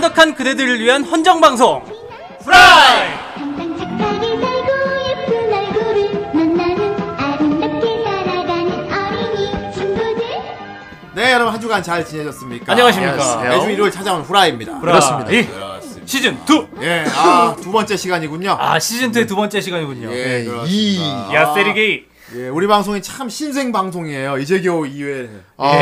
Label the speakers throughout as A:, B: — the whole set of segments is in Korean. A: 착한 그대들을 위한 헌정 방송.
B: 프라이!
C: 항상 착하게 살고 예쁜 얼굴을 만나는 아름답게 살아가는 어린이 친구들
B: 네, 여러분 한 주간 잘 지내셨습니까? 네,
A: 안녕하십니까.
D: 안녕하세요.
B: 매주 일요일 찾아온 후라이입니다.
D: 그렇습니다.
A: 이
B: 그렇습니다.
A: 시즌 2.
B: 예, 아, 두 번째 시간이군요.
A: 아, 시즌 2의 두 번째 시간이군요. 네.
B: 예,
D: 이.
B: 그렇습니다.
A: 야, 세리게이.
B: 예, 우리 방송이 참 신생 방송이에요. 이제 겨우 2회.
D: 아,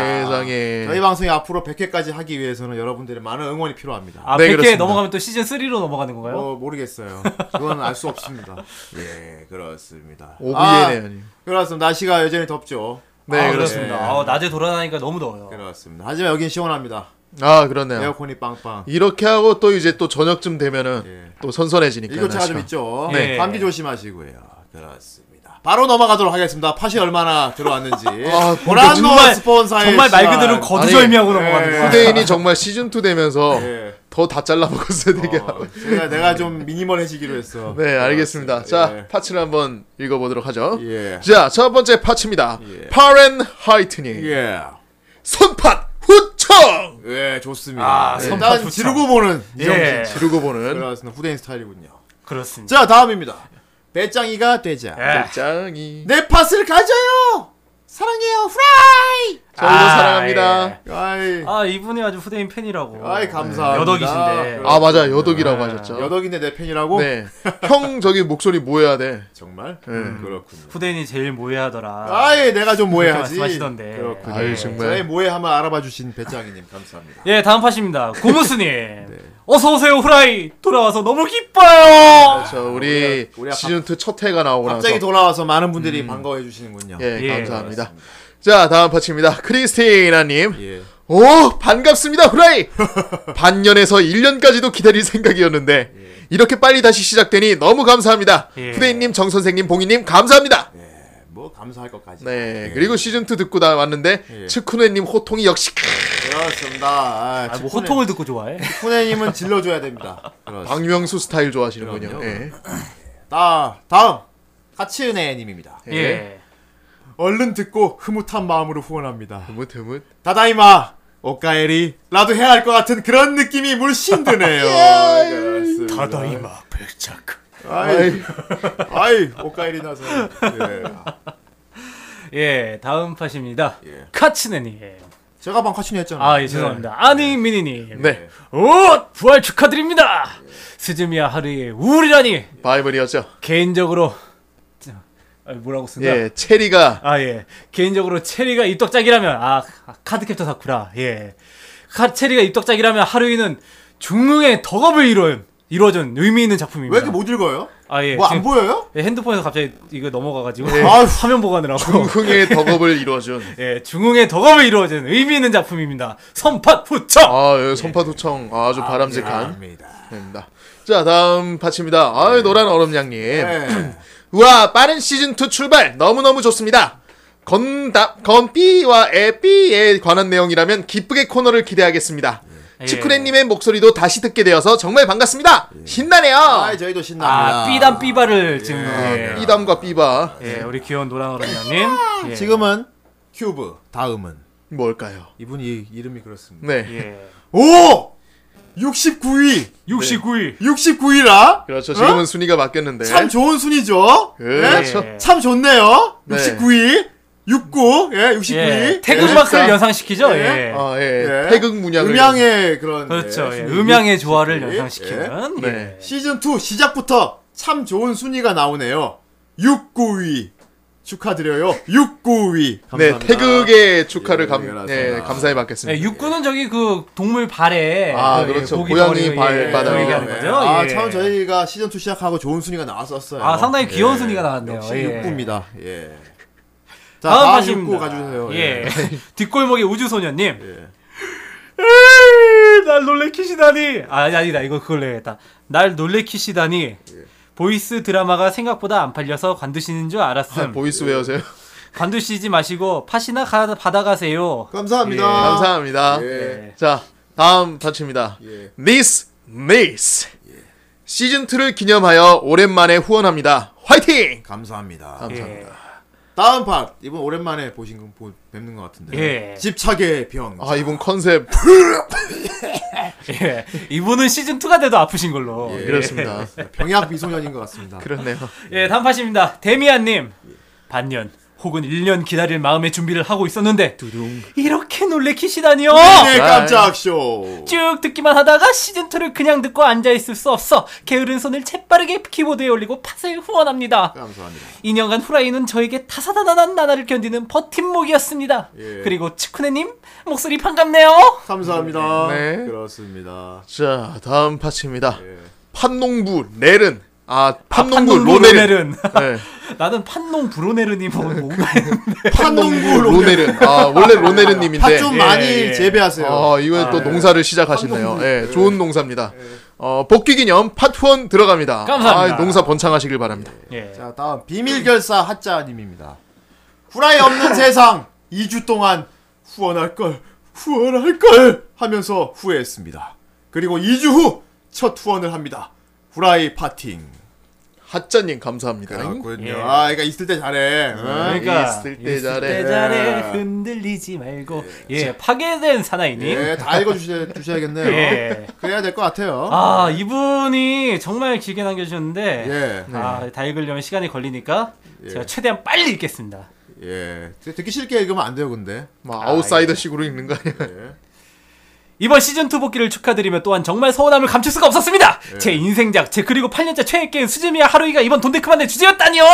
A: 예.
D: 세상에.
B: 저희 방송이 앞으로 100회까지 하기 위해서는 여러분들의 많은 응원이 필요합니다.
A: 아,
D: 네,
A: 100회
D: 그렇습니다.
A: 넘어가면 또 시즌 3로 넘어가는 건가요?
B: 어, 모르겠어요. 그건 알 수 없습니다. 예, 그렇습니다.
D: 오브이에네요, 형님.
B: 그렇습니다. 날씨가 여전히 덥죠. 네,
D: 네,
A: 아,
D: 그렇습니다.
A: 그렇습니다. 아, 낮에 돌아다니니까 너무 더워요.
B: 그렇습니다. 하지만 여긴 시원합니다.
D: 아, 그렇네요.
B: 에어컨이 빵빵.
D: 이렇게 하고 또 이제 또 저녁쯤 되면은
B: 예.
D: 또 선선해지니까.
B: 일교차가 좀
D: 날씨가.
B: 있죠.
A: 네.
B: 감기 조심하시고요. 그렇습니다. 바로 넘어가도록 하겠습니다. 팥이 얼마나 들어왔는지. 뭐
D: 아,
B: 보란노
A: 정말-
B: 스폰사의
A: 정말 말
B: 시간.
A: 그대로 거두절미하고
D: 네.
A: 넘어갑니다.
D: 후대인이 정말 시즌 2 되면서
B: 예.
D: 더 다 잘라 먹었어야 되게.
B: 어, 제가 내가 좀 미니멀해지기로 했어.
D: 네, 알겠습니다. 자,
B: 예.
D: 파츠를 한번 읽어보도록 하죠.
B: 예.
D: 자, 첫 번째 파츠입니다.
B: 예.
D: 파렌 하이트닝.
B: 예.
D: 손팟 후청!
B: 예, 좋습니다.
A: 아, 선파
B: 일단
A: 좋죠.
B: 지르고 보는 이
A: 예.
B: 정신.
D: 지르고 보는
B: 그렇습니다. 후대인 스타일이군요.
A: 그렇습니다.
B: 자, 다음입니다. 배짱이가 되자.
A: 예.
D: 짱이.
B: 내 팥을 가져요. 사랑해요. 후라이.
D: 저도
A: 아,
D: 사랑합니다.
A: 예.
B: 아이.
A: 아, 이분이 아주 후대인 팬이라고.
B: 아이 감사합니다.
A: 여덕이신데.
D: 아, 맞아. 여독이라고
A: 아,
D: 하셨죠.
B: 여덕인데 내 팬이라고?
D: 네. 형 저기 목소리 뭐 해야 돼?
B: 정말?
D: 예.
B: 음, 그렇군요.
A: 후대인이 제일 모해하더라.
B: 아예 내가 좀 모해하지.
A: 그렇게 말씀하시던데.
B: 그렇군요. 네.
D: 아유, 정말.
B: 저의 모해 한번 알아봐 주신 배짱이님 감사합니다.
A: 예, 다음 팟입니다. 고무스님. 어서 오세요, 후라이. 돌아와서 너무 기뻐요.
D: 네, 저 우리,
B: 아, 우리가- 우리가
D: 시즌 2 첫 회가 나오고 나서 음.
B: 갑자기 돌아와서 많은 분들이 반가워해 주시는군요.
D: 예,
A: 예,
D: 감사합니다. 자, 다음 파츠입니다. 크리스티나님.
B: 예.
D: 오, 반갑습니다, 후라이! 반년에서 1년까지도 기다릴 생각이었는데,
B: 예.
D: 이렇게 빨리 다시 시작되니 너무 감사합니다.
A: 예.
D: 후대인님, 정선생님, 봉이님, 감사합니다!
B: 예, 뭐 감사할 것까지.
D: 네,
B: 예.
D: 그리고 시즌2 듣고 나 왔는데,
B: 예.
D: 츠쿠네님 호통이 역시, 크,
B: 그렇습니다. 아,
A: 아, 뭐
B: 직분에-
A: 호통을 듣고 좋아해?
B: 후네님은 질러줘야 됩니다. 그렇습니다.
D: 박명수 스타일 좋아하시는군요.
B: 그럼요.
D: 예.
B: 다, 다음 카츠네님입니다.
D: 예.
A: 예.
B: 얼른 듣고 흐뭇한 마음으로 후원합니다.
D: 드뭇, 드뭇.
B: 다다이마 오카에리 라도 해야 할 것 같은 그런 느낌이 물씬 드네요.
D: 예.
B: 그렇습니다.
A: 백작.
B: 아이, 아이 오카에리 나서. 예.
A: 예, 다음 팟입니다.
B: 예.
A: 카츠네님.
B: 제가 방 카츠네 했잖아요.
A: 아, 예, 죄송합니다. 아니, 미니님.
D: 네,
B: 예.
A: 오! 부활 축하드립니다! 스즈미야 하루의 우울이라니!
D: 바이블이었죠. 개인적으로,
A: 아, 뭐라고 쓴다?
D: 예, 체리가,
A: 아, 예. 개인적으로 체리가 입덕작이라면, 아, 아, 카드캡터 사쿠라, 예. 카, 체리가 입덕작이라면 하루이는 중흥의 덕업을 이룬, 이루어준 의미 있는 작품입니다.
B: 예. 왜 이렇게 못 읽어요?
A: 아, 예.
B: 뭐
A: 지금
B: 안 보여요?
A: 예, 핸드폰에서 갑자기 이거 넘어가가지고.
D: 예.
A: 아, 화면 보관을 하고.
D: 흥의 덕업을 이루어준,
A: 예, 중흥의 덕업을 이루어준 의미 있는 작품입니다. 선팟 후청!
D: 아, 예, 손파도청 아주
B: 네,
D: 바람직한
B: 아닙니다. 네.
D: 됩니다. 자, 다음 파츠입니다. 아유, 노란 얼음양님.
B: 예.
D: 우와, 빠른 시즌2 출발! 너무너무 좋습니다. 건다, 건삐와 에삐에 관한 내용이라면 기쁘게 코너를 기대하겠습니다.
B: 네.
A: 예.
D: 치쿠레님의 목소리도 다시 듣게 되어서 정말 반갑습니다. 신나네요!
B: 아이 저희도 신납니다.
A: 아, 삐단 삐바를 지금. 예.
D: 이담과 삐바.
A: 예, 우리 귀여운 노란 어른님. 예.
B: 지금은 큐브 다음은
D: 뭘까요?
B: 이분이 이름이 그렇습니다.
D: 네.
A: 예.
B: 오 69위 네.
A: 69일.
B: 69위라
D: 그렇죠. 지금은 순위가 바뀌었는데.
B: 어? 참 좋은 순위죠.
D: 그렇죠.
A: 예.
B: 예? 참 좋네요.
D: 네.
B: 69위 69 예, 69위
A: 예. 태극막을
D: 예.
A: 연상시키죠?
B: 예.
A: 예.
D: 아, 예.
B: 예.
D: 태극 문양을. 네,
B: 음향의 그런
A: 그렇죠. 예.
B: 예, 순위.
A: 음향의 조화를
B: 예.
A: 연상시키는. 예.
D: 네.
B: 시즌 2 시작부터 참 좋은 순위가 나오네요. 69위 축하드려요. 69위
D: 네,
B: 감사합니다.
D: 태극의 축하를
B: 예,
D: 감,
B: 알았습니다.
D: 예, 감사히 받겠습니다.
A: 예, 육군은 저기 그 동물 발에
D: 아,
A: 그,
D: 그렇죠.
A: 고기
D: 고양이
A: 덩어리,
D: 발
A: 예,
D: 바닥에.
A: 그 얘기하는 거죠.
B: 네. 아,
A: 예.
B: 참 저희가 시즌 2 시작하고 좋은 순위가 나왔었어요.
A: 아, 상당히 귀여운 순위가 나왔네요.
B: 역시
A: 예.
B: 육구입니다. 예. 자,
A: 다음
B: 다음
A: 파입니다
B: 육구 가져주세요.
A: 예. 뒷골목의 우주소녀님.
B: 예.
A: 으이, 날 놀래키시다니. 아, 아니, 아니다. 이거 그걸 내야겠다. 날 놀래키시다니.
B: 예.
A: 보이스 드라마가 생각보다 안 팔려서 관두시는 줄
B: 아,
A: 알았음.
D: 보이스 외우세요.
A: 관두시지 마시고 팥이나 가, 받아가세요.
B: 예, 감사합니다.
D: 감사합니다.
B: 예.
D: 자, 다음 파츠입니다.
B: 예.
D: This, this. 시즌 2를 기념하여 오랜만에 후원합니다. 화이팅!
B: 감사합니다.
A: 예.
D: 감사합니다.
B: 다음 팟 이번 오랜만에 보신 분 보- 뵙는 것 같은데.
A: 예.
B: 아, 집착의 병.
D: 아, 이분 컨셉.
A: 예. 이분은 시즌2가 돼도 아프신 걸로.
D: 예, 그렇습니다.
B: 병약 미소년인 것 같습니다.
D: 그렇네요.
A: 예, 다음 팟입니다. 데미안님.
B: 예.
A: 반년 혹은 1년 기다릴 마음의 준비를 하고 있었는데 이렇게 놀래키시다니요.
B: 네, 깜짝 쇼.
A: 쭉 듣기만 하다가 시즌2를 그냥 듣고 앉아있을 수 없어 게으른 손을 재빠르게 키보드에 올리고 팟을 후원합니다.
B: 감사합니다.
A: 2년간 후라이는 저에게 타사다난한 나날을 견디는 버팀목이었습니다.
B: 예.
A: 그리고 치쿠네님 목소리 반갑네요.
B: 감사합니다.
D: 네.
B: 그렇습니다.
D: 자, 다음 파츠입니다.
B: 예.
D: 판농부 레른. 아, 판농부
A: 판농부
D: 로네른.
A: 로네른.
D: 네.
A: 나는 판농 브로네르님 뭐
D: 그
A: 뭔가 했는데
D: 판농부
B: 판농부
D: 로네른. 아, 원래 로네른님인데.
B: 팥좀
A: 예,
B: 많이
A: 예.
B: 재배하세요.
D: 어, 이번에 또 농사를 시작하시네요. 예, 좋은 농사입니다. 어, 복귀 기념 팟후원 들어갑니다.
A: 감사합니다.
D: 아, 농사 번창하시길 바랍니다.
A: 예.
B: 자, 다음 비밀결사 핫자님입니다. 후라이 없는 세상 2주 동안 후원할 걸 후원할 걸 하면서 후회했습니다. 그리고 2주 후 첫 후원을 합니다. 후라이 파팅.
D: 핫자님 감사합니다.
B: 그렇군요.
A: 예.
B: 아, 그러니까 있을 때 잘해.
D: 아,
B: 응?
D: 예.
A: 그러니까
D: 있을 때 잘해.
A: 잘해.
B: 예.
A: 흔들리지 말고 예 파괴된 사나이님
B: 예, 다 읽어주셔야 주셔야겠네요.
A: 예.
B: 그래야 될 것 같아요.
A: 아 이분이 정말 길게 남겨주셨는데
B: 예,
D: 네.
A: 아, 다 읽으려면 시간이 걸리니까
D: 예.
A: 제가 최대한 빨리 읽겠습니다
B: 예. 되게- 되게 싫게 읽으면 안 돼요, 근데. 뭐, 예.
D: 막 아웃사이더식으로
A: 예.
D: 읽는 거 아니야?
A: 이번 시즌2 복귀를 축하드리며 또한 정말 서운함을 감출 수가 없었습니다!
D: 예.
A: 제 인생작, 제 그리고 8년째 최애 게임 수즈미야 하루이가 이번 돈데크만의 주제였다니요!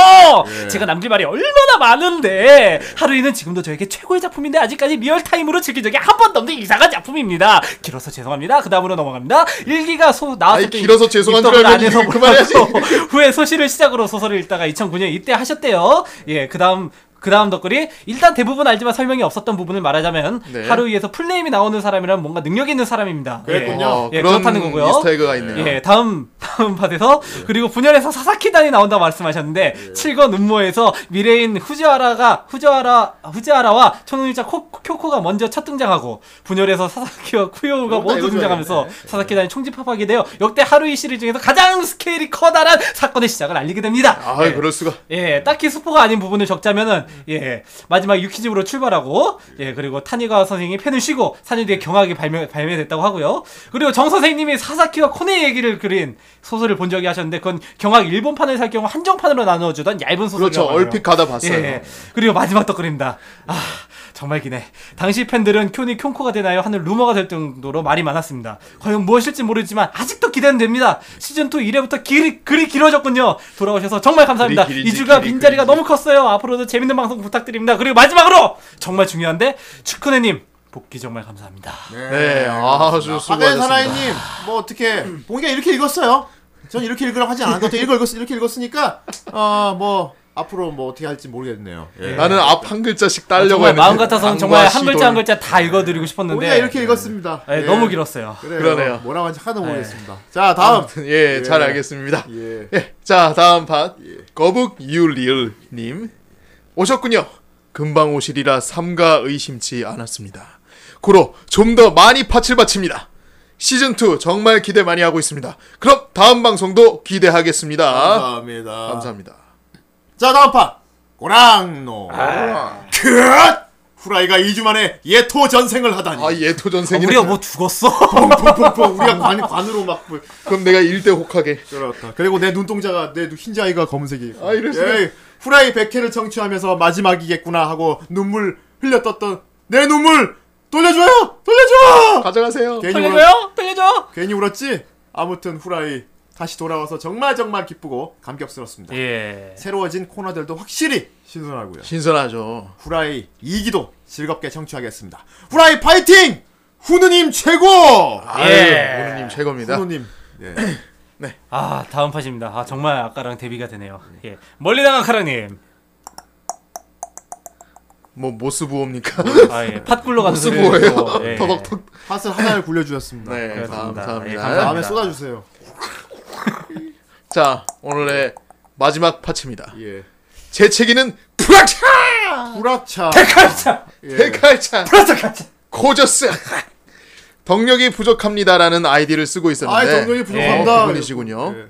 D: 예.
A: 제가 남길 말이 얼마나 많은데! 하루이는 지금도 저에게 최고의 작품인데 아직까지 리얼타임으로 즐긴 적이 한 번도 없는 이상한 작품입니다! 길어서 죄송합니다. 그 다음으로 넘어갑니다. 일기가 소, 나왔을
D: 아이, 길어서 죄송한 줄
A: 입덕을 안
D: 알면
A: 해서
D: 이거 그만해야지.
A: 몰라서 후에 소시를 시작으로 소설을 읽다가 2009년 이때 하셨대요. 예, 그 다음. 그 다음 덧글이 일단 대부분 알지만 설명이 없었던 부분을 말하자면
D: 네.
A: 하루이에서 풀네임이 나오는 사람이란 뭔가 능력 있는 사람입니다.
B: 그랬군요.
A: 예, 예, 그렇다는 거고요.
D: 이스터에그가 있네요. 네.
A: 예, 다음 다음 팟에서 그리고 분열에서 사사키단이 나온다 고 말씀하셨는데 7권 음모에서 미래인 후지와라가 후지와라 후지와라와 초능력자 코- 쿄코가 먼저 첫 등장하고 분열에서 사사키와 쿠요우가
B: 이건 다
A: 모두
B: 읽어줘야겠네.
A: 등장하면서 사사키단이 총집합하게 되어 역대 하루이 시리즈 중에서 가장 스케일이 커다란 사건의 시작을 알리게 됩니다.
D: 아,
A: 예.
D: 그럴 수가.
A: 예, 딱히 스포가 아닌 부분을 적자면은 예 마지막 유키집으로 출발하고 예 그리고 타니가 선생이 펜을 쉬고 4년 뒤에 경악이 발매, 발매됐다고 하고요. 그리고 정 선생님이 사사키와 코네 얘기를 그린 소설을 본 적이 하셨는데 그건 경악 일본판을 살 경우 한정판으로 나눠주던 얇은 소설이라고
D: 그렇죠.
A: 하네요.
D: 얼핏 가다 봤어요.
A: 예. 그리고 마지막 덧글입니다. 아, 정말 기네. 당시 팬들은 쿄니 쿄코가 되나요? 하는 루머가 될 정도로 말이 많았습니다. 과연 무엇일지 모르지만 아직도 기대는 됩니다. 시즌2 1회부터 길이, 글이 길어졌군요. 돌아오셔서 정말 감사합니다.
D: 글이 길지,
A: 이주가
D: 글이
A: 빈자리가
D: 글이지.
A: 너무 컸어요. 앞으로도 재밌는 방송 부탁드립니다. 그리고 마지막으로 정말 중요한데 축구네님 복귀 정말 감사합니다. 예. 네,
D: 네, 아주
B: 박의
D: 수고하셨습니다.
B: 사나이님, 뭐 어떻게 봉이가 이렇게 읽었어요? 전 이렇게 읽으라고 하진 않았고 읽어 읽었 이렇게 읽었으니까 어뭐 앞으로 뭐 어떻게 할지 모르겠네요. 예.
D: 나는 앞 한 글자씩 딸려고
A: 아, 정말
D: 했는데
A: 마음 같아서는 정말 한
D: 당과
A: 글자 한
D: 시도를- 네.
A: 글자 다 읽어드리고 싶었는데
B: 봉이가 이렇게 읽었습니다.
A: 예,
B: 예.
A: 너무 길었어요.
B: 그래요.
D: 그러네요.
B: 뭐라고 하는지 하나도 모르겠습니다. 자 다음.
A: 아,
D: 예,
B: 예.
D: 잘 알겠습니다.
B: 예.
D: 예, 자 다음 팟 거북 유리을님 오셨군요. 금방 오시리라 삼가 의심치 않았습니다. 고로 좀 더 많이 팥을 바칩니다. 시즌 2 정말 기대 많이 하고 있습니다. 그럼 다음 방송도 기대하겠습니다.
B: 아,
A: 아,
B: 감사합니다.
D: 감사합니다.
B: 자 다음 판 고랑노.
D: 아,
B: 큐! 후라이가 2주 만에 예토 전생을 하다니.
D: 아 예토 전생이
A: 우리가 뭐 죽었어?
B: 퐁퐁퐁 우리가 관, 관으로 막 뭐-
D: 그럼 내가 일대 혹하게
B: 그렇다. 그리고 내 눈동자가 내 눈- 흰자위가 검색이.
D: 아, 이럴 수가.
B: 예, 후라이 100회를 청취하면서 마지막이겠구나 하고 눈물 흘렸던 내 눈물 돌려줘요. 돌려줘.
D: 가져가세요.
B: 괜히 울었,
A: 돌려줘요? 돌려줘?
B: 괜히 울었지. 아무튼 후라이 다시 돌아와서 정말 정말 기쁘고 감격스럽습니다.
A: 예.
B: 새로워진 코너들도 확실히 신선하고요.
D: 신선하죠.
B: 후라이 2기도 즐겁게 청취하겠습니다. 후라이 파이팅! 후누님 최고!
A: 예.
D: 아유, 오늘님 최고입니다.
B: 후누님. 예.
A: 아 다음 팟입니다. 아 정말 아까랑 대비가 되네요. 예. 멀리 나간 카랑님.
D: 뭐 모스 부호입니까?
A: 아 예. 팟굴러 가는
D: 모스
A: 소리를
D: 부호예요.
A: 듣고, 예.
D: 더덕덕.
B: 팥을 하나를 굴려주셨습니다.
D: 네,
A: 그렇습니다. 예,
D: 감사합니다.
A: 감사합니다.
B: 다음에 쏟아주세요.
D: 자, 오늘의 마지막 파츠입니다.
B: 예.
D: 재채기는 프락차!
B: 불화차.
A: 칼차.
B: 예.
D: 대칼차!
A: 프라차 칼차.
D: 코저스! 덕력이 부족합니다라는 아이디를 쓰고 있었는데 예,
B: 아이 정력이 부족합니다.
D: 어, 그분이시군요.
B: 예.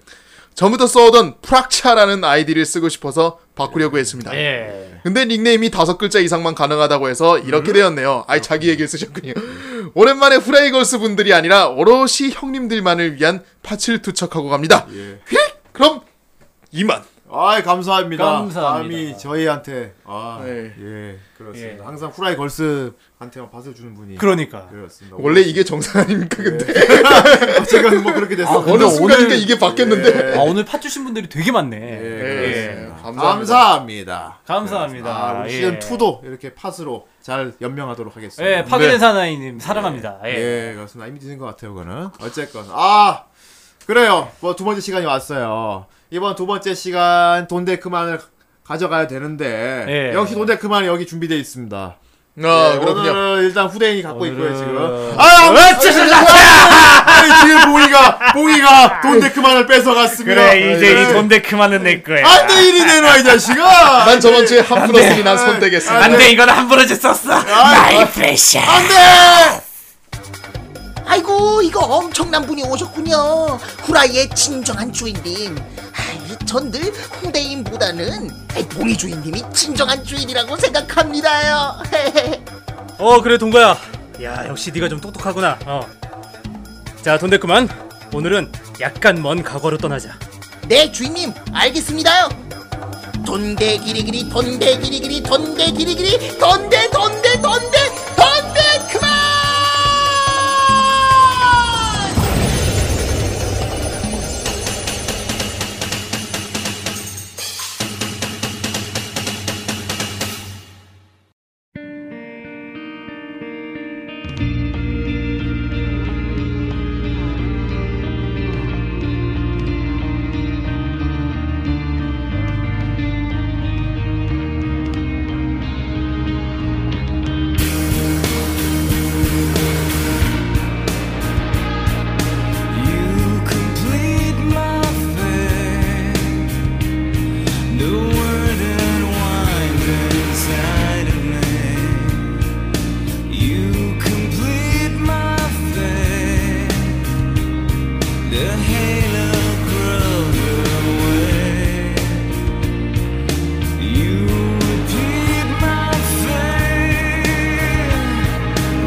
D: 전부터 써오던 프락차라는 아이디를 쓰고 싶어서 바꾸려고 했습니다.
A: 예.
D: 근데 닉네임이 다섯 글자 이상만 가능하다고 해서 이렇게
B: 음.
D: 되었네요. 아이 자기 얘기를 쓰셨군요. 오랜만에 후라이걸스 분들이 아니라 오롯이 형님들만을 위한 팥을 투척하고 갑니다. 휙! 그럼 이만.
B: 아이 감사합니다.
A: 감사합니다.
B: 감히 저희한테 아,
D: 네.
B: 예 그렇습니다.
A: 예.
B: 항상 후라이 걸스한테만 밭을 주는 분이
A: 그러니까.
B: 그렇습니다.
D: 원래 이게 정상 아닙니까 근데
B: 어, 제가 뭐 그렇게 됐어.
A: 아,
D: 어느
A: 근데
D: 순간인가
A: 오늘-
B: 네.
D: 이게 바뀌었는데.
A: 아, 오늘 팥주신 분들이 되게 많네.
B: 예,
D: 예.
B: 그렇습니다.
D: 감사합니다.
B: 감사합니다.
A: 감사합니다.
B: 아, 우리
A: 예.
B: 시즌 2도 이렇게 팟으로 잘 연명하도록 하겠습니다.
A: 예, 파괴된
D: 네.
A: 사나이님 사랑합니다. 예.
B: 예, 그렇습니다. 이미 늦은 것 같아요, 그거는. 어쨌건. 아! 그래요. 뭐 두 번째 시간이 왔어요. 이번 두 번째 시간 돈데크만을 가져가야 되는데
A: 예.
B: 역시 돈데크만이 여기 준비되어 있습니다.
D: 아
B: 예,
D: 그렇군요.
B: 오늘은 일단 후대인이 갖고 있고요,
A: 오늘은-
B: 지금. 아! 아니, 지금 봉이가,
A: 아,
B: 봉이가 돈데크만을 뺏어갔습니다. 예.
A: 데크만은 내 거야.
B: 안 돼, 이리 내놔, 이 자식아!
D: 난 저번 주에 한 플러스니 난손 떼겠어.
A: 안 돼, 이건 함부로 줬었어.
B: 아.
A: 나이 프레셔.
B: 안 돼!
C: 아이고 이거 엄청난 분이 오셨군요 후라이의 진정한 주인님 전늘 후대인보다는 아이, 봉이 주인님이 진정한 주인이라고 생각합니다요
A: 어, 그래 동가야. 야, 역시 네가 좀 똑똑하구나. 어. 자, 돈 데크만. 오늘은 약간 먼 과거로 떠나자.
C: 네 주인님 알겠습니다요 돈대 기리기리 돈대 기리기리 돈대 기리기리 돈대 돈대 돈대 돈대 그만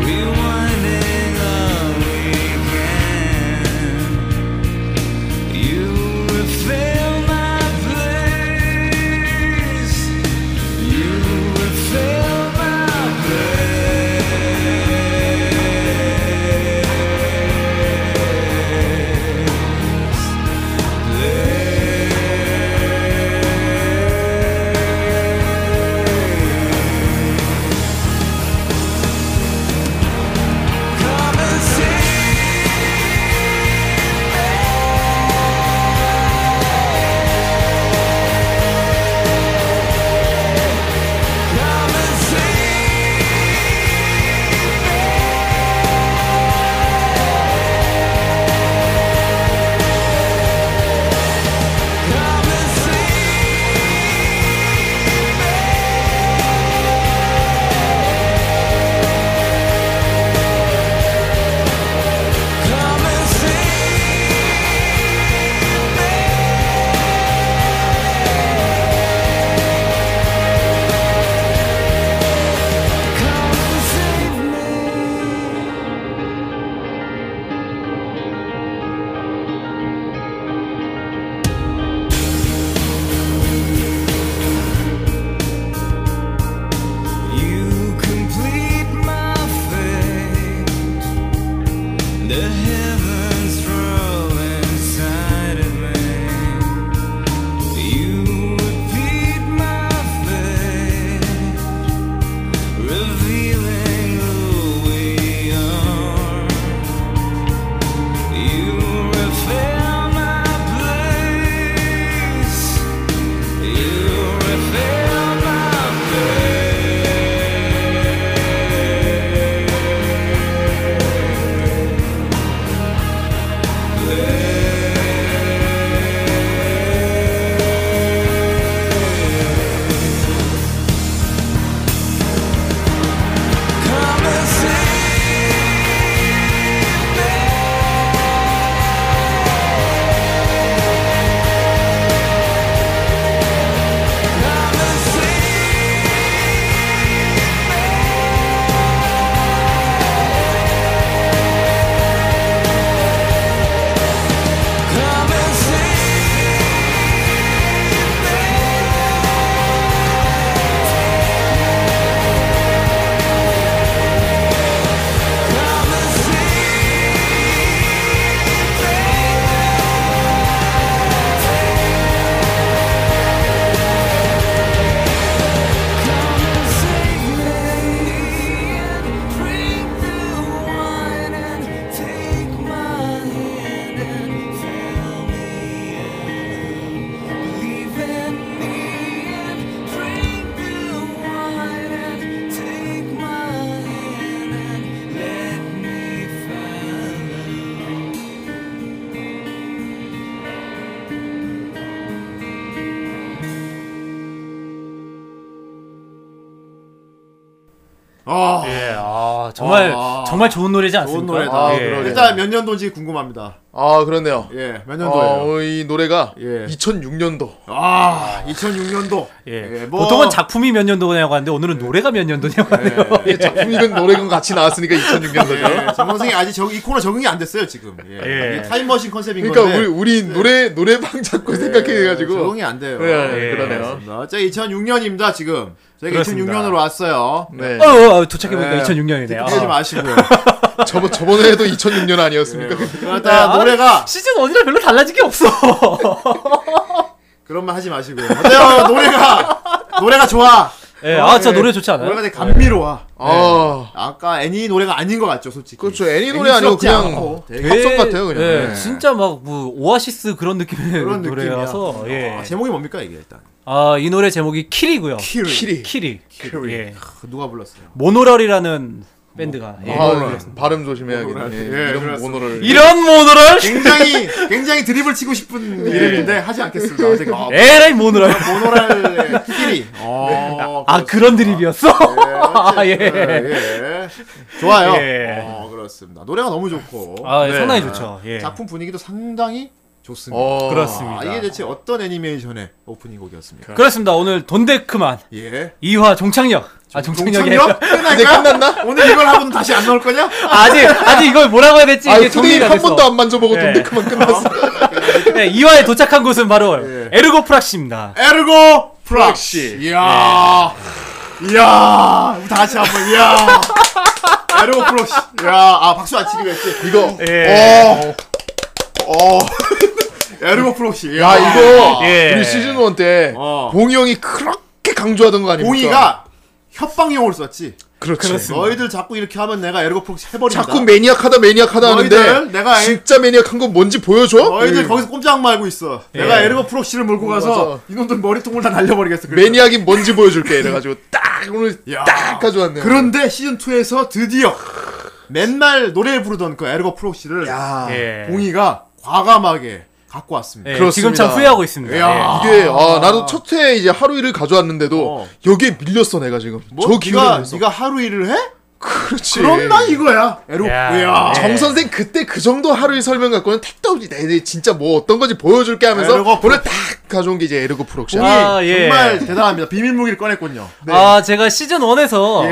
E: Rewinding all we can. You refill my place. You refill my place.
B: 아,
A: 예, 아, 정말,
B: 아.
A: 정말 좋은 노래지 않습니까?
B: 좋은 노래다.
A: 예.
D: 그러게.
B: 일단 몇 년도인지 궁금합니다.
D: 아 그렇네요.
B: 예, 몇 년도예요?
D: 어, 이 노래가
B: 예.
D: 2006년도.
B: 아, 2006년도.
A: 예.
B: 뭐.
A: 보통은 작품이 몇 년도냐고 하는데
B: 예.
A: 오늘은 노래가 몇 년도냐고 하네요.
D: 이 작품이든 노래건 같이 나왔으니까 2006년도죠.
B: 예, 정 선생이 아직 저이 코너 적응이 안 됐어요 지금. 예.
A: 예.
B: 이게 타임머신 컨셉인
D: 그러니까
B: 건데. 예,
D: 우리 우리 노래 노래방 자꾸 생각해가지고.
B: 적응이 안 돼요.
D: 예,
A: 예,
D: 그러네요.
B: 맞습니다. 제가 2006년입니다 지금. 저희가
A: 그렇습니다.
B: 2006년으로 왔어요.
D: 네.
A: 어, 어, 어, 도착해보니까
B: 예.
A: 2006년이네요. 아.
B: 그러지 마시고요.
D: 뭐 저번 저번에도 2006년 아니었습니까?
B: 예. 일단 노래가
A: 시즌 1이랑 별로 달라진 게 없어.
B: 그런 말 하지 마시고요. 어때요 노래가 노래가 좋아.
A: 예, 아, 진짜 노래 좋지 않아요?
B: 노래가 되게 감미로워.
D: 아
B: 아까 애니 노래가 아닌 것 같죠 솔직히.
D: 그렇죠. 애니 노래 아니고
B: 예. 애니스럽지
D: 그냥
B: 않고 되게
D: 합성 같아요 그냥.
A: 예,
D: 네.
A: 진짜 막 뭐 오아시스 그런 느낌의
B: 그런
A: 노래라서
B: 느낌이야.
A: 예.
B: 아, 제목이 뭡니까 이게 일단.
A: 아, 이 노래 제목이 킬이고요.
B: 키리.
D: 키리.
A: 키리.
B: 키리.
A: 예.
B: 그 누가 불렀어요?
A: 모노럴이라는 밴드가. 예.
D: 아, 발음 조심해야겠네.
B: 모노랄.
D: 예,
B: 예,
D: 이런
B: 그렇습니다.
D: 모노를.
A: 이런 모노럴?
D: 네.
B: 굉장히 굉장히 드립을 치고 싶은
A: 네.
B: 이름인데 하지 않겠습니다. 어떻게 아,
A: 에라이 모노럴.
B: 모노랄 키리. 어,
A: 네. 아,
B: 그렇습니다.
A: 그런 드립이었어?
D: 네.
A: 아,
B: 예.
A: 예.
B: 예. 좋아요.
A: 예.
B: 어, 그렇습니다. 노래가 너무 좋고
A: 아, 예,
D: 네.
A: 상당히 좋죠. 예.
B: 작품 분위기도 상당히 좋습니다.
D: 어.
A: 그렇습니다. 그러니까.
B: 아, 이게 대체 어떤 애니메이션의 오프닝 곡이었습니까?
A: 그렇습니다. 오늘 돈데크만
B: 예.
A: 이화 종착역. 아, 종착역이
B: 종착역?
D: 이제
B: 끝날까요?
D: 끝났나?
B: 오늘 이걸 하고는 다시 안 나올 거냐?
A: 아직 아직 이걸 뭐라고 해야 될지
D: 아,
A: 이게
D: 후대인
A: 정리가
D: 한
A: 안
D: 번도
A: 됐어.
D: 안 만져보고
A: 예.
D: 돈데 그만 끝났어.
A: 네, 2화에 도착한 곳은 바로
B: 예.
A: 에르고프락시입니다.
B: 에르고 프락시. 이야. 이야. 우리 다 같이 한번 이야. 에르고 프락시. 이야. 아, 박수 안 치기로 했지. 음.
D: 이거.
A: 예.
D: 어. 어.
B: 에르고 프락시.
D: 야 아, 이거
A: 예.
D: 우리 시즌 1때
B: 아. 어.
D: 봉이 형이 그렇게 강조하던 거 아닙니까?
B: 봉이가 협박용을 썼지.
D: 그렇죠.
B: 너희들 자꾸 이렇게 하면 내가 에르고 프락시 해버린다.
D: 자꾸 매니악하다 매니악하다
B: 너희들,
D: 하는데
B: 내가 애-
D: 진짜 매니악한 건 뭔지 보여줘?
B: 너희들
D: 예. 어,
B: 거기서 꼼짝 말고 있어. 내가 에르고 프록시를 몰고 가서
D: 맞아.
B: 이놈들 머리통을 다 날려버리겠어. 그래서.
D: 매니악이 뭔지 보여줄게 이래가지고 딱 오늘
B: 야.
D: 딱 가져왔네요.
B: 그런데 시즌 2에서 드디어 맨날 노래를 부르던 그 에르고 프록시를
D: 야.
A: 예.
B: 봉이가 과감하게 갖고 왔습니다.
A: 예, 지금
D: 그렇습니다.
A: 참 후회하고 있습니다.
B: 이야.
A: 예.
D: 이게 아 나도 첫 회에 이제 하루 일을 가져왔는데도
B: 어.
D: 여기에 밀렸어 내가 지금
B: 뭐?
D: 저
B: 네가
D: 기운에 밀렸어
B: 네가 하루 일을 해?
D: 그렇지
B: 그럼 나 이거야. 에르고.
A: 야.
B: 야.
A: 예.
D: 정 선생 그때 그 정도 하루 일 설명 갖고는 택도 없이 내, 내 진짜 뭐 어떤 건지 보여줄게 하면서
B: 에르고
D: 오늘 딱 가져온 게 이제 에르고 프록션
B: 봉이
A: 아, 예.
B: 정말 대단합니다. 비밀 무기를 꺼냈군요. 네.
A: 아 제가 시즌 1에서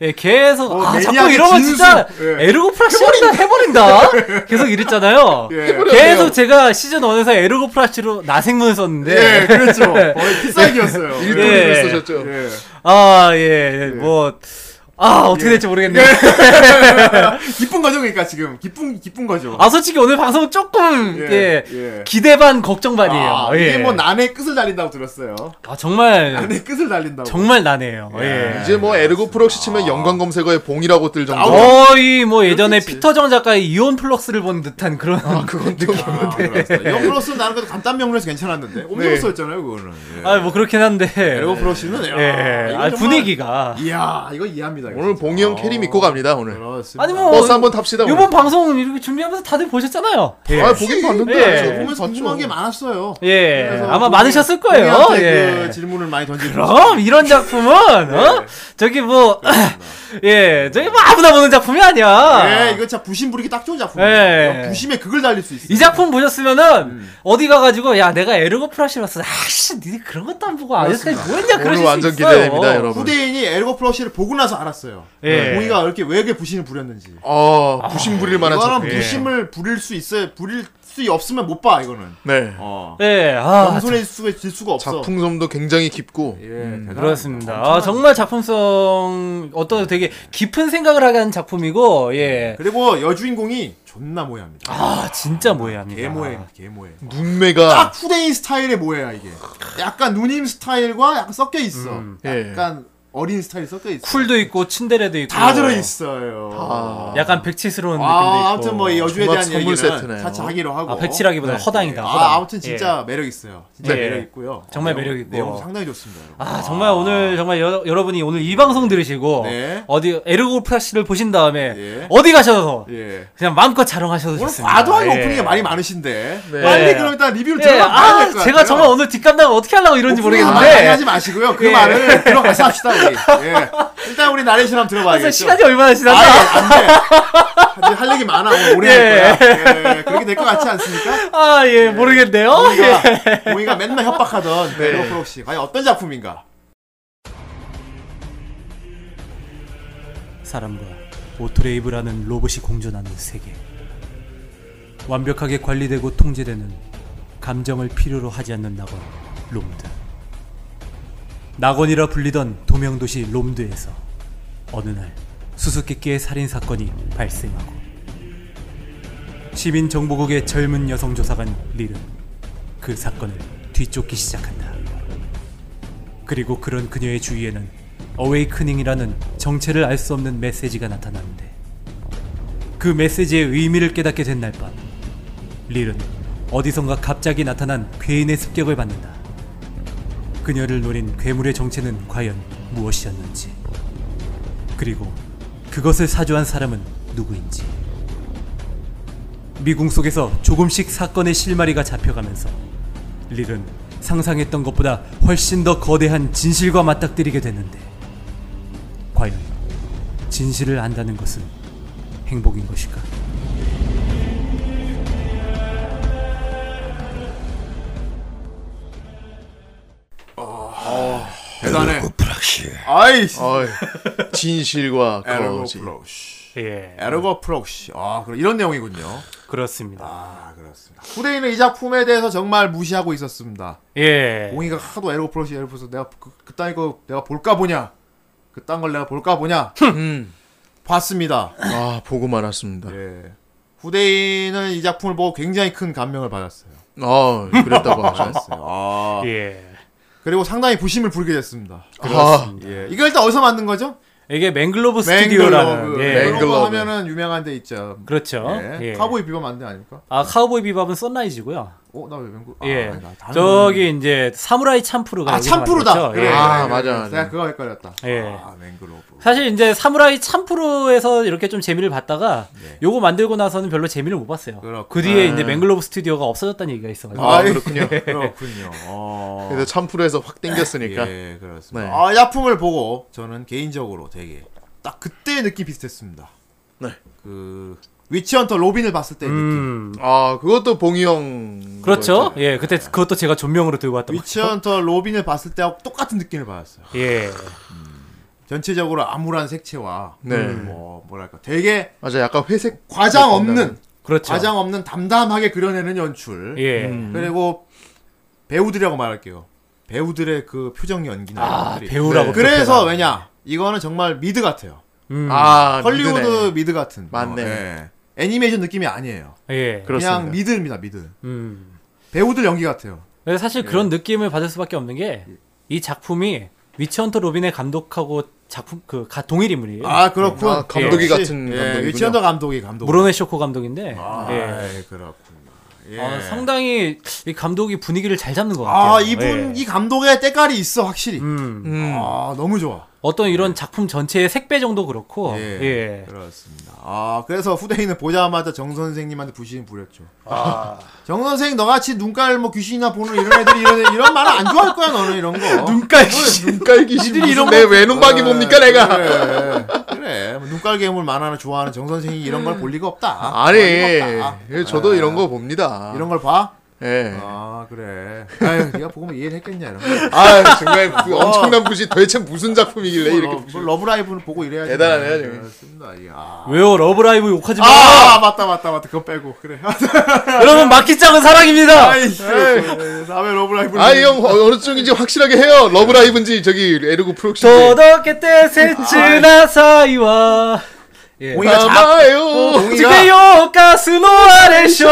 B: 예.
A: 계속
B: 어,
A: 아 자꾸
B: 매니악의
A: 이러면
B: 진수.
A: 진짜
B: 예.
A: 에르고프라시 해버린다 해버린다 계속 이랬잖아요.
B: 예.
A: 계속 제가 시즌 1에서 에르고프라시로 나생문을 썼는데
B: 예, 그렇죠. 거의 필살기였어요.
D: 일동이
A: 네. 예.
D: 됐었죠
B: 예.
A: 아, 아예뭐아 어떻게 될지 모르겠네요.
B: 예. 기쁜 거죠, 그러니까 지금 기쁜 기쁜 거죠.
A: 아 솔직히 오늘 방송은 조금
B: 예,
A: 예,
B: 예.
A: 기대 반 걱정 반이에요.
B: 아,
A: 예.
B: 이게 뭐 난의 끝을 달린다고 들었어요.
A: 아, 정말
B: 난의 끝을 달린다고.
A: 정말 나네요. 예.
D: 이제 뭐 에르고 프록시 치면 연관 검색어에 봉이라고 뜰 정도
B: 아우.
A: 거의 뭐 예전에
B: 그렇겠지.
A: 피터 정 작가의 이온 플럭스를 본 듯한 그런
D: 그건 또
B: 아,
A: 네.
B: 그렇습니다. 영플러스는 나는 그래도 간단 명분에서 괜찮았는데 옴니버스였잖아요 그거는. 예.
A: 아 뭐 그렇긴 한데
B: 에르고 프로시는 야,
A: 예, 예.
B: 이거
A: 아,
B: 정말-
A: 분위기가
B: 이야 이거 이해합니다. 이거
D: 오늘
B: 진짜.
D: 봉이 형 캐리 믿고 갑니다 오늘
B: 그렇습니다.
A: 아니 뭐
D: 버스 한번 탑시다
A: 이번 방송 이렇게 준비하면서 다들 보셨잖아요. 예,
D: 아 보긴
A: 예.
D: 봤는데
B: 저 그렇죠. 보면서 궁금한 게 많았어요.
A: 예.
B: 그래서
A: 아마
B: 봉이-
A: 많으셨을 거예요.
B: 봉이한테
A: 예.
B: 그 질문을 많이 던지고.
A: 그럼 이런 작품은 어? 저기 뭐예 저기 뭐 아무나 보는 작품이 아니야.
B: 예, 이거 진짜 부심 부리기 딱 좋은 작품이에요.
A: 예.
B: 부심의 극을 달릴 수 있어요.
A: 이 작품 보시면은 어디 가가지고 야 내가 에르고 프라시라서 아씨 니네 그런 것도 안 보고 아저씨까지 뭐했냐 그러실
D: 오늘
A: 수
D: 완전
A: 있어요.
D: 기대됩니다 여러분
B: 후대인이 에르고 프로시를 보고 나서 알았어요.
A: 예.
B: 봉이가 이렇게 왜 이렇게 부심을 부렸는지.
D: 어 부심 부릴 만한 예. 작품
B: 이거는 부심을 부릴 수 있어요. 부릴 수 없으면 못 봐 이거는.
D: 네
B: 어.
A: 예, 아
B: 겸손해질 수가 질 수가 없어.
D: 작품성도 굉장히 깊고
B: 예, 대단합니다.
A: 그렇습니다. 아,
B: 엄청난-
A: 정말 작품성 어떤 되게 깊은 생각을 하게 하는 작품이고 예.
B: 그리고 여주인공이 존나 모해합니다.
A: 아 진짜 모해합니다.
B: 개모해,
D: 아.
B: 개모해. 딱
D: 눈매가
B: 후대인 스타일의 모해야 이게. 약간 누님 스타일과 약간 섞여 있어.
D: 예.
B: 약간 어린 스타일 섞여 있어.
A: 음, 쿨도 아. 있고 친데레도 있고
B: 다 들어 있어요.
D: 다.
A: 약간 백치스러운 느낌도 있고.
B: 아, 아무튼 뭐 이 여주에
D: 정말
B: 대한
D: 선물
B: 얘기는
D: 세트네요.
B: 차차 하기로 하고.
A: 아, 백치라기보다 는
D: 네.
A: 허당이다. 허당. 예.
B: 아, 아무튼 진짜 매력 있어요. 진짜
A: 네.
B: 매력 있고요.
A: 정말
B: 내용-
A: 매력 있고.
B: 내용 상당히 좋습니다. 여러분.
A: 아 정말 오늘 정말 여, 러분이 오늘 이 방송 들으시고
B: 네.
A: 어디 에르고 프라시를 보신 다음에
B: 예.
A: 어디 가셔서
B: 예.
A: 그냥 마음껏 자랑하셔도
B: 오늘
A: 좋습니다.
B: 과도한
A: 예.
B: 오프닝이 많이 많으신데
D: 네.
B: 빨리 그럼 일단 리뷰를
A: 예.
B: 들어가봐야
A: 아
B: 될것 같아요.
A: 제가 정말 오늘 뒷감당 어떻게 하려고 이러는지
B: 오프닝 많이
A: 모르겠는데
B: 하지 마시고요. 그
A: 예.
B: 말을 들어가서 합시다. 이야기. 예. 일단 우리 나레이션
A: 그래서
B: 한번 들어봐야겠죠.
A: 아,
B: 아, 예,
A: 시간이 얼마나 지났나?
B: 이제 할 얘기 많아. 오늘 오래 할 거야. 예. 그렇게 될 것 같지 않습니까?
A: 아, 예, 모르겠네요. 예. 네.
B: 봉이가, 봉이가 맨날 협박하던 그 에로프록 씨 과연 어떤 작품인가?
A: 사람과 오토레이브라는 로봇이 공존하는 세계. 완벽하게 관리되고 통제되는 감정을 필요로 하지 않는 낙원, 롬드. 낙원이라 불리던 도명도시 롬드에서 어느 날 수수께끼의 살인사건이 발생하고 시민정보국의 젊은 여성 조사관 릴은 그 사건을 뒤쫓기 시작한다. 그리고 그런 그녀의 주위에는 어웨이크닝이라는 정체를 알 수 없는 메시지가 나타나는데 그 메시지의 의미를 깨닫게 된 날 밤 릴은 어디선가 갑자기 나타난 괴인의 습격을 받는다. 그녀를 노린 괴물의 정체는 과연 무엇이었는지 그리고 그것을 사주한 사람은 누구인지 미궁 속에서 조금씩 사건의 실마리가 잡혀가면서 릴은 상상했던 것보다 훨씬 더 거대한 진실과 맞닥뜨리게 되는데 과연 진실을 안다는 것은 행복인 것일까?
B: 대단해. 아이.
D: 어이,
B: 아,
D: 진실과 거짓.
B: 에로프록 씨.
A: 예,
B: 에르거 프록시. 아, 그럼 이런 내용이군요.
A: 그렇습니다.
B: 아, 그렇습니다. 후대인은 이 작품에 대해서 정말 무시하고 있었습니다.
A: 예,
B: 봉이가 하도 에르거 프록시, 에르거 프록시 내가 그, 그딴 이거 내가 볼까 보냐. 그딴 걸 내가 볼까 보냐.
D: 음.
B: 봤습니다.
D: 아, 보고 말았습니다.
B: 예. 후대인은 이 작품을 보고 굉장히 큰 감명을 받았어요.
D: 아, 그랬다고 하죠.
B: 아.
A: 예.
B: 그리고 상당히 부심을 불게 됐습니다.
D: 아,
B: 예. 이걸 일단 어디서 만든 거죠?
A: 이게 맹글로브 스튜디오라는
B: 맹글러브.
A: 예.
D: 맹-
B: 맹글러브
D: 맹글러브.
B: 하면은 유명한 데 있죠.
A: 그렇죠.
B: 예.
A: 예.
B: 카보이 비밥 만든 데 아닙니까?
A: 아 카우보이 비밥은 썬라이즈고요.
B: 어, 나왜 맹글? 아,
A: 예,
B: 아니다. 다른
A: 저기 이제 사무라이 참프루가
B: 아
A: 여기서
B: 참프루다.
A: 만들었죠.
B: 그래,
A: 예.
D: 아,
B: 그래, 그래.
D: 맞아, 맞아.
B: 내가 그거 헷갈렸다.
A: 예.
B: 아 맹그로브.
A: 사실 이제 사무라이 참프로에서 이렇게 좀 재미를 봤다가 요거 만들고 나서는 별로 재미를 못 봤어요.
B: 그렇구나.
A: 네. 그 뒤에 이제 맹글로브 스튜디오가 없어졌다는 얘기가 있어가지고.
D: 아,
B: 예.
D: 그렇군요.
B: 그렇군요. 어.
D: 그래서 참프로에서 확 땡겼으니까.
B: 예, 그렇습니다.
D: 네.
B: 아 작품을 보고 저는 개인적으로 되게 딱 그때 느낌 비슷했습니다.
D: 네.
B: 그 위치헌터 로빈을 봤을 때 느낌.
A: 음,
D: 아, 그것도 봉이 형.
A: 그렇죠.
D: 거였죠.
A: 예, 그때 그것도 제가 존명으로 들고 왔던 거죠.
B: 위치헌터 로빈을 봤을 때하고 똑같은 느낌을 받았어요.
A: 예,
B: 전체적으로 암울한 색채와
D: 네.
B: 음, 뭐 뭐랄까 되게
D: 맞아, 약간 회색.
B: 과장 없는
A: 그렇죠.
B: 과장 없는 담담하게 그려내는 연출.
A: 예,
D: 음.
B: 그리고 배우들이라고 말할게요. 배우들의 그 표정 연기나 이런
A: 아
B: 것들이.
A: 배우라고.
D: 네.
B: 그래서 왜냐 이거는 정말 미드 같아요.
A: 음,
D: 아,
B: 헐리우드
D: 미드네.
B: 미드 같은.
D: 맞네.
B: 어, 예. 애니메이션 느낌이 아니에요.
A: 예.
D: 그렇습니다.
B: 그냥 미드입니다. 미드.
A: 음.
B: 배우들 연기 같아요.
A: 그래서 사실 그런 느낌을 받을 수밖에 없는 게 이 작품이 위치헌터 로빈의 감독하고 작품 그 가, 동일 인물이에요.
B: 아 그렇군.
D: 아, 감독이 같은 감독이군요.
B: 위치헌터 감독이 감독.
A: 무로네 쇼코 감독인데.
B: 아,
A: 예.
B: 예, 그렇군요. 예.
A: 아, 상당히 이 감독이 분위기를 잘 잡는 것 같아요.
B: 아 이분
A: 예.
B: 이 감독의 때깔이 있어 확실히.
A: 음,
D: 음.
B: 아 너무 좋아.
A: 어떤 이런 작품 전체의 색배정도 그렇고 예,
B: 그렇습니다. 아 그래서 후대인은 보자마자 정 선생님한테 부심 부렸죠.
D: 아.
B: 정 선생 너같이 눈깔 뭐 귀신이나 보는 이런 애들이 이런 애- 이런 말을 안 좋아할 거야 너는 이런 거.
D: 눈깔 귀신. 눈깔 귀신. 이런 내 외눈박이
B: 아,
D: 뭡니까, 내가.
B: 그래, 그래. 뭐 눈깔 괴물 만화를 좋아하는 정 선생이 이런 걸 볼 리가 없다.
D: 아니,
B: 볼 리가 없다. 아.
D: 예, 저도 이런 거 봅니다.
B: 이런 걸 봐?
D: 예.
B: 아 그래. 아유, 네가 보면 이해를 했겠냐 이런 거.
D: 아, 정말 그 엄청난 붓이 도대체 무슨 작품이길래 이렇게
B: 뭐, 뭐, 러브라이브는 보고 이래야지.
D: 대단하네요, 지금.
B: 그렇습니다. 이야.
A: 왜요 러브라이브 욕하지 마
B: 아 맞다 맞다 맞다 그거 빼고 그래.
A: 여러분 마키짱은 사랑입니다
B: 아이 예. 다음에 러브라이브.
D: 아이 형 어- 어느 쪽인지
B: 네.
D: 확실하게 해요. 러브라이브인지 저기 에르고 프록시인지.
A: 도덕게 때
B: 아, 예.
A: 세츠나 사이와 예.
B: 봉이가
D: 어, 뭐.
B: 자,
D: 아마요.
A: 지게요 가스노 아레쇼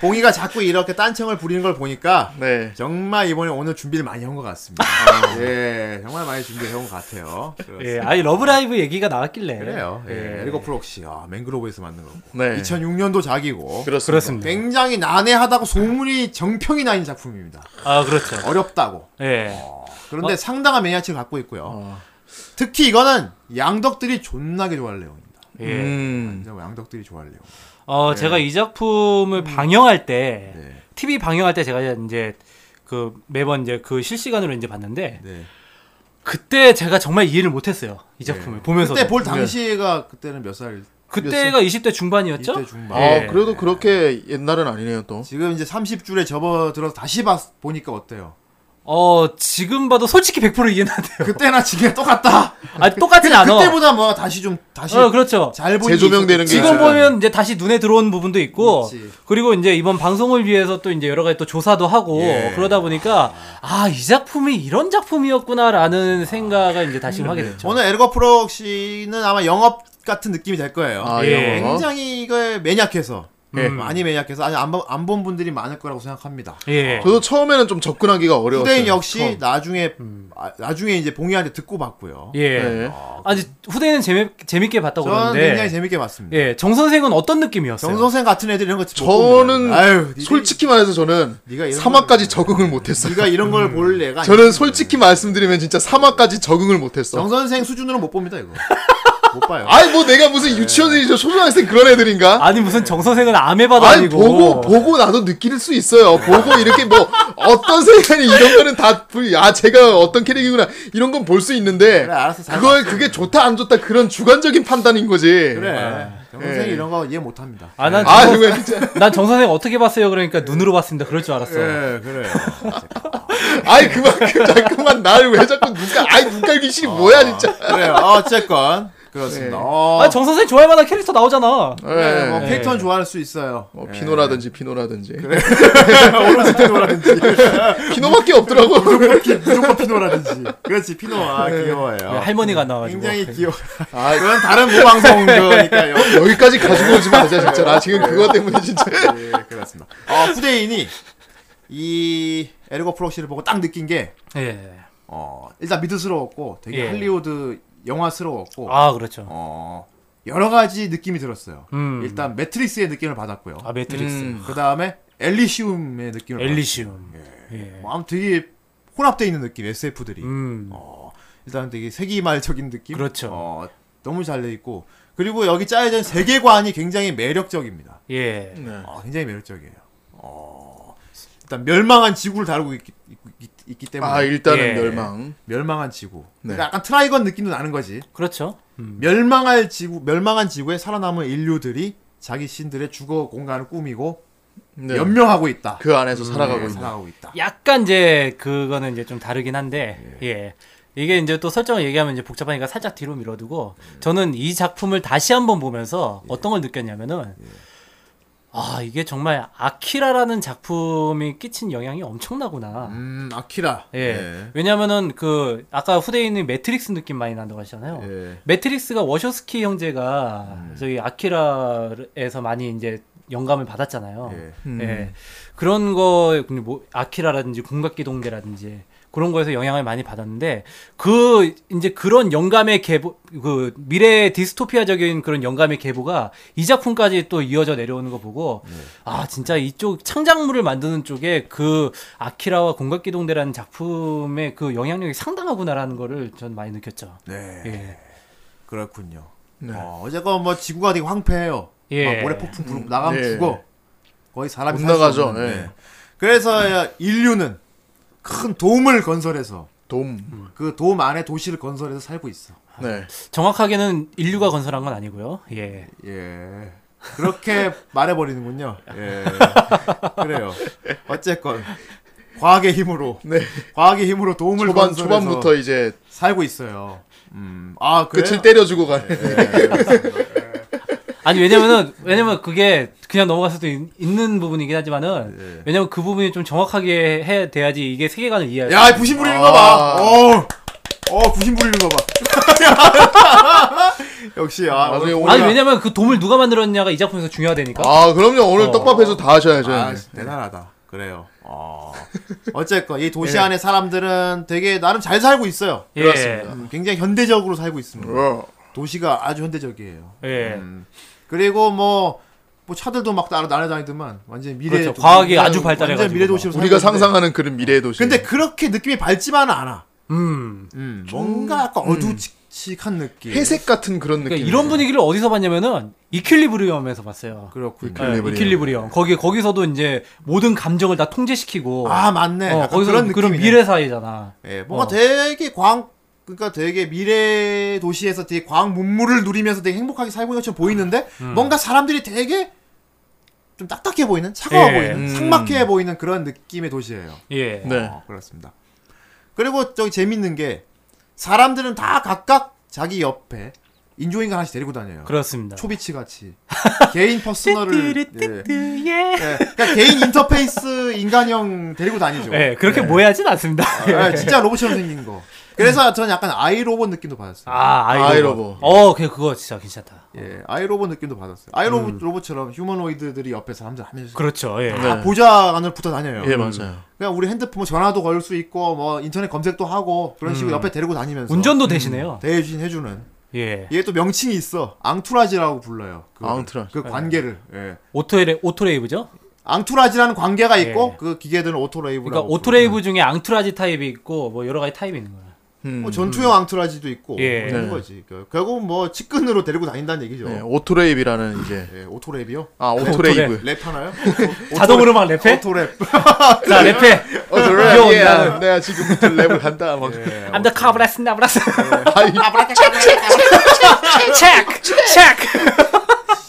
B: 봉이가 자꾸 이렇게 딴청을 부리는 걸 보니까
D: 네.
B: 정말 이번에 오늘 준비를 많이 한 것 같습니다. 예, 정말 많이 준비해 온것 같아요. 그렇습니다.
A: 예, 아니 러브라이브 얘기가 나왔길래
B: 그래요. 예,
A: 예.
B: 에리거 프록시, 아 맹그로브에서 만든 거고.
D: 네.
B: 2006년도 작이고.
D: 그렇습니다.
A: 그렇습니다
B: 굉장히 난해하다고 소문이 정평이 나 있는 작품입니다.
A: 아 그렇죠
B: 어렵다고.
A: 예
B: 그런데 상당한 매니아층을 갖고 있고요. 특히 이거는 양덕들이 존나게 좋아할 내용입니다.
A: 예.
D: 음.
B: 진짜 양덕들이 좋아할 내용.
A: 어, 제가 이 작품을 방영할 때,
B: 예. 네.
A: TV 방영할 때 제가 이제 그 매번 이제 그 실시간으로 이제 봤는데,
B: 네.
A: 그때 제가 정말 이해를 못했어요. 이 작품을 보면서.
B: 예. 그때 볼 당시가 그때는 몇 살?
A: 네. 그때가 20대 중반이었죠?
B: 20대 중반.
D: 아
A: 예.
D: 그래도 그렇게 옛날은 아니네요 또.
B: 지금 이제 30줄에 접어들어서 다시 봤, 보니까 어때요?
A: 어, 지금 봐도 솔직히 100% 이해는 안 돼요.
B: 그때나 지금 똑같다.
A: 아, 똑같진 않아.
B: 그때보다 뭐 다시 좀 다시
A: 어, 그렇죠.
B: 잘 보이게
D: 재조명되는 게
A: 지금
D: 있어요.
A: 보면 이제 다시 눈에 들어온 부분도 있고
B: 그렇지.
A: 그리고 이제 이번 방송을 위해서 또 이제 여러 가지 또 조사도 하고
B: 예.
A: 그러다 보니까 아 이 작품이 이런 작품이었구나라는 생각을 이제 다시 하게 됐죠.
B: 저는 에르거프록 씨는 아마 영업 같은 느낌이 될 거예요.
D: 아
A: 예.
D: 영어.
B: 굉장히 이걸 매약해서 음,
D: 예.
B: 많이 매약해서 아니 안본 분들이 많을 거라고 생각합니다.
A: 예.
B: 그-
D: 저도 처음에는 좀 접근하기가 어려웠어요.
B: 네. 후대인 역시
D: 처음.
B: 나중에 아, 나중에 이제 봉이한테 듣고 봤고요.
A: 예.
D: 예.
A: 아니 후대는 재미 재밌게 봤다고
B: 네. 저는
A: 그러는데
B: 굉장히 재밌게 봤습니다.
A: 예. 정 선생은 어떤 느낌이었어요?
B: 정선생 같은 애들 이런 거 진짜 못
D: 저는
B: 보는 거예요. 아유, 니들이-
D: 솔직히 말해서 저는
B: 네가 이런
D: 3화까지
B: 걸-
D: 적응을 못했어요.
B: 네가 이런 걸 볼 애가
D: 저는
B: 아니거든요.
D: 솔직히 말씀드리면 진짜 3화까지 적응을 못했어.
B: 정선생 수준으로 못 봅니다 이거 못 봐요.
D: 아니 뭐 내가 무슨 유치원이죠 초등학생 그런 애들인가?
A: 아니 무슨 정 선생은 아메바도
D: 아니
A: 아니고
D: 보고 보고 나도 느낄 수 있어요. 보고 이렇게 뭐 어떤 생각이 이런 거는 다아 제가 어떤 캐릭이구나 이런 건 볼 수 있는데
B: 그래, 알았어, 잘
D: 그걸 그게 좋다 안 좋다 그런 주관적인 판단인 거지.
B: 그래 정선생이
D: 예.
B: 이런 거 이해 못 합니다.
A: 아, 난
D: 아
A: 정-
D: 이거 진짜
A: 난 정선생 어떻게 봤어요? 그러니까 눈으로 봤습니다. 그럴 줄 알았어요.
B: 예 그래요.
D: 아이 그만큼 잠깐만 나를 왜 자꾸 눈깔 아이 눈깔 귀신이 뭐야 진짜.
B: 그래요. 아, 어쨌건 그렇습니다.
D: 예.
B: 어,
A: 아, 정 선생 좋아할 만한 캐릭터 나오잖아.
B: 그래, 뭐
D: 예.
B: 캐릭터는 좋아할 수 있어요.
D: 뭐 피노라든지 피노라든지
B: 피노라든지
D: 피노밖에 없더라고.
B: 무조건 피노라든지. 예. 그렇지 피노아 귀여워요.
A: 예, 할머니가 나와가지고
B: 굉장히 귀여워.
D: 아
B: 그건 다른 모방송 그니까요.
D: 여기까지 가지고 오지 말자 진짜 나 지금 그것 때문에 진짜.
B: 예 그렇습니다. 어 후대인이 이 에르고 프록시를 보고 딱 느낀 게
A: 예.
B: 어, 일단 미드스러웠고 되게
A: 예.
B: 할리우드 영화스러웠고
A: 아 그렇죠.
B: 어, 여러 가지 느낌이 들었어요.
A: 음.
B: 일단 매트릭스의 느낌을 받았고요.
A: 아 매트릭스.
D: 음.
B: 그 다음에 엘리시움의 느낌을
A: 엘리시움. 예.
B: 받았어요. 뭐, 아무튼 되게 혼합되어 있는 느낌 SF들이
A: 음.
B: 어, 일단 되게 세기말적인 느낌
A: 그렇죠.
B: 어, 너무 잘 돼 있고 그리고 여기 짜여진 세계관이 굉장히 매력적입니다.
A: 예.
B: 어, 굉장히 매력적이에요. 어, 일단 멸망한 지구를 다루고 있기, 있- 있- 있기 때문에
D: 아 일단은
A: 예.
D: 멸망.
B: 멸망한 지구.
D: 네.
B: 그러니까 약간 트라이건 느낌도 나는 거지.
A: 그렇죠.
B: 멸망할 지구, 멸망한 지구에 살아남은 인류들이 자기 신들의 주거 공간을 꾸미고
D: 네.
B: 연명하고 있다.
D: 그 안에서 살아가고
B: 네,
D: 있는.
B: 살아가고 있다.
A: 약간 이제 그거는 이제 좀 다르긴 한데 예. 이게 이제 또 설정을 얘기하면 이제 복잡하니까 살짝 뒤로 밀어두고 저는 이 작품을 다시 한번 보면서
B: 예.
A: 어떤 걸 느꼈냐면은 아 이게 정말 아키라라는 작품이 끼친 영향이 엄청나구나.
B: 음, 아키라. 네.
A: 예. 왜냐면은 그 아까 후대인이 매트릭스 느낌 많이 난다고
D: 어.
A: 하셨잖아요.
B: 예. 음.
A: 매트릭스가 워쇼스키 형제가 저희 아키라에서 많이 이제 영감을 받았잖아요.
B: 예.
D: 음.
A: 예. 그런 거 뭐, 아키라라든지 공각기동대라든지 그런 거에서 영향을 많이 받았는데 그 이제 그런 영감의 계보 그 미래 디스토피아적인 그런 영감의 계보가 이 작품까지 또 이어져 내려오는 거 보고 아 진짜 이쪽 창작물을 만드는 쪽에 그 아키라와 공각기동대라는 작품의 그 영향력이 상당하구나라는 거를 전 많이 느꼈죠.
B: 네.
A: 예.
B: 그렇군요.
D: 네.
B: 어, 어쨌건 뭐 지구가 되게 황폐해요.
A: 예.
B: 막 모래 폭풍 불 나가면
D: 예.
B: 죽어. 거의 사람이
D: 못
B: 살수
D: 나가죠,
B: 없는,
D: 예.
B: 네. 그래서 인류는 큰 도움을 건설해서
D: 돔.
B: 그 도움 안에 도시를 건설해서 살고 있어.
D: 네.
A: 음. 정확하게는 인류가 건설한 건 아니고요. 예.
B: 예. 그렇게 말해버리는군요. 예. 그래요. 어쨌건 과학의 힘으로
D: 네.
B: 과학의 힘으로 도움을
D: 초반
B: 건설해서
D: 초반부터 이제
B: 살고 있어요. 음. 아 그래요?
D: 끝을 때려주고 가는.
A: 아니 왜냐면은 왜냐면 그게 그냥 넘어갈 수도 있, 는 부분이긴 하지만은
B: 예.
A: 왜냐면 그 부분이 좀 정확하게 해 돼야지 이게 세계관을 이해할
B: 야 부심 부리는 거
D: 아.
B: 봐. 어. 어 부심 부리는 거 봐. 역시 아
D: 나중에
B: 오늘
A: 수 아니
D: 오늘-
A: 왜냐면 그 돔을 누가 만들었냐가 이 작품에서 중요하다니까
D: 아 그럼요 오늘
A: 어.
D: 떡밥해서 다 하셔야죠.
B: 아,
D: 형님.
B: 대단하다. 그래요. 어. 어쨌건 이 도시 안에 사람들은 되게 나름 잘 살고 있어요.
A: 예.
D: 예. 그렇습니다.
B: 음, 굉장히 현대적으로 살고 있습니다.
D: 어.
B: 도시가 아주 현대적이에요.
A: 예.
B: 음. 그리고 뭐, 뭐 차들도 막 따라 날아다니더만 완전 미래
A: 그렇죠. 과학이
B: 완전-
A: 아주 발달해가지고
B: 완전 미래 도시로
D: 우리가
B: 살고 있는데.
D: 상상하는 그런 미래의 도시.
B: 근데 그렇게 느낌이 밝지만은 않아.
A: 음.
B: 음, 뭔가 약간 어두칙칙한 느낌.
D: 회색 같은 그런 느낌.
A: 그러니까 이런 분위기를 어디서 봤냐면은 이퀄리브리엄에서 봤어요.
B: 그렇군요.
A: 예, 이퀄리브리엄. 거기 거기서도 이제 모든 감정을 다 통제시키고
D: 그러니까.
B: 아 맞네.
A: 어,
B: 약간
A: 거기서
B: 그런
A: 그런,
B: 느낌이네.
A: 미래 사회잖아.
B: 예, 뭔가
A: 어.
B: 되게 광 그러니까 되게 미래 도시에서 되게 광 문물을 누리면서 되게 행복하게 살고 있는 것처럼 보이는데
A: 음.
B: 뭔가 사람들이 되게 좀 딱딱해 보이는 차가워
A: 예.
B: 보이는
D: 음.
B: 삭막해 보이는 그런 느낌의 도시예요.
A: 예.
D: 네.
B: 어, 그렇습니다. 그리고 저기 재밌는 게 사람들은 다 각각 자기 옆에 인조인간 하나씩 데리고 다녀요.
A: 그렇습니다.
B: 초비치 같이 개인 퍼스널을 예.
A: 뚜뚜뚜, 예.
B: 예, 그러니까 개인 인터페이스 인간형 데리고 다니죠.
A: 예, 그렇게 모해하진 않습니다.
B: 예, 진짜 로봇처럼 생긴 거. 그래서 저는 약간 아이로봇 느낌도 받았어요.
A: 아,
D: 아이로봇.
A: 아이로봇. 어, 그 그거 진짜 괜찮다.
B: 예, 아이로봇 느낌도 받았어요. 아이로봇 로봇처럼 휴머노이드들이 옆에 사람들 하면서
A: 음. 그렇죠. 예.
D: 네.
B: 보좌관을 음. 붙어 다녀요.
D: 예, 맞아요.
B: 그냥 우리 핸드폰 뭐 전화도 걸 수 있고 뭐 인터넷 검색도 하고 그런 식으로 옆에 데리고 다니면서
A: 음. 운전도 되시네요.
B: 대신 해주는.
A: 예.
B: 이게 또 명칭이 있어. 앙투라지라고 불러요. 그,
D: 앙투라지.
A: 네.
B: 그 관계를. 예.
A: 오토레 오토레이브죠?
B: 앙투라지라는 관계가 있고
A: 예.
B: 그 기계들은 오토레이브라고.
A: 그러니까 오토레이브 중에 앙투라지 타입이 있고 뭐 여러 가지 타입이 있는 거야.
D: 음.
B: 뭐 전투형 앙투라지도 있고
A: 예.
B: 그런
D: 네.
B: 거지. 그- 결국은 뭐 측근으로 데리고 다닌다는 얘기죠.
D: 네, 오토레이브라는 이제
B: 예, 오토랩이요?
D: 아 오토레이브.
B: 랩 하나요?
A: 자동으로 막 랩해?
B: 오토랩.
A: 자, 랩해.
B: 네,
D: 오토레이브. 예,
A: 귀여운다.
D: 나는 내가 지금부터 랩을 한다. 막.
A: 암더카브라스 나브라스.
D: 아이,
B: 네.
A: 체크. 체크.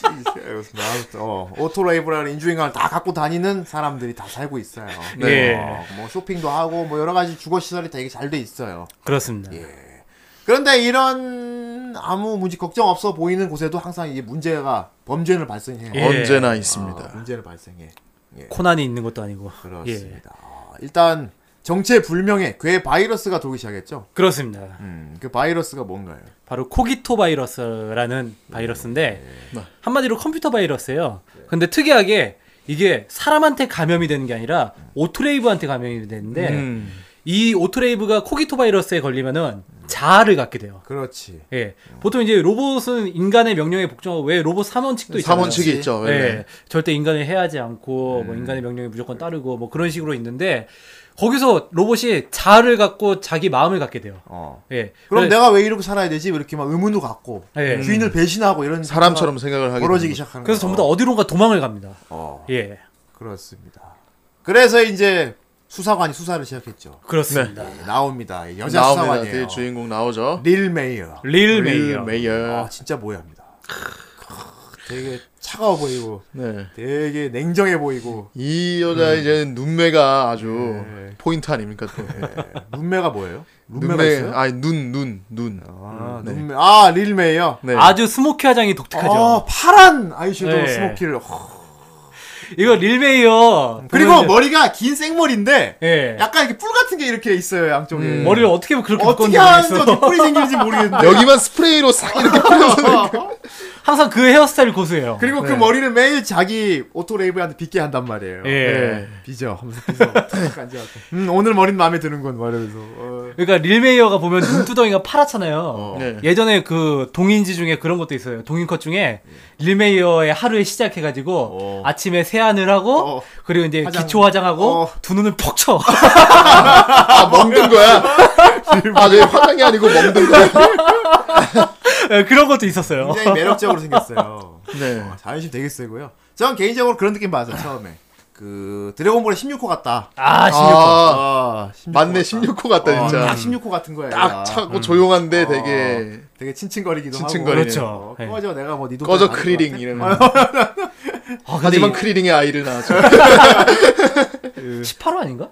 B: 알겠습니다. 예, 어, 오토레이브라는 인조인간을 다 갖고 다니는 사람들이 다 살고 있어요.
A: 네.
B: 어, 뭐 쇼핑도 하고 뭐 여러 가지 주거 시설이 되게 잘 돼 있어요.
A: 그렇습니다.
B: 예. 그런데 이런 아무 문제 걱정 없어 보이는 곳에도 항상 이게 문제가 범죄를 발생해요.
A: 예.
D: 언제나
B: 어,
D: 있습니다.
B: 문제를 발생해. 예,
A: 코난이 있는 것도 아니고. 예.
B: 그렇습니다. 어, 일단 정체 불명의 괴 바이러스가 돌기 시작했죠.
A: 그렇습니다.
B: 음, 그 바이러스가 뭔가요?
A: 바로 코기토 바이러스라는 바이러스인데
D: 네.
A: 한마디로 컴퓨터 바이러스예요. 근데 특이하게 이게 사람한테 감염이 되는 게 아니라 오토레이브한테 감염이 되는데
D: 네. 음.
A: 이 오토레이브가 코기토 바이러스에 걸리면은 자아를 갖게 돼요.
B: 그렇지.
A: 예.
D: 음.
A: 보통 이제 로봇은 인간의 명령에 복종하고 왜 로봇 삼원칙도 있잖아요.
D: 삼원칙이 있죠.
A: 예.
D: 네.
A: 절대 인간을 해하지 않고 뭐 인간의 명령에 무조건 따르고 뭐 그런 식으로 있는데 거기서 로봇이 자아를 갖고 자기 마음을 갖게 돼요.
B: 어.
A: 예.
B: 그럼
D: 네.
A: 그래-
B: 내가 왜 이렇게 살아야 되지? 이렇게 막 의문도 갖고
A: 예.
B: 주인을 배신하고 이런
D: 사람처럼 생각을 하게
B: 벌어지기
D: 되는
B: 시작하는.
A: 그래서
B: 거죠.
A: 전부 다 어디론가 도망을 갑니다.
B: 어,
A: 예.
B: 그렇습니다. 그래서 이제 수사관이 수사를 시작했죠.
A: 그렇습니다.
B: 예, 나옵니다. 여자
D: 나옵니다.
B: 수사관이에요.
D: 그 주인공 나오죠.
B: 릴 메이어.
A: 릴
D: 릴
A: 메이어.
D: 메이어.
B: 아 진짜 모해합니다. 되게 차가워 보이고,
D: 네.
B: 되게 냉정해 보이고.
D: 이 여자 이제 눈매가 아주
B: 네.
D: 포인트 아닙니까 또.
B: 예, 눈매가 뭐예요? 눈매가 있어요?
D: 아니 눈눈 눈.
B: 아,
D: 음, 네.
B: 눈매. 아, 릴 메이어.
D: 네.
A: 아주 스모키 화장이 독특하죠.
B: 아, 파란 아이섀도우
A: 네.
B: 스모키를. 허.
A: 이거 릴 메이어.
B: 그리고
A: 보면은-
B: 머리가 긴 생머리인데
A: 예.
B: 약간 이렇게 뿔 같은 게 이렇게 있어요 양쪽에.
D: 음.
A: 머리를 어떻게 그렇게 묶었는지
B: 어떻게 하는지
A: 모르겠어.
B: 어떻게 뿔이 생기는지 모르겠는데.
D: 여기만 스프레이로 싹 이렇게
A: 항상 그 헤어스타일 고수예요.
B: 그리고 그 머리를 매일 자기 오토레이브한테 빗게 한단 말이에요.
A: 예.
D: 네.
B: 빚어 하면서 빚어 탁 앉아갖고 음 오늘 머리는 마음에 드는군 말하면서 어.
A: 그러니까 릴 메이어가 보면 눈두덩이가 파랗잖아요.
D: 네.
A: 예전에 그 동인지 중에 그런 것도 있어요. 동인컷 중에 릴 메이어의 하루에 시작해가지고
B: 어.
A: 아침에 세안을 하고
B: 어.
A: 그리고 이제
B: 화장.
A: 기초 화장하고
B: 어.
A: 두 눈을 퍽 쳐.
D: 아 멍든 거야. 아 저게 화장이 아니고 멍든 거야.
A: 예, 그런 것도 있었어요.
B: 굉장히 매력적으로 생겼어요.
D: 네.
B: 어, 자존심 되게 세고요. 전 개인적으로 그런 느낌 받았어요 처음에. 그 드래곤볼의 16호 같다. 어,
A: 아, 신기하다.
B: 아,
D: 아
B: 16호
D: 맞네
B: 같다.
D: 16호 같다
B: 어,
D: 진짜.
B: 딱 16호 아, 같은 거야. 얘가.
D: 딱 차고 조용한데 되게
B: 어, 되게 친친거리기도
D: 친친거리네.
A: 그렇죠.
B: 하고.
A: 예.
B: 어, 꺼져 내가 뭐 니도
D: 꺼져 크리링 이러면.
A: 아, 근데
D: 하지만
A: 이-
B: 네.
D: 크리링의 아이를 낳았죠.
A: 18호 아닌가?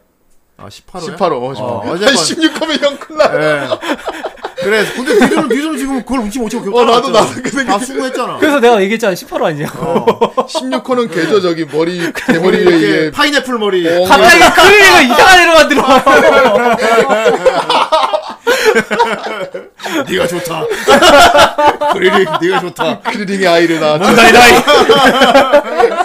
B: 아 18호.
D: 18호. 어,
B: 어,
D: 어,
B: 어쨌건.
D: 16호면 형 큰일 나.
B: 예. 그래. 근데 니들은 니들은 지금 그걸 눈치 못 채고
D: 어, 나도 나도 그
B: 다
D: 생각.
B: 수고했잖아.
A: 그래서 내가 얘기했잖아. 18호 아니냐고.
D: 16호는 개죠 저기 머리 대머리
B: 머리
D: 위에
B: 그러니까 이게
D: 이게
B: 파인애플 머리.
D: 어.
A: 갑자기 클리가 이상한 애로 만들어.
B: 네가 좋다. 그리리 네가 좋다.
D: 크리링의 아이를 낳았죠.
A: 다이다이.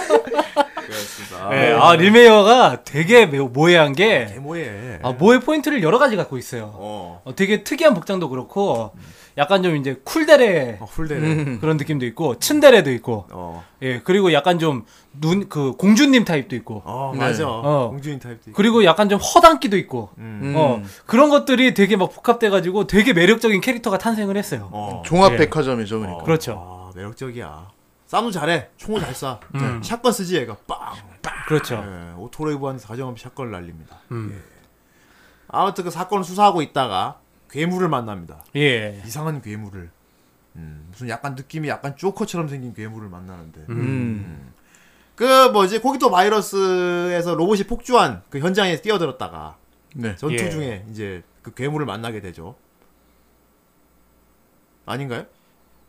A: 네, 아, 릴메이어가 되게 매우 모해한 게,
B: 데모에.
A: 아, 모해 포인트를 여러 가지 갖고 있어요. 음.
B: 어.
A: 어, 되게 특이한 복장도 그렇고, 약간 좀 이제 쿨데레
B: 어, 훌대네.
A: 그런 느낌도 있고, 츤데레도 있고,
B: 어.
A: 예, 그리고 약간 좀 눈, 그 공주님 타입도 있고,
B: 어,
D: 네.
B: 맞아.
A: 어.
B: 공주인 타입도. 있고.
A: 그리고 약간 좀 허당기도 있고, 어, 그런 것들이 되게 막 복합돼가지고 되게 매력적인 캐릭터가 탄생을 했어요.
B: 어.
D: 종합백화점이죠 그러니까.
A: 그렇죠.
B: 아, 매력적이야. 싸움도 잘해. 총을 잘 쏴.
A: 음.
B: 샷건 쓰지 얘가. 빵. 빵.
A: 그렇죠.
B: 예, 오토레이브한테 가정하면 샷건을 날립니다.
A: 음.
B: 아무튼 그 사건을 수사하고 있다가 괴물을 만납니다.
A: 예.
B: 이상한 괴물을 음, 무슨 약간 느낌이 약간 조커처럼 생긴 괴물을 만나는데
A: 음.
B: 그 뭐지 코기토 바이러스에서 로봇이 폭주한 그 현장에 뛰어들었다가
D: 네.
B: 전투
A: 예.
B: 중에 이제 그 괴물을 만나게 되죠. 아닌가요?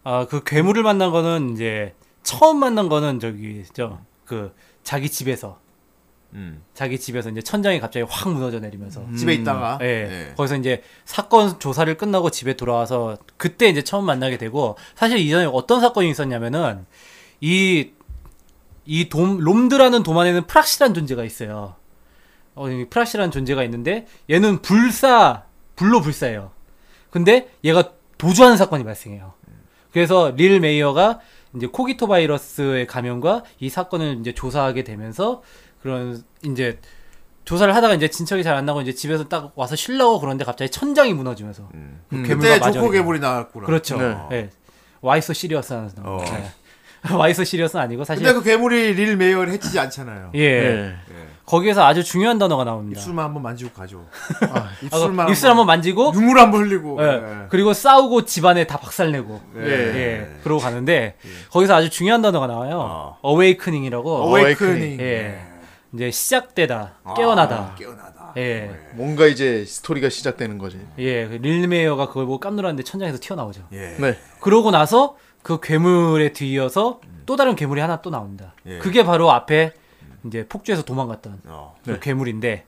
A: 아, 그 괴물을 만난 거는 이제 처음 만난 거는 저기 저 그 자기 집에서
B: 음.
A: 자기 집에서 이제 천장이 갑자기 확 무너져 내리면서
B: 집에 있다가
A: 예.
B: 예.
A: 거기서 이제 사건 조사를 끝나고 집에 돌아와서 그때 이제 처음 만나게 되고 사실 이전에 어떤 사건이 있었냐면은 이 이돔 롬드라는 돔 안에는 프락시란 존재가 있어요. 어, 이 프락시란 존재가 있는데 얘는 불사 불로 불사예요. 근데 얘가 도주하는 사건이 발생해요. 그래서 릴 메이어가 이제 코기토 바이러스의 감염과 이 사건을 이제 조사하게 되면서 그런 이제 조사를 하다가 이제 진척이 잘 안 나고 이제 집에서 딱 와서 쉬려고 그러는데 갑자기 천장이 무너지면서
B: 음.
A: 그 괴물과
B: 그때
A: 마주
B: 조커
A: 하게 돼요.
B: 괴물이 나왔구나.
A: 그렇죠.
D: 네.
A: 예. 와이소 시리어스 하는 예.
B: 어.
A: 와이소 시리어스는 아니고 사실
B: 근데 그 괴물이 릴 메이어를 해치지 않잖아요.
A: 예.
D: 예.
A: 거기에서 아주 중요한 단어가 나옵니다.
B: 입술만 한번 만지고 가죠.
A: 아, 그
B: 입술만
A: 입술 한번 만지고
B: 눈물 한번 흘리고.
A: 예.
B: 예.
A: 그리고 싸우고 집안에 다 박살내고
B: 예.
A: 예. 그러고 가는데 거기서 아주 중요한 단어가 나와요.
B: 어.
A: 어. 웨이크닝이라고
B: 어웨이크닝.
A: 예. 이제 시작되다. 깨어나다.
B: 아, 깨어나다.
A: 예.
D: 뭔가 이제 스토리가 시작되는 거지.
A: 예. 그 릴메이어가 그걸 보고 깜놀하는데 천장에서 튀어나오죠.
B: 예.
D: 네.
A: 그러고 나서 그 괴물에 뒤이어서 또 다른 괴물이 하나 또 나옵니다.
B: 예.
A: 그게 바로 앞에 이제 폭주에서 도망갔던
B: 어.
A: 그 괴물인데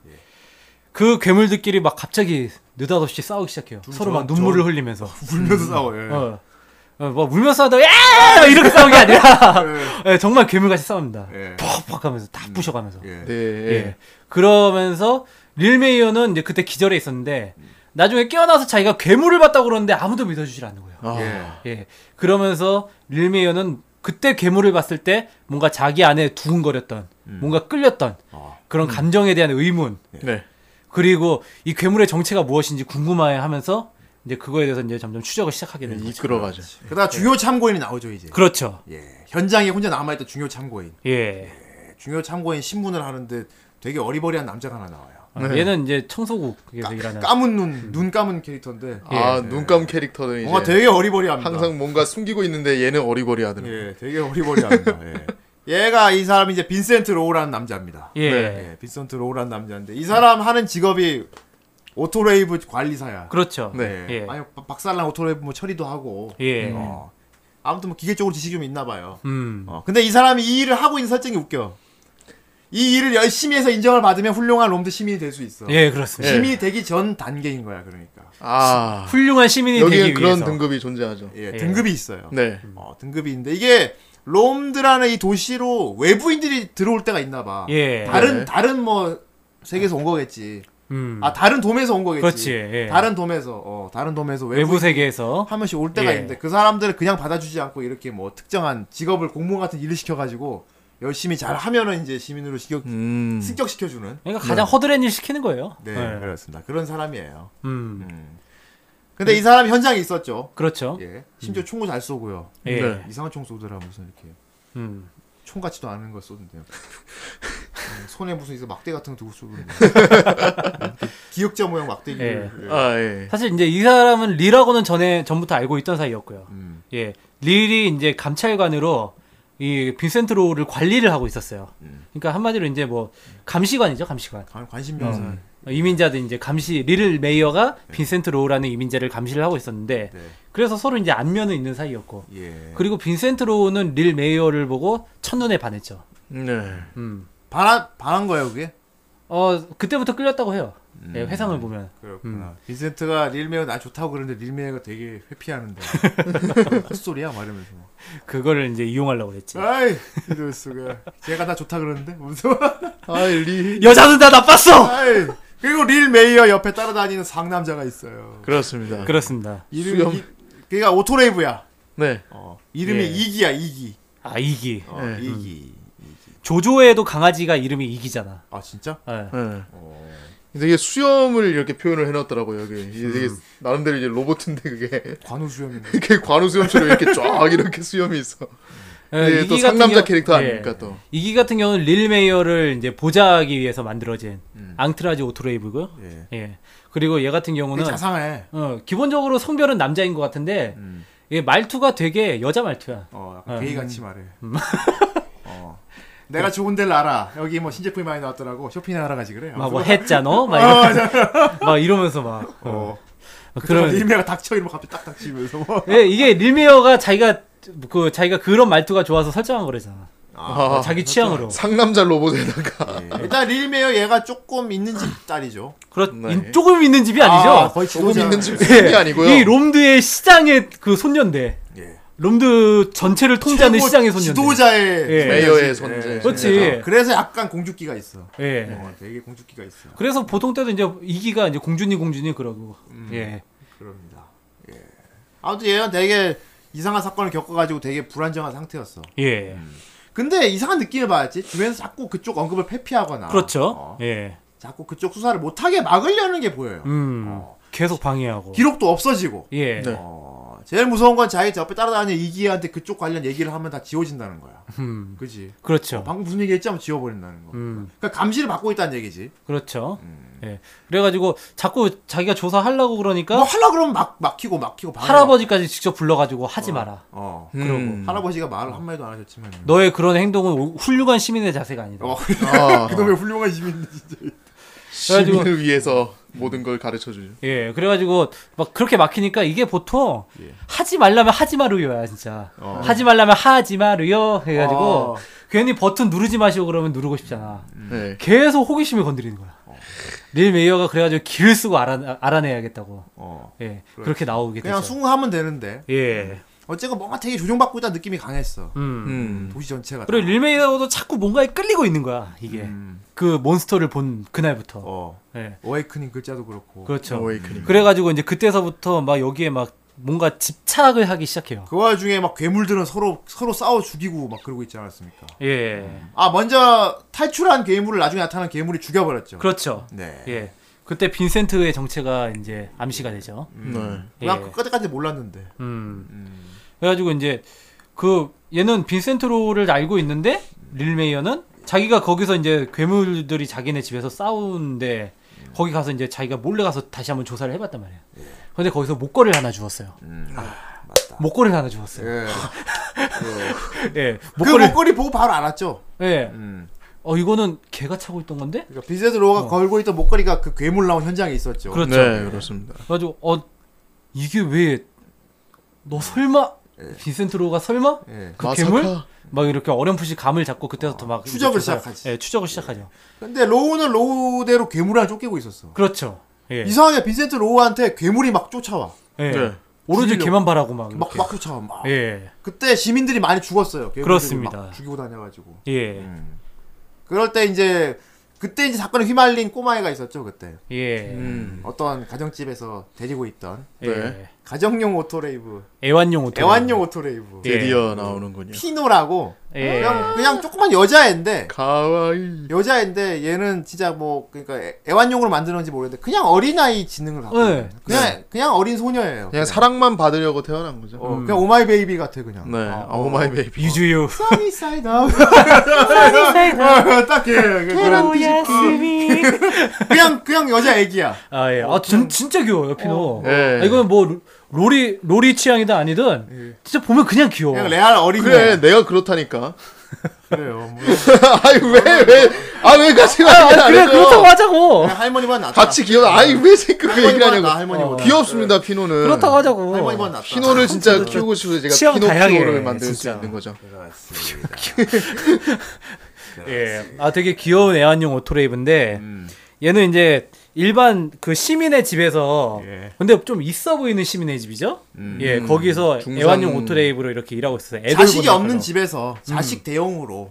A: 그 괴물들끼리 막 갑자기 느닷없이 싸우기 시작해요. 서로 막
B: 저-
A: 눈물을
B: 저-
A: 흘리면서.
B: 울면서 싸워요. 예.
A: 어. 어, 뭐 울면서 하다가 야! 이렇게 싸우는 게 아니라 예, 정말 괴물같이 싸웁니다.
B: 예.
A: 퍽퍽 하면서 다 부셔가면서.
B: 예.
D: 네.
A: 예. 그러면서 릴메이어는 이제 그때 기절해 있었는데 나중에 깨어나서 자기가 괴물을 봤다고 그러는데 아무도 믿어주질 않는 거예요.
D: 아.
B: 예.
A: 예. 그러면서 릴메이어는 그때 괴물을 봤을 때 뭔가 자기 안에 두근거렸던 뭔가 끌렸던
B: 음. 아. 예.
A: 그런 감정에 대한 의문
D: 네.
A: 그리고 이 괴물의 정체가 무엇인지 궁금해하면서 이제 그거에 대해서 이제 점점 추적을
D: 예.
A: 시작하게
B: 음.
A: 되는 거죠.
D: 이끌어가죠.
B: 그다가 중요 참고인이 나오죠 이제.
A: 네. 그렇죠.
B: 예. 현장에 혼자 남아있던 중요 참고인.
A: 예.
B: 예. 중요 참고인 신문을 하는데 되게 어리버리한 남자가 하나 나와요.
A: 아, 얘는 이제 청소국에서 아, 일하는
B: 네. 까문 눈, 눈 까문 캐릭터인데
D: 아, 눈감
A: 예.
D: 캐릭터는 이제
B: 뭔가 되게 어리버리합니다.
D: 항상 뭔가 숨기고 있는데 얘는 어리버리하더라고.
B: 예, 되게 어리버리합니다. 예. 얘가 이 사람이 이제 빈센트 로우라는 남자입니다.
A: 예.
B: 예, 빈센트 로우라는 남자인데 이 사람 하는 직업이 오토레이브 관리사야.
A: 그렇죠.
D: 네.
A: 예.
B: 아니 바- 박살난 오토레이브 뭐 처리도 하고.
A: 예.
B: 어. 아무튼 뭐 기계 쪽으로 지식이 좀 있나 봐요.
A: 음.
B: 어, 근데 이 사람이 이 일을 하고 있는 설정이 웃겨. 이 일을 열심히 해서 인정을 받으면 훌륭한 롬드 시민이 될 수 있어.
A: 예, 그렇습니다.
B: 시민이 되기 전 단계인 거야, 그러니까.
D: 아.
A: 훌륭한 시민이
D: 여기는
A: 되기
D: 그런
A: 위해서.
D: 등급이 존재하죠.
B: 예, 등급이 있어요.
D: 네.
B: 어, 등급이 있는데 이게 롬드라는 이 도시로 외부인들이 들어올 때가 있나 봐.
A: 예.
B: 다른
D: 네.
B: 다른 뭐 세계에서 온 거겠지.
A: 음.
B: 아, 다른 돔에서 온 거겠지.
A: 그렇지, 예.
B: 다른 돔에서 어, 다른 돔에서 외부
A: 외부 세계에서
B: 한 명씩 올 때가
A: 예.
B: 있는데 그 사람들을 그냥 받아주지 않고 이렇게 뭐 특정한 직업을 공무원 같은 일을 시켜가지고 열심히 잘 하면은 이제 시민으로 시격,
D: 음.
B: 승격시켜주는.
A: 그러니까 가장 허드렛 일 시키는 거예요.
B: 네,
A: 예.
B: 그렇습니다. 그런 사람이에요.
A: 음.
B: 근데 이 사람이 현장에 있었죠.
A: 그렇죠.
B: 예. 심지어 총도 잘 쏘고요.
A: 예.
D: 네.
B: 이상한 총 쏘더라 무슨 이렇게
A: 음.
B: 총 같지도 않은 걸 쏘는데요. 음, 손에 무슨 이거 막대 같은 거 들고 쏘는데 음, 기역자 모양 막대기. 예.
A: 예.
B: 예.
D: 아, 예.
A: 사실 이제 이 사람은 리라고는 전에 전부터 알고 있던 사이였고요.
B: 음.
A: 예. 릴이 이제 감찰관으로 이 빈센트 로우를 관리를 하고 있었어요. 그러니까 한마디로 이제 뭐 감시관이죠, 감시관.
B: 관- 관심 병사.
A: 어, 이민자들 이제 감시 릴 메이어가 빈센트 로우라는 이민자를 감시를 하고 있었는데
B: 네.
A: 그래서 서로 이제 안면은 있는 사이였고
D: 네.
B: 예.
A: 그리고 빈센트 로우는 릴 메이어를 보고 첫눈에 반했죠.
D: 네.
A: 음.
B: 반한 반한 거예요 그게?
A: 어 그때부터 끌렸다고 해요. 예,
D: 음. 네.
A: 회상을 보면.
B: 그렇구나. 음. 빈센트가 릴메어 나 좋다고 그러는데 릴메어가 되게 회피하는데 헛소리야 말하면서.
A: 그거를 이제 이용하려고 그랬지.
B: 네. 아이 이럴 수가. 제가 나 좋다 그러는데 무슨?
D: 아, 리.
A: 여자는 다 나빴어.
B: 아이 그리고 릴메이어 옆에 따라다니는 상남자가 있어요.
D: 그렇습니다.
A: 그렇습니다.
D: 수염.
B: 이름이 이- 그러니까 오토레이브야.
D: 네.
B: 어, 이름이
A: 예.
B: 이기야 이기.
A: 아 이기.
B: 어,
D: 예.
B: 이기.
A: 조조에도 강아지가 이름이 이기잖아.
B: 아 진짜?
A: 예.
D: 네. 되게 수염을 이렇게 표현을 해놨더라고요. 여기 이게 되게
A: 음.
D: 나름대로 이제 로봇인데 그게
B: 관우 수염인데.
D: 이렇게 관우 수염처럼 이렇게 쫙 이렇게 수염이 있어.
A: 어,
D: 예,
A: 이기
D: 또
A: 같은
D: 상남자
A: 경우-
D: 캐릭터
A: 예.
D: 아닙니까 또.
A: 이기 같은 경우는 릴 메이어를 이제 보자하기 위해서 만들어진
D: 음.
A: 앙트라지 오토레이브고요.
B: 예.
A: 예. 그리고 얘 같은 경우는
B: 자상해.
A: 어, 기본적으로 성별은 남자인 것 같은데
B: 음.
A: 얘 말투가 되게 여자 말투야.
B: 어, 약간
A: 어.
B: 게이 같이 말해. 어. 내가 좋은 데를 알아. 여기 뭐 신제품이 많이 나왔더라고. 쇼핑을 하러 가지 그래.
A: 막 뭐 했잖아. 막, 이러, 막 이러면서 막. 어.
B: 어.
A: 그런
B: 그런 일매가 닥쳐 이러면 갑자기 딱딱 치면서 뭐.
A: 예, 이게 릴 메이어가 자기가 그 자기가 그런 말투가 좋아서 설정한 거래잖아.
D: 아,
A: 자기 취향으로.
D: 상남자 로봇에다가
A: 네.
B: 예. 일단 릴메어 얘가 조금 있는
A: 아.
B: 집 딸이죠.
A: 그렇
D: 네.
A: 인- 조금 있는 집이 아니죠. 예.
B: 아, 거의
D: 조금
B: 지도자.
D: 있는 집이 아니고요.
A: 이 롬드의 시장의 그 손녀인데
B: 예.
A: 롬드 전체를 통제하는
B: 최고
A: 시장의 손녀인데.
B: 지도자의
A: 예.
D: 메이어의
B: 손녀지.
D: 손재.
B: 예.
A: 그렇지.
B: 그래서 약간 공주기가 있어.
A: 예.
B: 어, 되게 공주기가 있어.
A: 그래서 보통 때도 이제 이기가 이제 공주님 공주님 그러고. 예.
B: 그럽니다. 예. 아무튼 얘는 되게 이상한 사건을 겪어가지고 되게 불안정한 상태였어.
A: 예.
B: 근데 이상한 느낌을 받았지. 주변에서 자꾸 그쪽 언급을 회피하거나.
A: 그렇죠.
B: 어,
A: 예.
B: 자꾸 그쪽 수사를 못하게 막으려는 게 보여요.
A: 음. 계속 방해하고.
B: 어. 기록도 없어지고.
A: 예.
D: 네.
B: 어, 제일 무서운 건 자기 저 옆에 따라다니는 이기한테 그쪽 관련 얘기를 하면 다 지워진다는 거야.
A: 음.
B: 그지?
A: 그렇죠.
B: 방금 무슨 얘기 했지 하면 지워버린다는 거.
A: 음.
B: 그러니까 감시를 받고 있다는 얘기지.
A: 그렇죠.
B: 음.
A: 예. 그래가지고 자꾸 자기가 조사하려고 그러니까
B: 뭐 하려 그러면 막 막히고 막히고 방해를
A: 할아버지까지 직접 불러가지고 하지 마라.
B: 막- 어.
D: 음.
B: 할아버지가 말을 한 마디도 안 하셨지만.
A: 너의 그런 행동은 오- 훌륭한 시민의 자세가 아니다.
B: 어.
D: 아,
B: 그놈의 훌륭한 시민인데 진짜.
A: 그래가지고-
D: 시민을 위해서 모든 걸 가르쳐 주죠.
A: 예, 그래가지고 막 그렇게 막히니까 이게 보통
B: 예.
A: 하지 말라면 하지 마루요야 진짜. 하지 말라면 하지 마루요 해가지고
B: 어. 음.
A: 괜히 버튼 누르지 마시고 그러면 누르고 싶잖아.
D: 네.
A: 계속 호기심이 건드리는 거야.
B: 어.
A: 릴 메이어가 그래가지고 길을 쓰고 알아, 알아내야겠다고.
B: 어.
A: 예, 그렇게 나오게
B: 그냥
A: 되죠.
B: 수긍하면 되는데.
A: 예,
B: 어쨌건 뭔가 되게 조종받고 있다는 느낌이 강했어.
A: 음.
D: 음.
B: 도시 전체가. 다.
A: 그리고 릴 메이어도 자꾸 뭔가에 끌리고 있는 거야 이게.
B: 음.
A: 그 몬스터를 본 그날부터.
B: 어.
A: 예,
B: 어웨이크닝 글자도 그렇고. 그...
A: 그렇죠.
D: 어웨이크닝.
A: 그래가지고 이제 그때서부터 막 여기에 막 뭔가 집착을 하기 시작해요.
B: 그 와중에 막 괴물들은 서로 서로 싸워 죽이고 막 그러고 있지 않았습니까?
A: 예,
B: 아 먼저 탈출한 괴물을 나중에 나타난 괴물이 죽여버렸죠.
A: 그렇죠.
B: 네.
A: 예, 그때 빈센트의 정체가 이제 암시가 되죠.
D: 네.
A: 예.
B: 난 그때까지 몰랐는데.
A: 음. 그래가지고 이제 그 얘는 빈센트로를 알고 있는데 릴메이어는 자기가 거기서 이제 괴물들이 자기네 집에서 싸우는데
B: 음.
A: 거기 가서 이제 자기가 몰래 가서 다시 한번 조사를 해봤단 말이야.
B: 예.
A: 근데 거기서 목걸이를 하나 주웠어요. 목걸이를 하나 주웠어요.
B: 음. 아, 예.
A: 예,
B: 그
A: 목걸이.
B: 목걸이 보고 바로 알았죠.
A: 예,
B: 음.
A: 어 이거는 걔가 차고 있던 건데?
B: 그러니까 비세드 로가 걸고 있던 목걸이가 그 괴물 나온 현장에 있었죠.
A: 어. 그렇죠.
D: 네, 그렇습니다.
A: 그래가지고 어 이게 왜 너 설마 빈센트 로가 설마
B: 예.
A: 그
D: 예. 마사카?
A: 괴물 막 이렇게 어렴풋이 감을 잡고 그때부터 막 조사를-
B: 추적을 시작하지.
A: 예, 추적을 시작하죠.
B: 근데 로우는 로우대로 괴물이랑 쫓기고 있었어.
A: 그렇죠. 예,
B: 이상하게 빈센트 로우한테 괴물이 막 쫓아와.
A: 예.
D: 네.
A: 오로지
B: 죽이려고.
A: 걔만 바라고 막
B: 막,
A: 이렇게.
B: 막 쫓아와. 막.
A: 예,
B: 그때 시민들이 많이 죽었어요. 괴물들이
A: 그렇습니다.
B: 막 죽이고 다녀가지고.
A: 예,
D: 음.
B: 그럴 때 이제 그때 이제 사건에 휘말린 꼬마애가 있었죠 그때.
A: 예,
D: 음.
B: 어떤 가정집에서 데리고 있던
A: 예.
D: 네.
B: 가정용 오토레이브,
A: 애완용 오토.
B: 애완용 오토레이브.
A: 예.
D: 드디어 나오는군요.
B: 피노라고
A: 예.
B: 그냥 그냥 조그만 여자애인데
D: 가와이.
B: 여자애인데 얘는 진짜 뭐 그러니까 애- 애완용으로 만들었는지 모르겠는데 그냥 어린아이 지능을 갖고
A: 네.
B: 있는 그냥 그냥 어린 소녀예요.
D: 그냥 사랑만 받으려고 태어난 거죠.
B: 어, 그냥 오마이 베이비 같아 그냥.
D: 네. 아,
A: 어.
D: 오마이 베이비.
A: 유주유.
B: 써니 사이드 아웃. 딱해. 그냥 그냥 여자 애기야.
A: 아 예. 아
B: 음.
A: 진, 진짜 귀여워요
B: 어.
A: 피노.
D: 예.
A: 아, 이건 뭐 로- 로리 로리 취향이든 아니든 진짜 보면 그냥 귀여워.
B: 예. 그냥 레알 어린이.
D: 그래, 내가 그렇다니까.
B: 그래요. 뭐.
D: 아이 왜 왜? 아 왜 같이
A: 아,
D: 얘기를 안
A: 그래
D: 해요?
A: 그렇다고 하자고.
B: 그냥 할머니만 낫다.
D: 어. 같이 귀여워. 아이 왜 자꾸 그 얘기를
B: 할머니보다
D: 하냐고.
B: 나 할머니보다.
D: 귀엽습니다 피노는.
A: 그렇다고 하자고.
B: 할머니만 낫다.
D: 피노를 진짜 키우고 싶어서 제가
A: 취향
D: 피노
A: 다양해,
D: 피노를 만들 수
A: 진짜.
D: 있는 거죠.
A: 예. 아 되게 귀여운 애완용 오토레이브인데
B: 음.
A: 얘는 이제 일반 그 시민의 집에서
B: 예. 음.
A: 근데 좀 있어 보이는 시민의 집이죠. 예 거기서
D: 중산-
A: 애완용 오토레이브로 이렇게 일하고 있어요. 음. 애들
B: 자식이
A: 보는
B: 없는
A: 것처럼.
B: 집에서 자식 대용으로.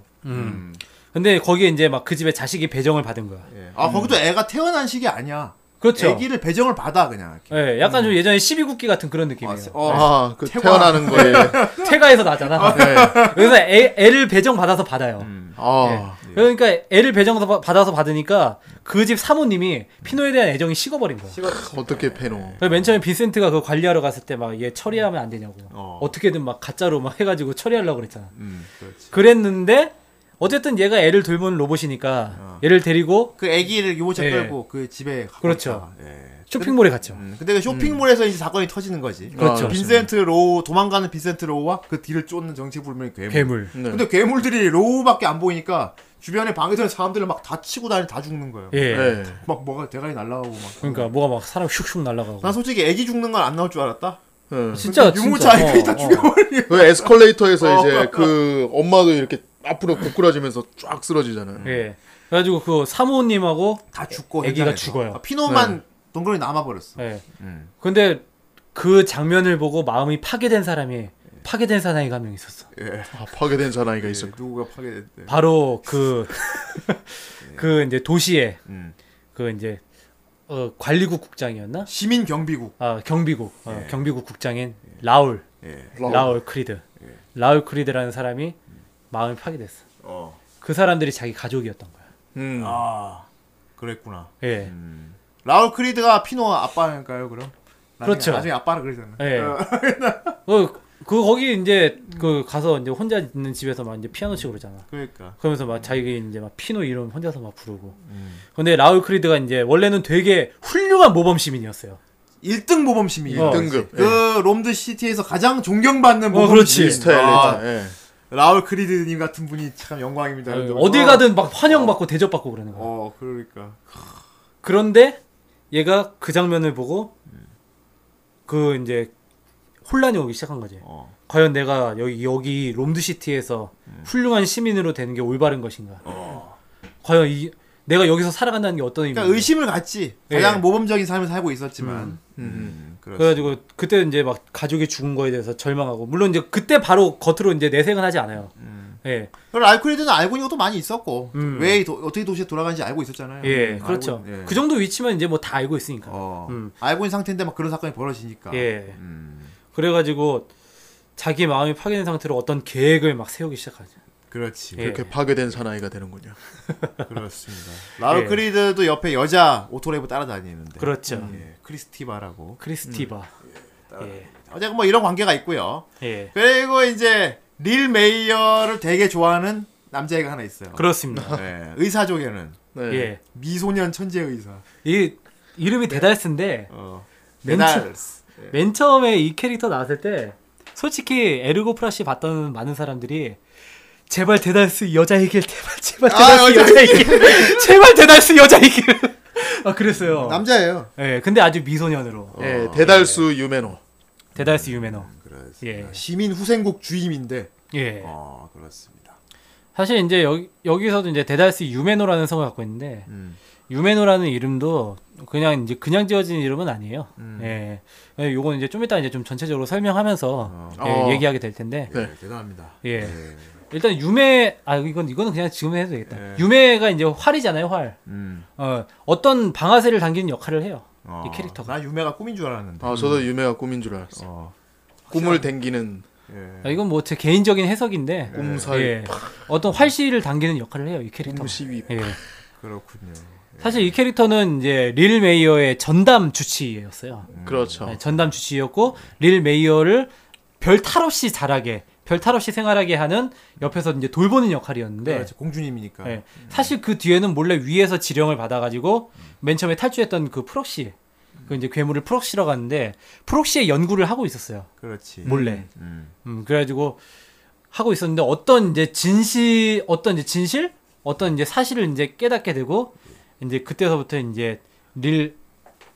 A: 근데 거기에 이제 막 그 집에 자식이 배정을 받은 거야.
B: 예. 아 거기도 애가 태어난 시기 아니야.
A: 그렇죠.
B: 아기를 배정을 받아 그냥 이렇게.
A: 예, 약간 좀 예전에 12국기 같은 그런 느낌이에요.
B: 음. 어,
D: 아, 그 태어나는 거에.
A: 태가에서 나잖아.
B: 예.
D: 네.
A: 그래서 애, 애를 배정 받아서 받아요.
B: 음.
D: 아,
B: 예.
A: 그러니까 애를 배정해서 받- 받아서 받으니까 그 집 사모님이 피노에 대한 애정이 식어버린 거야.
D: 어떻게 패노.
A: 그래서 맨 처음에 빈센트가 그 관리하러 갔을 때 막 얘 처리하면 안 되냐고
B: 어.
A: 어. 떻게든막 가짜로 막 해가지고 처리하려고 그랬잖아.
B: 음, 그렇지.
A: 그랬는데 어쨌든 얘가 애를 돌보는 로봇이니까
B: 어.
A: 얘를 데리고
B: 그 아기를 유모차
A: 예.
B: 끌고 그 집에 가고
A: 그렇죠.
B: 있다가, 예.
A: 쇼핑몰에 갔죠.
B: 음, 근데 그 쇼핑몰에서 이제 사건이 터지는 거지.
A: 그렇죠.
B: 빈센트 로우 도망가는 빈센트 로우와 그 뒤를 쫓는 정체불명의 괴물.
A: 괴물.
D: 네.
B: 근데 괴물들이 로우밖에 안 보이니까 주변에 방해되는 사람들을 막 다 치고 다니 다 죽는 거예요.
A: 예.
D: 네.
B: 막 뭐가 대가리 날라가고 막.
A: 그러니까 뭐가 막 사람 슉슉 날아가고.
B: 난 솔직히 애기 죽는 건 안 나올 줄 알았다.
D: 네.
A: 진짜
B: 근데 유모차
A: 진짜.
B: 애기
A: 어,
B: 다
A: 어.
B: 죽여버리.
D: 그 에스컬레이터에서
B: 어.
D: 이제 그 엄마도 이렇게 앞으로 고꾸라지면서 쫙 쓰러지잖아요.
A: 예. 그래가지고 그 사모님하고
B: 다 죽고.
A: 애기가
B: 현장에서.
A: 죽어요. 네.
B: 아, 피노만 동그랗게 남아버렸어.
A: 예.
B: 음.
A: 근데 그 장면을 보고 마음이 파괴된 사람이 파괴된 사나이가 한 명 있었어.
D: 아, 파괴된 사나이가
A: 예.
D: 그 있어.
B: 예, 누구가 파괴됐대.
A: 바로 그, 그 이제 도시에,
B: 음.
A: 그 이제, 어, 관리국 국장이었나?
B: 시민 경비국.
A: 아, 경비국, 어, 경비국 국장인 라울,
B: 예.
D: 라울.
A: 라울, 크리드. 라울 크리드라는 사람이 마음이 파괴됐어.
B: 어.
A: 그 사람들이 자기 가족이었던 거야.
D: 음.
B: 아. 그랬구나.
A: 예.
B: 라울 크리드가 피노 아빠일까요, 그럼? 나중에,
A: 그렇죠.
B: 나중에 아빠라 그러잖아.
A: 예.
B: 어.
A: 어, 그, 거기 이제, 그, 가서 이제 혼자 있는 집에서 막 이제 피아노 치고 그러잖아.
B: 그러니까.
A: 그러면서 막 자기 이제 막 피노 이름 혼자서 막 부르고. 근데 라울 크리드가 이제 원래는 되게 훌륭한 모범 시민이었어요.
B: 1등 모범 시민.
A: 어.
D: 1등급.
B: 그 롬드 시티에서 가장 존경받는 모범
A: 그렇지.
B: 시민.
D: 스타일.
B: 아,
D: 예.
B: 라울 크리드님 같은 분이 참 영광입니다. 여러분.
A: 예, 그 어딜
B: 어.
A: 가든 막 환영받고 대접받고 그러는 거야.
B: 어, 그러니까.
A: 그런데 얘가 그 장면을 보고 그 이제 혼란이 오기 시작한 거지.
B: 어.
A: 과연 내가 여기 여기 롬드 시티에서
B: 음.
A: 훌륭한 시민으로 되는 게 올바른 것인가? 과연 이 내가 여기서 살아간다는 게 어떤 의미인가?
B: 어. 그러니까 의심을 갖지. 가장
A: 음. 예.
B: 모범적인 삶을 살고 있었지만. 음. 그렇습니다.
A: 그래가지고 그때 이제 막 가족이 죽은 거에 대해서 절망하고 물론 이제 그때 바로 겉으로 이제 내색은 하지 않아요. 예,
B: 그 라울 크리드는 알고 있는 것도 많이 있었고
A: 음.
B: 왜 도, 어떻게 도시에 돌아가는지 알고 있었잖아요.
A: 예,
B: 음,
A: 그렇죠.
B: 알고, 예.
A: 그 정도 위치면 이제 뭐 다 알고 있으니까.
B: 어.
A: 음.
B: 알고 있는 상태인데 막 그런 사건이 벌어지니까.
A: 예.
B: 음.
A: 그래가지고 자기 마음이 파괴된 상태로 어떤 계획을 막 세우기 시작하죠.
B: 그렇지.
A: 예.
D: 이렇게 파괴된 사나이가 되는군요.
B: 그렇습니다. 라울
A: 예.
B: 크리드도 옆에 여자 오토레이브 따라다니는데.
A: 그렇죠.
B: 예, 크리스티바라고.
A: 크리스티바. 예.
B: 어쨌든 뭐 이런 관계가 있고요.
A: 예.
B: 그리고 이제 릴 메이어를 되게 좋아하는 남자애가 하나 있어요.
A: 그렇습니다.
B: 예, 의사족에는
D: 네.
A: 예.
B: 미소년 천재 의사.
A: 이 이름이 대달스인데
B: 어.
A: 맨
B: 메달스.
A: 맨 처음에 이 캐릭터 나왔을 때 솔직히 에르고 프라시 봤던 많은 사람들이 제발 대달스 여자이길 제발 제발
B: 아,
A: 대달스 여자이길 제발 대달스 여자이길 아 그랬어요.
B: 남자예요. 어.
A: 예, 근데 아주 미소년으로
D: 예, 대달수 유메노.
A: 대달스 유메너.
B: 음,
A: 예.
B: 그렇습니다. 시민 후생국 주임인데.
A: 예.
B: 어, 그렇습니다.
A: 사실 이제 여기 여기서도 이제 대달스 유메노라는 성을 갖고 있는데
B: 음.
A: 유메노라는 이름도 그냥 이제 그냥 지어진 이름은 아니에요.
D: 음.
A: 예. 예, 요건 이제 좀 이따 이제 좀 전체적으로 설명하면서 예,
D: 어.
A: 얘기하게 될 텐데.
D: 네.
B: 네, 대단합니다.
A: 예.
B: 네.
A: 일단 유메 아 이건 이거는 그냥 지금 해도 되겠다.
B: 예.
A: 유메가 이제 활이잖아요, 활.
B: 음.
A: 어, 어떤 방아쇠를 당기는 역할을 해요.
B: 어,
A: 이 캐릭터가.
B: 나 유메가 꿈인 줄 알았는데.
D: 아, 저도 유메가 꿈인 줄 알았어.
B: 어.
D: 꿈을 댕기는
B: 예.
A: 아, 이건 뭐 제 개인적인 해석인데.
D: 꿈 사이.
A: 예. 어떤 활시를 당기는 역할을 해요, 이 캐릭터.
D: 꿈 음, 시위.
A: 예.
B: 그렇군요.
A: 사실 이 캐릭터는 이제 릴 메이어의 전담 주치였어요.
D: 그렇죠.
A: 네, 전담 주치였고 릴 메이어를 별 탈 없이 잘하게 별 탈 없이 생활하게 하는 옆에서 이제 돌보는 역할이었는데
B: 그렇지, 그렇죠. 공주님이니까.
A: 네, 사실 그 뒤에는 몰래 위에서 지령을 받아가지고 맨 처음에 탈주했던 그 프록시 그 이제 괴물을 프록시러 갔는데 프록시의 연구를 하고 있었어요
B: 그렇지.
A: 몰래
B: 음.
A: 음, 그래가지고 하고 있었는데 어떤 이제 진실 어떤 이제 진실 어떤 이제 사실을 이제 깨닫게 되고 이제 그때서부터 이제 릴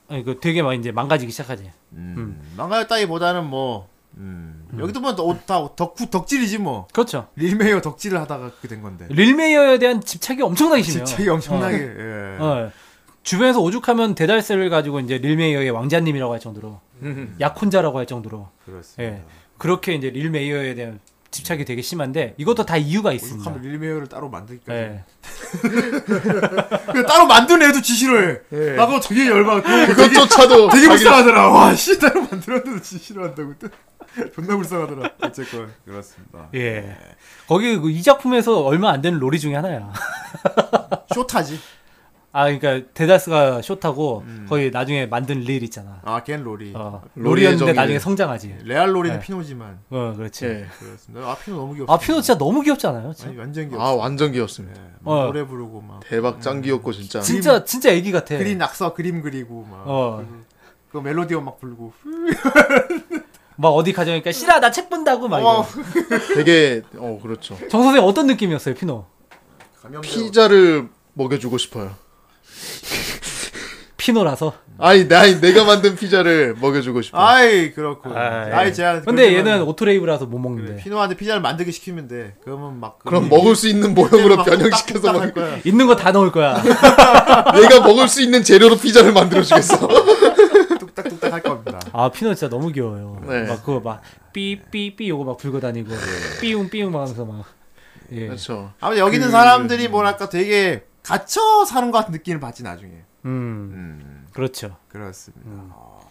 A: 아니, 그 되게 막 이제 망가지기 시작하지
B: 음. 망가졌다기보다는 뭐 음. 여기도 뭐다 덕후 덕질이지 뭐
A: 그렇죠
B: 릴메이어 덕질을 하다가 그렇게 된 건데
A: 릴메이어에 대한 집착이 엄청나게 심해요.
B: 집착이 엄청나게
A: 어.
B: 예.
A: 어. 주변에서 오죽하면 대달세를 가지고 이제 릴메이어의
B: 음.
A: 왕자님이라고 할 정도로 약혼자라고 할 정도로
B: 그렇습니다.
A: 예. 그렇게 이제 릴메이어에 대한 집착이 되게 심한데 이것도 다 이유가 있습니다.
B: 오죽하면 릴메어를 따로 만들까.
A: 예.
B: 그 따로 만든 애도 지시를 해.
D: 예.
B: 나 그거 되게 열받아. 되게,
D: 그것조차도
B: 되게
D: 자기는-
B: 불쌍하더라. 와, 씨, 따로 만들었는데 지시를 한다고. 존나 불쌍하더라. 어쨌건, 그렇습니다.
A: 예. 거기 그이 작품에서 얼마 안 되는 로리 중에 하나야.
B: 쇼타지. 음.
A: 아, 그러니까 데다스가 쇼타고 거의 나중에 만든 릴 있잖아.
B: 아, 걘 로리.
A: 어,
D: 로리의
A: 로리였는데
D: 정의를.
A: 나중에 성장하지.
B: 레알 로리는
A: 네.
B: 피노지만.
A: 어, 그렇지.
D: 예.
B: 그렇습니다. 아, 피노 너무 귀엽다.
A: 아, 피노 진짜 너무 귀엽지 않아요? 진짜,
B: 아니, 완전 귀엽다.
D: 아 완전 귀엽습니다.
B: 네, 막
A: 어.
B: 노래 부르고 막.
D: 대박 짱 귀엽고 진짜.
A: 진짜, 진짜 애기 같아.
B: 그림 낙서 그림 그리고 막.
A: 어.
B: 그 멜로디언 막 부르고.
A: 막 어디 가자니까 싫어, 나 책 본다고 막.
B: 어,
A: 이거.
D: 되게 어 그렇죠.
A: 정 선생 어떤 느낌이었어요, 피노?
D: 피자를 먹여주고 싶어요.
A: 피노라서.
D: 아니 나 내가 만든 피자를 먹여주고 싶어. 요
B: 아이, 그렇고. 아, 이
A: 예.
B: 제가.
A: 근데
B: 그렇지만
A: 얘는 오토레이브라서 못 먹는데.
B: 피노한테 피자를 만들게 시키면 돼. 그러면 막.
D: 그럼
B: 그-
D: 먹을 수 있는 모형으로
B: 막
D: 변형시켜서
B: 딱딱할
D: 먹을 거야.
B: 거야.
A: 있는 거 다 넣을 거야.
D: 얘가 먹을 수 있는 재료로 피자를 만들어주겠어.
B: 뚝딱뚝딱 할 겁니다.
A: 아, 피노 진짜 너무 귀여워요.
D: 네.
A: 막 그거 막 삐삐삐 요거 막 불고 다니고
B: 네.
A: 삐용 삐용 막 하면서 막. 예.
D: 그렇죠.
B: 아무튼 여기 있는 사람들이 뭐랄까 되게 갇혀 사는 것 같은 느낌을 받지 나중에.
A: 음.
B: 네.
A: 그렇죠.
B: 그렇습니다. 어.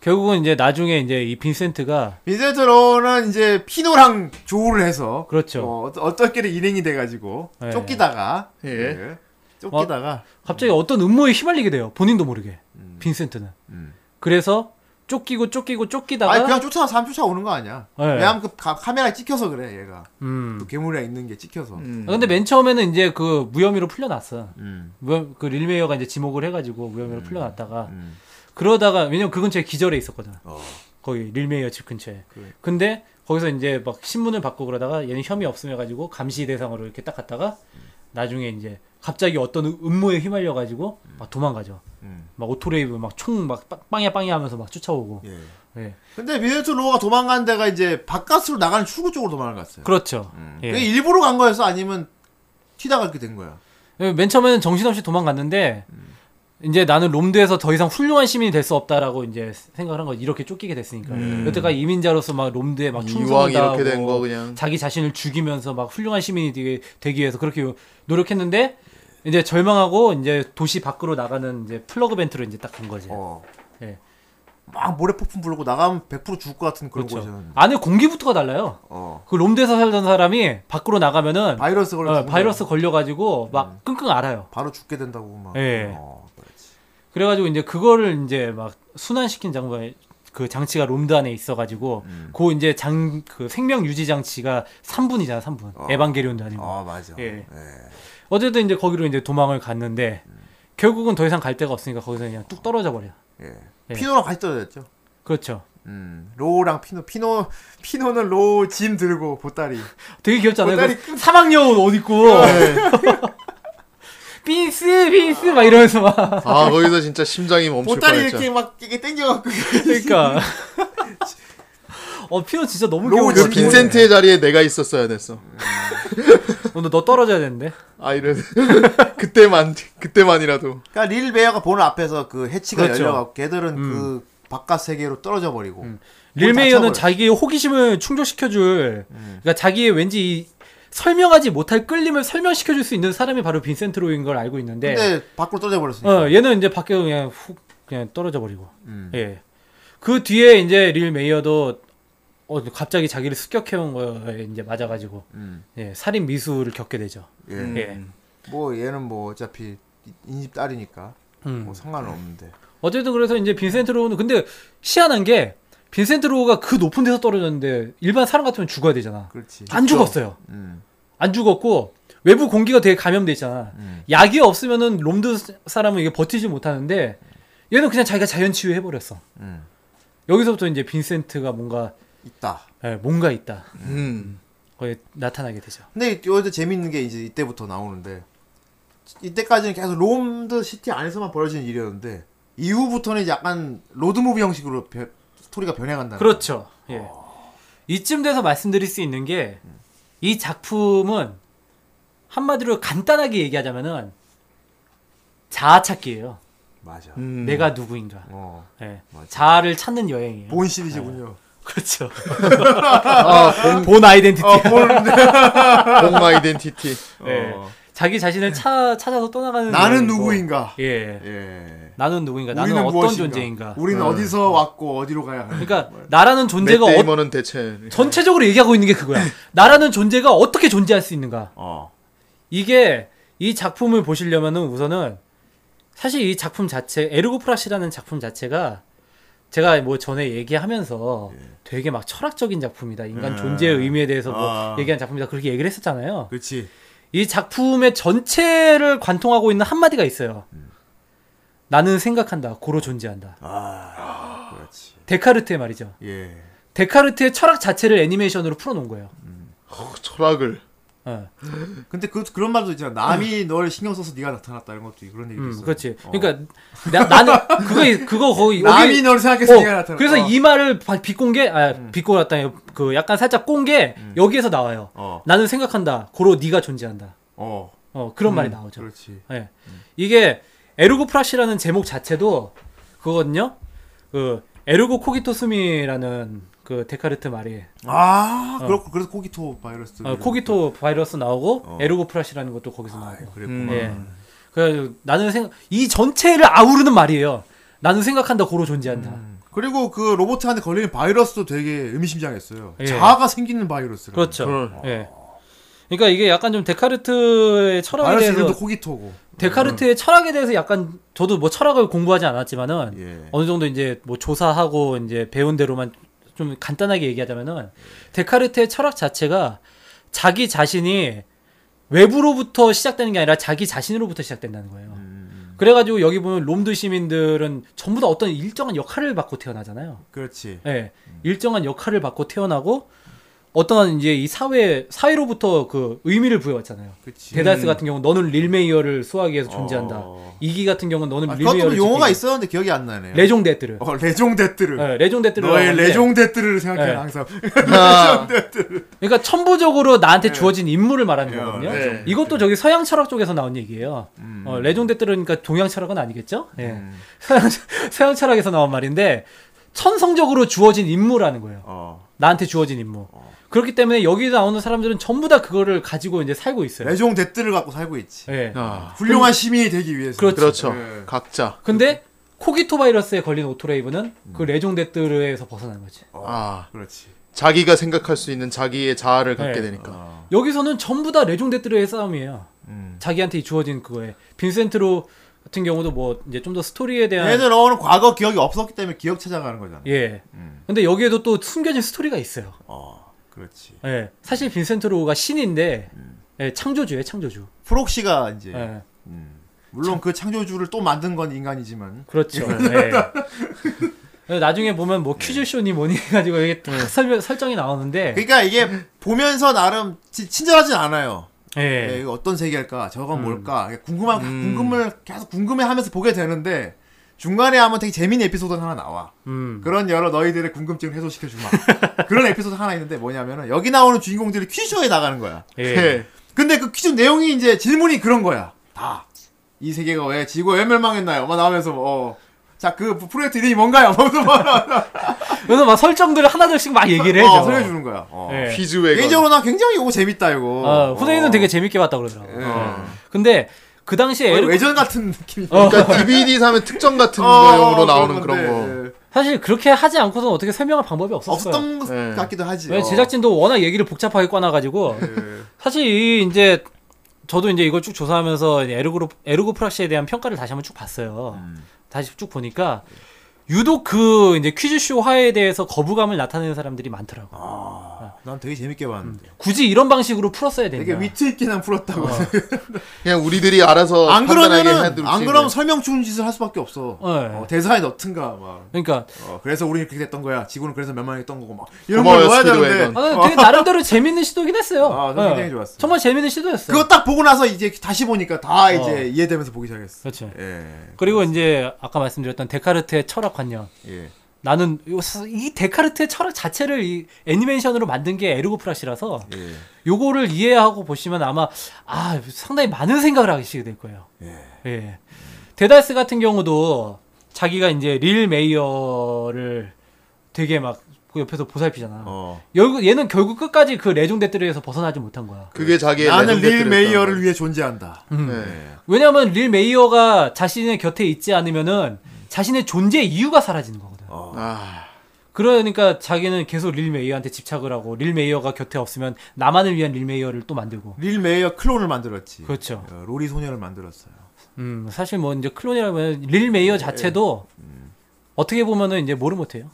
A: 결국은 이제 나중에 이제 이 빈센트가
B: 빈센트 로는 이제 피노랑 조우를 해서
A: 그렇죠.
B: 어, 어떻게든 일행이 돼가지고
A: 네.
B: 쫓기다가
D: 예.
B: 예, 쫓기다가
A: 갑자기 어떤 음모에 휘말리게 돼요. 본인도 모르게. 빈센트는.
B: 음.
A: 그래서 쫓기고 쫓기고 쫓기다가
B: 아니 그냥 쫓아 사람 쫓아오는 거 아니야.
A: 네.
B: 왜냐면 그 가- 카메라에 찍혀서 그래 얘가
A: 음.
B: 그 괴물에 있는 게 찍혀서.
D: 음.
A: 아, 근데 맨 처음에는 이제 그 무혐의로 풀려났어.
B: 음.
A: 무혐, 그 릴메이어가 이제 지목을 해가지고 무혐의로 풀려났다가
B: 음.
A: 그러다가 왜냐면 그 근처에 기절해 있었거든.
B: 어.
A: 거기 릴메이어 집 근처에.
B: 그래.
A: 근데 거기서 이제 막 신문을 받고 그러다가 얘는 혐의 없음 해가지고 감시 대상으로 이렇게 딱 갔다가
B: 음.
A: 나중에 이제 갑자기 어떤 음모에 휘말려가지고 막 도망가죠.
B: 음.
A: 막 오토레이브 막 총 막 빵야 빵야 하면서 막 쫓아오고.
B: 예.
A: 예.
B: 근데 빈센트 로가 도망간 데가 이제 바깥으로 나가는 출구 쪽으로 도망갔어요.
A: 그렇죠. 예.
B: 그게 일부러 간 거였어? 아니면 튀다가 이렇게 된 거야?
A: 예, 맨 처음에는 정신없이 도망갔는데
B: 음.
A: 이제 나는 롬드에서 더 이상 훌륭한 시민이 될 수 없다라고 이제 생각을 한 거지. 이렇게 쫓기게 됐으니까.
B: 음.
A: 여태까지 이민자로서 막 롬드에
B: 아,
A: 막
D: 이왕
B: 뭐.
D: 이렇게 된 거
A: 충성하고
D: 그냥.
A: 자기 자신을 죽이면서 막 훌륭한 시민이 되기, 되기 위해서 그렇게 노력했는데 이제 절망하고 이제 도시 밖으로 나가는 이제 플러그 벤트로 이제 딱 간 거지.
B: 어.
A: 예.
B: 막 모래 폭풍 불고 나가면 100% 죽을 것 같은 그런
A: 그렇죠.
B: 거죠.
A: 안에 공기부터가 달라요.
B: 어.
A: 그 롬드에서 살던 사람이 밖으로 나가면은
B: 바이러스 음. 걸려.
A: 어, 바이러스 걸려가지고 막 끙끙 앓아요.
B: 바로 죽게 된다고 막.
A: 예.
B: 어, 그렇지.
A: 그래가지고 이제 그거를 이제 막 순환시킨 장관 그 장치가 롬드 안에 있어가지고
D: 음.
A: 그 이제 장 그 생명 유지 장치가 3분이잖아 3분
D: 어.
A: 에반게리온도 아니고
B: 아 맞아.
A: 예.
B: 예.
A: 어쨌든 이제 거기로 이제 도망을 갔는데 결국은 더 이상 갈 데가 없으니까 거기서 그냥 뚝 떨어져 버려.
B: 예.
A: 예.
B: 피노랑 같이 떨어졌죠.
A: 그렇죠.
B: 음. 로우랑 피노 피노 피노는 로우 짐 들고 보따리.
A: 되게
D: 어,
A: 귀엽잖아요.
B: 보따리
A: 그 사막 여운 옷 입고
B: 네.
A: 빈스 빈스 막 이러면서 막
D: 아 거기서 진짜 심장이 멈출
B: 보따리
D: 뻔했죠.
B: 이렇게 막 이게 땡겨갖고
A: 그러니까 어 피노 진짜 너무
B: 로우
A: 귀여워.
D: 그 빈센트의 자리에 내가 있었어야 됐어.
A: 오늘 너 떨어져야 되는데.
D: 아 이런 그때만 그때만이라도
B: 그러니까 릴 베어가 보는 앞에서 그 해치가
A: 그렇죠.
B: 열려갖고 걔들은 그 바깥 세계로 떨어져 버리고.
A: 릴메이어는
B: 다 쳐버려.
A: 자기의 호기심을 충족시켜줄,
B: 음.
A: 그러니까 자기의 왠지 이- 설명하지 못할 끌림을 설명시켜줄 수 있는 사람이 바로 빈센트 로인 걸 알고 있는데,
B: 근데 밖으로 떨어져 버렸으니까.
A: 네. 어, 얘는 이제 밖에 그냥 훅 그냥 떨어져 버리고,
B: 음.
A: 예. 그 뒤에 이제 릴메이어도 어, 갑자기 자기를 습격해온 거에 이제 맞아가지고,
B: 음.
A: 예, 살인 미수를 겪게 되죠.
B: 예.
A: 예.
B: 뭐 얘는 뭐 어차피 인집 딸이니까
A: 음.
B: 뭐 상관은 없는데.
A: 어쨌든 그래서 이제 빈센트 로우는 근데 희한한 게 빈센트 로우가 그 높은 데서 떨어졌는데 일반 사람 같으면 죽어야 되잖아.
B: 그렇지.
A: 안 죽었어요.
B: 음.
A: 안 죽었고 외부 공기가 되게 감염돼 있잖아.
B: 음.
A: 약이 없으면은 롬드 사람은 이게 버티지 못하는데 얘는 그냥 자기가 자연 치유해 버렸어.
B: 음.
A: 여기서부터 이제 빈센트가 뭔가
B: 있다.
A: 예, 뭔가 있다.
D: 음.
A: 거의 나타나게 되죠.
B: 근데 여기서 재밌는 게 이제 이때부터 나오는데 이때까지는 계속 롬드 시티 안에서만 벌어지는 일이었는데 이후부터는 이제 약간 로드무비 형식으로 변- 스토리가 변해간다.
A: 그렇죠. 예. 이쯤 돼서 말씀드릴 수 있는 게 이 작품은 한마디로 간단하게 얘기하자면은 자아 찾기예요.
B: 맞아.
D: 음.
A: 내가 누구인가.
B: 어.
A: 예.
B: 맞아.
A: 자아를 찾는 여행이에요.
B: 본 시리즈군요.
A: 그렇죠.
D: 아, 공,
A: 본 아이덴티티.
B: 어, 볼,
D: 공 아이덴티티.
A: 예.
B: 어.
A: 자기 자신을 차, 찾아서 음. 떠나가는
B: 나는
A: 여행이고.
B: 누구인가?
A: 예.
B: 예.
A: 나는 누구인가? 나는
B: 우리는
A: 어떤
B: 무엇인가?
A: 존재인가? 음.
B: 우리는 어디서 왔고 어디로 가야 하는가?
A: 그러니까 나라는
D: 맥
A: 존재가 어,
B: 뭐-
D: 데이먼은 대체
A: 전체적으로 얘기하고 있는 게 그거야. 나라는 존재가 어떻게 존재할 수 있는가?
B: 어.
A: 이게 이 작품을 보시려면은 우선은 사실 이 작품 자체 에르고프라시라는 작품 자체가 제가 뭐 전에 얘기하면서 되게 막 철학적인 작품이다. 인간
B: 예.
A: 존재의 의미에 대해서 뭐
B: 아.
A: 얘기한 작품이다. 그렇게 얘기를 했었잖아요.
B: 그렇지.
A: 이 작품의 전체를 관통하고 있는 한마디가 있어요. 나는 생각한다. 고로 존재한다.
B: 아. 그렇지.
A: 데카르트의 말이죠.
B: 예.
A: 데카르트의 철학 자체를 애니메이션으로 풀어놓은 거예요.
D: 어, 철학을
A: 어.
B: 근데 그 그런 말도 있잖아. 남이 널 신경 써서 네가 나타났다는 것도 그런 얘기도
A: 음,
B: 있어.
A: 그렇지. 그러니까 나, 나는 그거 그거 거의
B: 남이
A: 여기-
B: 널 생각해서 네가
A: 어,
B: 나타났다.
A: 그래서
B: 어. 음.
A: 이 말을 바- 비꼰게 아 비꼬았다 그 약간 살짝 꼰 게 여기에서 나와요.
B: 어.
A: 나는 생각한다. 고로 네가 존재한다.
B: 어.
A: 어 그런 말이 나오죠.
B: 그렇지.
A: 예. 이게 에르고 프라시라는 제목 자체도 그거거든요. 그 에르고 코기토스미라는 그 데카르트 말이
B: 아, 그렇고 그래서 코기토 바이러스.
A: 어, 코기토 바이러스 나오고
B: 음. 어.
A: 에르고 프라시라는 것도 거기서
B: 아,
A: 나오고.
B: 그랬구나.
A: 예. 그래서 나는 생각 이 전체를 아우르는 말이에요. 나는 생각한다. 고로 존재한다.
B: 그리고 그 로봇한테 걸리는 바이러스도 되게 의미심장했어요.
A: 예.
B: 자아가 생기는 어. 바이러스라.
A: 그렇죠.
D: 그런-
A: 예. 그러니까 이게 약간 좀 데카르트의 철학에
B: 바이러스
A: 대해서
B: 이름도 코기토고.
A: 데카르트의 철학에 대해서 약간 저도 뭐 철학을 공부하지 않았지만은
B: 예.
A: 어느 정도 이제 뭐 조사하고 이제 배운 대로만 좀 간단하게 얘기하자면은 데카르트의 철학 자체가 자기 자신이 외부로부터 시작되는 게 아니라 자기 자신으로부터 시작된다는 거예요. 그래가지고 여기 보면 롬드 시민들은 전부 다 어떤 일정한 역할을 받고 태어나잖아요.
B: 그렇지.
A: 예. 일정한 역할을 받고 태어나고 어떤 이제 이 사회 사회로부터 그 의미를 부여받잖아요.
B: 그렇지.
A: 데달스 같은 경우 는 너는 릴메이어를 수호하기 위해서 존재한다.
B: 음. 어.
A: 이기 같은 경우는 너는
B: 아, 그것도
A: 릴메이어를
B: 용어가
A: 지키기.
B: 있었는데 기억이 안 나네요.
A: 레종 데트르.
B: 어, 레종 데뜨르.
A: 예, 레종 데트르.
B: 너의 레종 데뜨르를 생각해
A: 예.
B: 라 항상.
D: 아,
A: 그러니까 천부적으로
B: 네.
A: 나한테 주어진 임무를 말하는
B: 예,
A: 거거든요.
D: 예.
A: 이것도 저기 서양 철학 쪽에서 나온 얘기예요.
B: 음.
A: 어, 레종 데트르니까 동양 철학은 아니겠죠? 예. 서양, 서양 철학에서 나온 말인데 천성적으로 주어진 임무라는 거예요.
B: 어.
A: 나한테 주어진 임무. 그렇기 때문에 여기 나오는 사람들은 전부 다 그거를 가지고 이제 살고 있어요.
B: 레종 데뜨를 갖고 살고 있지.
A: 예.
D: 아,
B: 훌륭한 시민이 되기 위해서.
A: 그렇지.
D: 그렇죠.
B: 예.
D: 각자
A: 근데 코기토 바이러스에 걸린 오토레이브는 그
B: 음.
A: 레종 데뜨르에서 벗어난 거지.
D: 아
B: 그렇지.
D: 자기가 생각할 수 있는 자기의 자아를 갖게
B: 예.
A: 네.
B: 어.
D: 되니까
A: 여기서는 전부 다 레종 데뜨르의 싸움이에요.
B: 음.
A: 자기한테 주어진 그거에 빈센트로 같은 경우도 뭐 이제 좀 더 스토리에 대한
B: 얘들 어는 과거 기억이 없었기 때문에 기억 찾아가는 거잖아.
A: 예.
B: 음.
A: 근데 여기에도 또 숨겨진 스토리가 있어요.
B: 어, 그렇지.
A: 예. 사실 빈센트 로우가 신인데
B: 음.
A: 예, 창조주예요, 창조주.
B: 프록시가 이제
A: 예.
B: 물론 그 창조주를 또 만든 건 인간이지만
A: 그렇죠. 예. 그래서 나중에 보면 뭐 퀴즈쇼니 뭐니 해가지고 이게 다 설명, 설정이 나오는데
B: 예. 그러니까 이게 보면서 나름 치- 친절하진 않아요. 예,
A: 예.
B: 이거 어떤 세계일까? 저건 뭘까? 궁금한 궁금을 계속 궁금해하면서 보게 되는데 중간에 하면 되게 재미있는 에피소드가 하나 나와.
A: 음.
B: 그런 여러 너희들의 궁금증을 해소시켜 주마. 그런 에피소드 하나 있는데 뭐냐면은 여기 나오는 주인공들이 퀴즈쇼에 나가는 거야.
A: 예.
B: 근데 그 퀴즈 내용이 이제 질문이 그런 거야. 다. 이 세계가 왜, 지구가 왜 멸망했나요? 막 나오면서, 뭐, 어. 자, 그 프로젝트 이름이 뭔가요? 뭐, 막 막,
A: 그래서 막 설정들을 하나둘씩 막 얘기를 해줘.
B: 어, 설명해주는 거야. 어.
A: 예.
D: 퀴즈 외관
B: 개인적으로 난 굉장히 이거 재밌다, 이거.
A: 어, 후대인은 되게 재밌게 봤다 그러더라고. 어.
B: 예.
A: 근데 그 당시에 에르...
B: 어, 외전 같은 느낌이.
A: 어.
D: 그러니까 DVD 사면 특정 같은
B: 어,
D: 내용으로 나오는 그런
B: 건데,
D: 거.
B: 예.
A: 사실 그렇게 하지 않고서는 어떻게 설명할 방법이 없었어요.
B: 없었던 것
D: 예.
B: 같기도 하지.
A: 왜
B: 어.
A: 제작진도 워낙 얘기를 복잡하게 꺼놔가지고
D: 네.
B: 예.
A: 사실 이 이제 저도 이제 이걸 쭉 조사하면서 이제 에르고 에르고 프락시에 대한 평가를 다시 한번 쭉 봤어요.
B: 음.
A: 다시 쭉 보니까 유독 그 이제 퀴즈쇼 화에 대해서 거부감을 나타내는 사람들이 많더라고.
B: 아.
A: 요
B: 난 되게 재밌게 봤는데.
A: 굳이 이런 방식으로 풀었어야 된다.
B: 되게 위트있게 난 풀었다고.
A: 어.
D: 그냥 우리들이 알아서
B: 안
D: 판단하게
B: 그러면은,
D: 해둘지. 네.
B: 안 그러면 설명 주는 짓을 할 수밖에 없어.
A: 예.
B: 어, 대사에 넣든가, 막.
A: 그러니까
B: 어, 그래서 우리는 그렇게 됐던 거야. 지구는 그래서 멸망했던 거고 막 이런 걸 넣어야
D: 고마워요, 스피드
B: 되는데
D: 웨건.
A: 아, 되게 나름대로 재밌는 시도긴 했어요.
B: 아, 저는
A: 예.
B: 굉장히 좋았어요.
A: 정말 재밌는 시도였어요.
B: 그거 딱 보고 나서 이제 다시 보니까 다
A: 어.
B: 이제 이해되면서 보기 시작했어.
A: 그렇죠.
B: 예,
A: 그리고 이제 아까 말씀드렸던 데카르트의 철학 관념.
B: 예.
A: 나는 요- 이 데카르트의 철학 자체를 이 애니메이션으로 만든 게 에르고프라시라서
B: 예.
A: 요거를 이해하고 보시면 아마 아 상당히 많은 생각을 하시게 될 거예요. 예. 데달스 같은 경우도 자기가 이제 릴 메이어를 되게 막 그 옆에서 보살피잖아.
B: 어.
A: 결국 얘는 결국 끝까지 그 레종 대들에서 벗어나지 못한 거야.
D: 그게 자기의
B: 나는
D: 레전드
B: 릴
D: 예, 때렸다.
B: 메이어를 위해 존재한다.
A: 음.
D: 네.
A: 왜냐하면 릴 메이어가 자신의 곁에 있지 않으면은 자신의 존재 이유가 사라지는 거거든.
D: 아,
A: 그러니까 자기는 계속 릴 메이어한테 집착을 하고 릴 메이어가 곁에 없으면 나만을 위한 릴 메이어를 또 만들고.
B: 릴 메이어 클론을 만들었지.
A: 그렇죠.
B: 어, 로리 소녀를 만들었어요.
A: 음, 사실 뭐 이제 클론이라면 릴 메이어 자체도 어떻게 보면은 이제 모르 못해요.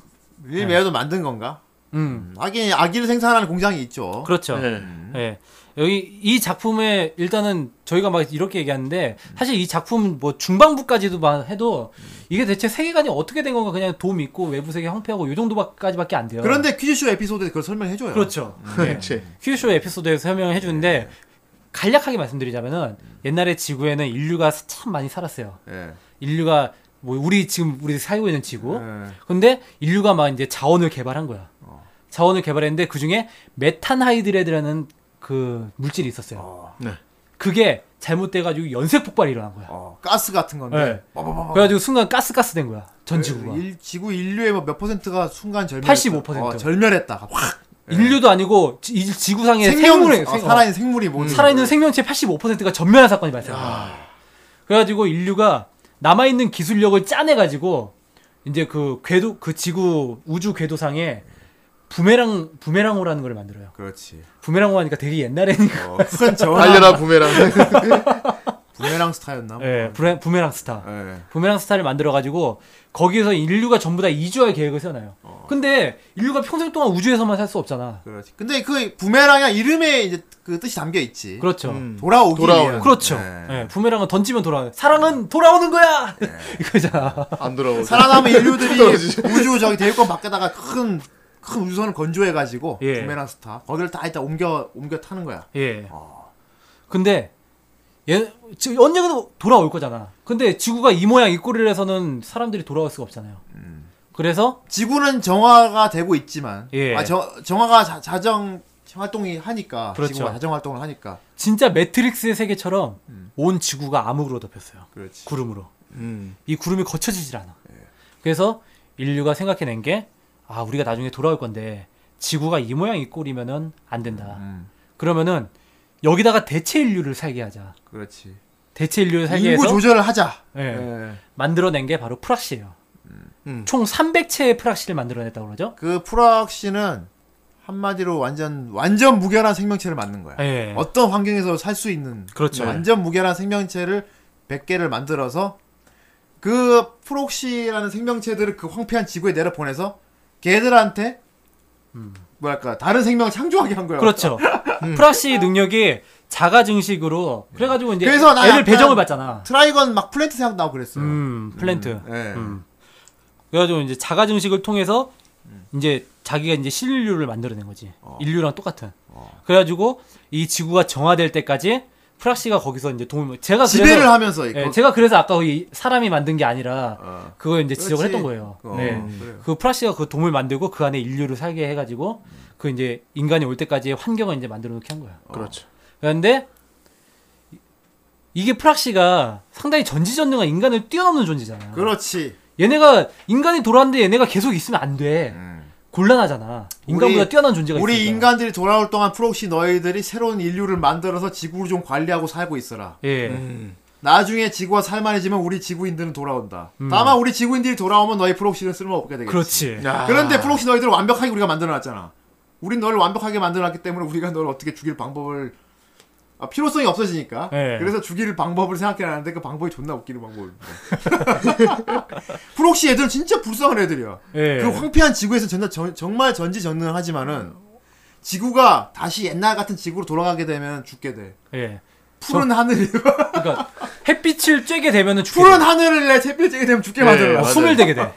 B: 릴 메이어도 만든 건가?
A: 음,
B: 음, 아기 아기를 생산하는 공장이 있죠. 음.
A: 그렇죠.
D: 네.
A: 예. 여기 이 작품에 일단은 저희가 막 이렇게 얘기하는데 사실 이 작품 뭐 중반부까지도 막 해도 이게 대체 세계관이 어떻게 된 건가 그냥 돔 있고 외부 세계 황폐하고 요 정도까지밖에 안 돼요.
B: 런데 음. 퀴즈쇼 에피소드에서 그걸 설명해 줘요. 네.
A: 그렇죠. 예.
D: 그치.
A: 큐쇼 에피소드에서 설명을 해주는데 간략하게 말씀드리자면은
B: 음.
A: 옛날에 지구에는 인류가 참 많이 살았어요.
B: 예.
A: 인류가 뭐 우리 지금 우리 살고 있는 지구.
B: 네.
A: 근데 인류가 막 이제 자원을 개발한 거야.
B: 어.
A: 자원을 개발했는데 그 중에 메탄하이드레드라는 그 물질이 있었어요.
D: 네.
A: 그게 잘못돼가지고 연쇄 폭발이 일어난 거야.
B: 어, 가스 같은 건데.
A: 네. 그래가지고 순간 가스가스 된 거야. 전 지구가.
B: 어. 그 일, 지구 인류의 뭐몇 퍼센트가 순간 절멸.
A: 85%.
B: 어, 절멸했다. 확.
A: 인류도 아니고 지- 이 지구상의
B: 네. 생명,
A: 예, 생물의
B: 어,
A: 생-
B: 살아있는 생물이 모두
A: 음. 살아있는 생명체 85%가 전멸한 사건이 발생한 거야. 그래가지고 인류가 남아있는 기술력을 짜내가지고 이제 그 궤도 그 지구 우주 궤도상에 부메랑 부메랑호라는 걸 만들어요.
B: 그렇지.
A: 부메랑호 하니까 되게 옛날에니까.
B: 어, 큰 저항.
D: 달려라 부메랑.
B: 부메랑 스타였나? 뭐.
A: 예, 부메- 부메랑 스타.
B: 예.
A: 부메랑 스타를 만들어가지고 거기에서 인류가 전부 다 이주할 계획을 세워놔요. 근데 인류가 평생 동안 우주에서만 살 수 없잖아.
B: 그렇지. 근데 그 부메랑이야 이름에 이제 그 뜻이 담겨 있지.
A: 그렇죠.
D: 음.
B: 돌아오기
D: 돌아오는.
B: 위한.
A: 그렇죠.
B: 예.
A: 예, 부메랑은 던지면 돌아오는. 사랑은 돌아오는 거야. 이거잖아.
D: 안 돌아오고.
B: 살아남은 인류들이
D: 떨어지지.
B: 우주 저기 대륙권 밖에다가 큰, 큰 우주선을 건조해가지고
A: 예.
B: 부메랑 스타 거기를 다 일단 옮겨 옮겨 타는 거야.
A: 예.
B: 아.
A: 근데 얘 지금 언젠가도 돌아올 거잖아. 근데 지구가 이 모양 이 꼴을 해서는 사람들이 돌아올 수가 없잖아요.
B: 음.
A: 그래서
B: 지구는 정화가 되고 있지만
A: 예.
B: 아, 저, 정화가 자, 자정 활동이 하니까
A: 그렇죠.
B: 지구가 자정 활동을 하니까
A: 진짜 매트릭스의 세계처럼
B: 음.
A: 온 지구가 암흑으로 덮였어요.
B: 그렇지.
A: 구름으로.
D: 음.
A: 이 구름이 거쳐지질 않아.
B: 예.
A: 그래서 인류가 생각해낸 게, 아, 우리가 나중에 돌아올 건데, 지구가 이 모양 이 꼴이면은 안 된다.
B: 음.
A: 그러면은, 여기다가 대체 인류를 살게 하자.
B: 그렇지.
A: 대체 인류를 살게
B: 인구
A: 해서
B: 조절을 하자.
A: 예,
B: 예.
A: 만들어낸 게 바로 프락시예요.
D: 음.
A: 총 300채의 프락시를 만들어냈다고 그러죠?
B: 그 프락 씨는 한마디로 완전 완전 무결한 생명체를 만든 거야.
A: 예.
B: 어떤 환경에서 살 수 있는
A: 그렇죠.
B: 완전 무결한 생명체를 100개를 만들어서 그 프록시라는 생명체들을 그 황폐한 지구에 내려보내서 걔들한테 뭐랄까 다른 생명을 창조하게 한 거야.
A: 음. 그렇죠.
B: 음.
A: 프락시 능력이 자가 증식으로 그래가지고 이제
B: 그래서 나
A: 애를
B: 약간-
A: 배정을 받잖아.
B: 트라이건 막 플랜트 생각 나고 그랬어요.
A: 음, 플랜트.
B: 예.
A: 음. 그래가지고 이제 자가 증식을 통해서
B: 음.
A: 이제 자기가 이제 신인류를 만들어낸 거지. 인류랑 똑같은.
B: 어.
A: 그래가지고 이 지구가 정화될 때까지 프락시가 거기서 이제 도움을 제가
B: 지배를
A: 그래서,
B: 하면서
A: 예,
B: 거-
A: 제가 그래서 아까 이 사람이 만든 게 아니라 그걸 이제 지적을
B: 어. 그렇지.
A: 했던 거예요.
B: 어,
A: 네.
B: 그래요.
A: 그 프락시가 그 돔을 만들고 그 안에 인류를 살게 해가지고 그 이제 인간이 올 때까지의 환경을 이제 만들어 놓게 한 거야.
D: 그렇죠.
A: 그런데 이- 이게 프락시가 상당히 전지전능한 인간을 뛰어넘는 존재잖아.
B: 그렇지.
A: 얘네가 인간이 돌아왔는데 얘네가 계속 있으면 안 돼.
D: 음.
A: 곤란하잖아. 인간보다
B: 우리-
A: 뛰어난 존재가
B: 우리
A: 있으니까.
B: 인간들이 돌아올 동안 프록시 너희들이 새로운 인류를 만들어서 지구를 좀 관리하고 살고 있어라.
A: 예.
D: 음.
B: 나중에 지구가 살만해지면 우리 지구인들은 돌아온다. 다만 우리 지구인들이 돌아오면 너희 프록시는 쓸모없게 되겠지.
A: 음. 그렇지.
D: 야.
B: 그런데 프록시 너희들을 완벽하게 우리가 만들어놨잖아. 우린 너를 완벽하게 만들어놨기 때문에 우리가 너를 어떻게 죽일 방법을 아, 필요성이 없어지니까.
A: 예.
B: 그래서 죽일 방법을 생각해놨는데 그 방법이 존나 웃기는 방법입니다. 프록시 애들은 진짜 불쌍한 애들이야.
A: 예.
B: 그 황폐한 지구에서 전자, 전, 정말 전지전능하지만은 지구가 다시 옛날 같은 지구로 돌아가게 되면 죽게 돼.
A: 예.
B: 푸른 하늘
A: 그러니까 햇빛을 쬐게 되면은 죽게
B: 푸른
A: 돼.
B: 하늘을 내 잿빛 쬐게 되면 죽게
D: 네,
B: 만들어.
A: 어,
D: 맞아요.
A: 숨을 대게 돼.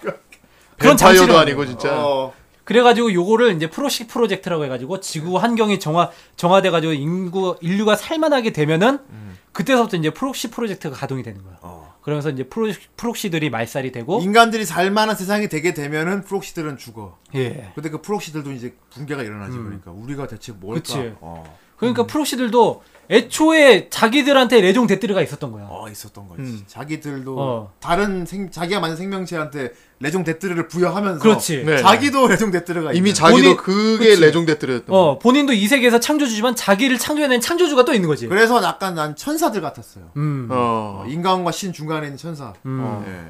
A: 그런 장치를
D: 뱀파이어도
A: 하는
D: 아니고 진짜.
B: 어,
A: 그래가지고 요거를 이제 프로시 프로젝트라고 해가지고
B: 네.
A: 지구 환경이 정화 정화돼가지고 인구 인류가 살만하게 되면은
B: 음.
A: 그때서부터 이제 프록시 프로젝트가 가동이 되는 거야.
D: 어.
A: 그러면서 이제 프로 프록시들이 말살이 되고
B: 어? 인간들이 살만한 세상이 되게 되면은 프록시들은 죽어.
A: 예.
B: 근데 음. 그 프록시들도 이제 붕괴가 일어나지 그러니까 우리가 대체 뭘까?
A: 그치.
B: 어.
A: 그러니까 프로씨들도 애초에 자기들한테 레종 데뜨르가 있었던 거야.
B: 어 있었던 거지.
D: 음.
B: 자기들도
A: 어.
B: 다른 생, 자기가 만든 생명체한테 레종 데뜨르를 부여하면서
A: 그렇지.
D: 네.
B: 자기도 레종 데뜨르가
D: 이미
B: 있는.
D: 자기도
A: 본인-
D: 그게
A: 그치.
D: 레종데트였던 거.
A: 어, 본인도 이 세계에서 창조주지만 자기를 창조해낸 창조주가 또 있는 거지.
B: 그래서 약간 난 천사들 같았어요.
A: 음.
D: 어.
B: 인간과 신 중간에 있는 천사.
A: 음.
B: 어. 예,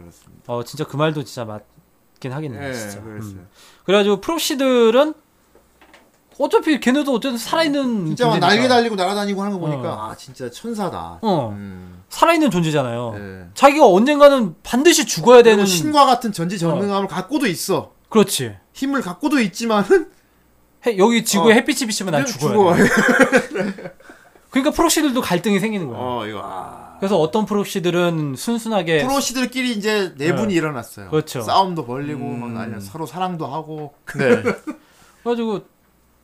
B: 그렇습니다.
A: 어, 진짜 그 말도 진짜 맞긴 하겠네.
B: 예,
A: 진짜.
B: 그랬어요.
A: 음. 그래가지고 프로씨들은 어차피 걔네도 어쨌든 살아있는
B: 진짜 막
A: 존재니까.
B: 날개 달리고 날아다니고 하는 거 보니까
A: 어.
B: 아 진짜 천사다.
A: 어,
B: 음.
A: 살아있는 존재잖아요.
B: 예.
A: 자기가 언젠가는 반드시 죽어야
B: 그리고
A: 되는.
B: 신과 같은 전지전능함을 갖고도 있어.
A: 그렇지.
B: 힘을 갖고도 있지만은
A: 해- 여기 지구에
B: 어.
A: 햇빛이 비치면 난 죽어야 돼.
B: 죽어.
A: 그러니까 프로씨들도 갈등이 생기는 거야.
B: 어 이거 아.
A: 그래서 어떤 프로씨들은 순순하게
B: 프로시들끼리 이제 네 내분이 일어났어요.
A: 네. 그렇죠. 음.
B: 싸움도 벌리고 막 난리, 서로 사랑도 하고
D: 네.
A: 그래가지고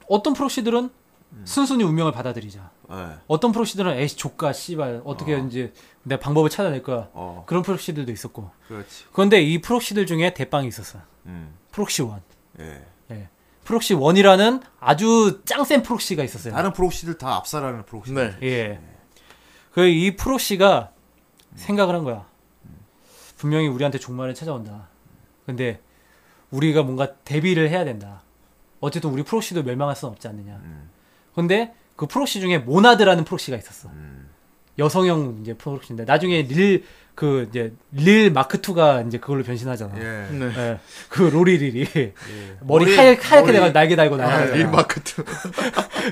A: 어떤 프로씨들은
B: 음.
A: 순순히 운명을 받아들이자.
B: 네.
A: 어떤 프로씨들은 에이 조까 씨발 어떻게 이제 내 방법을 찾아낼 거야.
B: 어,
A: 그런 프로씨들도 있었고.
B: 그렇지.
A: 그런데 이 프로씨들 중에 대빵이 있었어.
B: 음,
A: 프록시 원.
B: 예.
A: 예. 프록시 원이라는 아주 짱센 프록시가 있었어요.
B: 다른 프록시들 다 압살하는 프록시.
D: 네.
A: 예. 그 이 프로씨가 생각을 한 거야. 분명히 우리한테 종말은 찾아온다. 근데 우리가 뭔가 대비를 해야 된다. 어쨌든 우리 프로씨도 멸망할 수는 없지 않느냐. 근데 그 프로씨 중에 모나드라는 프로씨가 있었어. 여성형 이제 프로씨인데 나중에 릴 그 이제 릴 마크 2가 이제 그걸로 변신하잖아. 예.
B: 예.
D: 네.
A: 그 로리릴이 머리
B: 머리,
A: 하얗, 하얗게
B: 머리.
A: 내가 날개 달고 날아가잖아.
D: 예. 릴마크트.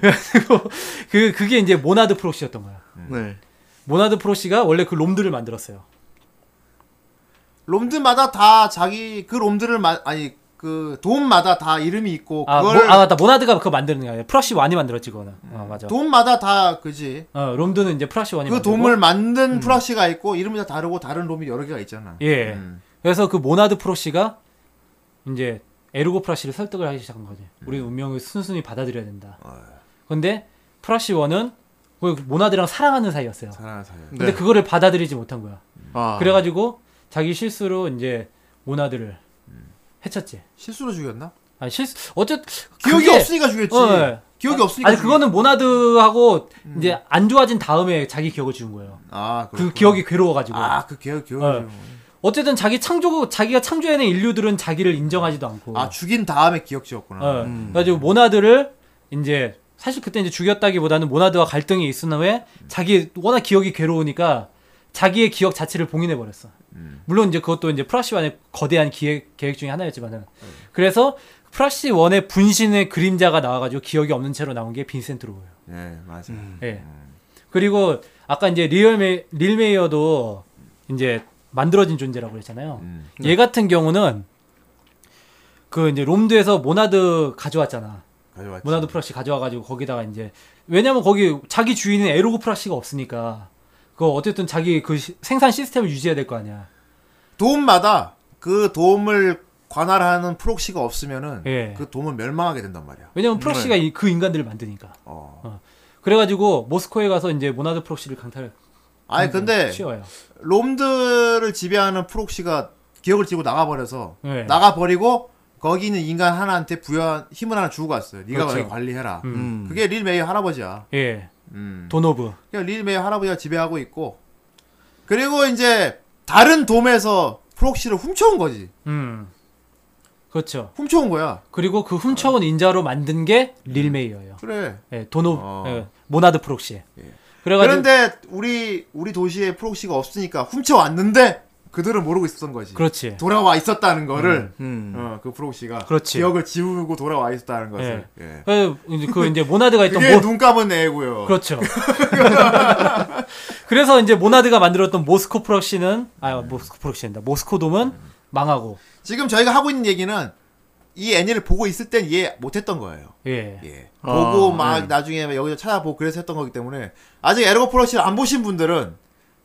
A: 그래가지고 그 그게 이제 모나드 프로씨였던 거야.
D: 네.
A: 모나드 프로씨가 원래 그 롬들을 만들었어요.
B: 롬들마다 다 자기 그 롬들을 마, 아니 그 도움마다 다 이름이 있고
A: 아,
B: 그걸 음.
A: 모, 아 맞다 모나드가 그거 만드는 게 아니라 프라시 완이 만들었지 그거는 아 맞아
B: 도움마다 다 그지.
A: 어, 롬드는 이제 프라시 완이
B: 그
A: 만들고
B: 돔을 만든 프락시가 있고 이름이 다 다르고 다른 롬이 여러 개가 있잖아.
A: 음. 예
B: 음.
A: 그래서 그 모나드 프로시가 이제 에르고 프라시를 설득을 하기 시작한 거지
B: 음.
A: 우리 운명을 순순히 받아들여야 된다
B: 어.
A: 근데 프라시 원은 그 모나드랑 사랑하는 사이였어요
B: 사랑하는 사이.
D: 네.
A: 근데 그거를 받아들이지 못한 거야
D: 아.
A: 그래가지고 자기 실수로 이제 모나드를
B: 음.
A: 해쳤지
B: 실수로 죽였나?
A: 아 실수 어쨌
B: 기억이
A: 그게-
B: 없으니까 죽였지.
A: 어, 예.
B: 기억이 없으니까.
A: 아니
B: 죽였-
A: 그거는 모나드하고 이제 안 좋아진 다음에 자기 기억을 지운 거예요
B: 아,
A: 그
B: 그렇구나.
A: 기억이 괴로워가지고
B: 아, 그 기억 기억.
A: 어. 어쨌든 자기 창조 자기가 창조해낸 인류들은 자기를 인정하지도 않고
B: 아, 죽인 다음에 기억 지웠구나.
A: 어, 그래가지고 모나드를 이제 사실 그때 이제 죽였다기보다는 모나드와 갈등이 있은 후에
B: 음.
A: 자기 워낙 기억이 괴로우니까 자기의 기억 자체를 봉인해 버렸어.
B: 음.
A: 물론 이제 그것도 이제 프라시완의 거대한 기획, 계획 중에 하나였지만은
B: 음.
A: 그래서 프라시 원의 분신의 그림자가 나와가지고 기억이 없는 채로 나온 게 빈센트 로예요.
B: 예, 음. 맞아.
A: 예. 그리고 아까 이제 리얼메 릴메이어도 이제 만들어진 존재라고 그랬잖아요.
B: 음.
A: 얘 같은 경우는 그 이제 롬드에서 모나드 가져왔잖아.
B: 가져왔지.
A: 모나드 프라시 가져와가지고 거기다가 이제 왜냐면 거기 자기 주인은 에로그 프라시가 없으니까 그거 어쨌든 자기 그 시- 생산 시스템을 유지해야 될 거 아니야.
B: 도움마다 그 도움을 관할하는 프록시가 없으면은
A: 예. 네.
B: 그 도움은 멸망하게 된단 말이야.
A: 왜냐면 프라시가 이- 그 인간들을 만드니까.
B: 어.
A: 그래가지고 모스코에 가서 이제 모나드 프라시를 강탈
B: 아니 근데
A: 치워요.
B: 롬들을 지배하는 프록시가 기억을 지고 나가버려서
A: 네.
B: 나가버리고 거기 있는 인간 하나한테 부여한 힘을 하나 주고 갔어요. 네가
A: 그렇죠.
B: 만약에 관리해라.
D: 음.
B: 그게 릴 메이어 할아버지야.
A: 예.
B: 음.
A: 도노브.
B: 그냥 릴 메이어 할아버지가 지배하고 있고 그리고 이제 다른 돔에서 프록시를 훔쳐온 거지.
A: 음. 그렇죠.
B: 훔쳐온 거야.
A: 그리고 그 훔쳐온 인자로 만든 게 릴메이어예요.
B: 그래.
A: 예, 도노
B: 음. 어. 예.
A: 예, 모나드 프록시. 그래가지고
B: 그런데 우리 우리 도시에 프록시가 없으니까 훔쳐왔는데 그들은 모르고 있었던 거지.
A: 그렇지.
B: 돌아와 있었다는 거를
D: 음.
B: 어, 그 프록시가
A: 그렇지.
B: 기억을 지우고 돌아와 있었다는 것을. 예.
A: 예, 이제 그 이제 모나드가 있던
B: 그게
A: 모
B: 눈 감은 애고요.
A: 그렇죠. 그래서 이제 모나드가 만들었던 모스코 프록시는 아 모스코 프록시입니다. 모스코 돔은 망하고
B: 지금 저희가 하고 있는 얘기는 이 애니를 보고 있을 땐 이해 못했던 거예요.
A: 예.
B: 예.
D: 아,
B: 보고 막
D: 음.
B: 나중에 막 여기서 찾아보고 그래서 했던 거기 때문에 아직 에르고 프로시를 안 보신 분들은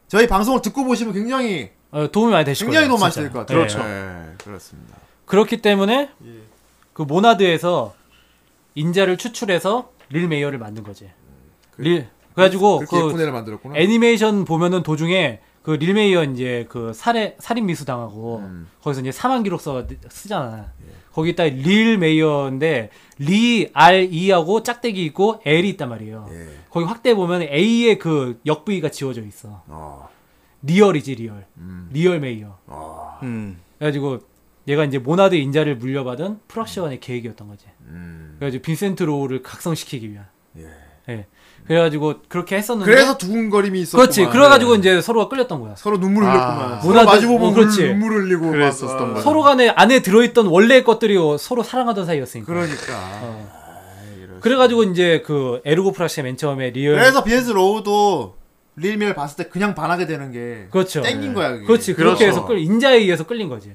B: 저희 방송을 듣고 보시면 굉장히
A: 어, 도움이 많이 되실
B: 굉장히
A: 거예요.
B: 도움 많이
A: 진짜.
B: 될 것
A: 예.
B: 같아요. 예, 그렇습니다.
A: 그렇기 때문에 그 모나드에서 인자를 추출해서 릴 메이어를 만든 거지. 릴 그래가지고
B: 음, 그렇게
A: 그
B: 예쁜 애를 만들었구나.
A: 애니메이션 보면은 도중에 그 릴메이어 이제 그 살해 살인 미수 당하고
B: 음.
A: 거기서 이제 사망 기록서 쓰잖아.
B: 예.
A: 거기에 딱 릴메이어인데 리 R E하고 짝대기 있고 L이 있단 말이에요.
B: 예.
A: 거기 확대해 보면 A의 그 역부위가 지워져 있어.
B: 어.
A: 리얼이지 리얼. 리얼 메이어.
B: 아.
D: 음.
A: 그래가지고 얘가 이제 모나드 인자를 물려받은 프락시원의 계획이었던 거지.
B: 음.
A: 그래가지고 빈센트 로우를 각성시키기 위한.
B: 예.
A: 예. 그래가지고 그렇게 했었는데.
B: 그래서 두근거림이 있었고.
A: 네. 그렇지. 그래가지고 이제 서로가 끌렸던 거야.
B: 네. 서로 눈물
D: 아.
B: 흘렸구만. 서로
A: 모나드-
B: 마주 보면
A: 어, 그렇지.
B: 눈물 흘리고.
D: 그랬었던
B: 막, 아,
D: 거야.
A: 서로 간에 안에 들어있던 원래의 것들이 서로 사랑하던 사이였으니까.
B: 그러니까.
A: 어. 그래가지고 이제 그 에르고 프락시의 맨 처음에 리얼.
B: 그래서 비엔스 로우도 릴밀 봤을 때 그냥 반하게 되는 게
A: 그렇죠.
B: 땡긴 거야 그게.
A: 그렇지. 그렇게
D: 네. 그렇죠.
A: 해서 끌 인자에 의해서 끌린 거지.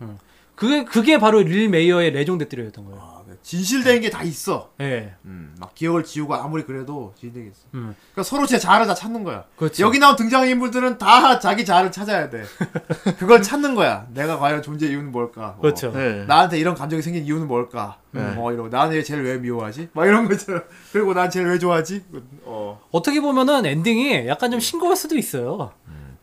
A: 응. 그게 그게 바로 릴 메이어의 레종 대뜨려였던 거예요.
B: 아. 네. 진실된 게 다 있어.
A: 예.
B: 음, 막 기억을 지우고 아무리 그래도 진실되게 있어.
A: 음. 그렇죠.
B: 그러니까 서로 제 자아를 다 찾는 거야.
A: 그렇지.
B: 여기 나온 등장인물들은 다 자기 자아를 찾아야 돼. 그걸 찾는 거야. 내가 과연 존재 이유는 뭘까? 뭐,
A: 그렇죠.
D: 네.
B: 나한테 이런 감정이 생긴 이유는 뭘까? 어 이러고 나는 얘 쟤를 왜 미워하지? 막 이런 거잖아. 그리고 난 쟤를 왜 좋아하지? 어.
A: 어떻게 보면은 엔딩이 약간 좀 싱거울 수도 있어요.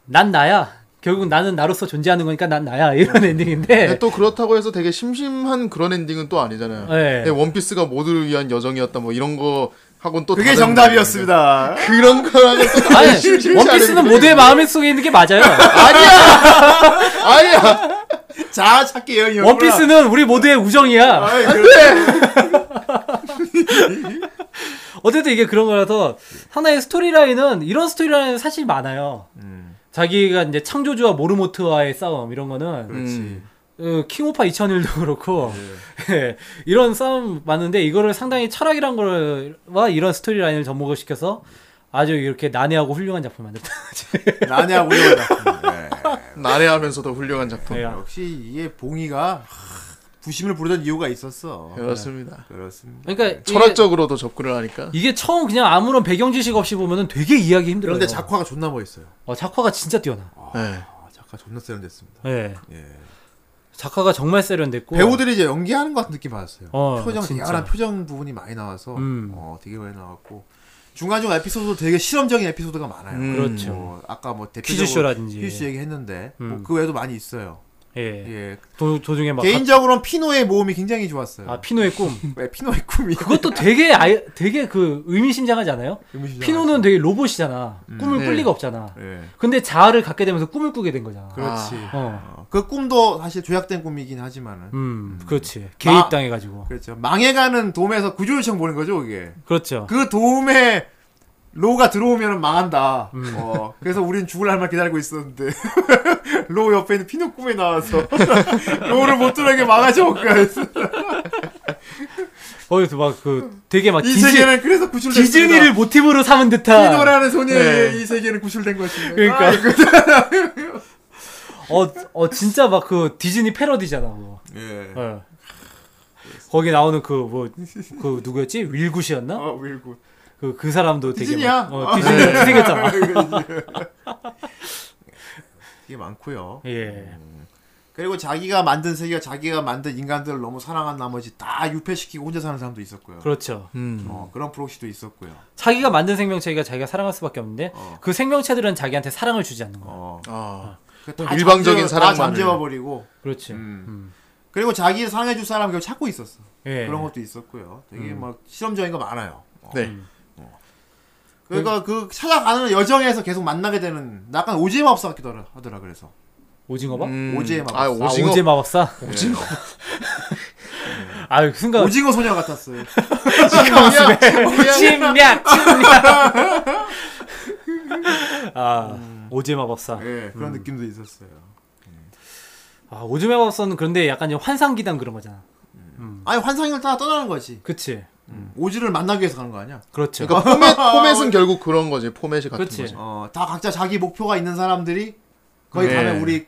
A: 난 나야. 결국 나는 나로서 존재하는 거니까 난 나야. 이런
D: 근데
A: 엔딩인데.
D: 또 그렇다고 해서 되게 심심한 그런 엔딩은 또 아니잖아요.
A: 네.
D: 근데 원피스가 모두를 위한 여정이었다 뭐 이런 거 하고는 또
B: 그게
D: 다른
B: 정답이었습니다.
D: 얘기인데. 그런 거랑은 또 다른
A: 아니,
D: 심심치
A: 원피스는
D: 않은
A: 모두의 마음속에 있는 게 맞아요.
D: 아니야.
B: 자아 찾기 여행이었구나.
A: 원피스는 우리 모두의 우정이야.
B: 아이, 그래.
A: 어쨌든 이게 그런 거라서 하나의 스토리라인은 이런 스토리라인은 사실 많아요.
B: 음.
A: 자기가 이제 창조주와 모르모트와의 싸움 이런 거는
D: 음.
A: 어, 킹오파 2001도 그렇고 예, 이런 싸움 많은데 이거를 상당히 철학이란 걸와 이런 스토리라인을 접목을 시켜서 아주 이렇게 난해하고 훌륭한 작품 만들다.
B: 난해하고 이러다.
D: 난해하면서도 훌륭한 작품.
A: 예.
B: 역시 이게 봉이가 하, 부심을 부르던 이유가 있었어.
D: 네. 그렇습니다.
B: 그렇습니다.
A: 그러니까 이게-
D: 철학적으로도 접근을 하니까.
A: 이게, 처음 그냥 아무런 배경 지식 없이 보면은 되게 이해하기 힘들어요.
B: 그런데 작화가 존나 멋있어요.
A: 어, 작화가 진짜 뛰어나.
D: 네.
B: 아, 작화 존나 세련됐습니다.
A: 예.
B: 예.
A: 작화가 정말 세련됐고
B: 배우들이 이제 연기하는 것 같은 느낌 받았어요.
A: 어,
B: 표정,
A: 진짜.
B: 야한 표정 부분이 많이 나와서
A: 음.
B: 어, 되게 많이 나왔고 중간중간 에피소드도 되게 실험적인 에피소드가 많아요.
D: 음.
A: 그렇죠.
B: 뭐 아까 뭐 대표적으로
A: 퀴즈쇼라든지.
B: 퀴즈 얘기했는데
A: 음.
B: 뭐 그 외에도 많이 있어요.
A: 예.
B: 예.
A: 도, 도중에 막
B: 개인적으로는 피노의 모험이 굉장히 좋았어요.
A: 아 피노의 꿈.
B: 왜 피노의 꿈이
A: 그것도 되게 아예 되게 그 의미심장하지 않아요?
B: 의미심장하죠. 음.
A: 피노는 되게 로봇이잖아. 꿈을 꿀
D: 네.
A: 리가 없잖아.
B: 예.
A: 근데 자아를 갖게 되면서 꿈을 꾸게 된 거잖아.
B: 그렇지.
A: 어.
B: 어, 그 꿈도 사실 조약된 꿈이긴 하지만은
A: 음, 그렇지. 개입당해 가지고.
B: 그렇죠 망해가는 돔에서 구조 요청 보는 거죠 그게
A: 그렇죠.
B: 그 돔에 로가 들어오면 망한다
A: 음.
B: 어, 그래서 우린 죽을 날만 기다리고 있었는데 로 옆에 있는 피노 꿈에 나와서 로를 못 들어오게
A: 아,
B: 망하죠
A: 거기서 막 그 되게 막
B: 이
A: 디즈,
B: 세계는 그래서 구출됐습니다
A: 디즈니를 모티브로 삼은 듯한
B: 피노라는 소녀의
D: 네.
B: 이 세계는 구출된 것입니다
A: 그러니까.
B: 아,
A: 어, 어 진짜 막 그 디즈니 패러디잖아. 그거.
B: 예.
A: 어. 거기 나오는 그 뭐 그 누구였지? 윌굿이었나?
B: 어 윌굿
A: 그, 그 사람도 되게.
B: 디즈니야. 네.
A: 막- 어, 디즈니 같이 생겼잖아.
B: 이게 많고요
A: 예.
B: 그리고 자기가 만든 세계와 자기가 만든 인간들을 너무 사랑한 나머지 다 유폐시키고 혼자 사는 사람도 있었고요.
A: 그렇죠.
D: 음.
B: 어, 그런 프록시도 있었고요.
A: 자기가 만든 생명체가 자기가 사랑할 수밖에 없는데
B: 어.
A: 그 생명체들은 자기한테 사랑을 주지 않는 거야.
B: 어.
D: 아.
B: 그다
D: 일방적인
B: 잠재워- 다
D: 사랑만을.
B: 잠재워 버리고
A: 그렇지.
B: 음.
A: 음.
B: 그리고 자기를 사랑해 줄 사람 결 찾고 있었어.
A: 예.
B: 그런 것도 있었고요. 되게
D: 음.
B: 막 실험적인 거 많아요. 어.
D: 네.
B: 그러니까 그 찾아가는 여정에서 계속 만나게 되는 약간 오지의 마법사 같기도 하더라- 하더라 그래서.
A: 오징어밥?
D: 음.
B: 오지의 마법.
D: 아,
A: 아,
D: 오징어. 예.
A: 오징어 마법사?
D: 오징어.
A: 아, 그 순간
B: 오징어 소녀 같았어요.
A: 침략, 침략. 아,
D: 음.
A: 오징어 마법사.
B: 예, 그런 느낌도 있었어요.
A: 아, 오징어 마법사는 그런데 약간 좀 환상기단 그런 거잖아.
D: 음.
B: 아니 환상을 따라 떠나는 거지.
A: 그치?
B: 오지를 만나기 위해서 가는 거 아니야?
A: 그렇죠.
D: 그러니까 포맷, 포맷은 결국 그런 거지. 포맷이 같은
A: 그치.
D: 거지.
B: 어, 다 각자 자기 목표가 있는 사람들이 거기
D: 네. 음.
B: 가면 우리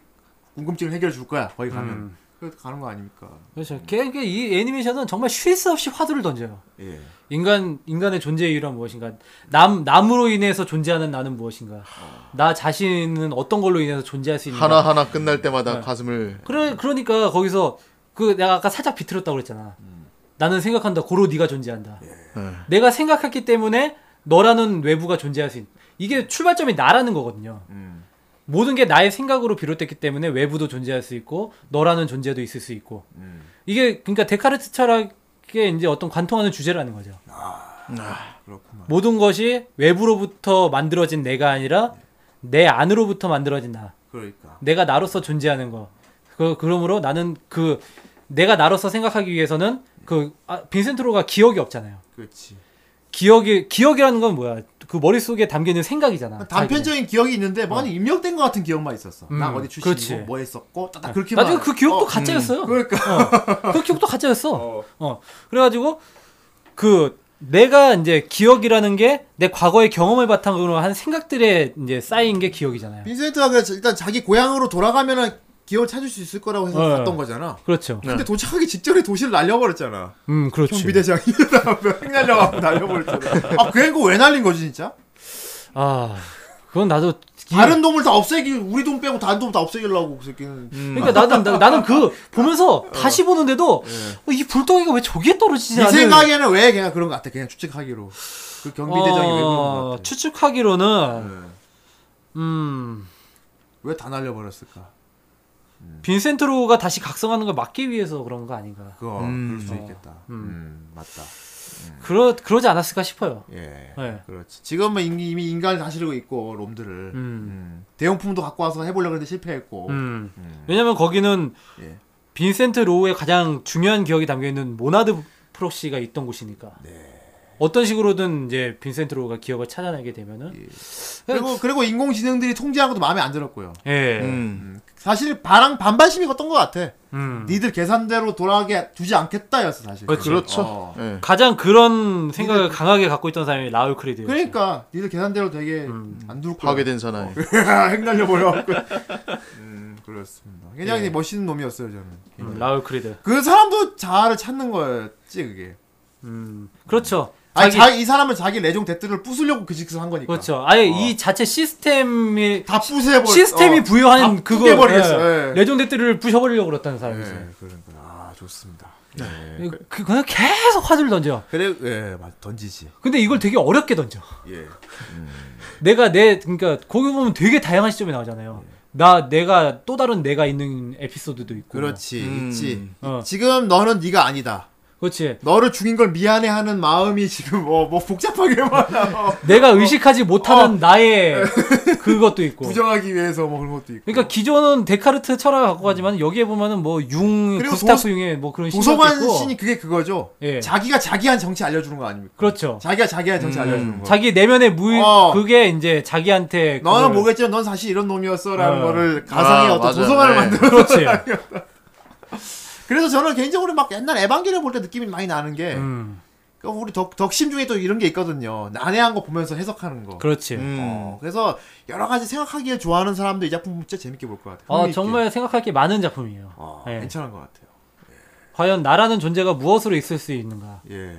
B: 궁금증을 해결해 줄 거야. 거기 가면. 그래서 가는 거 아닙니까?
A: 그렇죠. 걔, 걔, 이 애니메이션은 정말 쉴 새 없이 화두를 던져요.
B: 예.
A: 인간, 인간의 존재의 이유란 무엇인가? 남, 남으로 인해서 존재하는 나는 무엇인가? 나 자신은 어떤 걸로 인해서 존재할 수 있는가?
D: 하나 하나 끝날
B: 네.
D: 때마다 가슴을
A: 그래 그러니까 거기서 그 내가 아까 살짝 비틀었다고 그랬잖아. 나는 생각한다. 고로 네가 존재한다.
B: 예.
A: 내가
B: 음.
A: 생각했기 때문에 너라는 외부가 존재할 수 있는 이게 출발점이 나라는 거거든요. 모든 게 나의 생각으로 비롯됐기 때문에 외부도 존재할 수 있고 너라는 존재도 있을 수 있고
B: 음.
A: 이게 그러니까 데카르트 철학의 이제 어떤 관통하는 주제라는 거죠.
B: 아, 그렇구만.
A: 모든 것이 외부로부터 만들어진 내가 아니라 내 안으로부터 만들어진 나.
B: 그러니까.
A: 내가 나로서 존재하는 거. 그 그러므로 나는 그 내가 나로서 생각하기 위해서는 그 아, 빈센트로가 기억이 없잖아요.
B: 그렇지.
A: 기억이 기억이라는 건 뭐야? 그 머릿속에 담겨 있는 생각이잖아. 어.
B: 단편적인 기억이 있는데 많이 입력된 것 같은 기억만 있었어. 나
A: 음,
B: 어디
A: 그렇지.
B: 출신이고 뭐 했었고 딱
A: 자기는.
B: 그렇게
A: 나중에 그 기억도 가짜였어요.
B: 그러니까.
A: 어, 그 기억도 가짜였어. 어. 그래가지고 그 내가 이제 기억이라는 게 내 과거의 경험을 바탕으로 한 생각들에 이제 쌓인 게 기억이잖아요.
B: 빈센트가 그래서 일단 자기 고향으로 돌아가면은 기억을 찾을 수 있을 거라고 해서
A: 어.
B: 갔던 거잖아.
A: 그렇죠.
B: 근데 도착하기 직전에 도시를 날려버렸잖아.
A: 음, 그렇지.
B: 네. 경비대장이 횡 날려가고 날려버렸잖아. 아, 그 앵고 왜 날린 거지, 진짜?
A: 아, 그건 나도 이-
B: 다른 놈을 다 없애기, 우리 돈 빼고 다른 놈 다 없애기려고 그 새끼는.
A: 그러니까 나는 나, 나는 그
B: 어.
A: 보면서 다시 보는데도 어, 이 불덩이가 왜 저기에 떨어지지?
B: 네 예. 생각에는 왜 그냥 그런 것 같아. 그냥 추측하기로. 그
A: 어,
B: 경비대장이 왜 그런 것 같아.
A: 추측하기로는
B: 네.
A: 음
B: 왜다 날려버렸을까?
A: 빈센트로가 다시 각성하는 걸 막기 위해서 그런 거 아닌가?
B: 그거
D: 음.
A: 어.
B: 그럴 수 있겠다. 음, 맞다.
A: 그러 그러지 않았을까 싶어요.
B: 예.
A: 네.
B: 그렇지. 지금은 이미, 이미 인간을 다스리고 있고 롬들을
A: 음,
B: 음. 대용품도 갖고 와서 해보려고 했는데 실패했고.
A: 음.
B: 음.
A: 왜냐면 거기는
B: 예.
A: 빈센트 로우의 가장 중요한 기억이 담겨 있는 모나드 프록시가 있던 곳이니까.
B: 네.
A: 어떤 식으로든 이제 빈센트 로우가 기억을 찾아내게 되면은
B: 그리고 그리고 인공지능들이 통제한 것도 마음에 안 들었고요.
A: 예.
D: 음.
B: 사실 바랑 반반심이 컸던 것 같아.
A: 음.
B: 니들 계산대로 돌아가게 두지 않겠다였어 사실.
A: 그렇죠.
D: 그렇죠.
B: 어.
D: 예.
A: 가장 그런 생각을 강하게 갖고 있던 사람이 라울 크리드예요.
B: 그러니까 니들 계산대로 되게
A: 음.
B: 안 둘 거야.
D: 파괴된 사나이.
B: 어. 횡날려 버려갖고. 음 그렇습니다. 굉장히
A: 예.
B: 멋있는 놈이었어요 저는. 예.
A: 음, 라울 크리드.
B: 그 사람도 자아를 찾는 거였지 그게.
A: 음. 그렇죠.
B: 아니
A: 자기-
B: 자, 이 사람은 자기 레종 대트를 부수려고 그 짓을 한 거니까.
A: 그렇죠. 아예 이 자체 시스템이
B: 어. 다 부수해버려.
A: 시스템이
B: 어.
A: 부여한
B: 다
A: 그거
B: 부숴버리겠어.
A: 예.
B: 예.
A: 레종 데트를 부셔버리려고 그랬다는
B: 예,
A: 사람이었어요.
B: 그런 거. 아 좋습니다. 예.
A: 그, 그냥 계속 화두를 던져.
B: 그래 예 맞, 던지지.
A: 근데 이걸 되게 어렵게 던져. 음.
B: 예.
A: 내가 내 그러니까 거기 보면 되게 다양한 시점이 나오잖아요.
B: 예.
A: 나 내가 또 다른 내가 있는 에피소드도 있고.
B: 그렇지
D: 음.
B: 있지.
A: 어.
B: 지금 너는 네가 아니다.
A: 그렇지.
B: 너를 죽인 걸 미안해하는 마음이 지금 뭐, 뭐 복잡하게 많아. 어,
A: 내가 의식하지 못하는 나의 그것도 있고.
B: 부정하기 위해서 뭐 그런 것도 있고.
A: 그러니까 기존은 데카르트 철학을 갖고 가지만 여기에 보면은 뭐융
B: 음. 그리고
A: 구스타프
B: 도-
A: 융의 뭐 그런
B: 도서관
A: 신학도 있고.
B: 신이 그게 그거죠.
A: 예.
B: 자기가 자기한 정치 알려주는 거 아닙니까?
A: 그렇죠.
B: 자기가 자기한 정치 알려주는 거.
A: 자기 내면의 무의
B: 어.
A: 그게 이제 자기한테
B: 너는
A: 그걸-
B: 모르겠지만 넌 사실 이런 놈이었어라는
A: 어.
B: 거를 가상의
D: 아,
B: 어떤
D: 맞아.
B: 도서관을
D: 네.
B: 만들어.
A: 그렇지.
B: 그래서 저는 개인적으로 막 옛날 에반게리온 볼 때 느낌이 많이 나는 게
A: 음,
B: 그 우리 덕, 덕심 중에 또 이런 게 있거든요. 난해한 거 보면서 해석하는 거.
A: 그렇지.
D: 음.
A: 음.
B: 어, 그래서 여러 가지 생각하기에 좋아하는 사람도 이 작품 진짜 재밌게 볼 것 같아요.
A: 아
B: 흥미있게.
A: 정말 생각할 게 많은 작품이에요.
B: 어,
A: 예.
B: 괜찮은 것 같아요.
A: 과연 나라는 존재가 무엇으로 있을 수 있는가?
B: 예.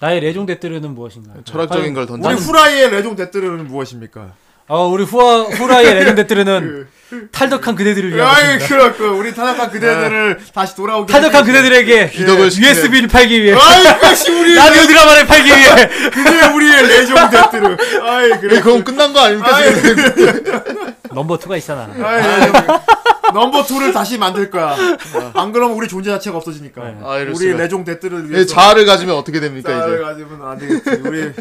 A: 나의 레종 대뜨르는
B: 네,
A: 무엇인가?
D: 철학적인 걸
B: 우리
D: 던져.
B: 후라이의 레종 대뜨르는 무엇입니까?
A: 아 우리 후아, 후라이의 레종 대뜨르는 탈덕한 그대들을
B: 그, 아이
A: 위한 것입니다. 네.
B: 그렇고 우리 타락한 그대들을 다시 돌아오게.
A: 탈덕한
B: 해주세요.
A: 그대들에게
D: 기덕을 시키는-
A: USB를 팔기 위해
B: 아이 그것이 우리
A: 라디오 드라마를 팔기 위해
B: 그게 우리의 레종 대뜨르. 아이
D: 예,
B: 그래.
D: 그건 끝난 거 아닙니까?
B: 아이,
D: 지금?
A: 넘버 2가 있잖아.
B: 아이, 레종- 넘버 2를 다시 만들 거야. 어. 안 그러면 우리 존재 자체가 없어지니까.
A: 네.
D: 아, 이럴
B: 우리
D: 수가.
B: 레종 대뜨를
D: 예,
B: 위해서.
D: 자아를 가지면 어떻게 됩니까
B: 자를
D: 그러니까 이제?
B: 가지면 안 되겠지. 우리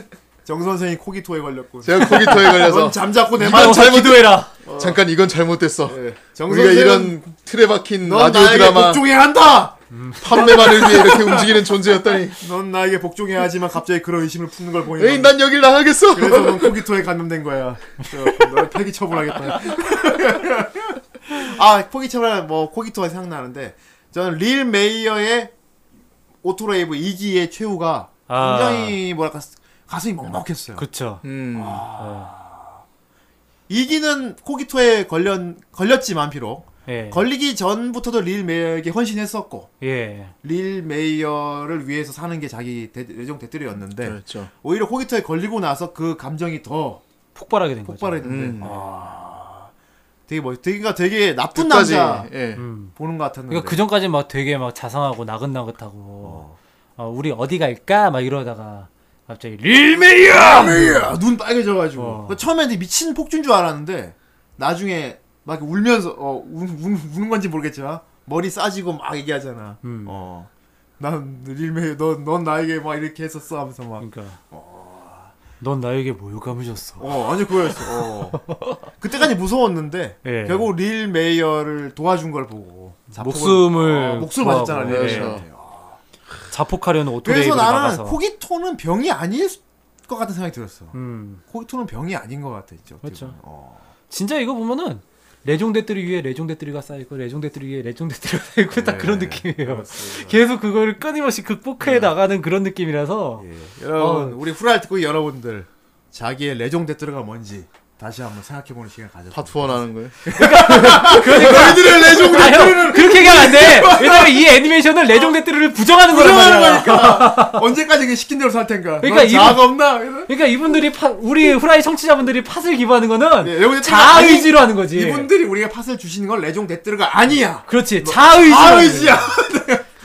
B: 정 선생이 코기토에 걸렸군.
D: 제가 거기터에
B: 넌
D: 걸려서
B: 잠자코 내
A: 아,
B: 말.
A: 잘못 기도해라.
D: 잠깐 이건 잘못됐어.
B: 예. 정
D: 우리가 그러니까 이런 틀에 박힌
B: 넌
D: 라디오
B: 나에게
D: 드라마
B: 복종해야 한다.
D: 판매만을 위해 이렇게 움직이는 존재였다니.
B: 넌 나에게 복종해야지만 갑자기 그런 의심을 품는 걸 보니.
D: 에이
B: 넌-
D: 난 여길 나가겠어.
B: 그래서 넌 포기토에 감염된 거야. 그래갖고 널 폐기 처분하겠다. 아, 포기 처분하면 뭐, 포기토가 생각나는데, 저는 릴 메이어의 오토레이브 2기의 최후가
A: 아.
B: 굉장히 뭐랄까, 가슴이 먹먹했어요.
A: 그렇죠.
D: 음.
B: 아, 2기는 코기토에 걸렸, 걸렸지만 비록
A: 예.
B: 걸리기 전부터도 릴 메이어에게 헌신했었고
A: 예.
B: 릴 메이어를 위해서 사는 게 자기 대, 레종 대뜨리였는데
A: 네.
D: 그렇죠.
B: 오히려 코기토에 걸리고 나서 그 감정이 더
A: 폭발하게 된 거죠.
B: 폭발했는데
D: 음.
B: 아, 되게 멋 되게 그러니까 되게 나쁜
D: 끝까지
B: 남자
D: 예.
A: 음.
B: 보는 것 같았는데
A: 그러니까 그 전까지 막 되게 막 자상하고 나긋나긋하고 어, 우리 어디 갈까 막 이러다가 갑자기 릴
B: 야, 아, 눈 빨개져가지고 그러니까
A: 어.
B: 그 처음에 이제 미친 폭주인 줄 알았는데 나중에 막 울면서 어 우, 는 건지 모르겠지만 머리 싸지고 막 얘기하잖아.
A: 음.
B: 어. 난 일매 넌넌 나에게 막 이렇게 했었어 하면서 막
A: 그러니까 넌 나에게 모욕감을 줬어.
B: 어, 아니 그거였어. 어. 그때까지 무서웠는데
A: 예.
B: 결국 릴 메이어를 도와준 걸 보고 자폭을-
A: 목숨을
B: 어, 목숨을
A: 구하고.
B: 맞았잖아. 릴
A: 예.
B: 메이어한테. 어.
A: 자폭하려는 오토레이를
B: 그래서
A: 막아서.
B: 나는 코기토는 병이 아닐 것 같은 생각이 들었어.
A: 음,
B: 코기토는 병이 아닌 것 같아, 진짜. 어떻게
A: 그렇죠.
B: 보면. 어.
A: 진짜 이거 보면은 레종대들이 위에 레종대들이가 쌓이고 레종대들이 위에 레종대들이가 쌓이고
B: 네,
A: 딱 그런 느낌이에요. 계속 그거를 끊임없이 극복해 나가는 그런 느낌이라서
B: 네. 예. 여러분,
A: 어.
B: 우리 후라이 듣고 여러분들 자기의 레종 대트르가 뭔지 다시 한번 생각해보는 시간 가져.
D: 다 투원하는 거예요.
B: 너희들의 레종
A: 아, 형, 그렇게 가면 안 돼. 왜냐면 이 애니메이션은 레종대들을 부정하는 거란
B: 부정하는
A: 말이야.
B: 거니까 언제까지 그 시킨 대로 살 텐가.
A: 그러니까
B: 넌 자아가
A: 이분-
B: 없나? 그래서
A: 그러니까 이분들이 파, 우리 후라이 청취자분들이 팟을 기부하는 거는
B: 예, 여기서
A: 자의지로 하는 거지.
B: 이분들이 우리가 팟을 주시는 건 레종 대트르가 아니야.
A: 그렇지. 자의지로. 하는 거지.
B: 아의지야.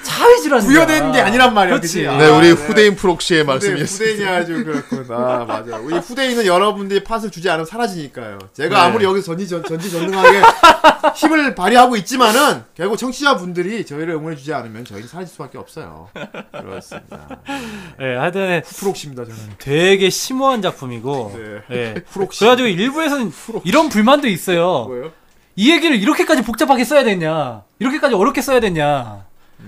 A: 자의지로 하는 거야.
B: 부여된 게 아니란 말이야. 그치?
A: 그렇지.
B: 아,
D: 네, 우리
B: 네.
D: 후대인 프록시의
B: 후대,
D: 말씀이었습니다.
B: 후대인이 아주 그렇구나. 맞아. 우리 후대인은 여러분들이 팟을 주지 않으면 사라지니까요. 제가
D: 네.
B: 아무리 여기서 전지, 전, 전지전능하게 힘을 발휘하고 있지만은 결국 청취자분들이 저희를 응원해주지 않으면 저희는 사라질 수밖에 없어요. 그렇습니다.
A: 예, 하여튼
B: 프록시입니다, 저는.
A: 되게 심오한 작품이고.
B: 네.
A: 예.
B: 프록시.
A: 그래가지고 일부에서는 이런 불만도 있어요.
B: 뭐예요?
A: 이 얘기를 이렇게까지 복잡하게 써야 됐냐? 이렇게까지 어렵게 써야 됐냐?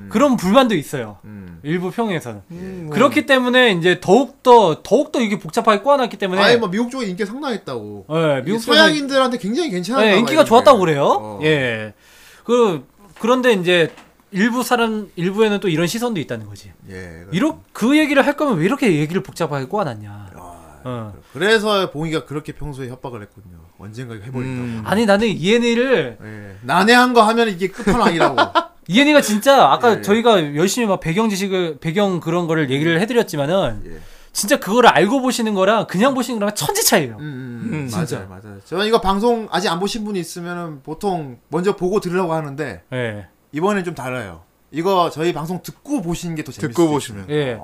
A: 그런 불만도 있어요.
B: 음.
A: 일부 평에서는. 그렇기 때문에 이제 더욱더 더욱더 이게 복잡하게 꼬아놨기 때문에
B: 아예 뭐 미국 쪽에 인기가 상당했다고.
A: 예,
B: 네, 미국 네,
A: 미국 쪽에서
B: 서양인들한테 어. 굉장히 괜찮았다.
A: 예, 인기가 좋았다고 그래요. 예. 그 그런데 이제 일부 사람 일부에는 또 이런 시선도 있다는 거지.
B: 예.
A: 이렇 그 얘기를 할 거면 왜 이렇게 얘기를 복잡하게 꼬아놨냐.
B: 아,
A: 어.
B: 그래서 봉이가 그렇게 평소에 협박을 했군요. 언젠가 해버린다고.
D: 음.
A: 아니 나는 이엔이를
B: 예. 난해한 거 하면 이게 끝판왕이라고.
A: 이엔이가 진짜 아까
B: 예.
A: 저희가 열심히 막 배경 지식을 배경 그런 거를 얘기를 해드렸지만은
B: 예.
A: 진짜 그거를 알고 보시는 거랑 그냥 보시는 거랑 천지 차이예요.
B: 음,
D: 음,
B: 맞아요, 맞아요. 저는 이거 방송 아직 안 보신 분이 있으면 보통 먼저 보고 들으라고 하는데
A: 예.
B: 이번엔 좀 달라요. 이거 저희 방송 듣고 보시는 게 더 재밌어요.
D: 듣고 보시면.
A: 예.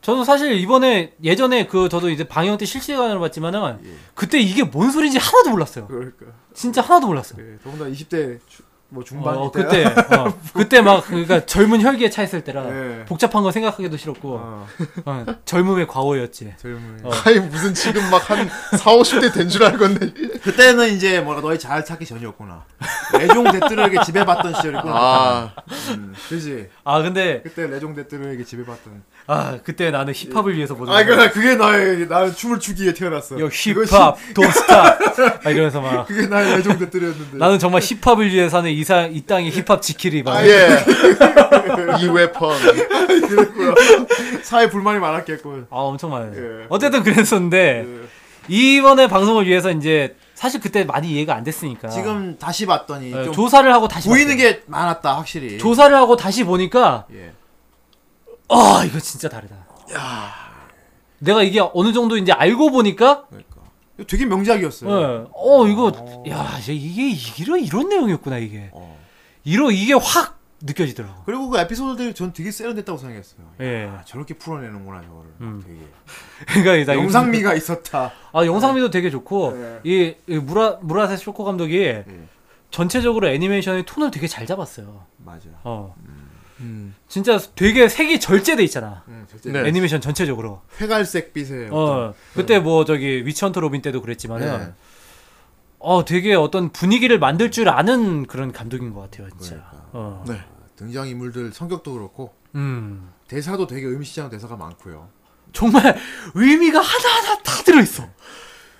A: 저는 사실 이번에 예전에 그 저도 이제 방영 때 실시간으로 봤지만은 그때 이게 뭔 소리인지 하나도 몰랐어요.
B: 예. 그러니까
A: 진짜 하나도 몰랐어요.
B: 예, 더군다나 20대 주, 뭐 중반
A: 어,
B: 때
A: 그때 어, 그때 막 그러니까 젊은 혈기에 차 있을 때라
B: 예.
A: 복잡한 거 생각하기도 싫었고
B: 어,
A: 어, 젊음의 과오였지.
B: 젊은
A: 어.
D: 아니 무슨 지금 막 한 4, 50대 된 줄 알건데.
B: 그때는 이제 뭐라 너희 잘 찾기 전이었구나. 레종 대뜨르에게 지배받던 시절이구나.
D: 아,
B: 음, 그지.
A: 아 근데
B: 그때 레종 대뜨르에게 지배받던.
A: 아 그때 나는 힙합을 위해서 보는
B: 아,
A: 거야.
B: 그 그게 나의 나는 춤을 추기에 태어났어.
A: 요
B: 그것이-
A: 힙합 돈스타 아, 이러면서 막
B: 그게 나의 레종 대뜨르였는데.
A: 나는 정말 힙합을 위해 사는 이사 이 땅의 힙합 지키리
B: 아,
A: 막
D: 예. 이 웨펀.
B: 사회 불만이 많았겠군.
A: 아 엄청 많아요.
B: 예.
A: 어쨌든 그랬었는데
B: 예.
A: 이번에 방송을 위해서 이제 사실 그때 많이 이해가 안 됐으니까
B: 지금 다시 봤더니
A: 예,
B: 좀
A: 아. 조사를 하고 다시
B: 보이는
A: 봤어요.
B: 게 많았다 확실히.
A: 조사를 하고 다시 보니까
B: 예.
A: 아 이거 진짜 다르다. 내가 이게 어느 정도 이제 알고 보니까
B: 그러니까 이거 되게 명작이었어요.
A: 예, 어 이거 야 이제 이게 이런 이런 내용이었구나 이게
B: 어.
A: 이러 이게 확 느껴지더라고.
B: 그리고 그 에피소드들이 전 되게 세련됐다고 생각했어요.
A: 예.
B: 아, 저렇게 풀어내는구나 저거를.
A: 음.
B: 되게
A: 그러니까 나
B: 영상미가 있었다.
A: 아 영상미도 되게 좋고
B: 네.
A: 이, 이 무라 무라세 쇼코 감독이
B: 예,
A: 전체적으로 애니메이션의 톤을 되게 잘 잡았어요.
B: 맞아.
A: 어
D: 음.
A: 진짜 되게 색이 절제돼 있잖아.
B: 응, 절대.
D: 네.
A: 애니메이션 전체적으로.
B: 회갈색 빛의
A: 어 그때 뭐 저기 위치헌터 로빈 때도 그랬지만은
B: 네.
A: 어 되게 어떤 분위기를 만들 줄 아는 그런 감독인 것 같아요, 진짜.
B: 그러니까.
A: 어.
D: 네.
B: 등장 인물들 성격도 그렇고
A: 음
B: 대사도 되게 의미심장한 대사가 많고요.
A: 정말 의미가 하나 하나 다 들어 있어.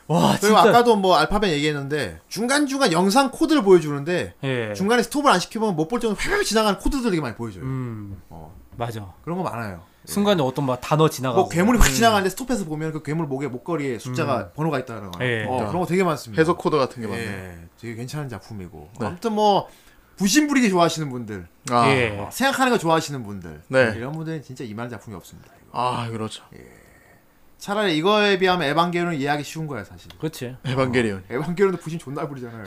A: 와
B: 그리고
A: 진짜.
B: 아까도 뭐 알파벳 얘기했는데 중간 중간 영상 코드를 보여주는데
A: 예.
B: 중간에 스톱을 안 시키면 못 볼 정도로 회회 지나가는 코드들 되게 많이 보여줘요.
A: 음
B: 어,
A: 맞아.
B: 그런 거 많아요.
A: 순간에 어떤 막 단어 지나가고.
B: 뭐 괴물이 확 지나가는데 스톱해서 보면 그 괴물 목에 목걸이에 숫자가 번호가 있다는 거.
A: 음. 예.
B: 어, 그런 거 되게 많습니다.
D: 해석 코드 같은 게 많네요. 네.
B: 예, 되게 괜찮은 작품이고. 아무튼 뭐 부심부리기 좋아하시는 분들,
D: 아.
A: 예.
B: 어, 생각하는 거 좋아하시는 분들
D: 네.
B: 이런 분들은 진짜 이만한 작품이 없습니다. 이거.
D: 아, 그렇죠.
B: 차라리 이거에 비하면 에반게리온 이해하기 쉬운 거야 사실.
A: 그렇지.
D: 에반게리온.
B: 에반게리온도 부심 존나 부리잖아요.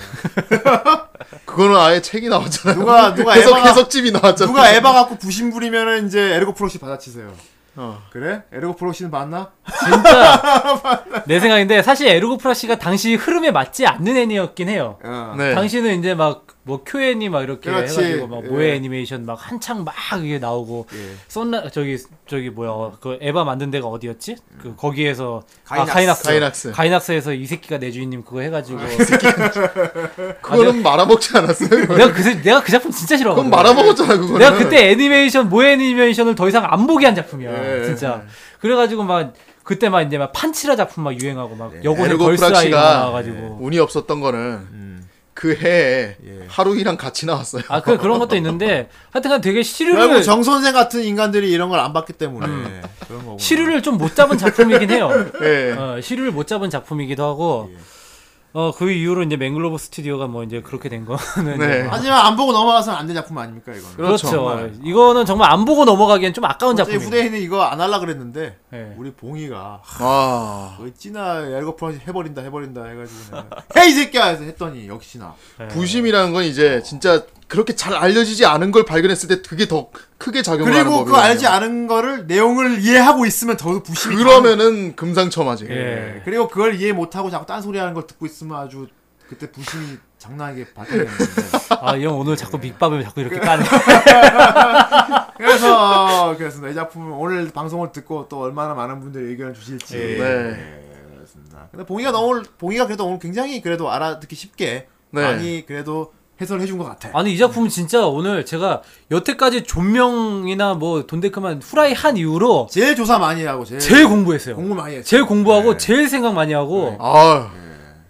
D: 그거는 아예 책이 나왔잖아요.
B: 누가 누가
D: 해석
B: 에바가
D: 해석집이 나왔잖아요.
B: 누가 에바 갖고 부심 부리면은 이제 에르고 프로시 받아치세요.
D: 어.
B: 그래? 에르고 프로시는 맞나?
A: 진짜 내 생각인데 사실 에르고 프라시가 당시 흐름에 맞지 않는 애니였긴 해요.
B: 어.
D: 네.
A: 아, 당시는 이제 막 뭐 큐 애니 막 이렇게
B: 그렇지.
A: 해가지고 막 모의
B: 예.
A: 애니메이션 막 한창 막 이게 나오고
D: 예.
A: 썬라 저기 저기 뭐야 그 에바 만든 데가 어디였지? 그 거기에서
B: 가이낙스.
A: 아, 가이낙스
D: 음. 가이낙스. 아,
A: 가이낙스에서 이 새끼가 내 주인님 그거 해가지고
D: 그거는 말아먹지 않았어요.
A: 내가 그 새- 내가 그 작품 진짜
D: 그건
A: 싫어하거든.
D: 말아먹었잖아 그거는.
A: 내가 그때 애니메이션 모의 애니메이션을 더 이상 안 보게 한 작품이야
D: 예.
A: 진짜 그래가지고 막 그때 막 이제 막 판치라 작품 막 유행하고 막 여고생
D: 예, 에르고
A: 걸스아이
D: 프락시가 예.
A: 나와가지고 음.
D: 운이 없었던 거는 그 해에 하루이랑 같이 나왔어요.
A: 예. 아 그 그런 것도 있는데 하여튼간 되게
B: 결국
A: 시류를
B: 정 선생 같은 인간들이 이런 걸 안 봤기 때문에 그런 거고.
A: 시류를 좀 못 잡은 작품이긴 해요
D: 예.
A: 어, 시류를 못 잡은 작품이기도 하고 어 그 이후로 이제 맹글로브 스튜디오가 뭐 이제 그렇게 된 거는
D: 네.
A: 이제 뭐
B: 하지만 안 보고 넘어가서는 안 된 작품 아닙니까 이거는.
A: 그렇죠.
D: 정말.
A: 이거는 정말 안 보고 넘어가기엔 좀 아까운
B: 어차피
A: 작품이에요.
B: 후대인은 이거 안 하려 그랬는데
A: 예.
B: 우리 봉이가
D: 아
B: 거의 찌나 에르고 프로시 해버린다 해버린다 해가지고 내가 헤이 새끼야 해서 했더니 역시나
A: 예.
D: 부심이라는 건 이제 진짜 그렇게 잘 알려지지 않은 걸 발견했을 때 그게 더 크게 작용을 하는
B: 그리고
D: 거예요.
B: 그 알지 않은 거를 내용을 이해하고 있으면 더 부심이
D: 그러면은 금상첨화지.
A: 예.
B: 예. 그리고 그걸 이해 못하고 자꾸 딴소리 하는 걸 듣고 있으면 아주 그때 부심이 장난하게 발달되는데
A: 아이 형 오늘 자꾸 밑밥을 자꾸 이렇게 까네.
B: 그래서 그래서 내 작품은 오늘 방송을 듣고 또 얼마나 많은 분들이 의견을 주실지
D: 네.
B: 근데 봉이가 너무 오늘- 봉이가 그래도 오늘 굉장히 그래도 알아듣기 쉽게
D: 네.
B: 많이 그래도 해설해 준 것 같아
A: 아니 이 작품 은 진짜 오늘 제가 여태까지 존명이나 뭐 돈데크만 후라이 한 이후로
B: 제일 조사 많이 하고 제일,
A: 제일 공부했어요.
B: 공부 많이 했어
A: 제일 공부하고 제일 생각 많이 하고
D: 아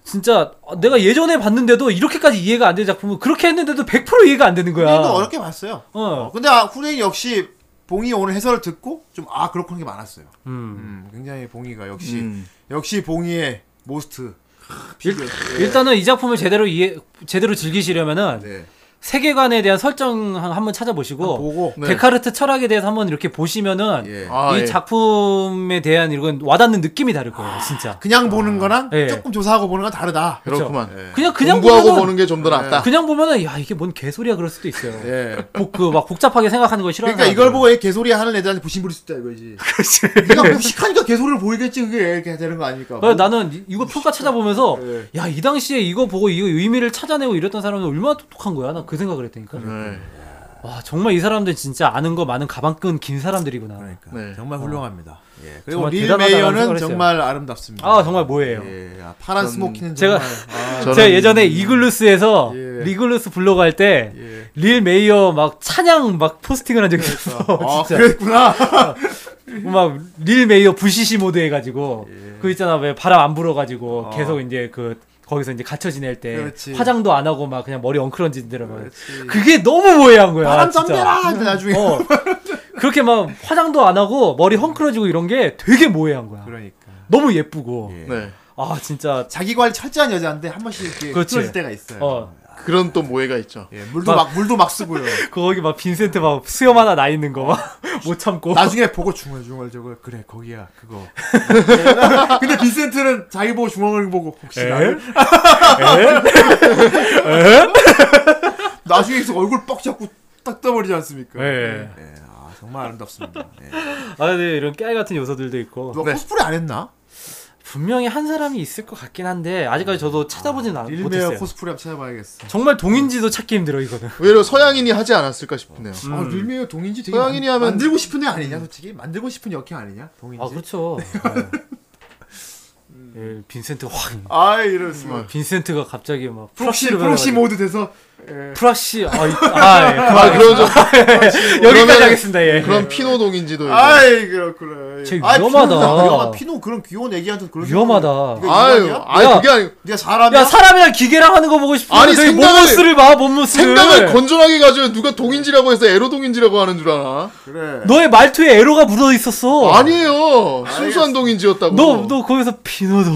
A: 진짜 어, 내가 예전에 봤는데도 이렇게까지 이해가 안 되는 작품은 그렇게 했는데도 100% 이해가 안 되는 거야.
B: 후레인도 어렵게 봤어요
A: 어.
B: 어, 근데 아, 후레인 역시 봉이 오늘 해설을 듣고 좀 아 그렇구나 게 많았어요
A: 음.
B: 음, 굉장히 봉이가 역시
D: 음.
B: 역시 봉이의 모스트
A: 일, 일단은 이 작품을 제대로 이해 제대로 즐기시려면은
B: 네.
A: 세계관에 대한 설정 한- 한번 찾아보시고
B: 보고
D: 네.
A: 데카르트 철학에 대해서 한번 이렇게 보시면은
B: 예.
D: 아,
A: 이
D: 예.
A: 작품에 대한 이건 와닿는 느낌이 다를 거예요, 진짜.
B: 그냥 보는 거랑
A: 예.
B: 조금 조사하고 보는 건 다르다
D: 아.
B: 그렇죠. 예.
D: 그렇구만.
B: 네.
A: 그냥 그냥
D: 공부하고
A: 보면은-
D: 보는 게 좀 더 낫다.
A: 그냥 보면은 야 이게 뭔 개소리야 그럴 수도 있어요.
B: 예.
A: 복그막 복잡하게 생각하는 걸 싫어하는
B: 그러니까 이걸
A: 사람들은.
B: 보고 얘 개소리 하는 애들한테 부심 부릴 수 있다 이거지. 그러니까 무식하니까 개소리를 보이겠지 그게 이렇게 되는 거 아닙니까?
A: 그러니까 나는 이- 이거 평가 찾아보면서
B: 어, 예.
A: 야 이 당시에 이거 보고 이거 의미를 찾아내고 이랬던 사람은 얼마나 똑똑한 거야 나 그 생각을 했다니까
D: 네.
A: 와 정말 이 사람들 진짜 아는 거 많은 가방끈 긴 사람들이구나
B: 그러니까
D: 네.
B: 정말 훌륭합니다. 예. 그리고
A: 정말
B: 릴
A: 대단하다는
B: 메이어는
A: 생각을 했어요.
B: 정말 아름답습니다.
A: 아 정말 뭐예요
B: 예. 아, 파란
D: 전-
B: 스모키는
A: 제가-
B: 정말 아,
D: 저는-
A: 제가 예전에 이글루스에서
B: 예.
A: 리글루스 블로그 할 때 릴
B: 예.
A: 메이어 막 찬양 막 포스팅을 한 적이 있었어
B: 아,
A: 진짜
B: 그랬구나.
A: 막 릴 메이어 부시시 모드 해가지고
B: 예.
A: 그 있잖아 왜 바람 안 불어가지고 계속 이제 그 거기서 이제 갇혀 지낼 때
B: 그렇지.
A: 화장도 안 하고 막 그냥 머리 엉클어진 대로 막 그게 너무 모해한 거야
B: 파란
A: 진짜.
B: 썸네라 근데 나중에
A: 어 그렇게 막 화장도 안 하고 머리 헝클어지고 이런 게 되게 모해한 거야
B: 그러니까
A: 너무 예쁘고
D: 네.
A: 아 진짜
B: 자기 관리 철저한 여자인데 한 번씩 이렇게
A: 그렇지.
B: 틀어질 때가 있어요.
A: 어
D: 그런 또 모해가 있죠.
B: 예, 물도 막, 물도 막 쓰고요.
A: 거기 막 빈센트 막 수염 하나 나 있는 거 막 못 참고
B: 나중에 보고 중얼중얼 저거 그래 거기야 그거. 근데 빈센트는 자기 보고 중얼을 보고 혹시 나를 나중에 계속 얼굴 뻑 잡고 딱 떠버리지 않습니까?
A: 예.
B: 예, 아, 정말 아름답습니다. 예.
A: 아 근데 이런 깨알 같은 요소들도 있고
B: 누가 코스프레 안 했나?
A: 분명히 한 사람이 있을 것 같긴 한데 아직까지 저도 찾아보진 않-
B: 일메어
A: 못했어요.
B: 코스프레 한번 찾아봐야겠어.
A: 정말 동인지도 찾기 힘들어 이거는.
D: 의외로 서양인이 하지 않았을까 싶네요.
A: 음.
B: 아, 일메어 동인지 되게
D: 서양인이
B: 만-
D: 하면-
B: 만들고 싶은 애 아니냐 솔직히 만들고 싶은 역행 음. 아니냐 동인지.
A: 아 그렇죠. 예, 빈센트 확.
B: 아 이럴 수가.
A: 빈센트가 갑자기 막
B: 프록시
A: 프락시를
B: 프록시
A: 변해가지고.
B: 모드 돼서
A: 프락시 아, 이- 아 예.
D: 아 그런 좀
A: 여기까지
D: 그러면은-
A: 하겠습니다. 예.
D: 그런 피노 동인지도. 이거.
B: 아이 그렇구나.
A: 쟤
B: 아이,
A: 위험하다.
B: 피노, 위험하- 피노 그런 귀여운 애기한테 그런
A: 위험하다.
D: 아유,
B: 아유,
D: 아유
A: 야.
D: 그게 아니고
B: 네가 사람이야?
A: 야 사람이랑 기계랑 하는 거 보고 싶어.
D: 아니,
A: 아니 저기
D: 생각을-
A: 몸모스를 봐 몸모스를.
D: 생각을 건전하게 가져요. 누가 동인지라고 해서 에로 동인지라고 하는 줄 아나?
B: 그래.
A: 너의 말투에 에로가 묻어 있었어.
D: 아니에요. 순수한 동인지였다고.
A: 너너 거기서 피노도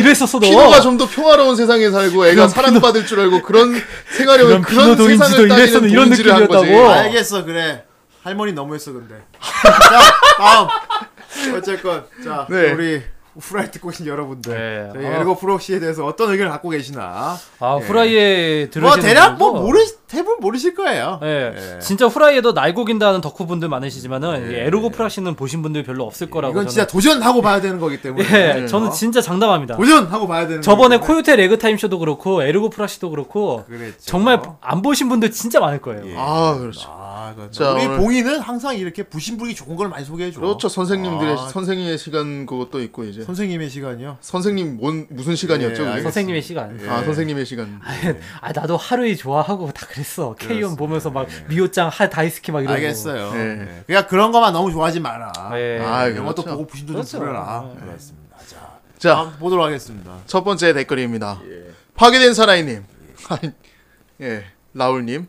A: 이랬었어 너.
D: 네. 피노가 좀 더 평화로운 세상에 살고 애가
A: 그런
D: 사랑받을 줄 알고 그런 생활형을
A: 그런
D: 그런,
A: 피노 동인지도
D: 세상을 따지는
A: 이랬었는 이런
D: 동인지를 한 거지.
A: 느낌이었다고?
D: 아,
B: 알겠어 그래 할머니 너무했어 근데 자 다음 어쨌건 자
D: 네. 어.
B: 우리 후라이 듣고 계신 여러분들
A: 네.
B: 저희
A: 아.
B: 에르고 프록시에 대해서 어떤 의견을 갖고 계시나
A: 아
D: 네.
B: 예.
A: 후라이에 들으시는
B: 뭐 대략 뭐
A: 분도-
B: 모르 대부분 모르실 거예요.
A: 예,
D: 네.
B: 예.
A: 진짜 후라이에도 날고긴다는 덕후분들 많으시지만은 이 에르고 프락시는 보신 분들 별로 없을 거라고
B: 이건 진짜
A: 저는
B: 도전하고 봐야 되는 거기 때문에
A: 예,
B: 어?
A: 저는 진짜 장담합니다.
B: 도전하고 봐야 되는.
A: 저번에
B: 거기
A: 코요테 레그타임 쇼도 그렇고 에르고 프락시도 아, 그렇고
B: 그랬죠.
A: 정말 안 보신 분들 진짜 많을 거예요.
B: 때문에. 예.
D: 아, 그렇죠.
B: 아, 그건
D: 자,
B: 우리
D: 오늘-
B: 봉이는 항상 이렇게 부심부리 좋은 걸 많이 소개해 줘.
D: 그렇죠. 선생님들의
B: 아,
D: 선생님의 시간 그것도 있고 이제
B: 선생님의 시간이요.
D: 선생님 뭔 무슨 시간이었죠?
B: 예,
D: 그게?
B: 알겠습니다.
A: 네, 선생님의 시간.
D: 아, 선생님의 시간.
A: 아 나도 하루이 좋아하고 다 예. 그랬어. 케이온 보면서 막 미호짱 하 다이스키 막 이러고.
B: 알겠어요.
D: 예.
B: 예. 그러니까 그런 것만 너무 좋아하지 마라.
A: 예.
D: 아,
B: 이런 것도
D: 그렇죠.
B: 보고 부심도 좀 풀어라.
A: 네.
B: 그렇습니다. 자,
D: 자,
A: 아,
B: 다음 보도록 하겠습니다.
D: 첫 번째 댓글입니다. 파괴된 사나이님. 아니, 예, 라울님.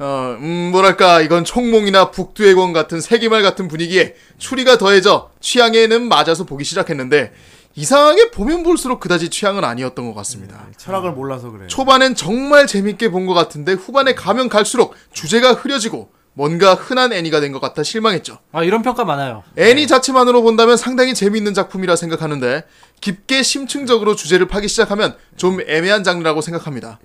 D: 어, 음, 뭐랄까, 이건 총몽이나 북두의권 같은 세기말 같은 분위기에 추리가 더해져 취향에는 맞아서 보기 시작했는데, 이상하게 보면 볼수록 그다지 취향은 아니었던 것 같습니다.
B: 철학을 몰라서 그래요.
D: 네. 초반엔 정말 재밌게 본 것 같은데, 후반에 가면 갈수록 주제가 흐려지고, 뭔가 흔한 애니가 된 것 같아 실망했죠.
A: 아 이런 평가 많아요.
D: 애니 자체만으로 본다면 상당히 재미있는 작품이라 생각하는데 깊게 심층적으로 주제를 파기 시작하면 좀 애매한 장르라고 생각합니다.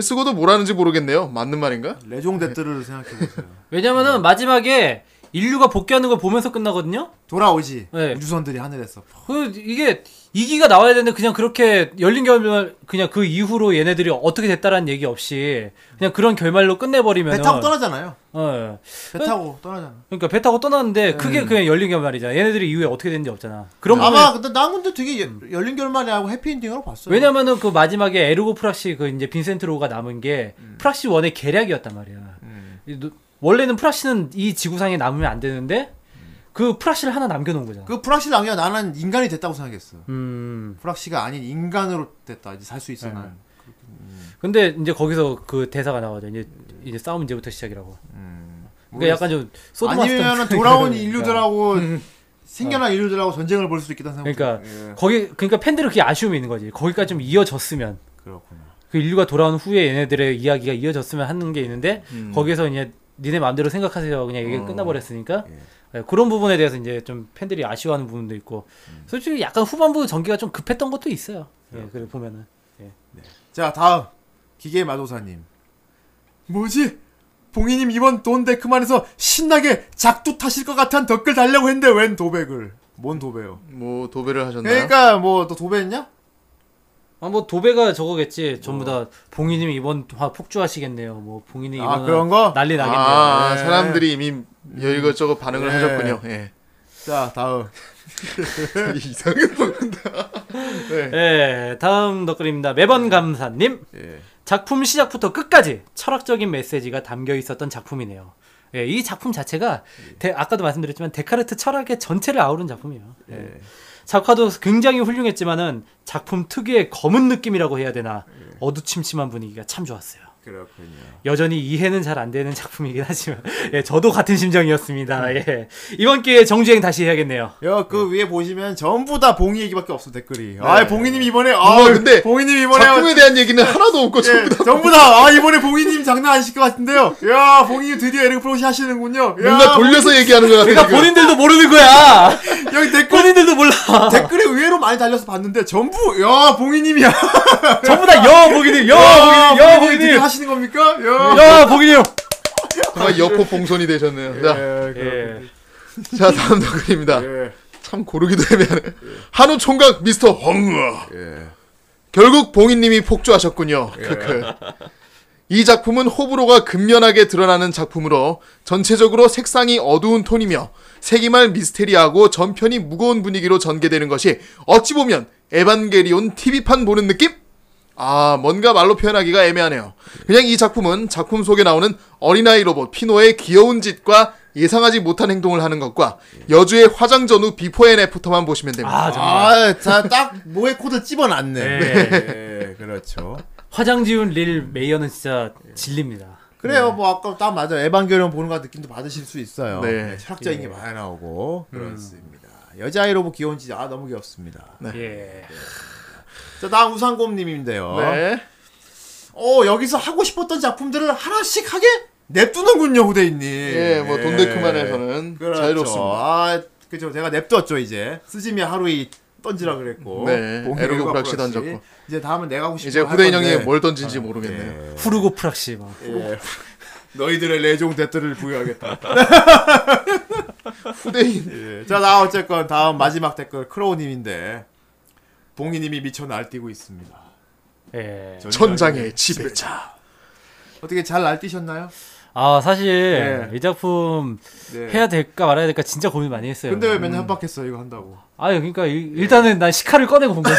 D: 쓰고도 뭐라는지 모르겠네요. 맞는 말인가?
B: 레종 데트를 생각해 보세요.
A: 왜냐면은 마지막에 인류가 복귀하는 걸 보면서 끝나거든요.
B: 돌아오지.
A: 네.
B: 우주선들이 하늘에서.
A: 그 이게 이기가 나와야 되는데 그냥 그렇게 열린 결말 그냥 그 이후로 얘네들이 어떻게 됐다라는 얘기 없이 그냥 그런 결말로 끝내버리면
B: 배 타고 떠나잖아요.
A: 어.
B: 배 타고 떠나잖아.
A: 그러니까 배 타고 떠났는데 그게 그냥 열린 결말이잖아. 얘네들이 이후에 어떻게 됐는지 없잖아. 그런
B: 음. 아마
A: 거는
B: 근데 난 근데 되게 예- 열린 결말이라고 해피엔딩으로 봤어요.
A: 왜냐면은 그 마지막에 에르고 프락시 그 이제 빈센트 로가 남은 게
B: 음.
A: 프락시 원의 계략이었단 말이야. 이 노- 원래는 프락시는 이 지구상에 남으면 안 되는데 그 프락시를 하나 남겨놓은 거잖아.
B: 음. 그 프락시 나오면 나는 인간이 됐다고 생각했어.
A: 음.
B: 프락시가 아닌 인간으로 됐다. 이제 살 수 있어. 난.
A: 근데 이제 거기서 그 대사가 나와요. 이제 이제 싸움 이제부터 시작이라고. 네.
B: 음.
A: 그러니까 약간 좀 소드마스터
B: 아니면 돌아온 인류들하고 생겨난 인류들하고 전쟁을 벌 수도 있겠다는 생각.
A: 음. 그러니까
B: 예.
A: 거기 그러니까 팬들은 그게 아쉬움이 있는 거지. 거기까지
B: 음.
A: 좀 이어졌으면
B: 그렇구나.
A: 그 인류가 돌아온 후에 얘네들의 이야기가 이어졌으면 하는 게 있는데 거기에서 이제 니네 마음대로 생각하세요. 그냥 얘기 가 끝나버렸으니까 어. 예, 그런 부분에 대해서 이제 좀 팬들이 아쉬워하는 부분도 있고 솔직히 약간 후반부 전개가 좀 급했던 것도 있어요. 음. 예, 그래 보면은
B: 자 다음 기계 마도사님. 뭐지? 봉이님 이번 돈 데크만에서 신나게 작두 타실 것 같은 댓글 달려고 했는데 웬 도백을? 뭔 도배요?
D: 뭐 도배를 하셨나요?
B: 그러니까 뭐 너 도배했냐?
A: 아 뭐 도배가 저거겠지. 전부 다 봉이님 이번 화 폭주하시겠네요. 뭐 봉이님
B: 아,
A: 이번
B: 그런 거?
A: 난리 나겠네요.
D: 아,
B: 네.
D: 사람들이 이미 이것저것 반응을
B: 네.
D: 하셨군요. 예.
B: 자 다음
D: 이상해 보여.
B: 네.
A: 예, 다음 댓글입니다. 매번 감사님.
B: 예,
A: 작품 시작부터 끝까지 철학적인 메시지가 담겨 있었던 작품이네요. 예, 이 작품 자체가 데- 아까도 말씀드렸지만 데카르트 철학의 전체를 아우른 작품이에요. 예. 작화도 굉장히 훌륭했지만은 작품 특유의 검은 느낌이라고 해야 되나 어두침침한 분위기가 참 좋았어요.
B: 그렇군요.
A: 여전히 이해는 잘 안 되는 작품이긴 하지만 예, 저도 같은 심정이었습니다. 예. 이번 기회에 정주행 다시 해야겠네요. 네.
B: 여그 위에 보시면 전부 다 봉이 얘기밖에 없어 댓글이. 아 봉이님 이번에 아
D: 어, 근데
B: 봉이님 이번에
D: 작품에 대한 얘기는 하나도 없고 전부 다
B: 전부 다, 아, 이번에 봉이님 장난 아니실 것 같은데요. 야, 봉이님 드디어 에릭 프로시 하시는군요. 야,
D: 뭔가 돌려서 얘기하는 것 같아요.
A: 그러니까
D: 지금.
A: 본인들도 모르는 거야.
B: 여기 댓글,
A: 본인들도 몰라.
B: 댓글에 의외로 많이 달려서 봤는데, 전부, 야, 봉이님이야.
A: 전부 다 여, 보기님, 여, 보기님, 여,
B: 드디어
A: 보기님,
B: 하시는 겁니까? 야.
A: 여, 보기님.
D: 정말 여포 봉선이 되셨네요. 자,
B: 예, 그럼.
D: 자 다음 댓글입니다.
B: 예.
D: 참 고르기도 애매하네. 한우 총각 미스터 헝거. 결국 봉인님이 폭주하셨군요. 크크. 이 작품은 호불호가 근면하게 드러나는 작품으로 전체적으로 색상이 어두운 톤이며 세기말 미스테리하고 전편이 무거운 분위기로 전개되는 것이 어찌 보면 에반게리온 TV판 보는 느낌? 아, 뭔가 말로 표현하기가 애매하네요. 그냥 이 작품은 작품 속에 나오는 어린아이 로봇 피노의 귀여운 짓과 예상하지 못한 행동을 하는 것과 여주의 화장 전후 비포 앤 애프터만 보시면 됩니다.
A: 아, 정말.
B: 아, 자, 딱, 모의 코드 찝어놨네.
A: 네.
B: 예, 그렇죠.
A: 화장 지운 릴 메이어는 진짜 진리입니다.
B: 그래요, 뭐, 아까 딱 맞아요. 에반게리온 보는 것 느낌도 받으실 수 있어요.
D: 네.
B: 철학적인 게 많이 나오고. 그렇습니다. 여자아이 로봇 귀여운지, 아, 너무 귀엽습니다.
A: 예.
B: 자, 다음 우상곰님인데요.
D: 네.
B: 어 여기서 하고 싶었던 작품들을 하나씩 하게 냅두는군요 후대인님. 그렇죠.
D: 예, 뭐 돈데크만에서는 자유롭습니다.
B: 아 그죠 제가 냅두었죠 이제 스즈미 하루이 던지라 그랬고
D: 네,
B: 봉이가
D: 에르고
B: 후가
D: 프락시
B: 프락시.
D: 던졌고.
B: 이제 다음은 내가 하고 싶은
D: 이제
B: 걸할
D: 후대인
B: 건데.
D: 형이 뭘 던진지
B: 아,
D: 모르겠네요.
A: 후르고 프락시 뭐.
B: 예. 너희들의 레종 대토를 부여하겠다.
D: 후대인
B: 예. 자, 나 어쨌건 다음 마지막 댓글 크로우님인데 봉이님이 미쳐 날뛰고 있습니다.
A: 예.
B: 네.
D: 천장의 지배자.
B: 어떻게 잘 날뛰셨나요?
A: 아 사실
B: 네.
A: 이 작품
B: 네.
A: 해야 음. 될까 말아야 될까 진짜 고민 많이 했어요.
B: 근데 왜 맨날 협박했어 이거 한다고?
A: 아 그러니까 일, 일단은 난 시카를 꺼내고 본 거지.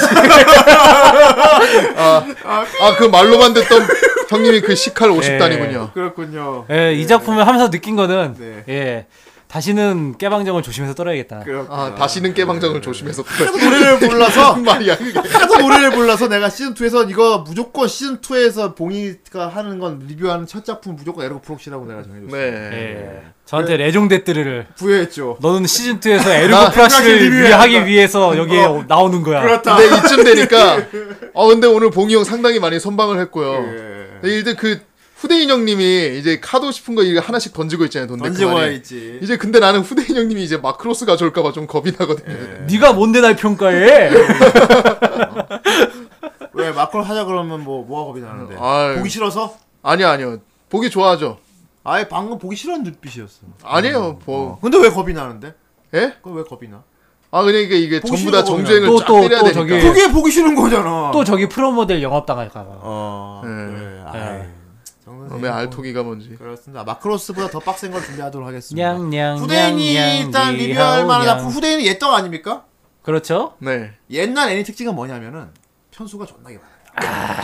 D: 아 그 말로만 듣던 형님이 그 시칼 50단이군요.
B: 그렇군요.
A: 예, 이 작품을 하면서 느낀 거는
B: 네.
A: 예 다시는 깨방정을 조심해서 떨어야겠다.
B: 그렇구나.
D: 아 다시는 깨방정을 조심해서
B: 네. 노래를 몰라서
D: 말이야. 그게.
B: 하도 노래를 몰라서 내가 시즌 2에서 이거 무조건 시즌 2에서 봉이가 하는 건 리뷰하는 첫 작품 무조건 에르고 프록시라고 내가 정해줬어. 요
D: 네.
A: 예. 저한테 레종데뜨르를
B: 부여했죠.
A: 너는 시즌 2에서
D: 나
A: 에르고 프라시를
B: 리뷰해야
A: 위하기
B: 한다.
A: 위해서 여기에
B: 어.
A: 나오는 거야.
B: 그렇다.
D: 근데 이쯤 되니까 어 근데 오늘 봉이 형 상당히 많이 선방을 했고요.
B: 예.
D: 근데 일단 그 후대인 형님이 이제 카드 싶은 거 이거 하나씩 던지고 있잖아요. 돈
B: 던지고
D: 데크만에.
B: 있지.
D: 이제 근데 나는 후대인 형님이 이제 마크로스 가져올까봐 좀 겁이 나거든요.
B: 예.
A: 네가 뭔데 날 평가해?
B: 어. 왜 마크로 하자 그러면 뭐 뭐가 겁이 나는데?
D: 아유.
B: 보기 싫어서?
D: 아니요 아니요 보기 좋아하죠.
B: 아예 방금 보기 싫은 눈빛이었어. 어,
D: 아니에요
B: 음,
D: 뭐
B: 근데 왜 겁이 나는데?
D: 예?
B: 그건 왜 겁이 나?
D: 아 그러니까 이게 전부 다
B: 보시는
D: 정주행을
A: 거구나.
D: 쫙
A: 또, 또,
D: 때려야
A: 또
D: 되니까. 예.
A: 저기-
D: 저기...
B: 그게 보기 싫은 거잖아.
A: 또 저기 프로모델 영업당할까 봐.
B: 어.
D: 예.
B: 그래. 아이. 정선생님.
D: 그러면 알토기가 뭔지.
B: 그렇습니다. 마크로스보다 더 빡센 걸 준비하도록 하겠습니다.
A: 냥냥
B: 후대인이
A: 냥,
B: 일단
A: 냥,
B: 리뷰할
A: 니하오,
B: 만한
A: 냥.
B: 작품 후대인은 옛떡 아닙니까?
A: 그렇죠?
D: 네.
B: 옛날 애니 특징은 뭐냐면은 편수가 존나게 많아요.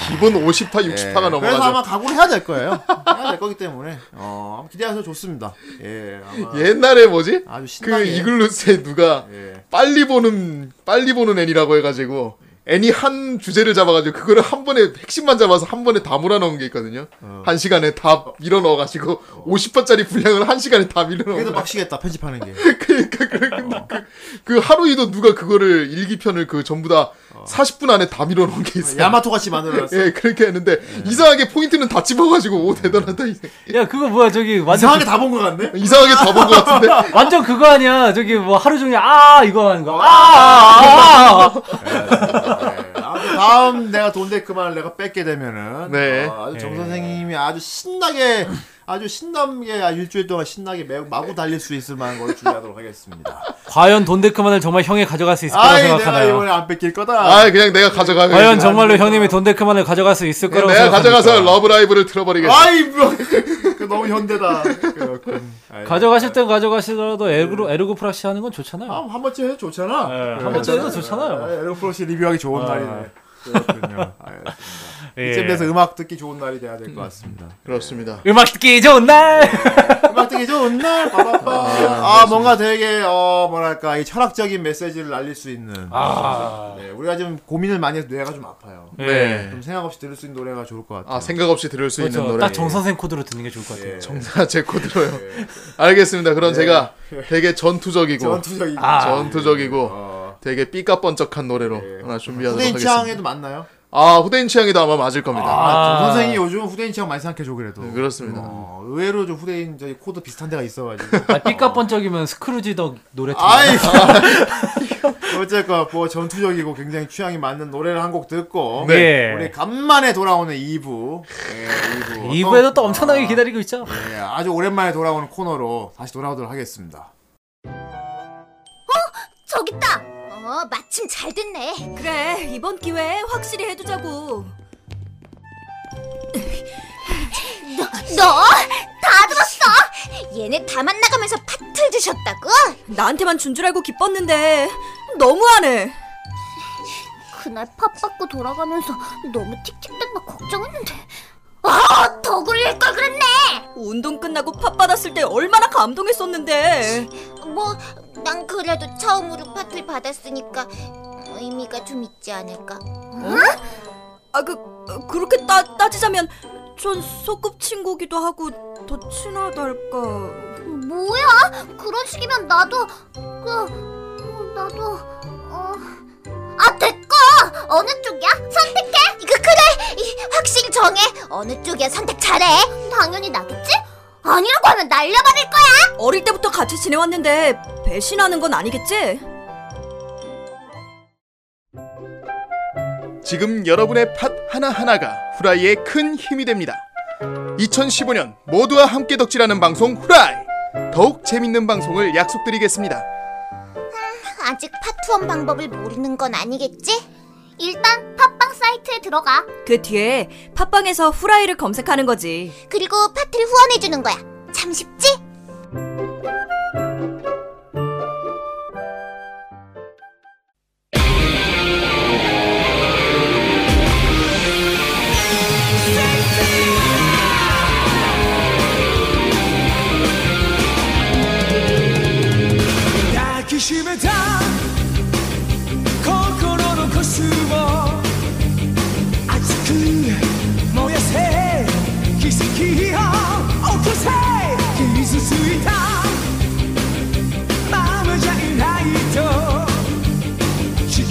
D: 기본 50파 60파가
B: 네. 그래서 아마
D: 넘어가죠.
B: 각오를 해야 될 거예요. 해야 될 거기 때문에 어 기대하셔도 좋습니다. 예, 아마
D: 옛날에 뭐지?
B: 아주
D: 그
B: 신나게
D: 이글루스에 누가
B: 예.
D: 빨리 보는 빨리 보는 애니라고 해가지고 애니 한 주제를 잡아가지고 그거를 한 번에 핵심만 잡아서 한 번에 다 몰아넣은 게 있거든요.
B: 어.
D: 한 시간에 다 밀어 넣어가지고 50화짜리 분량을 한 시간에 다 밀어
B: 그래도
D: 넣어.
B: 빡시겠다 편집하는 게.
D: 그러니까 그래 근데 그, 그 하루이도 누가 그거를 일기편을 그 전부 다
B: 어.
D: 40분 안에 다 밀어 넣은
B: 아,
D: 게 있어요.
B: 야마토 같이 만들어놨어.
D: 예 그렇게 했는데 이상하게 포인트는 다 집어가지고 오 대단하다 이상-
A: 야 그거 뭐야 저기 완전
B: 이상하게 다 본 거 같네.
D: 이상하게 다 본 것 같은데
A: 완전 그거 아니야 저기 뭐 하루 종일 아 이거 하는 거. 아아아아
B: 네, 아무튼 다음 내가 돈데크만을 그 내가 뺏게 되면은
D: 네.
B: 어, 아주 정 선생님이 아주 신나게 아주 신나게 아주 일주일 동안 신나게 매우 마구 달릴 수 있을 만한 걸 준비하도록 하겠습니다.
A: 과연 돈데크만을 정말 형이 가져갈 수 있을 거라고
B: 아이 내가
A: 생각하나요?
B: 이번에 안 뺏길 거다.
D: 아 그냥 내가 가져가면
A: 과연 정말로 형님이 돈데크만을 가져갈 수 있을
B: 네,
A: 거라고
D: 내가
A: 생각합니까?
D: 가져가서 러브라이브를 틀어버리겠어
B: 아이 뭐, 그 너무 현대다. 그렇군. 아이,
A: 가져가실 땐 가져가시더라도 에르고 에르고 프락시 하는 건 좋잖아요.
B: 아, 한 번쯤 해도 좋잖아. 네.
A: 예, 한 번쯤 해도 좋잖아요.
B: 에어프로시 리뷰하기 좋은 날이네. 그렇군요. 알겠습니다. 이쯤 돼서 음악 듣기 좋은 날이 돼야 될 것 같습니다.
D: 그렇습니다
A: 예. 음악 듣기 좋은 날.
B: 음악 듣기 좋은 날. 빠바빠. 아, 뭔가 되게 어 뭐랄까 이 철학적인 메시지를 날릴 수 있는.
A: 아.
B: 네, 우리가 지금 고민을 많이 해서 뇌가 좀 아파요.
A: 예.
D: 네.
B: 좀 생각 없이 들을 수 있는 노래가 좋을 것 같아요.
D: 아 생각 없이 들을 수 있는
A: 그렇죠.
D: 노래
A: 딱 정선생 코드로 듣는 게 좋을 것
B: 예.
A: 같아요.
D: 정사 제 코드로요 알겠습니다 그럼 제가 되게 전투적이고
B: 전투적인.
D: 아. 이고
B: 어.
D: 되게 삐까뻔쩍한 노래로 하나 아. 준비하도록
B: 후대인
D: 하겠습니다
B: 취향에도 맞나요?
D: 아 후대인 취향에도 아마 맞을 겁니다
B: 아, 정 선생이 요즘 후대인 취향 많이 생각해줘 그래도.
D: 네, 그렇습니다
B: 어, 의외로 좀 후대인 저희 코드 비슷한 데가 있어가지고.
A: 아, 삐까뻔쩍이면 스크루지 덕 노래 틀
B: 아이. 어쨌건 뭐 전투적이고 굉장히 취향이 맞는 노래를 한 곡 듣고
A: 네.
B: 우리 간만에 돌아오는 2부. 예, 2부.
A: 2부에도 또 엄청나게 기다리고 있죠.
B: 예, 아주 오랜만에 돌아오는 코너로 다시 돌아오도록 하겠습니다.
C: 저기 있다. 어, 마침 잘 됐네.
F: 그래 이번 기회에 확실히 해두자고
C: 너 다 들었어. 얘네 다 만나가면서 파틀 드셨다고?
F: 나한테만 준 줄 알고 기뻤는데 너무하네
C: 그날 팝 받고 돌아가면서 너무 틱틱대며 걱정했는데. 아, 더 굴릴 걸 그랬네.
F: 운동 끝나고 팝 받았을 때 얼마나 감동했었는데
C: 뭐, 난 그래도 처음으로 파틀 받았으니까 의미가 좀 있지 않을까.
F: 아 그 그렇게 따, 따지자면 전 소꿉친구기도 하고 더 친하달까
C: 뭐야? 그런 식이면 나도 그 나도 어. 아 됐고 어느 쪽이야? 선택해. 이거 그래 이, 확실히 정해. 어느 쪽이야 선택 잘해. 당연히 나겠지? 아니라고 하면 날려버릴 거야.
F: 어릴 때부터 같이 지내왔는데 배신하는 건 아니겠지?
D: 지금 여러분의 팟 하나하나가 후라이의 큰 힘이 됩니다. 2015년 모두와 함께 덕질하는 방송 후라이! 더욱 재밌는 방송을 약속드리겠습니다.
C: 아직 파투원 방법을 모르는 건 아니겠지? 일단 팟빵 사이트에 들어가.
F: 그 뒤에 팟빵에서 후라이를 검색하는 거지.
C: 그리고 파트를 후원해주는 거야. 참 쉽지?
G: 抱きしめた心のコスを熱く燃やせ奇跡を起こせ傷ついたままじゃいないと誓い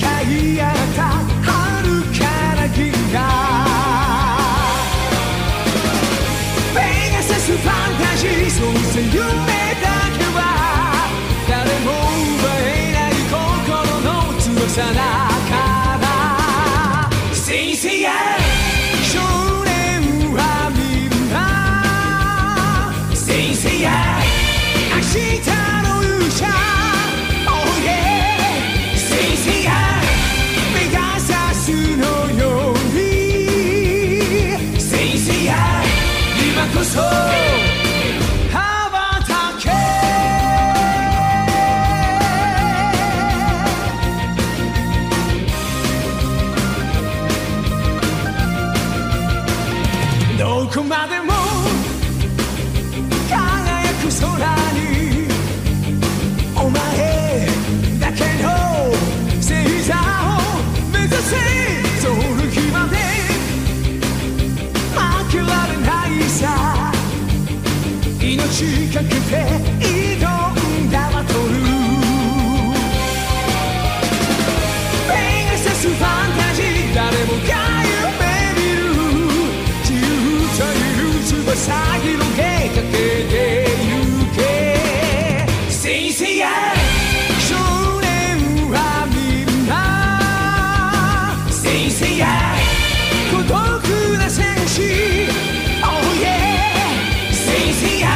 G: 合った春から銀河ペガサスファンタジーそうせ夢だけは誰も奪えない心の強さだから先生や少年はみんな先生や明日の勇者 Oh yeah 先生やペガサスのように先生や今こそ羽ばたけどこまでも輝く空にお前だけの星座を目指せその日まで負けられないさ命かけて挑んだバトルペガサスファンタジー誰もが夢見る自由という翼広げかけてゆけ先生や少年はみんな先生や孤独な戦士 Oh yeah 先生や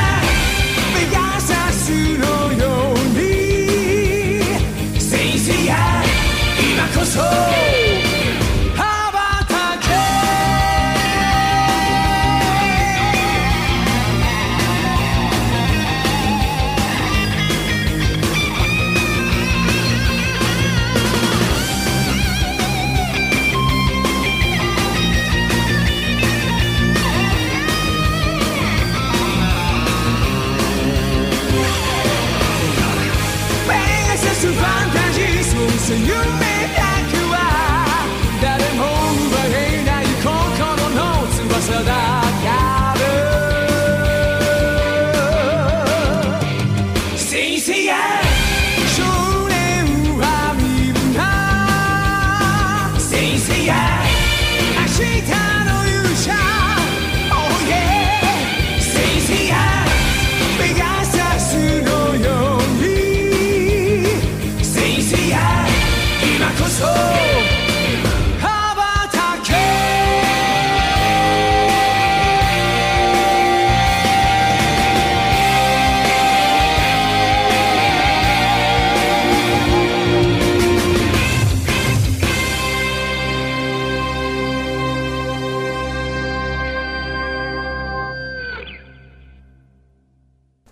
G: ペガサスのように先生や今こそ羽ばたけベーサスファンタジーそうさ夢だけは誰も奪えない心の翼だから先生や少年はみんな先生や明日の勇者 Oh yeah 先生やペガサスのように先生や今こそ羽ばたけ
B: 아,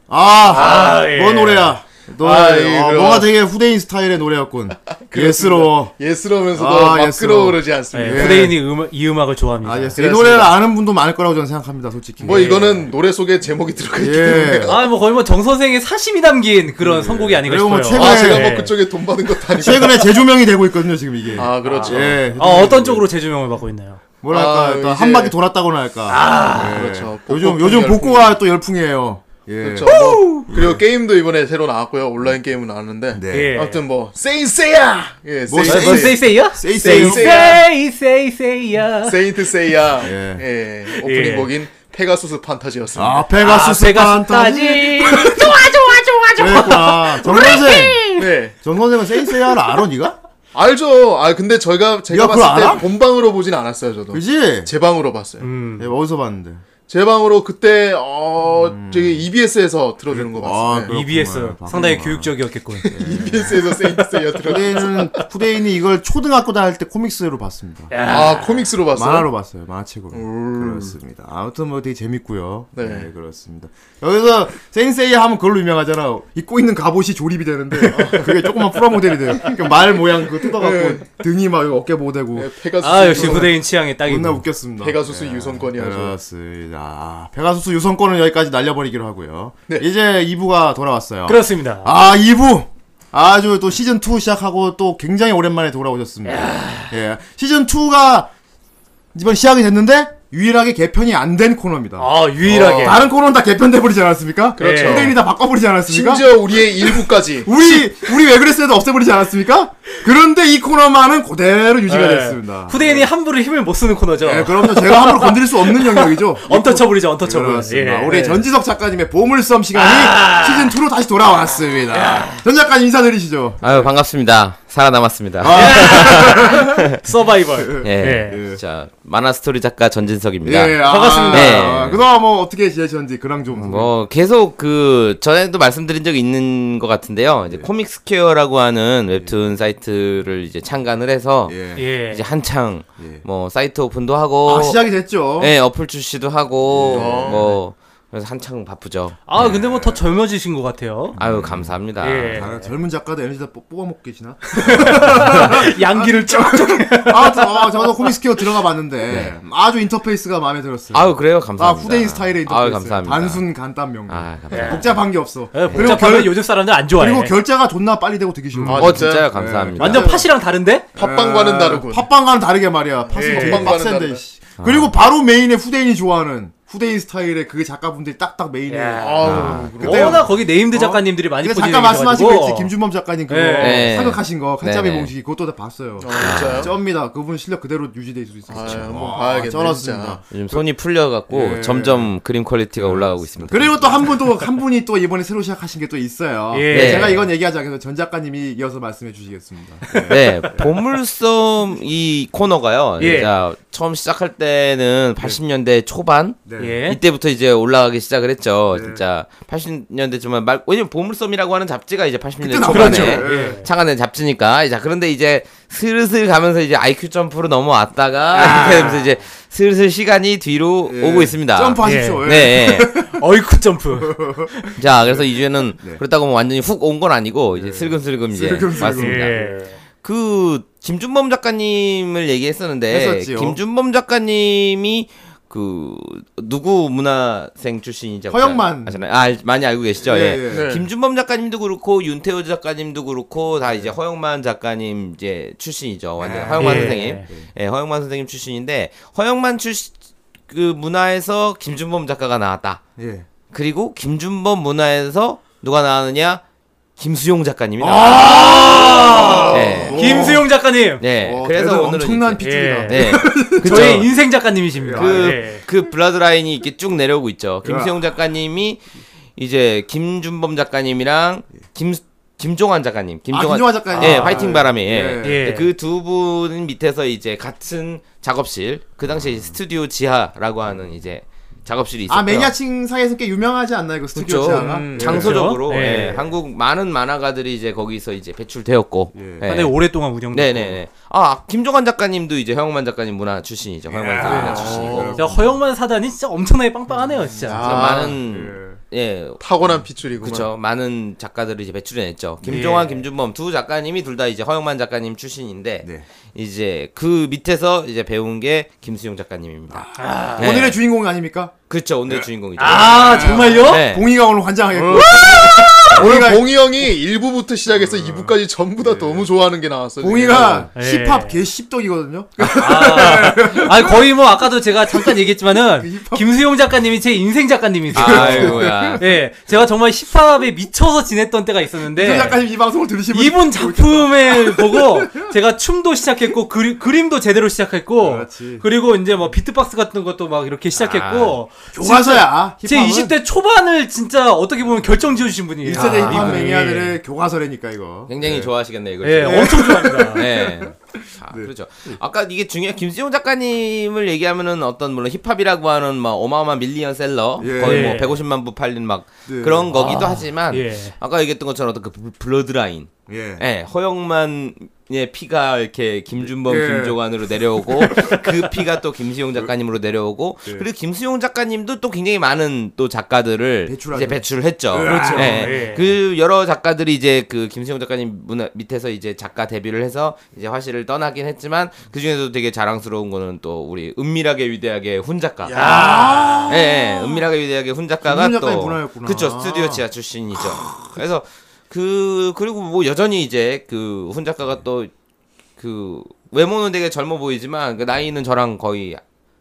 D: 아, 예.
B: 뭔 노래야? 너
D: 아,
B: 아,
D: 이거.
B: 뭐가 되게 후대인 스타일의 노래였군. 예스러워.
D: 예스러우면서도
B: 아,
D: 막
B: 예스러워.
D: 끌어오르지 않습니다.
B: 예.
A: 후대인이 음, 이 음악을 좋아합니다.
B: 아,
A: 아,
B: 예스. 이 노래를 아는 분도 많을 거라고 저는 생각합니다, 솔직히.
D: 뭐 이거는 노래 속에 제목이 들어가 있기 때문에
B: 예.
A: 뭐 거의 뭐 정선생의 사심이 담긴 그런 선곡이 아닌가
B: 그리고 뭐
A: 싶어요.
B: 최근에-
D: 아
B: 네.
D: 제가 뭐 그쪽에 돈 받은 것도 아니고
B: 최근에 재조명이 되고 있거든요, 지금 이게.
D: 아 그렇죠
B: 예.
A: 아, 어떤 쪽으로 재조명을 받고 있나요?
B: 뭐랄까,
D: 아,
B: 일단
D: 이제-
B: 한 바퀴 돌았다고나 할까. 예.
D: 그렇죠.
B: 요즘,
D: 복고
B: 요즘
D: 열풍.
B: 복고가 또 열풍이에요. 예.
D: 그렇죠 뭐, 그리고 게임도 이번에 새로 나왔고요 온라인 게임은 나왔는데
B: 네.
A: 예.
D: 아무튼 뭐 세인세야 예
B: 뭐
D: 세인세야.
A: 뭐 세이세이야?
B: 세이세이. 아,
A: 세이 세이세이야.
D: 세인트 세이야
B: 예.
D: 예. 오프닝
A: 예.
D: 곡인 페가수스 판타지였습니다.
B: 아, 페가수스 판타지.
A: 판타지. 좋아 좋아 좋아 좋아.
B: 그랬구나. 정선생.
D: 네.
B: 정선생은 세이세야를 알아, 니가?
D: 알죠. 아 근데 저희가 제가
B: 야, 그걸
D: 봤을
B: 알아?
D: 때 본방으로 보진 않았어요. 저도
B: 그지?
D: 제 방으로 봤어요.
A: 음.
B: 예, 어디서 봤는데?
D: 제 방으로 그때 어 저기 EBS에서 들어주는 거 봤어요.
B: 음. 아,
D: 네.
B: 그렇구나.
A: EBS
B: 방금
A: E
B: 예.
A: 상당히
B: 봐.
A: 교육적이었겠군.
D: EBS에서 세인트세이어 들어.
B: 후대인은 후대인이 이걸 초등학교 다닐 때 코믹스로 봤습니다.
D: 아 코믹스로 봤어요.
B: 만화로 봤어요. 만화책으로.
D: 음.
B: 그렇습니다. 아무튼 뭐 되게 재밌고요. 네,
D: 네.
B: 그렇습니다. 여기서 센세이 하면 그걸로 유명하잖아. 입고 있는 갑옷이 조립이 되는데 어, 그게 조그만 프라모델이 돼요. 그말 모양 그 뜯어갖고
D: 네.
B: 등이 막 어깨 보대고.
D: 네, 페가수스.
A: 아 역시 후대인 취향에
B: 존나
A: 딱이고.
B: 웃겼습니다.
D: 페가수스
B: 예,
D: 유성권이 아주.
B: 그렇습니다. 아, 페가수스 유성권은 여기까지 날려버리기로 하고요.
D: 네. 그렇죠.
B: 이제 2부가 돌아왔어요.
A: 그렇습니다.
B: 아, 2부! 아주 또 시즌2 시작하고 또 굉장히 오랜만에 돌아오셨습니다. 예. 시즌2가 이번 시작이 됐는데 유일하게 개편이 안 된 코너입니다.
A: 아 유일하게.
B: 어, 다른 코너는 다 개편돼버리지 않았습니까?
D: 그렇죠.
B: 후대인이 다 바꿔버리지 않았습니까?
D: 심지어 우리의 일부까지.
B: 우리, 우리 왜 그랬어도 없애버리지 않았습니까? 그런데 이 코너만은 그대로 유지가
A: 네.
B: 됐습니다.
A: 후대인이 함부로 힘을 못 쓰는 코너죠.
B: 예, 그럼요. 제가 함부로 건드릴 수 없는 영역이죠.
A: 언터처블이죠, 언터처블.
B: 그렇습니다.
A: 예. 아.
B: 우리 전지석 작가님의 보물섬 시간이 시즌 2로 다시 돌아왔습니다. 전 작가님 인사드리시죠.
H: 아유 반갑습니다. 살아남았습니다.
A: 서바이벌.
H: 예.
A: 예.
H: 자 만화 스토리 작가 전진석입니다.
B: 예,
A: 반갑습니다.
H: 아, 네.
B: 그동안 뭐 어떻게 지내셨는지 그랑 좀.
H: 뭐 계속 그 전에도 말씀드린 적이 있는 것 같은데요.
B: 예.
H: 이제 코믹스퀘어라고 하는 웹툰 사이트를 이제 창간을 해서
B: 예.
A: 예.
H: 이제 한창
B: 예.
H: 뭐 사이트 오픈도 하고
B: 아, 예. 어. 시작이 됐죠.
H: 예, 어플 출시도 하고 뭐 그래서 한창 바쁘죠.
A: 아 근데 뭐 더 젊어지신 것 같아요.
B: 음.
H: 아유 감사합니다.
A: 예.
B: 아, 젊은 작가도 에너지 다 뽑- 뽑아먹고 계시나?
A: 양기를 쩍쩍.
B: 아, 저, 어, 저도 코믹스퀘어 들어가 봤는데 아주 인터페이스가 마음에 들었어요.
H: 아유 그래요 감사합니다.
B: 아, 후대인 스타일의 인터페이스.
H: 아유 감사합니다.
B: 단순 예. 간단 명료.
H: 아 감사합니다.
B: 복잡한 게 없어. 그리고,
A: 예, 네, 복잡하면
B: 결,
A: 요즘 뭐 사람들 안 좋아해.
B: 그리고 결제가 네. 존나 빨리 되고 되게 쉬운
D: 아,
H: 어
D: 진짜요?
H: 진짜요
B: 예.
H: 감사합니다.
A: 완전 팥이랑 다른데?
D: 팟빵과는 다르군.
B: 팟빵과는 다르게 말이야. 팟은
D: 예.
B: 되게
D: 팟빵과는
B: 빡센데.
D: 다르다.
B: 씨. 그리고 바로 메인에 후대인이 좋아하는 후대인 스타일의 그 작가분들이 딱딱 메인에.
A: 예.
D: 아우. 그럼.
B: 그때요.
A: 워낙 거기 네임드
B: 어?
A: 작가님들이 많이
B: 근데
A: 포진해
B: 잠깐 말씀하신 거 있지
A: 계셔가지고.
B: 김준범 작가님 그거 어,
A: 예.
H: 예.
B: 사극하신 거 칼잡이
H: 네, 네.
B: 봉식이 그것도 다 봤어요.
D: 아, 네. 진짜요?
B: 쩝니다. 그분 실력 그대로 유지될 수
D: 아,
B: 있었죠.
D: 한번 봐야겠네.
B: 쩔었습니다.
H: 요즘 손이 풀려갖고
B: 예.
H: 점점 그림 퀄리티가 올라가고 있습니다.
B: 그리고 또 한 분 또 한 분이 또 이번에 새로 시작하신 게 또 있어요. 네,
A: 예.
B: 제가 이건 얘기하지 않아서 전 작가님이 이어서 말씀해 주시겠습니다.
H: 네, 보물섬 이 코너가요.
A: 예.
H: 자, 처음 시작할 때는
B: 예.
H: 80년대 초반
B: 네.
A: 예.
H: 이때부터 이제 올라가기 시작을 했죠.
B: 예.
H: 진짜 80년대 초반 말 왜냐면 보물섬이라고 하는 잡지가 이제 80년대
B: 나왔죠.
A: 그렇죠.
H: 초반에
B: 예.
H: 창안된 잡지니까. 자, 그런데 이제 슬슬 가면서 이제 IQ 점프로
B: 아.
H: 넘어왔다가 이렇게 되면서 이제 슬슬 시간이 뒤로 오고 있습니다.
B: 예. 점프하십시오. 예.
H: 네. 예.
A: 어이쿠 점프.
H: 자, 그래서 이주에는 그렇다고 뭐 완전히 훅 온 건 아니고 이제 슬금슬금
B: 네.
H: 이제
B: 예. 슬금슬금.
A: 예.
B: 예.
H: 왔습니다.
B: 네.
H: 그 김준범 작가님을 얘기했었는데
B: 했었지요.
H: 김준범 작가님이 그 누구 문화생 출신이죠?
B: 허영만.
H: 아시나요? 아 알- 많이 알고 계시죠?
B: 예,
H: 예.
B: 예.
D: 네.
H: 김준범 작가님도 그렇고 윤태호 작가님도 그렇고 다
B: 네.
H: 이제 허영만 작가님 이제 출신이죠. 완전
B: 아,
H: 허영만
A: 예.
H: 선생님.
B: 네.
H: 예, 허영만 선생님 출신인데 허영만 출신 그 문화에서 김준범 작가가 나왔다.
B: 예.
H: 그리고 김준범 문화에서 누가 나왔느냐? 김수용 작가님이
B: 아,
H: 나왔다. 네.
B: 오.
A: 김수용 작가님.
H: 네.
B: 어,
H: 그래서 오늘
B: 엄청난 핏줄이다.
A: 예.
H: 네. 그쵸.
A: 저희 인생 작가님이십니다.
H: 그,
A: 예.
H: 그 블러드라인이 이렇게 쭉 내려오고 있죠. 김수영 작가님이 이제 김준범 작가님이랑 김 김종환 작가님, 김종환,
B: 김종환 작가님.
H: 예,
B: 아,
H: 화이팅
B: 예.
H: 바람에
A: 예.
H: 예. 그 두 분 밑에서 이제 같은 작업실, 그 당시에 이제 스튜디오 지하라고 하는 이제 작업실이 있었고요.
B: 아 매니아층 사이에서 꽤 유명하지 않나요? 그 스튜디오
H: 그렇죠.
B: 지하가?
D: 음.
H: 장소적으로
A: 그렇죠?
H: 예,
A: 예.
H: 한국 많은 만화가들이 이제 거기서 이제 배출되었고. 예.
B: 네.
A: 근데 아, 네, 오랫동안 운영됐고.
H: 네네네. 아 김종환 작가님도 이제 허영만 작가님 문화 출신이죠. 허영만 작가님 문화 출신이고.
A: 진짜 허영만 사단이 진짜 엄청나게 빵빵하네요, 진짜.
H: 그래서
D: 아,
H: 많은 예.
D: 타고난 핏줄이구만.
H: 그렇죠. 많은 작가들을 이제 배출해냈죠. 김종환, 김준범 두 작가님이 둘 다 이제 허영만 작가님 출신인데
B: 네.
H: 이제 그 밑에서 이제 배운 게 김수용 작가님입니다. 네.
B: 아. 오늘의 주인공 아닙니까?
H: 그렇죠. 오늘의 주인공이죠.
A: 아, 정말요?
H: 네.
B: 봉이가 오늘 환장하겠고. 봉이가-
D: 오늘
B: 어. 네.
D: 봉이 형이 1부부터 시작해서 2부까지 전부 다 너무 좋아하는 게
H: 네.
D: 나왔어요.
B: 봉이가
A: 예.
B: 힙합 개 씹덕이거든요. 그러니까
A: 아, 아니, 거의 뭐 아까도 제가 잠깐 얘기했지만은
B: 그 힙합-
A: 김수용 작가님이 제 인생 작가님이세요.
H: 아이고야.
A: 예, 제가 정말 힙합에 미쳐서 지냈던 때가
B: 이
H: 네.
A: 있었는데
B: 작가님 이 방송을 들으시면
A: 이분 작품을 보고 제가 춤도 시작했고 그리, 그림도 제대로 시작했고
B: 그렇지.
A: 리고 이제 뭐 비트박스 같은 것도 막 이렇게 시작했고
B: 교과서야.
A: 제
B: 아, 힙합은.
A: 20대 초반을 진짜 어떻게 보면 결정 지어주신 분이에요.
B: 인생 세대 힙합
A: 아, 예.
B: 매니아들의 교과서라니까 이거.
H: 굉장히 좋아하시겠네 이걸.
A: 예, 엄청 좋아합니다.
H: 네. 아, 그렇죠. 아까 이게 중요해. 김지용 작가님을 얘기하면은 어떤 물론 힙합이라고 하는 막 어마어마한 밀리언셀러
B: 예.
H: 거의
A: 예.
H: 뭐 150만 부 팔린 막
B: 네.
H: 그런 거기도 하지만
A: 예.
H: 아까 얘기했던 것처럼 어떤 그 블- 블러드라인,
B: 예.
H: 예, 허영만의 피가 이렇게 김준범,
B: 예.
H: 김조관으로 내려오고 그 피가 또 김수용 작가님으로 내려오고
B: 예.
H: 그리고 김수용 작가님도 또 굉장히 많은 또 작가들을
B: 배출하죠.
H: 이제 배출을 했죠.
B: 그렇죠.
H: 예.
A: 예.
H: 그 여러 작가들이 이제 그 김수용 작가님 문화 밑에서 이제 작가 데뷔를 해서 이제 화실을 떠나긴 했지만 그 중에서도 되게 자랑스러운 거는 또 우리 은밀하게 위대하게 훈 작가. 예, 예, 은밀하게 위대하게 훈 작가가
B: 훈음 작가의
H: 또
B: 문화였구나.
H: 그쵸 스튜디오 지하 출신이죠. 그래서 그 그리고 뭐 여전히 이제 그 훈 작가가 또 그 외모는 되게 젊어 보이지만 그 나이는 저랑 거의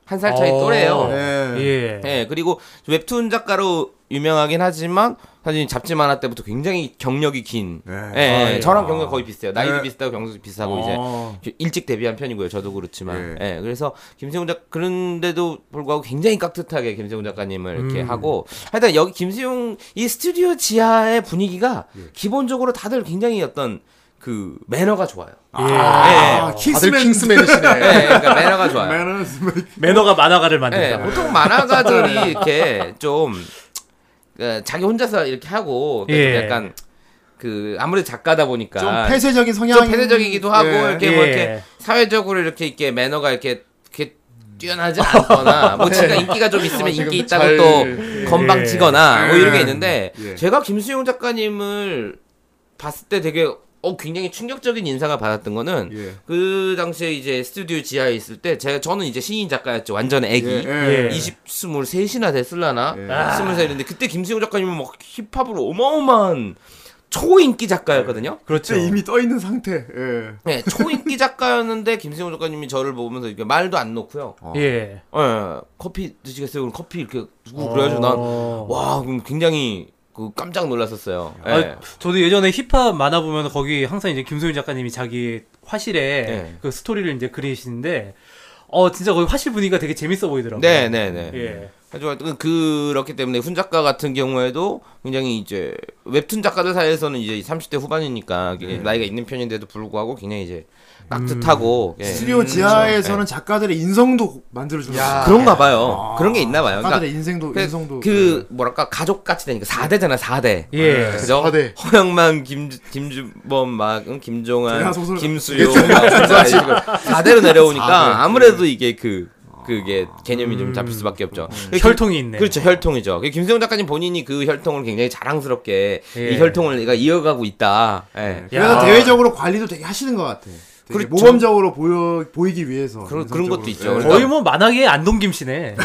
H: 한 살 차이
A: 어.
H: 또래요. 예,
B: 예.
A: 예.
H: 그리고 웹툰 작가로 유명하긴 하지만 사실 잡지 만화 때부터 굉장히 경력이 긴.
B: 네.
H: 예,
A: 아,
H: 예,
A: 예.
H: 저랑 경력 거의 비슷해요. 나이도
B: 네.
H: 비슷하고 경력도 비슷하고 이제
B: 어.
H: 일찍 데뷔한 편이고요. 저도 그렇지만. 예. 그래서 김세훈 작 그런데도 불구하고 굉장히 깍듯하게 김세훈 작가님을 이렇게 하고 하여튼 여기 김세훈 이 스튜디오 지하의 분위기가 기본적으로 다들 굉장히 어떤 그 매너가 좋아요.
B: 아,
D: 다들
B: 킹스맨
D: 킹스맨이시네.
H: 예, 그러니까 매너가 좋아요.
B: 매너스
A: 매너가 만화가를
H: 예,
A: 만든다.
H: 보통 만화가들이 이렇게 좀 예, 자기 혼자서 이렇게 하고 그러니까 좀
A: 예.
H: 약간 그 아무래도 작가다 보니까
B: 좀 폐쇄적인 성향.
H: 좀 폐쇄적이기도 하고 이렇게 뭐
A: 예.
H: 이렇게 사회적으로 이렇게 이렇게 매너가 이렇게 이렇게 뛰어나지 않거나 뭐
B: 네.
H: 제가 인기가 좀 있으면
D: 아, 지금
H: 인기 있다고
D: 잘-
H: 또 건방지거나 뭐 이런 게
B: 예.
H: 있는데
B: 예.
H: 제가 김수용 작가님을 봤을 때 되게 어 굉장히 충격적인 인상을 받았던 거는
B: 예.
H: 그 당시에 이제 스튜디오 지하에 있을 때 제가 저는 이제 신인 작가였죠 완전 애기
B: 예. 예.
A: 예.
H: 20, 23이나 됐을라나?
B: 예.
A: 아.
H: 23인데 그때 김수용 작가님은 막 힙합으로 어마어마한 초인기 작가였거든요.
A: 그렇죠.
B: 진짜 이미 떠 있는 상태. 예.
H: 네, 초인기 작가였는데 김수용 작가님이 저를 보면서 이렇게 말도 안 놓고요.
A: 예.
H: 예, 커피 드시겠어요? 그럼 커피 이렇게 주고 그래가지고 난
A: 어.
H: 와, 그럼 굉장히 그 깜짝 놀랐었어요. 예.
A: 아, 저도 예전에 힙합 만화 보면 거기 항상 이제 김소윤 작가님이 자기 화실에
H: 네.
A: 그 스토리를 이제 그리시는데 어 진짜 거기 화실 분위기가 되게 재밌어 보이더라고요.
H: 네, 네, 네.
A: 예.
H: 하지만 하여튼 그렇기 때문에 훈 작가 같은 경우에도 굉장히 이제 웹툰 작가들 사이에서는 이제 30대 후반이니까 나이가 있는 편인데도 불구하고 굉장히 이제 깍듯하고 예.
B: 스튜디오 지하에서는 작가들의 인성도 만들어주는
D: 야.
B: 거예요.
H: 그런가 봐요. 그런 게 있나 봐요.
B: 작가들의
H: 그러니까
B: 인생도
H: 그,
B: 인성도
H: 그 뭐랄까 가족같이 되니까 4대잖아 4대
A: 예.
B: 네.
H: 그죠?
B: 아,
D: 사대.
H: 허영만 김 김준범 막 응,
B: 제가
H: 김종환
B: 소설-
H: 김수용 사대로 내려오니까
A: 네.
H: 아무래도 이게 그 그게 개념이 좀 잡힐 수밖에 없죠. 그리고
A: 음. 혈통이 있네.
H: 그렇죠 혈통이죠. 김수영 작가님 본인이 그 혈통을 굉장히 자랑스럽게
A: 예. 네.
H: 이 혈통을 내가 이어가고 있다. 예.
B: 그래서
A: 야.
B: 대외적으로 관리도 되게 하시는 것 같아. 되게
H: 그렇죠.
B: 모범적으로 보여 보이기 위해서
H: 그런- 그런 것도
B: 인성적으로.
H: 있죠.
B: 예.
A: 거의 뭐 만화계의 안동김 씨네.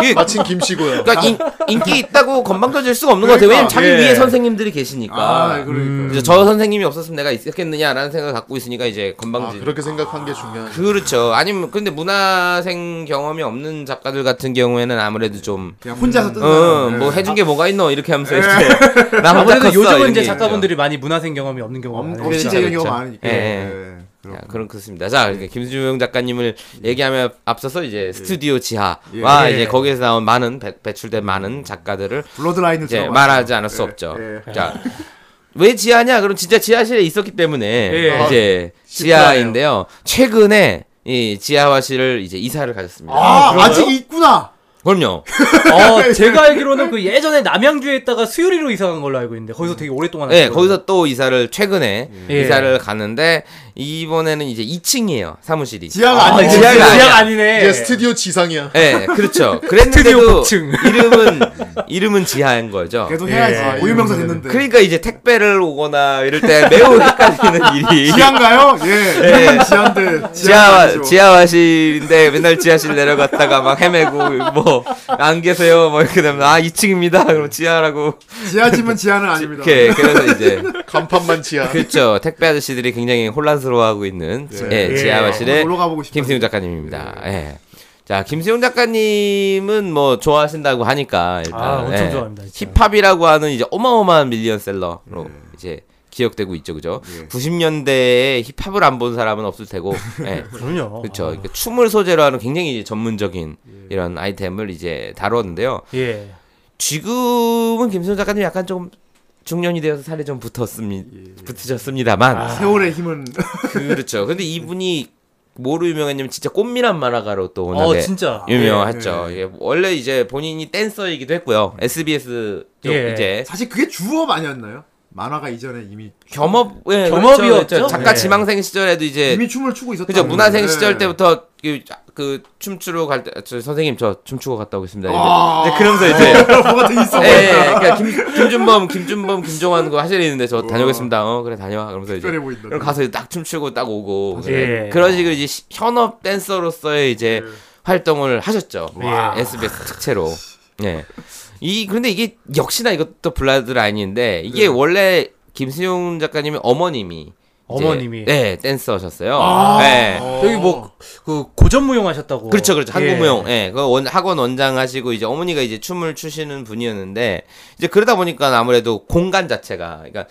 H: 이게
D: 네. 마침 김씨고요.
H: 그러니까 인, 기 있다고 건방져질 수가 없는 것 같아요. 왜냐면 자기
A: 예.
H: 위에 선생님들이 계시니까.
B: 그러니까. 아, 그러니까.
H: 이제 저 선생님이 없었으면 내가 있었겠느냐라는 생각을 갖고 있으니까 이제
B: 그렇죠.
D: 아,
H: 건방지.
D: 그렇게 생각한 게 중요한.
H: 그렇죠. 아니면 근데 문화생 경험이 없는 작가들 같은 경우에는 아무래도 좀
B: 그냥 혼자서
A: 음,
B: 뜬다. 네.
H: 어, 뭐 해준 게 뭐가 있노 이렇게 하면서 이제 나 혼자
A: 아무래도
H: 컸어
A: 요즘은
H: 이런
A: 이제
H: 게
A: 작가분들이 많이 문화생 경험이 없는 경우가
B: 없-
A: 많아요. 그러니까
H: 그렇죠,
B: 없이 재는 경우가
H: 그렇죠.
B: 많으니까.
H: 예,
B: 예.
H: 있죠. 자,
B: 그렇군.
H: 그런 그렇습니다. 자,
A: 음.
H: 이렇게 김준영 작가님을 얘기하면 앞서서 이제 스튜디오 지하와
A: 예. 음.
H: 이제 거기에서 나온 많은 배, 배출된 많은 작가들을
A: 그렇죠.
B: 블러드라인을
H: 이제
B: 들어봤죠.
H: 말하지 않을 수
B: 예,
H: 없죠.
B: 예.
H: 자. 왜 지하냐? 그럼 진짜 지하실에 있었기 때문에
A: 예.
H: 이제 지하인데요. 최근에 이 지하화실을 이제 이사를 가졌습니다.
B: 아,
A: 그런가요?
B: 아직 있구나.
H: 그럼요.
A: 어, 제가 알기로는 그 예전에 남양주에 있다가 수유리로 이사 간 걸로 알고 있는데 거기서 되게 오랫동안
H: 네,
A: 하셨거든요.
H: 거기서 또 이사를 최근에
A: 아, 예.
H: 이사를 갔는데 이번에는 이제 2층이에요 사무실이.
B: 지하가
A: 아,
B: 아니고
A: 이제
H: 지하가
A: 지하가,
H: 아니야.
A: 아니네.
D: 이제 스튜디오 지상이야.
H: 네, 그렇죠.
A: 스튜디오
H: 그랬는데도
A: 복층.
H: 이름은 이름은 지하인 거죠.
B: 계속
A: 예.
B: 해야지. 고유명사 됐는데.
H: 그러니까 이제 택배를 오거나 이럴 때 매우 헷갈리는 일이
B: 지하인가요? 예.
H: 예.
B: 지하인데.
H: 지하
B: 지하죠.
H: 지하화실인데 맨날 지하실 내려갔다가 막 헤매고 뭐 안 계세요 뭐 이렇게 되면 아 2층입니다 그럼 지하라고
B: 지하지만 지하는 아닙니다.
H: 이렇게 그래서 이제
D: 간판만 지하.
H: 그렇죠 택배 아저씨들이 굉장히 혼란스러워하고 있는 예,
A: 예.
H: 지하화실의
B: 네. 한번 놀러 가보고 네. 싶어요.
H: 김세훈 작가님입니다. 예. 자, 김세훈 작가님은 뭐 좋아하신다고 하니까 일단
A: 아, 엄청
H: 예.
A: 좋아합니다, 진짜.
H: 힙합이라고 하는 이제 어마어마한 밀리언셀러로
B: 네.
H: 이제 기억되고 있죠, 그죠? 90년대에 힙합을 안 본 사람은 없을 테고, 예.
A: 그럼요.
H: 그렇죠.
A: 아.
H: 그러니까 춤을 소재로 하는 굉장히 이제 전문적인
B: 예.
H: 이런 아이템을 이제 다뤘는데요.
A: 예.
H: 지금은 김세훈 작가님 약간 조금 중년이 되어서 살이 좀 붙었습니다. 붙으셨습니다만
B: 아. 세월의 힘은
H: 그렇죠. 근데 이분이 뭐로 유명했냐면 진짜 꽃미남 만화가로 또
A: 어
H: 워낙에
A: 진짜
H: 유명했죠. 예, 원래 이제 본인이 댄서이기도 했고요. SBS 쪽
A: 예.
H: 이제
B: 사실 그게 주업 아니었나요? 만화가 이전에 이미
H: 겸업 예,
A: 겸업이었죠?
H: 그렇죠, 그렇죠. 작가
A: 네.
H: 지망생 시절에도 이제
B: 이미 예. 춤을 추고 네. 있었다.
H: 그죠 문화생 시절 때부터 그, 그 춤추러 갈 때 선생님 저 춤추고 갔다
B: 아.
H: 오겠습니다. 이제, 이제 그러면서 이제
B: 뭐가 더
A: 아,
B: 있어.
H: 예, 예, 그러니까 김, 김준범, 김준범, 김종환 그 하시는데 저 다녀오겠습니다. 어 그래 다녀와. 그러면서 이제
B: 특별해 보인다.
H: 그럼 가서 이제 딱 춤추고 딱 오고
A: 예.
H: 그런 식으로 이제 시- 현업 댄서로서의 이제
B: 예.
H: 활동을 하셨죠.
A: 예.
H: SBS 특채로. 예. 이 근데 이게 역시나 이것도 블라드 라인인데 이게
B: 네.
H: 원래 김수용 작가님의 어머님이 이제-
A: 어머님이.
H: 네 댄서셨어요.
B: 아.
H: 예.
B: 어.
A: 여기 뭐 그 고전무용하셨다고
H: 그렇죠, 그렇죠.
A: 예.
H: 한국무용. 예, 그 원, 학원 원장 하시고 이제 어머니가 이제 춤을 추시는 분이었는데 이제 그러다 보니까 아무래도 공간 자체가, 그러니까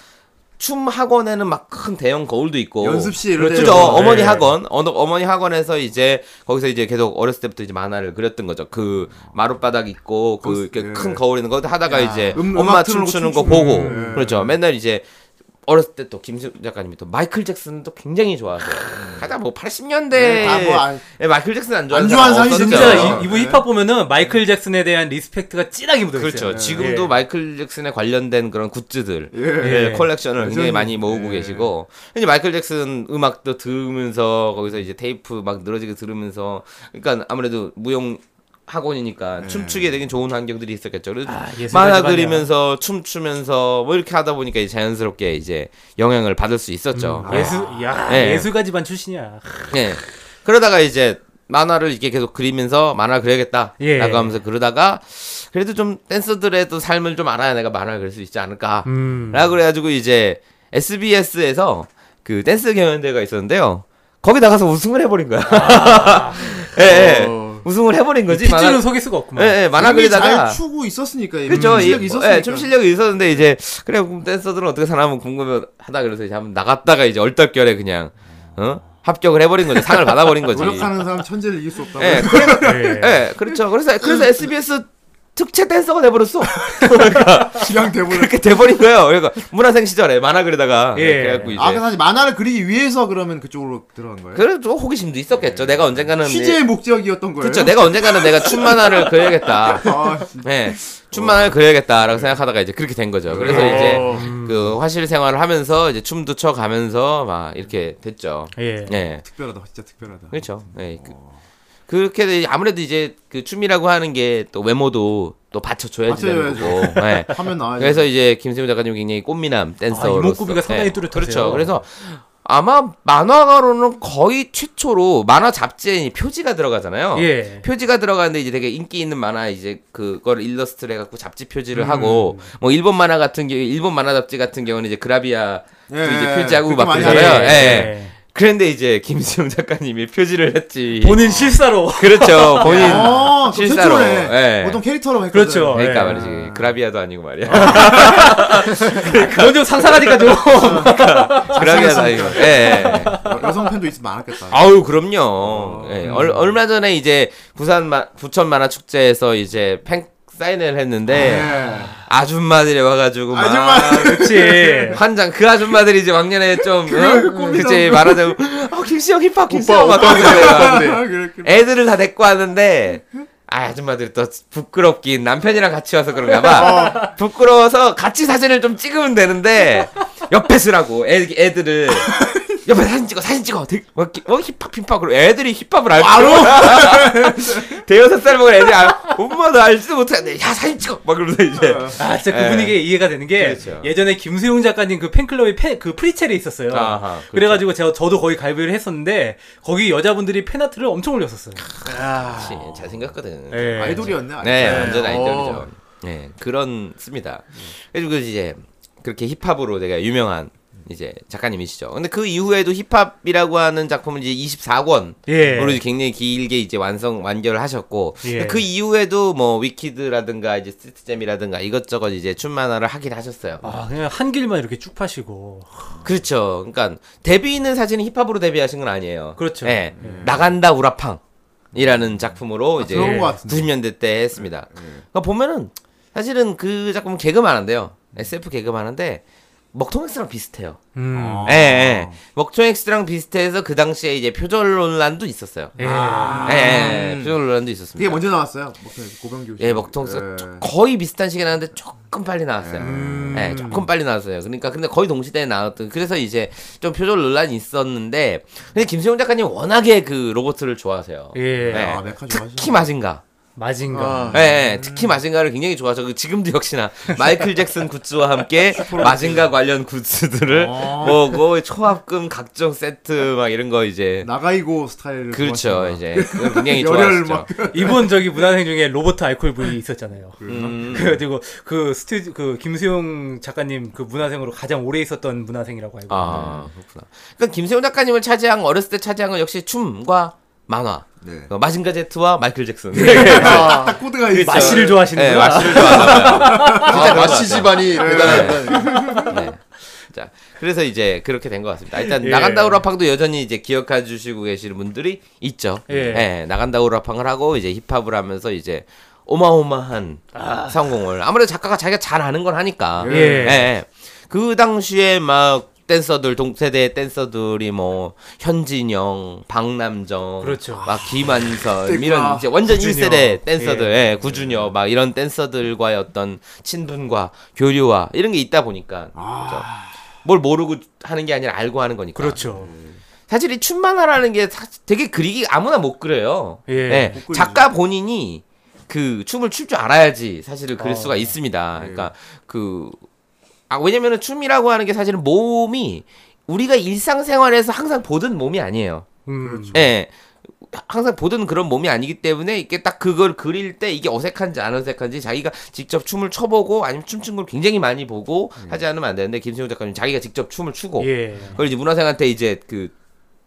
H: 춤 학원에는 막 큰 대형 거울도 있고
B: 연습실 이런
H: 그렇죠.
B: 데도 있고.
H: 어머니
B: 예.
H: 학원, 어, 어머니 학원에서 이제 거기서 이제 계속 어렸을 때부터 이제 만화를 그렸던 거죠. 그 마룻바닥 있고 그
B: 거기서-
H: 이렇게
B: 예.
H: 큰 거울 있는 거 하다가 이제
B: 음-
H: 엄마
B: 음악 틀어놓고
H: 춤추는 거
B: 춤추고.
H: 보고
B: 예.
H: 그렇죠. 맨날 이제 어렸을 때 또 김수 작가님이 또 마이클 잭슨도 굉장히 좋아하세요. 가장 뭐 80년대
B: 네, 다뭐 안-
H: 예, 마이클 잭슨 안
B: 안
H: 좋아하는
B: 좋아하는
H: 사람
B: 사람이
H: 없었죠.
A: 진짜
B: 진짜
A: 이, 이분 힙합 보면은 마이클 잭슨에 대한 리스펙트가 진하게 묻어 있어요.
H: 음.
A: 예.
H: 그렇죠. 지금도 마이클 잭슨에 관련된 그런 굿즈들
B: 예.
H: 예, 컬렉션을 굉장히
B: 여전히.
H: 많이 모으고
B: 예.
H: 계시고 이제 마이클 잭슨 음악도 들으면서 거기서 이제 테이프 막 늘어지게 들으면서 그러니까 아무래도 무용 학원이니까 춤추게 되게 좋은 예. 환경들이 있었겠죠. 그래서
A: 아, 예술가지
H: 만화
A: 마냥.
H: 그리면서 춤추면서 뭐 이렇게 하다 보니까 이제 자연스럽게 이제 영향을 받을 수 있었죠. 예.
A: 아. 예술, 야
H: 예.
A: 예술가 집안 출신이야.
H: 예. 그러다가 이제 만화를 이렇게 계속 그리면서 만화 그려야겠다라고
A: 예.
H: 하면서 그러다가 그래도 좀 댄서들의 또 삶을 좀 알아야 내가 만화를 그릴 수 있지 않을까.
A: 음.
H: 라고 그래가지고 이제 SBS에서 그 댄스 경연대회가 있었는데요. 거기 나가서 우승을 해버린 거야. 예, 예.
D: 어.
H: 우승을 해버린 거지.
A: 핏줄은
H: 만화-
A: 속일 수가
H: 예,
A: 없구만.
H: 예, 만화
B: 이미
H: 그리다가
B: 잘 추고 있었으니까 이미
H: 그렇죠.
B: 실력이
H: 이-
B: 있었으니까.
H: 예, 좀 실력이 있었는데 이제 그래 그럼 댄서들은 어떻게 사나 한번 궁금하다 그래서 이제 한번 나갔다가 이제 얼떨결에 그냥 어? 합격을 해버린 거죠. 상을 받아버린 거지.
B: 노력하는 사람 천재를 이길 수 없다.
H: 예,
B: 고
H: 그래, 예, 그렇죠. 그래서 그래서 SBS 특채 댄서가 돼버렸어.
B: 기량 대본을.
H: 그렇게 돼버린 거예요. 그러니까 문화생 시절에 만화 그리다가
A: 예.
H: 그래갖고 이제
B: 아, 그 사실 만화를 그리기 위해서 그러면 그쪽으로 들어간 거예요.
H: 그래도 좀 호기심도 있었겠죠. 내가 언젠가는
B: 취재의 목적이었던 거예요.
H: 그렇죠. 내가 언젠가는 내가 춤 만화를 그려야겠다.
B: 아, 진짜.
H: 예, 춤 만화를 그려야겠다라고 생각하다가 이제 그렇게 된 거죠. 그래서 이제
B: 어.
H: 그 화실 생활을 하면서 이제 춤도 춰가면서 막 이렇게 됐죠.
A: 예.
H: 예.
B: 특별하다, 진짜 특별하다.
H: 그렇죠. 예. 그, 그렇게 돼- 아무래도 이제 그 춤이라고 하는 게 또 외모도 또 받쳐줘야지 되는
B: 받쳐줘야죠.
H: 거고. 예.
B: 화면 나와야
H: 그래서 이제 김세훈 작가님 굉장히 꽃미남 댄서로서
A: 아, 이목구비가 상당히
H: 예.
A: 뚜렷하세요.
H: 그렇죠. 그래서 아마 만화가로는 거의 최초로 만화 잡지에 이 표지가 들어가잖아요.
A: 예.
H: 표지가 들어가는데 이제 되게 인기 있는 만화 이제 그걸 일러스트를 해갖고 잡지 표지를 하고 뭐 일본 만화 같은 경우 일본 만화 잡지 같은 경우는 이제 그라비아 도
B: 예,
H: 이제
B: 예,
H: 표지하고
B: 그렇게
H: 막
B: 많이
H: 그러잖아요.
B: 하죠.
H: 예. 그런데 이제 김수영 작가님이 표지를 했지.
A: 본인 실사로.
H: 그렇죠. 본인
B: 어, 좀
H: 실사로.
B: 최초네.
H: 예.
B: 보통 캐릭터로 했거든.
A: 그렇죠.
H: 그러니까
A: 예.
H: 말이지 그라비아도 아니고 말이야. 그러니까.
A: 그건 좀 상상하니까 좀.
H: 그라비아도 아니고. 예. 예.
B: 여- 여성 팬도 있으면 많았겠다.
H: 아우 그럼요. 예, 얼, 얼마 전에 이제 부산 마, 부천 만화 축제에서 이제 팬 사인회를 했는데
B: 예.
H: 아줌마들이 와가지고 막
B: 아줌마.
A: 그렇지.
H: 환장 그 아줌마들이 이제 막년에 좀 어? 그제 말하자면 어, 김수영 힙합
D: 오빠
H: 김수영 막
D: 오빠
H: 그러면서 막
D: 오빠
B: 아, 그렇게.
H: 애들을 다 데리고 왔는데 아, 아줌마들이 또 부끄럽긴 남편이랑 같이 와서 그런가 봐 부끄러워서 같이 사진을 좀 찍으면 되는데 옆에 쓰라고 애, 애들을 옆에 사진 찍어 사진 찍어 되게 뭐, 이렇게, 뭐 힙합 힙합 그리고 애들이 힙합을 알고 대여섯 살 먹은 애들이 알, 엄마 나 알지도 못하는데 야 사진 찍어 막 그러면서 이제
A: 아, 진짜 그
H: 예.
A: 분위기에 이해가 되는 게
H: 그렇죠.
A: 예전에 김수용 작가님 그 팬클럽이 팬, 그 프리첼이 있었어요.
H: 아하, 그렇죠.
A: 그래가지고 제가 저도 거기 가입을 했었는데 거기 여자분들이 팬아트를 엄청 올렸었어요.
H: 그치, 아, 잘 생겼거든
A: 예.
B: 아이돌이었네. 아이돌.
H: 네, 완전 아이돌이죠.
B: 어.
H: 네, 그런 씁니다. 그래서 이제 그렇게 힙합으로 되게 유명한 이제 작가님이시죠. 근데 그 이후에도 힙합이라고 하는 작품을 이제 24권으로
A: 예.
H: 굉장히 길게 이제 완성 완결을 하셨고
A: 예.
H: 그 이후에도 뭐 위키드라든가 이제 시스템이라든가 이것저것 이제 춤 만화를 하긴 하셨어요.
A: 아, 그냥 한 길만 이렇게 쭉 파시고.
H: 그렇죠. 그러니까 데뷔는 사실은 힙합으로 데뷔하신 건 아니에요.
A: 그렇죠.
H: 예. 나간다 우라팡이라는 작품으로 이제
B: 들어본 아, 것 같은데. 예,
H: 90년대 때 했습니다. 그러니까 보면은 사실은 그 작품은 개그만한데요. SF 개그만한데 먹통엑스랑 비슷해요.
A: 음.
B: 아.
H: 예, 예. 먹통엑스랑 비슷해서 그 당시에 이제 표절 논란도 있었어요.
A: 예. 음.
H: 예, 예, 예. 표절 논란도 있었습니다.
B: 되게 먼저 나왔어요. 먹통에서 고병규 씨.
H: 예, 먹통엑스가 조- 거의 비슷한 시기에 나왔는데 조금 빨리 나왔어요.
B: 음.
H: 예, 조금 빨리 나왔어요. 그러니까 근데 거의 동시대에 나왔던 그래서 이제 좀 표절 논란이 있었는데 근데 김수영 작가님 워낙에 그 로봇을 좋아하세요.
A: 예.
H: 예.
B: 아, 메카 아, 좋아하시네.
H: 특히 마징가.
A: 마징가.
H: 예, 예, 특히 마징가를 굉장히 좋아서 그 지금도 역시나 마이클 잭슨 굿즈와 함께 마징가 관련 굿즈들을
B: 아.
H: 뭐, 뭐 초합금 각종 세트 막 이런 거 이제
B: 나가이고 스타일을
H: 그렇죠
B: 좋아하시구나.
H: 이제 그걸 굉장히
B: 열혈
H: 좋아하시죠.
B: 막
A: 이분 저기 문화생 중에 로버트 알콜 부이 있었잖아요. 음. 그래가지고 그 스튜디 그 김수용 작가님 그 문화생으로 가장 오래 있었던 문화생이라고 알고.
H: 아 그렇구나. 그러니까 김세훈 작가님을 차지한 거, 어렸을 때 차지한 건 역시 춤과 만화.
B: 네.
H: 어, 마징가 제트와 마이클 잭슨.
B: 아, 딱딱 코드가 있어.
A: 그 마시를
H: 네,
A: 좋아하시는구나.
H: 마시를 좋아하나 봐요.
D: 아, 마시 집안이
B: 예.
D: 대단하다.
H: 네. 자, 그래서 이제 그렇게 된 것 같습니다. 일단
A: 예.
H: 나간다 우라팡도 여전히 이제 기억해 주시고 계시는 분들이 있죠.
A: 예.
H: 예. 나간다 우라팡을 하고 이제 힙합을 하면서 이제 어마어마한 성공을 아무래도 작가가 자기가 잘 아는 걸 하니까.
A: 아. 예.
H: 예. 그 당시에 막 댄서들 동세대 댄서들이 뭐 현진영, 박남정,
A: 그렇죠.
H: 막
B: 그때구나.
H: 김한선
A: 아.
H: 이런 이제 완전
A: 구준영.
H: 1세대 댄서들, 예, 구준여 막 이런 댄서들과의 어떤 친분과 교류와 이런 게 있다 보니까 그죠? 뭘 모르고 하는 게 아니라 알고 하는 거니까.
A: 그렇죠.
H: 사실 이 춤만화라는 게 사- 되게 그리기 아무나 못 그려요.
A: 예,
H: 예,
B: 못 그리죠.
H: 작가 본인이 그 춤을 출 줄 알아야지 사실을 그릴 수가 있습니다. 그러니까 그 아, 왜냐면은 춤이라고 하는 게 사실은 몸이 우리가 일상생활에서 항상 보던 몸이 아니에요.
A: 음.
H: 예. 항상 보던 그런 몸이 아니기 때문에 이게 딱 그걸 그릴 때 이게 어색한지 안 어색한지 자기가 직접 춤을 춰보고 아니면 춤춘 걸 굉장히 많이 보고 하지 않으면 안 되는데 김수용 작가님 자기가 직접 춤을 추고
A: 예.
H: 그걸 이제 문화생한테 이제 그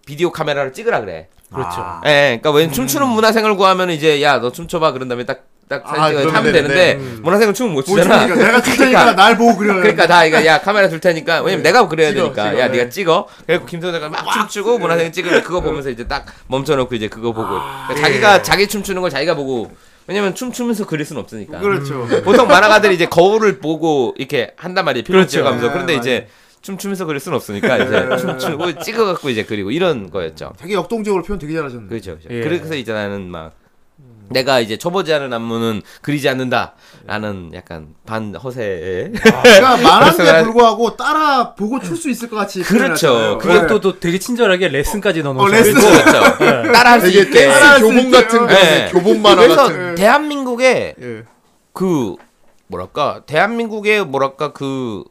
H: 비디오 카메라를 찍으라 그래.
A: 그렇죠.
H: 예, 그러니까 왜 춤추는 문화생을 구하면 이제 야 너 춤춰봐 그런 다음에 딱딱
D: 아,
H: 사진 찍어
D: 그러면
H: 하면 되는데
D: 되는데.
H: 문화생은 춤을 못 추잖아.
B: 보여주니까 내가 춤추니까
H: 그러니까.
B: 날 보고 그려요.
H: 그러니까 나 이거 야 카메라 둘 테니까 왜냐면 내가 그래야
B: 네. 찍어,
H: 되니까
B: 찍어,
H: 야
B: 네.
H: 네가 찍어 그리고 김성자가 막 춤추고 문화생 찍으면 그거 보면서 이제 딱 멈춰놓고 이제 그거 보고
B: 아,
H: 그러니까
B: 예.
H: 자기가 자기 춤추는 걸 자기가 보고 왜냐면 춤추면서 그릴 순 없으니까
B: 그렇죠.
H: 보통 만화가들이 이제 거울을 보고 이렇게 한단 말이에요 필름
A: 그렇죠.
H: 찍어가면서
B: 네,
H: 그런데 이제 춤추면서 그릴 순 없으니까 이제 춤추고 찍어갖고 이제 그리고 이런 거였죠
B: 되게 역동적으로 표현 되게 잘하셨네.
H: 그렇죠 그렇죠.
A: 예.
H: 그래서 이제 나는 막 내가 이제 초보지 않은 안무는 그리지 않는다라는 약간 반 허세의
B: 그러니까 말한데
H: 그래서-
B: 불구하고 따라 보고 출 수 있을 것 같이 표현하잖아요.
H: 그렇죠.
A: 그것도
B: 네.
A: 또 되게 친절하게 레슨까지 넣어놓으
B: 어, 레슨.
H: 그렇죠. 따라 할 수
D: 되게
H: 있게.
D: 댄스 교본 같은 거,
H: 예.
D: 교본 만화
H: 네. 그래서
D: 같은.
H: 대한민국의
D: 예.
H: 그 뭐랄까 대한민국의 뭐랄까 그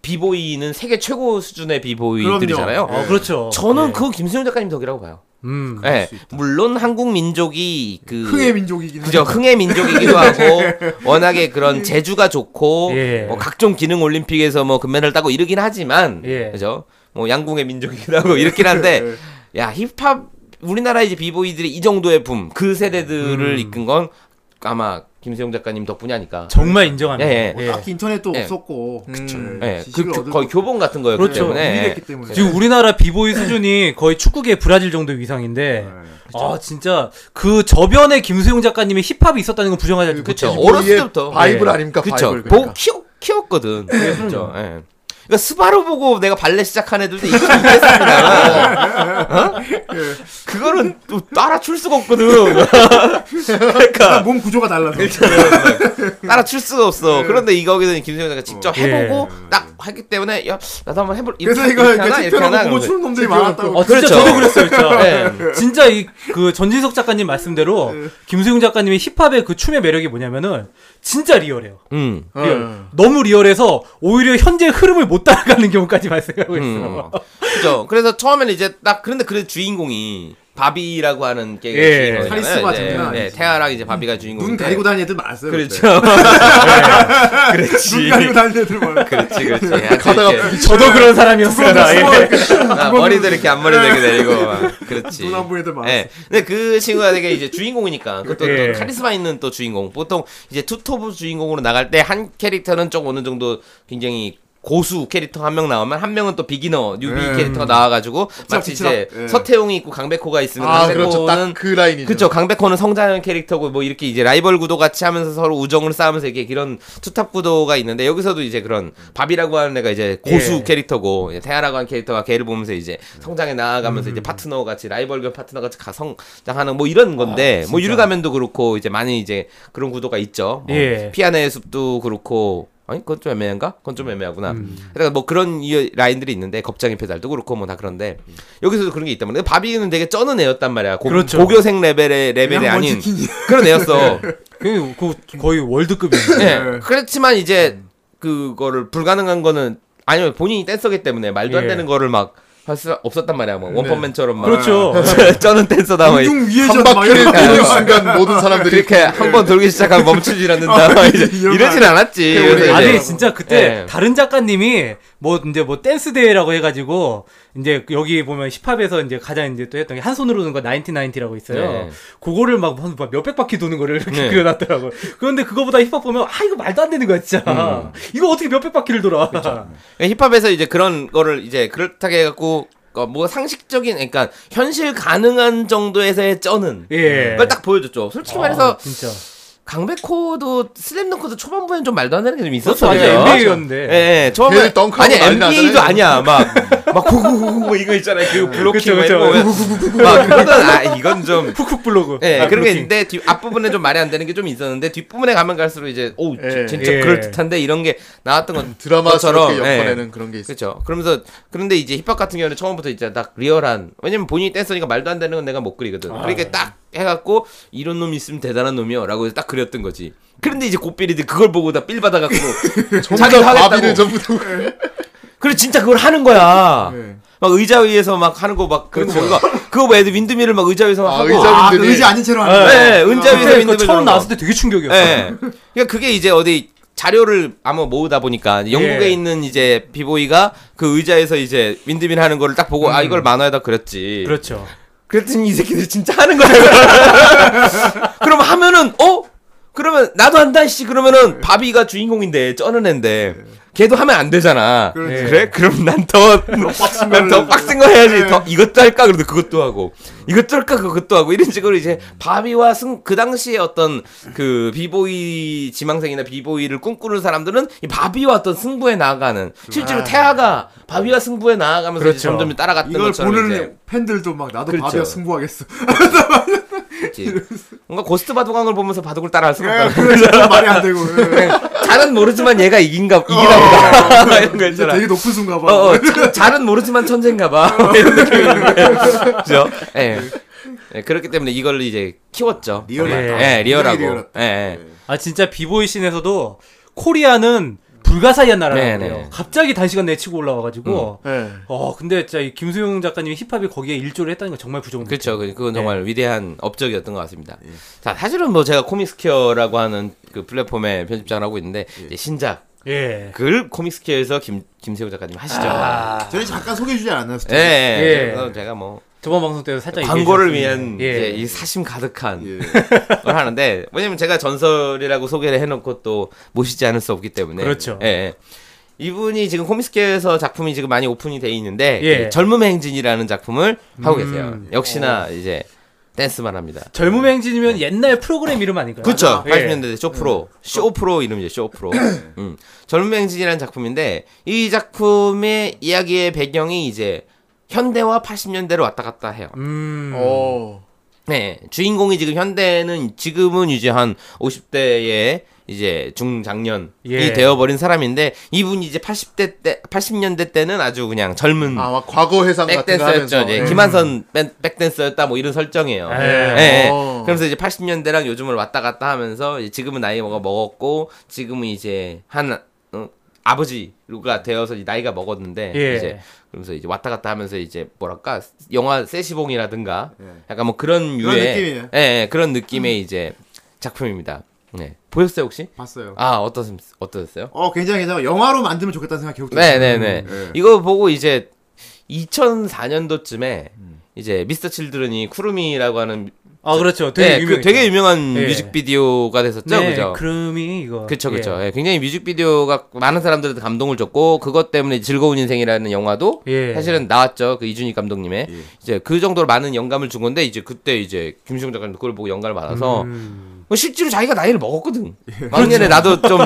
H: 비보이는 세계 최고 수준의 비보이들이잖아요.
A: 어,
D: 네.
A: 그렇죠.
H: 저는
A: 예.
H: 그 김수영 작가님 덕이라고 봐요.
A: 음.
H: 예. 물론 한국 민족이 그
B: 흥의 민족이긴
H: 그죠
B: 하죠.
H: 흥의 민족이기도 하고 워낙에 그런 재주가 좋고
A: 예.
H: 뭐 각종 기능 올림픽에서 뭐 금메달 따고 이러긴 하지만
A: 예.
H: 그죠 뭐 양궁의 민족이기도 하고 이렇긴 한데 야 힙합 우리나라 이제 비보이들이 이 정도의 붐 그 세대들을 이끈 건 아마 김세용 작가님 덕분이 아닐까
A: 정말 인정합니다.
H: 예,
B: 뭐 딱히 인터넷도
H: 예.
B: 없었고. 그렇죠.
H: 예, 그, 그 거의 교본 같은 거였기
A: 그렇죠.
H: 때문에
B: 유일했기
H: 네.
B: 때문에. 예.
A: 지금 우리나라 비보이 수준이 거의 축구계 브라질 정도 이상인데
H: 네.
A: 아 진짜 그 저변에 김수용 작가님의 힙합이 있었다는 건 부정하지 않죠.
H: 그쵸.
A: 죠
H: 어, 어렸을
D: 이게
H: 때부터.
D: 바이블
A: 예.
D: 아닙니까?
H: 네. 그쵸
D: 바이블.
H: 보고 키워, 키웠거든 그죠 예. 그러니까 스바루 보고 내가 발레 시작한 애들도 있긴 했습니다. 그러니까 그거는 또 따라 출 수가 없거든. 네. 그러니까
B: 몸 구조가 달라서.
H: 따라 출 수가
B: 네.
H: 없어. 그런데 이거 거기서는 김세현 씨가 직접 해보고 딱 하기 때문에 야 나도 한번 해볼. 이렇게,
B: 어. 예. 그래서 이거 이렇게
H: 이렇게 하나 이렇게 하나.
B: 찍혀놓고 보고 추는 놈들이 많았다고.
A: 어, 진짜
H: 그렇죠.
A: 저도 그랬어요, 진짜.
H: 예.
A: 진짜 이 그 전진석 작가님 말씀대로
H: 네.
A: 김수용 작가님의 힙합의 그 춤의 매력이 뭐냐면은 진짜 리얼해요.
H: 음.
B: 어.
A: 리얼. 너무 리얼해서 오히려 현재 흐름을 못 따라가는 경우까지 발생하고 있어요.
H: 음. 그죠. 그래서 처음에는 이제 딱 그런데 그 주인공이 바비라고 하는 게
A: 예.
H: 주인공이잖아요.
B: 카리스마
H: 이제,
B: 장난 아니지.
H: 예, 태아랑 이제 바비가 주인공.
B: 눈 가리고 다니는 애들 많았어요. 그러니까. 그때.
H: 그렇죠.
B: 눈 가리고 다니는 애들 많았어요.
H: 그렇지, 그렇지.
D: 가다가
H: 이렇게
A: 저도 그런
B: 그러니까
A: 사람이었어요. 나, 예.
H: 아, 머리도 이렇게 앞머리 되게 내리고 막. 그렇지.
B: 눈안 보이는 애들 많았어요.
H: 예. 근데 그 친구가 되게 이제 주인공이니까 그것도
A: 예.
H: 또 카리스마 있는 또 주인공. 보통 이제 투톱 주인공으로 나갈 때 한 캐릭터는 좀 어느 정도 굉장히 고수 캐릭터 한 명 나오면 한 명은 또 비기너 뉴비
B: 음.
H: 캐릭터가 나와가지고 마치
B: 붙이라.
H: 이제
B: 예.
H: 서태웅이 있고 강백호가 있으면
D: 아,
H: 강백호는
D: 그렇죠. 딱 그 라인이죠.
H: 그쵸 강백호는 성장형 캐릭터고 뭐 이렇게 이제 라이벌 구도 같이 하면서 서로 우정을 쌓으면서 이렇게 이런 투탑 구도가 있는데 여기서도 이제 그런 밥이라고 하는 애가 이제 고수
D: 예.
H: 캐릭터고 이제 태아라고 하는 캐릭터가 걔를 보면서 이제
D: 음.
H: 성장해 나아가면서 이제 파트너 같이 라이벌 파트너 같이 가성장하는 뭐 이런 건데
D: 아,
H: 뭐 유류가면도 그렇고 이제 많이 이제 그런 구도가 있죠. 뭐
A: 예.
H: 피아노의 숲도 그렇고. 아니 그건 좀 애매한가? 그건 좀 애매하구나.
D: 음.
H: 그러니까 뭐 그런 이 라인들이 있는데 겁쟁이 페달도 그렇고 뭐 다 그런데
D: 음.
H: 여기서도 그런 게 있단 말이야. 바비는 되게 쩌는 애였단 말이야. 고,
A: 그렇죠.
H: 고교생 레벨의 레벨이 아닌 그런 애였어.
A: 그, 그 거의 월드급이에요.
H: 예. 그렇지만 이제 그거를 불가능한 거는 아니면 본인이 댄서기 때문에 말도 안
A: 예. 네.
H: 되는 거를 막 할 수 없었단 말이야. 뭐 원펀맨처럼 막
A: 그렇죠.
H: 쩌는 댄서다. 막
B: 공중 위에
D: 한
B: 막
D: 바퀴를
B: 이런
D: 도는 순간 모든 사람들이
H: 이렇게 한 번 돌기 시작하면 멈추질
A: 아,
H: 않는다. 막 이제
B: 이런
H: 이러진 않았지. 예, 그래서 이제
A: 아니 진짜 그때
H: 예.
A: 다른 작가님이 뭐 이제 뭐 댄스 대회라고 해가지고 이제 여기 보면 힙합에서 이제 가장 이제 또 했던 게 한 손으로 도는 거 1990이라고 있어요.
H: 네.
A: 그거를 막 한뭐 몇백 바퀴 도는 거를 이렇게
H: 네.
A: 그려놨더라고요. 그런데 그거보다 힙합 보면 아 이거 말도 안 되는 거야 진짜. 이거 어떻게 몇백 바퀴를 돌아?
H: 음. 그러니까 힙합에서 이제 그런 거를 이제 그렇다게 해갖고 어, 뭐 상식적인 그러니까 현실 가능한 정도에서의 쩌는
A: 예.
H: 그걸 딱 보여줬죠. 솔직히 말해서
A: 진짜.
H: 강백호도 슬램덩크도 초반부에는 좀 말도 안 되는 게 좀 있었어요.
A: 맞아요. 그렇죠. 네, NBA 였는데.
H: 예, 예. 처음에
D: 네. 걔들 덩크하고
H: 아니
D: 난리
H: NBA도
D: 나잖아요.
H: 아니야. 막막 고고고고 뭐 이거 있잖아요. 그
A: 그쵸,
H: 블로킹 막
A: 그쵸.
H: 이런 거. 막 그러던 아 이건 좀
A: 훅훅 블로그.
H: 예,
A: 아,
H: 그런 게
A: 블로킹.
H: 있는데 뒤, 앞부분에 좀 말이 안 되는 게 좀 있었는데 뒷부분에 가면 갈수록 이제 오
D: 예.
H: 진짜
A: 예.
H: 그럴듯한데 이런 게 나왔던 건
D: 드라마스럽게
H: 것처럼, 예.
D: 엮어내는 그런 게 있어요.
H: 그렇죠. 그러면서 그런데 이제 힙합 같은 경우는 처음부터 이제 딱 리얼한 왜냐면 본인이 댄서니까 말도 안 되는 건 내가 못 그리거든. 그러니까 딱 해갖고 이런 놈 있으면 대단한 놈이야라고 해서 딱 그렸던 거지. 그런데 이제 곱비리들 그걸 보고 다 삘 받아갖고 자기도
D: 혼자 바비를
H: 하겠다고.
D: 전부 다
H: 그래 진짜 그걸 하는 거야. 막 의자 위에서 막 하는 거 막 그런 거 그거 그거 뭐 애들 윈드밀을 막 의자 위에서 막
D: 아,
H: 하고.
D: 의자
B: 아, 그
D: 사람들이-
B: 의지 아닌 채로 하는
H: 예,
B: 거야.
H: 예, 의자 위에서
A: 아, 그때 그거
H: 윈드밀
A: 처음
H: 하는 거.
A: 나왔을 때 되게 충격이었어.
H: 예. 그러니까 그게 이제 어디 자료를 아마 모으다 보니까 영국에
A: 예.
H: 있는 이제 비보이가 그 의자에서 이제 윈드밀 하는 거를 딱 보고 아 이걸 만화에다 그렸지.
A: 음. 그렇죠.
H: 그랬더니 이 새끼들 진짜 하는 거야. 그럼 하면은 어? 그러면 나도 한다 씨 그러면은 바비가 주인공인데 쩌는 앤데 걔도 하면 안 되잖아. 그래 그럼 난더난더 빡센 거 해야지. 더 이것도 할까? 그래도 그것도 하고 이것도 할까? 그것도 하고 이런 식으로 이제 바비와 승 그 당시에 어떤 그 비보이 지망생이나 비보이를 꿈꾸는 사람들은 이 바비와 어떤 승부에 나아가는 실제로 태아가 바비와 승부에 나아가면서 이제
A: 그렇죠.
H: 점점 따라갔던
B: 이걸
H: 것처럼
B: 보는
H: 이제
B: 팬들도 막 나도
H: 그렇죠.
B: 바비야 승부하겠어.
H: 있지. 뭔가 고스트 바둑왕을 보면서 바둑을 따라할 수가 없다.
B: 그래 진짜 말이 안 되고. 예.
H: 잘은 모르지만 얘가 이긴가 이기나 보다 이런 거
B: 이제
H: 있잖아.
B: 어. 되게 어. 높은 순가 봐.
H: 어, 어, 자- 잘은 모르지만 천재인가 봐. 뭐 이런 느낌인데. 그죠? 예. 예, 그렇기 때문에 이걸 이제 키웠죠.
B: 네, 리얼하다.
H: 예, 예, 리얼하고.
B: 리얼하다.
H: 예, 예.
A: 아 진짜 비보이 씬에서도 코리아는 불가사의한 나라예요.
H: 네네. 음.
A: 갑자기 단시간 내에 치고 올라와가지고
D: 예.
B: 네.
A: 어 근데 진짜 이 김수용 작가님이 힙합이 거기에 일조를 했다는 건 정말 부정.
H: 그렇죠. 그-
B: 예.
H: 그건 정말 위대한 업적이었던 것 같습니다. 자, 사실은 뭐 제가 코믹스퀘어라고 하는 그 플랫폼의 편집장을 하고 있는데 이제 신작
A: 예.
H: 글 코믹스퀘어에서 김 김세호 작가님 하시죠.
B: 저희 잠깐 소개해주지 않았을
H: 예,
B: 때.
H: 예.
A: 예.
H: 그래서 제가 뭐
A: 저번 방송 때도 살짝
H: 광고를
A: 얘기해
H: 위한
A: 예.
H: 이제 이 사심 가득한
B: 예.
H: 걸 하는데 왜냐면 제가 전설이라고 소개를 해놓고 또 모시지 않을 수 없기 때문에
A: 그렇죠.
H: 예, 예. 이분이 지금 호미스케에서 작품이 지금 많이 오픈이 돼 있는데
A: 예. 음.
H: 이 젊음의 행진이라는 작품을 하고 계세요. 역시나 이제 댄스만 합니다.
A: 젊음 행진이면 옛날 프로그램 이름 아닌가요?
H: 그쵸. 예.
A: 예.
H: 80년대 쇼프로. 쇼프로 이름이죠, 쇼프로. 음. 젊은 행진이라는 작품인데, 이 작품의 이야기의 배경이 이제, 현대와 80년대로 왔다 갔다 해요.
A: 음.
D: 어.
H: 네, 주인공이 지금 현대는 지금은 이제 한 50대의 이제 중장년이
A: 예.
H: 되어버린 사람인데 이분이 이제 80대 때 80년대 때는 아주 그냥
B: 음.
H: 젊은
D: 아, 막 과거 회상 같은 거 하면서. 아,
H: 백댄서였죠.
B: 네.
H: 예.
D: 예.
H: 김한선 백- 백댄서였다 뭐 이런 설정이에요.
A: 예.
H: 예, 예.
D: 어.
H: 그러면서 이제 80년대랑 요즘을 왔다 갔다 하면서 이제 지금은 나이가 먹었고 지금은 이제 한 어, 아버지가 되어서 이 나이가 먹었는데
A: 예.
H: 이제 그러면서 이제 왔다 갔다 하면서 이제 뭐랄까 영화 세시봉이라든가 약간 뭐 그런
B: 그런
H: 유의
B: 느낌이에요.
H: 예, 예, 그런 느낌의 이제 작품입니다. 네. 보셨어요 혹시?
B: 봤어요.
H: 아 어떻 어떠셨어요?
B: 어 굉장히 괜찮아. 영화로 만들면 좋겠다는 생각 계속 들었어요.
H: 네네네.
B: 음, 예.
H: 이거 보고 이제 2004년도쯤에 이제 미스터 칠드런이 쿠루미라고 하는
A: 아 그렇죠. 되게
H: 되게, 네,
A: 유명.
H: 그 되게 유명한
A: 예.
H: 뮤직비디오가 됐었죠,
A: 네,
H: 그죠?
A: 그럼이 이거.
H: 그쵸
A: 예.
H: 그쵸. 예. 굉장히 뮤직비디오가 많은 사람들한테 감동을 줬고 그것 때문에 즐거운 인생이라는 영화도
A: 예.
H: 사실은 나왔죠. 그 이준익 감독님의 이제 그 정도로 많은 영감을 준 건데 이제 그때 이제 김수영 작가님 그걸 보고 영감을 받아서
A: 음.
H: 뭐 실제로 자기가 나이를 먹었거든. 왕년에 나도 좀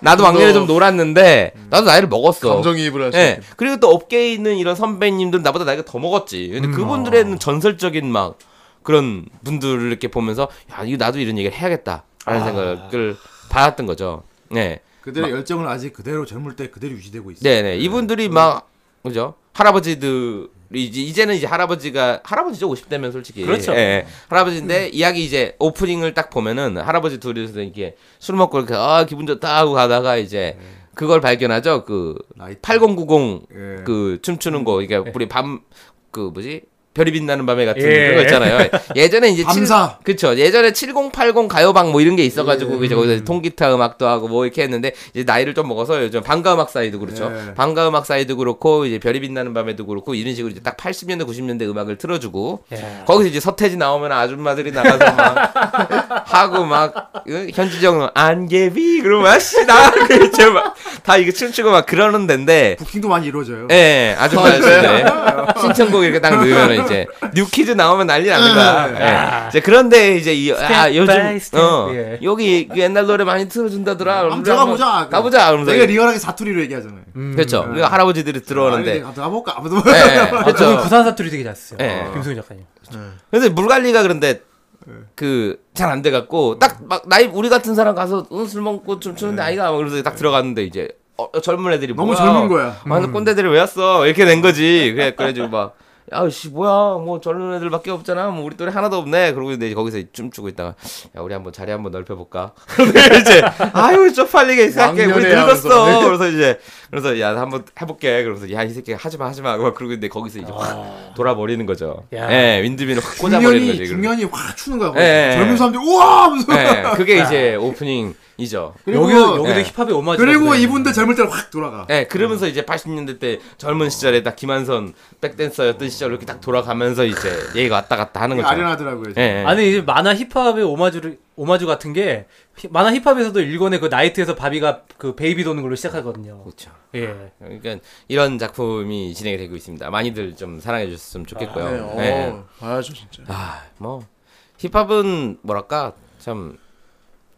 H: 나도 왕년에 좀 놀았는데
A: 음.
H: 나도 나이를 먹었어.
D: 감정이입을 할수
H: 예. 그리고 또 업계에 있는 이런 선배님들 나보다 나이가 더 먹었지. 근데
A: 음, 어.
H: 그분들의 전설적인 막 그런 분들을 이렇게 보면서 야, 이거 나도 이런 얘기를 해야겠다.
A: 아.
H: 라는 생각을 받았던 거죠. 네.
I: 그들의 열정은 아직 그대로 젊을 때 그대로 유지되고 있어요.
H: 네네.
A: 음.
H: 이분들이 막 그죠? 할아버지들이 이제 이제는 이제 할아버지가 할아버지죠. 50대면 솔직히.
A: 그렇죠.
H: 예, 예. 할아버지인데 이야기 이제 오프닝을 딱 보면은 할아버지 둘이서 이렇게 술 먹고 이렇게 아, 기분 좋다 하고 가다가 이제 그걸 발견하죠. 그
I: 라이트.
H: 8090
I: 예.
H: 그 춤추는 거 그러니까 우리 밤 그 뭐지 별이 빛나는 밤에 같은
A: 예.
H: 그런 거 있잖아요. 예전에 이제
I: 밤사.
H: 칠- 그쵸. 예전에 7080 가요방 뭐 이런 게 있어가지고
I: 예.
H: 이제 거기서 통기타 음악도 하고 뭐 이렇게 했는데 이제 나이를 좀 먹어서 요즘 방가 음악 사이도 그렇죠.
I: 예.
H: 방가 음악 사이도 그렇고 이제 별이 빛나는 밤에도 그렇고 이런 식으로 이제 딱 80년대 90년대 음악을 틀어주고
I: 예.
H: 거기서 이제 서태지 나오면 아줌마들이 나가서 막 하고 막 으, 현지적 안개비 그러고 막씨 나가고 이제 막다 이거 춤추고 막 그러는 데인데
I: 부킹도 많이 이루어져요.
H: 예, 아주 빠르신데 신청곡 이렇게 딱 넣으면 이제 뉴키즈 나오면 난리
I: 음.
H: 납니다. 예. 이제 그런데 이제 이, 아
A: Step by
H: 요즘
A: step,
H: 어
A: 예.
H: 여기 옛날 노래 많이 틀어준다더라.
I: 한번 아, 들어가보자. 네.
H: 가보자. 그러면서
I: 되게 리얼하게 사투리로 얘기하잖아요.
H: 그렇죠. 그리고 할아버지들이 들어오는데.
I: 한번 가볼까? 아무도
H: 예, 예,
A: 아,
H: 그렇죠.
A: 그분 부산 사투리 되게 잘 쓰세요.
H: 예.
A: 김승훈 작가님.
H: 그래서 물 관리가 그런데 그 잘 안 돼 갖고
I: 음.
H: 딱 막 나이 우리 같은 사람 가서 응, 술 먹고 춤 추는데 아이가 막 그래서 딱 들어갔는데 이제 어, 젊은 애들이
I: 네. 너무
H: 뭐야?
I: 젊은 거야. 음.
H: 완전 꼰대들이 왜 왔어? 이렇게 된 거지. 그래 그래가지고 막 야씨 뭐야 뭐 젊은 애들밖에 없잖아. 뭐 우리 또래 하나도 없네. 그러고 이제 거기서 춤추고 있다가 야 우리 한번 자리 한번 넓혀볼까. 그러고 이제 아유 쪽팔리게 생각해 우리
D: 왕년에
H: 늙었어.
D: 하면서.
H: 그래서 이제 그래서 야 나 한번 해볼게. 그러면서 야 이 새끼 하지마 하지마. 막 그러고 근데 거기서 이제 확 돌아버리는 거죠.
A: 야.
H: 예 윈드밀을 확 꽂아버리는
I: 중년이
H: 거지. 그러고.
I: 중년이 확 추는 거야.
H: 예, 예.
I: 젊은 사람들이 우와 하면서.
H: 예, 그게 이제 오프닝이죠.
I: 그리고 네.
A: 여기도 여기도
H: 예.
A: 힙합의 오마주.
I: 그리고 이분들 젊을 때로 확 돌아가.
H: 예, 그러면서 이제 80년대 때 젊은 시절에 딱 김한선 백댄서였던 시절 이렇게 딱 돌아가면서 이제 얘기가 왔다 갔다 하는 거죠.
I: 아련하더라고요.
H: 예, 예.
A: 아니 이제 만화 힙합의 오마주를 오마주 같은 게 히- 만화 힙합에서도 일권의 그 나이트에서 바비가 그 베이비 도는 걸로 시작하거든요.
H: 그렇죠.
A: 예.
H: 그러니까 이런 작품이 진행이 되고 있습니다. 많이들 좀 사랑해 주셨으면 좋겠고요.
D: 네,
H: 아,
D: 어, 봐야죠 진짜.
I: 그
H: 뭐 힙합은 뭐랄까 참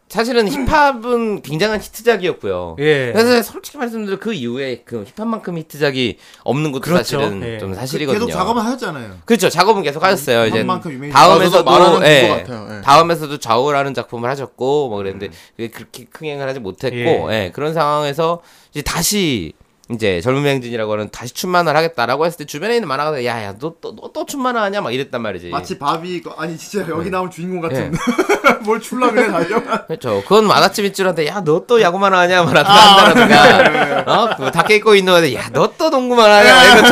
H: 사실은 힙합은 굉장한 히트작이었고요.
A: 예.
H: 그래서 솔직히 말씀드려 그 이후에 그 힙합만큼 히트작이 없는 것도
A: 그렇죠.
H: 사실은
A: 예.
H: 좀 사실이거든요.
I: 계속 작업을 하셨잖아요.
H: 그렇죠. 작업은 계속 하셨어요. 이제
I: 만큼 유명해진
D: 나도 말하는
H: 다음에서도
D: 그거
H: 예,
D: 같아요. 예.
H: 다음에서도 좌우라는 작품을 하셨고 뭐 그랬는데
A: 음.
H: 그게 그렇게 흥행을 하지 못했고 예. 그런 상황에서 이제 다시 이제 젊은 행진이라고 하는 다시 춤만을 하겠다라고 했을 때 주변에 있는 만화가들 야야 너 또 또 춤만을 하냐 막 이랬단 말이지.
I: 마치 바비 거- 아니 진짜
H: 네.
I: 여기 나온 주인공 같은 뭘 출라 그래 달려.
H: 그렇죠. 그건 만화집 입주한테 야 너 또 야구만 하냐 말하든가
A: 아, 네,
H: 한다라든가 어그 닭 깨고 있는 애들 야너 또 농구만 하냐
A: 네.
H: 막 이런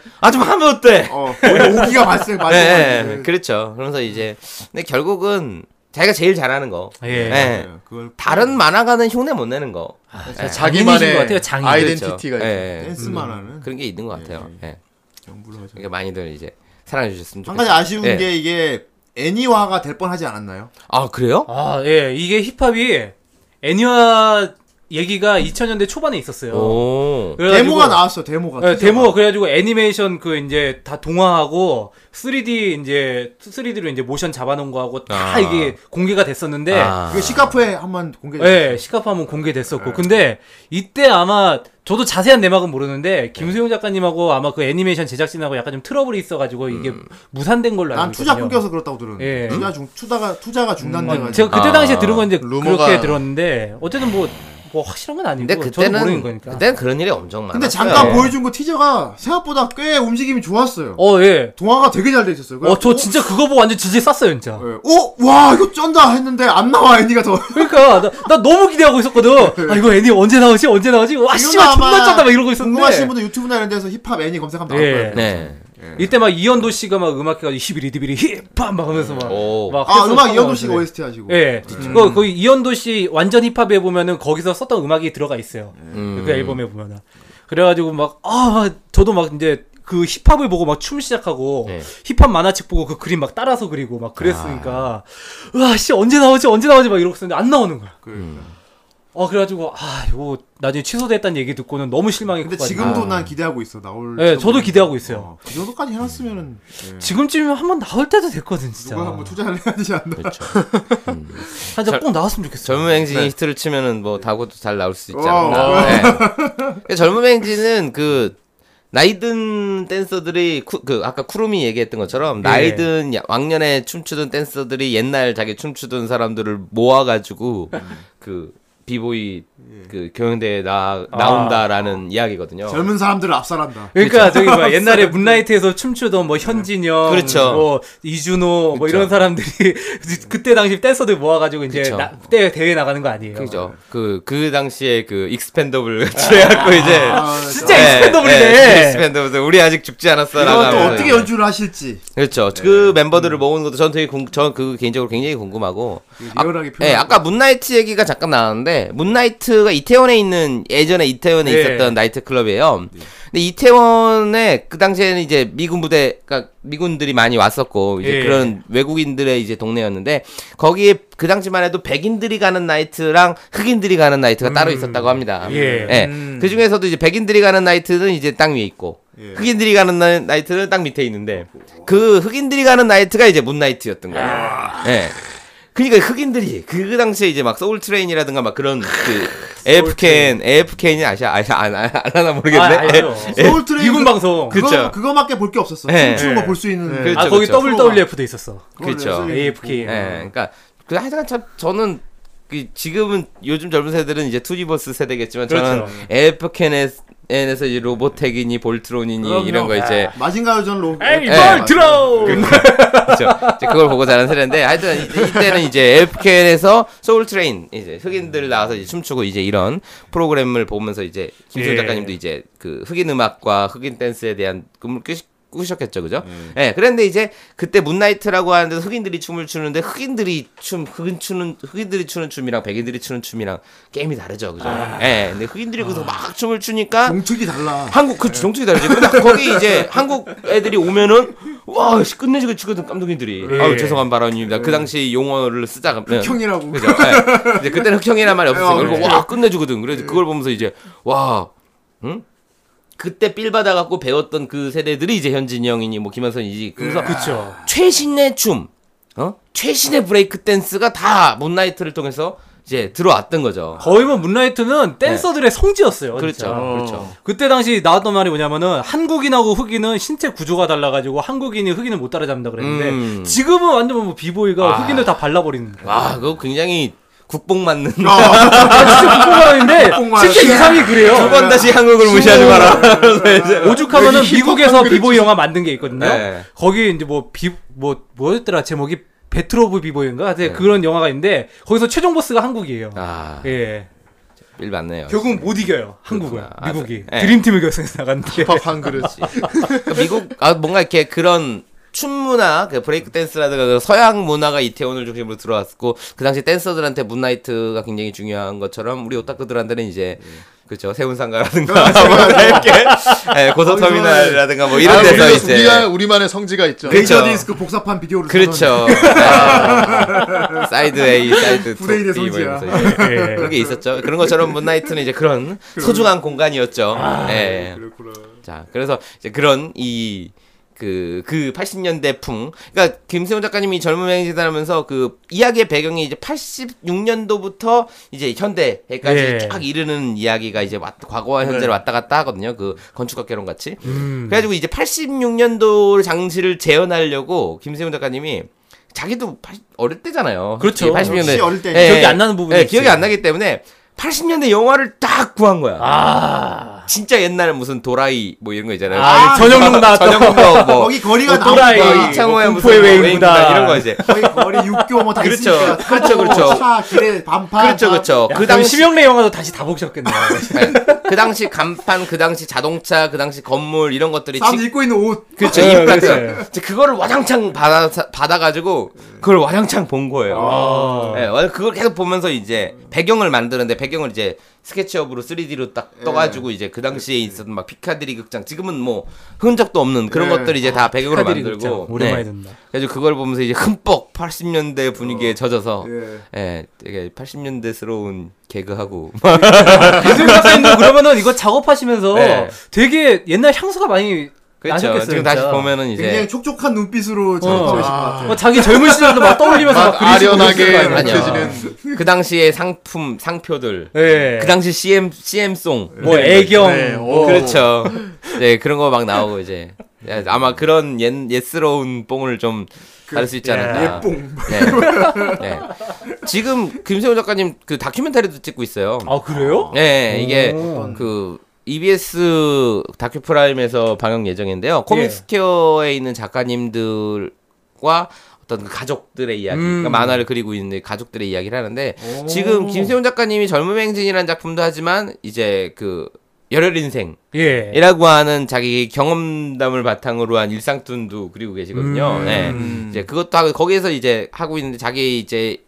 H: 것처럼 아좀 하면 어때?
I: 아. 네. 어, 오히려 오기가 발생 많이
H: 예, 예,
I: 네,
H: 그렇죠. 그러면서 이제 근데 결국은 자기가 제일 잘하는 거.
A: 예. 음.
H: 예.
I: 그걸
H: 다른 만화가는 흉내 못 내는 거. 예.
A: 장인이신 것 같아요,
D: 자기만의
A: 장인.
D: 아이덴티티가
H: 그렇죠.
D: 있어요.
H: 예, 예.
I: 댄스만
A: 음.
I: 하는
H: 그런 게 있는 것 같아요. 예.
I: 정부를 하죠.
H: 그러니까 많이들 이제 사랑해 주셨으면
I: 한
H: 좋겠어요.
I: 가지 아쉬운
H: 예.
I: 게 이게 애니화가 될 뻔하지 않았나요?
H: 아, 그래요?
A: 아, 예. 이게 힙합이 애니화 얘기가 2000년대 초반에 있었어요.
H: 오.
A: 그래가지고-
I: 데모가 나왔어. 데모가.
A: 네,
I: 티저가.
A: 데모 그래가지고 애니메이션 그 이제 다 동화하고 3D 이제 3D로 이제 모션 잡아놓은 거하고 다
H: 아.
A: 이게 공개가 됐었는데
H: 아.
I: 이거 그 시카프에 한번 공개.
A: 예, 시카파문 공개됐었고. 근데 이때 아마 저도 자세한 내막은 모르는데 김수용 작가님하고 아마 그 애니메이션 제작진하고 약간 좀 트러블이 있어가지고 이게 무산된 걸로
I: 난
A: 알고
I: 투자
A: 있거든요.
I: 끊겨서 그렇다고 들었는데
A: 예.
I: 투자 중 투자가 투자가 중단돼가지고
A: 제가 그때
H: 아.
A: 당시에 들은 건 이제
D: 루머가-
A: 그렇게 들었는데 어쨌든 뭐, 뭐 확실한 건 아니고
H: 근데
A: 저도 모르는
H: 그때는
A: 거니까.
H: 그때는 그런 일이 엄청 많았어요.
I: 근데 잠깐 보여준 거 티저가 생각보다 꽤 움직임이 좋았어요.
A: 어 예.
I: 동화가 되게 잘 돼 있었어요. 네.
A: 어 저 진짜 그거 보고 완전 지지 쌌어요 진짜.
I: 오와 이거 쩐다 했는데 안 나와 애니가 더
A: 그러니까 나, 나 너무 기대하고 있었거든. 아 이거 애니 언제 나오지 언제 나오지 와
I: 지금도
A: 씨발
I: 아마
A: 존나 쩐다 막 이러고 있었는데.
I: 궁금하신 분들 유튜브나 이런 데서 힙합 애니 검색하면
A: 예.
I: 나올 거예요.
H: 네.
A: 이때 막 이현도 씨가 막 음악해가지고 21이 디비리 힙합 막 하면서 막.
H: 오. 음.
A: 막
I: 아
A: 했었던
I: 음악
A: 것
I: 이현도 씨가
A: 같은데.
I: OST 하시고.
A: 예. 그, 거기 이현도 씨 완전 힙합에 보면은 거기서 썼던 음악이 들어가 있어요.
H: 음.
A: 그 앨범에 보면은. 그래가지고 막, 아, 막 저도 막 이제 그 힙합을 보고 막 춤 시작하고
H: 네.
A: 힙합 만화책 보고 그 그림 막 따라서 그리고 막 그랬으니까
H: 아.
A: 와 씨 언제 나오지 언제 나오지 막 이러고 있었는데 안 나오는 거야.
I: 그,
H: 음.
A: 어 그래가지고 아 이거 나중에 취소됐다는 얘기 듣고는 너무 실망이
I: 근데
A: 커가지고. 아,
I: 지금도
H: 아.
I: 난 기대하고 있어 나올.
A: 예,
I: 때도.
A: 저도 기대하고 있어요.
I: 어, 그 정도까지 해놨으면은 예,
A: 지금쯤이면 한 번 나올 때도 됐거든 진짜.
I: 누가 한번 투자를 해야 되지 않나.
H: 그렇죠.
A: 한장 꼭 나왔으면 좋겠어.
H: 젊은 행진이 히트를 치면은 뭐 다고도 잘 나올 수 있지
I: 네. 어.
H: 않나. 네. 젊은 행진은 그 나이든 댄서들이 쿠, 그 아까 쿠루미 얘기했던
I: 예.
H: 것처럼 나이든 야- 왕년에 춤추던 댄서들이 옛날 자기 춤추던 사람들을 모아가지고
I: 음.
H: 그 비보이 그 경연대에 나 나온다라는 이야기거든요.
I: 예. 아. 젊은 사람들을 압살한다.
A: 그러니까 저기 뭐 옛날에 문라이트에서 춤추던 뭐 현진영,
H: 그렇죠.
A: 뭐 이준호 뭐
H: 그렇죠.
A: 이런 사람들이 그- 그때 당시 댄서들 모아가지고 이제
H: 그렇죠.
A: 나- 그때 대회 나가는 거 아니에요?
H: 그죠. 그, 그 당시에 그 익스펜더블 같이 해갖고 이제.
A: 진짜
H: 예,
A: 익스펜더블이네.
H: 예, 익스펜더블. 우리 아직 죽지 않았어.
I: 아, 이건 또
H: 라고
I: 어떻게
H: 하면서.
I: 연주를 하실지
H: 그렇죠.
I: 네.
H: 그 멤버들을 모으는 것도 저는 되게 궁, 저는 그 개인적으로 굉장히 궁금하고.
I: 리얼하게
H: 예,
I: 표현.
H: 아까 문나이트 얘기가 잠깐 나왔는데 문나이트가 이태원에 있는 예전에 이태원에
I: 네.
A: 예.
H: 있었던 나이트 클럽이에요. 근데 이태원에 그 당시에는 이제 미군 부대가 그러니까 미군들이 많이 왔었고 이제
A: 예.
H: 그런 외국인들의 이제 동네였는데 거기에 그 당시만 해도 백인들이 가는 나이트랑 흑인들이 가는 나이트가 따로
I: 음.
H: 있었다고 합니다.
A: 예.
H: 그 중에서도 이제 백인들이 가는 나이트는 이제 땅 위에 있고
A: 예.
H: 흑인들이 가는 나- 나이트는 땅 밑에 있는데 그 흑인들이 가는 나이트가 이제 문 나이트였던 거예요.
A: 아.
H: 예. 그러니까 흑인들이 그, 그 당시에 이제 막 소울 트레인이라든가 막 그런 그 AFKN, AFKN이 아시아 아시아 안, 안, 안 하나 모르겠네.
A: 아, 알죠.
H: 예.
I: 서울 트레인
A: 미군 방송.
H: 그- 그쵸.
I: 그거 그거밖에 볼 게 없었어.
H: 예,
I: 춤추는
H: 예.
I: 거 볼 수 있는.
H: 예.
A: 아
H: 그렇죠,
A: 거기
H: 그렇죠.
A: WWF도 있었어.
I: 그걸
H: 그렇죠.
I: 레슬링
A: AFK.
H: 예. 그러니까 그 하여간 참 저는 그 지금은 요즘 젊은 세대는 이제 투지버스 세대겠지만
A: 그렇죠.
H: 저는 AFKN에서 이제 로보텍이니 볼트론이니
I: 그럼요.
H: 이런 거
A: 아.
H: 이제
I: 마징가요 전 로. 아,
A: 에이
H: 예.
A: 뭘 들어!
H: 그죠. 이제 그걸 보고 자란 세대인데 하여튼 이- 이때는 이제 FKN에서 소울 트레인 이제 흑인들 나와서 이제 춤추고 이제 이런 프로그램을 보면서 이제 김수호
A: 예.
H: 작가님도 이제 그 흑인 음악과 흑인 댄스에 대한 꿈을 꾸시, 꾸셨겠죠, 그죠? 예. 그런데 이제 그때 문나이트라고 하는데 흑인들이 춤을 추는데 흑인들이 춤 흑인 추는 흑인들이 추는 춤이랑 백인들이 추는 춤이랑 게임이 다르죠, 그죠? 예. 근데 흑인들이 거기서 막 춤을 추니까
I: 공특이 달라.
H: 한국 그 종투기 다르지. 근데 거기 이제 한국 애들이 오면은 와 씨, 끝내주고 죽거든 감독님들이.
A: 예.
H: 아우 죄송한 발언입니다. 그 당시 용어를 쓰자 가면
I: 형이라고.
H: 그죠. 예. 이제 그때는 흑형이란 말이
I: 어, 예.
H: 없었어요. 그리고
I: 네.
H: 와 끝내주거든. 그래서 그걸 보면서 이제 와 응? 그때 삘 받아갖고 배웠던 그 세대들이 이제 현진이 형이니 뭐 김한선이지.
I: 예.
H: 그래서
A: 그쵸.
H: 최신의 춤, 어? 최신의 브레이크 댄스가 다 문나이트를 통해서 이제 들어왔던 거죠.
A: 거의 뭐 문라이트는 댄서들의 성지였어요.
H: 그렇죠.
A: 진짜.
H: 그렇죠.
A: 그때 당시 나왔던 말이 뭐냐면은 한국인하고 흑인은 신체 구조가 달라가지고 한국인이 흑인을 못 따라잡는다 그랬는데
H: 음. 아.
A: 지금은 완전 뭐 비보이가 흑인을 다 발라버리는 거야. 아,
H: 와 그거 굉장히 국뽕 맞는
I: 어,
A: 뽕마인데
I: 뽕마요.
A: 진짜 이상이
H: 두
A: 그래요.
H: 번 다시 한국을 무시하지 마라.
A: 오죽하면은 미국에서 비보이 영화 만든 게 있거든요.
H: 네.
A: 거기 이제 뭐 비 뭐 뭐였더라 제목이 배틀 오브 비보이인가 하여튼 그런 영화가 있는데 거기서 최종 보스가 한국이에요.
H: 네. 아,
A: 예.
H: 일 맞네요.
A: 결국은 못 이겨요. 한국은
H: 아,
A: 미국이
H: 예.
A: 드림팀을 결승에 나갔는데
H: 네.
D: 힙합 한 그릇.
H: 그러니까 미국 아 뭔가 이렇게 그런 춤 문화, 그 브레이크 댄스라든가 그런 서양 문화가 이태원을 중심으로 들어왔고 그 당시 댄서들한테 문나이트가 굉장히 중요한 것처럼 우리 오타쿠들한테는 이제
D: 음.
H: 그렇죠 세운상가라든가 뭐 이렇게 예, 고속터미널이라든가 뭐 이런
D: 아,
H: 데서
D: 우리가-
H: 이제
D: 우리가 우리만의 성지가 있죠.
H: 그렇죠.
I: 레이저 디스크 복사판 비디오를
H: 그렇죠. 예. 사이드 A, 사이드
I: 브레인의
H: 2 뭐
I: 손지야.
H: 이러면서 이제
I: 예.
A: 예.
H: 그런 게 있었죠. 그런 것처럼 문나이트는 이제 그런 소중한 공간이었죠.
I: 아,
H: 예.
I: 그렇구나.
H: 자, 그래서 이제 그런 이 그, 그 80년대 풍. 그니까, 김세훈 작가님이 젊은 행진을 하면서 그 이야기의 배경이 이제 86년도부터 이제 현대까지
A: 예.
H: 쫙 이르는 이야기가 이제 왔, 과거와
I: 네.
H: 현재를 왔다 갔다 하거든요. 그 건축학개론 같이.
I: 음.
A: 음.
H: 그래가지고 이제 86년도 장치를 재현하려고 김세훈 작가님이 자기도 80 어릴 때잖아요.
A: 그렇죠.
H: 80년대.
I: 역시 어릴 때.
A: 기억이 안 나는 부분이
H: 예,
A: 있지.
H: 기억이 안 나기 때문에 80년대 영화를 딱 구한 거야. 진짜 옛날에 무슨 도라이 뭐 이런 거 있잖아요.
A: 아, 전영록 나왔던
H: 전영록 뭐
I: 거기 거리가
A: 뭐 또라이.
I: 나오니까
H: 뭐 이창호의
A: 뭐
H: 무슨
A: 공포의
H: 뭐
A: 외인구다.
H: 외인구다 이런 거 이제.
I: 거의 거리 육교 뭐다
H: 그렇죠.
I: 있으니까
H: 그렇죠, 그렇죠.
I: 차 길에 반판
H: 그렇죠,
I: 다
H: 그렇죠.
A: 야,
H: 그
A: 어, 그럼 아,
H: 당시
A: 심영래 영화도 다시 다 보셨겠네요.
H: 예. 그 당시 간판, 그 당시 자동차, 그 당시 건물 이런 것들이
I: 사람
H: 지-
I: 입고 있는 옷.
H: 그렇죠.
A: 예,
H: 이쁜
A: 그렇죠.
H: 같아요. 이제 그거를 와장창 받아 받아가지고 그걸 와장창 본
A: 아.
H: 거예요.
A: 어.
H: 예, 와- 그걸 계속 보면서 이제 배경을 만드는데 배경을 이제 스케치업으로 3D로 딱
A: 예.
H: 떠가지고 이제 그 당시에 있었던 막 피카드리 극장 지금은 뭐 흔적도 없는 그런 것들이 이제 다
A: 예.
H: 배경으로
A: 아, 피카디리
H: 만들고
A: 극장. 오랜만에
H: 네.
A: 듣는다.
H: 그래서 그걸 보면서 이제 흠뻑 80년대 분위기에 젖어서
I: 예.
H: 예, 되게 80년대스러운 개그하고
A: 아, 이승 작가님도 그러면은 이거 작업하시면서
H: 네.
A: 되게 옛날 향수가 많이
H: 그렇죠.
A: 나셨겠어요.
H: 지금 다시
A: 진짜.
H: 보면은 이제
I: 굉장히 촉촉한 눈빛으로 작업하고 계신 것
B: 네.
I: 같아요.
A: 어, 자기 젊은 시절도 막 떠올리면서 막
D: 막
A: 그리시고 그러실 거
D: 아련하게
A: 아니에요.
D: 느껴지는
H: 그 당시에 상품 상표들
A: 예.
H: 그 당시 CM CM 송
A: 뭐 애경
D: 네,
A: 뭐
I: 어.
D: 오.
H: 그렇죠 네 그런 거 막 나오고 이제 예, 아마 그런 옛 옛스러운 뽕을 좀 다룰 수 있지 않을까
I: 그, 예뽕.
H: 네. 네. 지금 김세호 작가님 그 다큐멘터리도 찍고 있어요
A: 아 그래요?
H: 네 이게 그 EBS 다큐프라임에서 방영 예정인데요 코믹스퀘어에 있는 작가님들과 어떤 그 가족들의
I: 음.
H: 이야기, 그러니까 만화를 그리고 있는 가족들의 이야기를 하는데 지금 김세훈 작가님이 젊음 행진이라는 작품도 하지만 이제 그 열혈 인생
A: 예.
H: 이라고 하는 자기 경험담을 바탕으로 한 일상툰도 그리고
I: 음.
H: 계시거든요. 네. 이제 그것도 하고 거기에서 이제 하고 있는데 자기 이제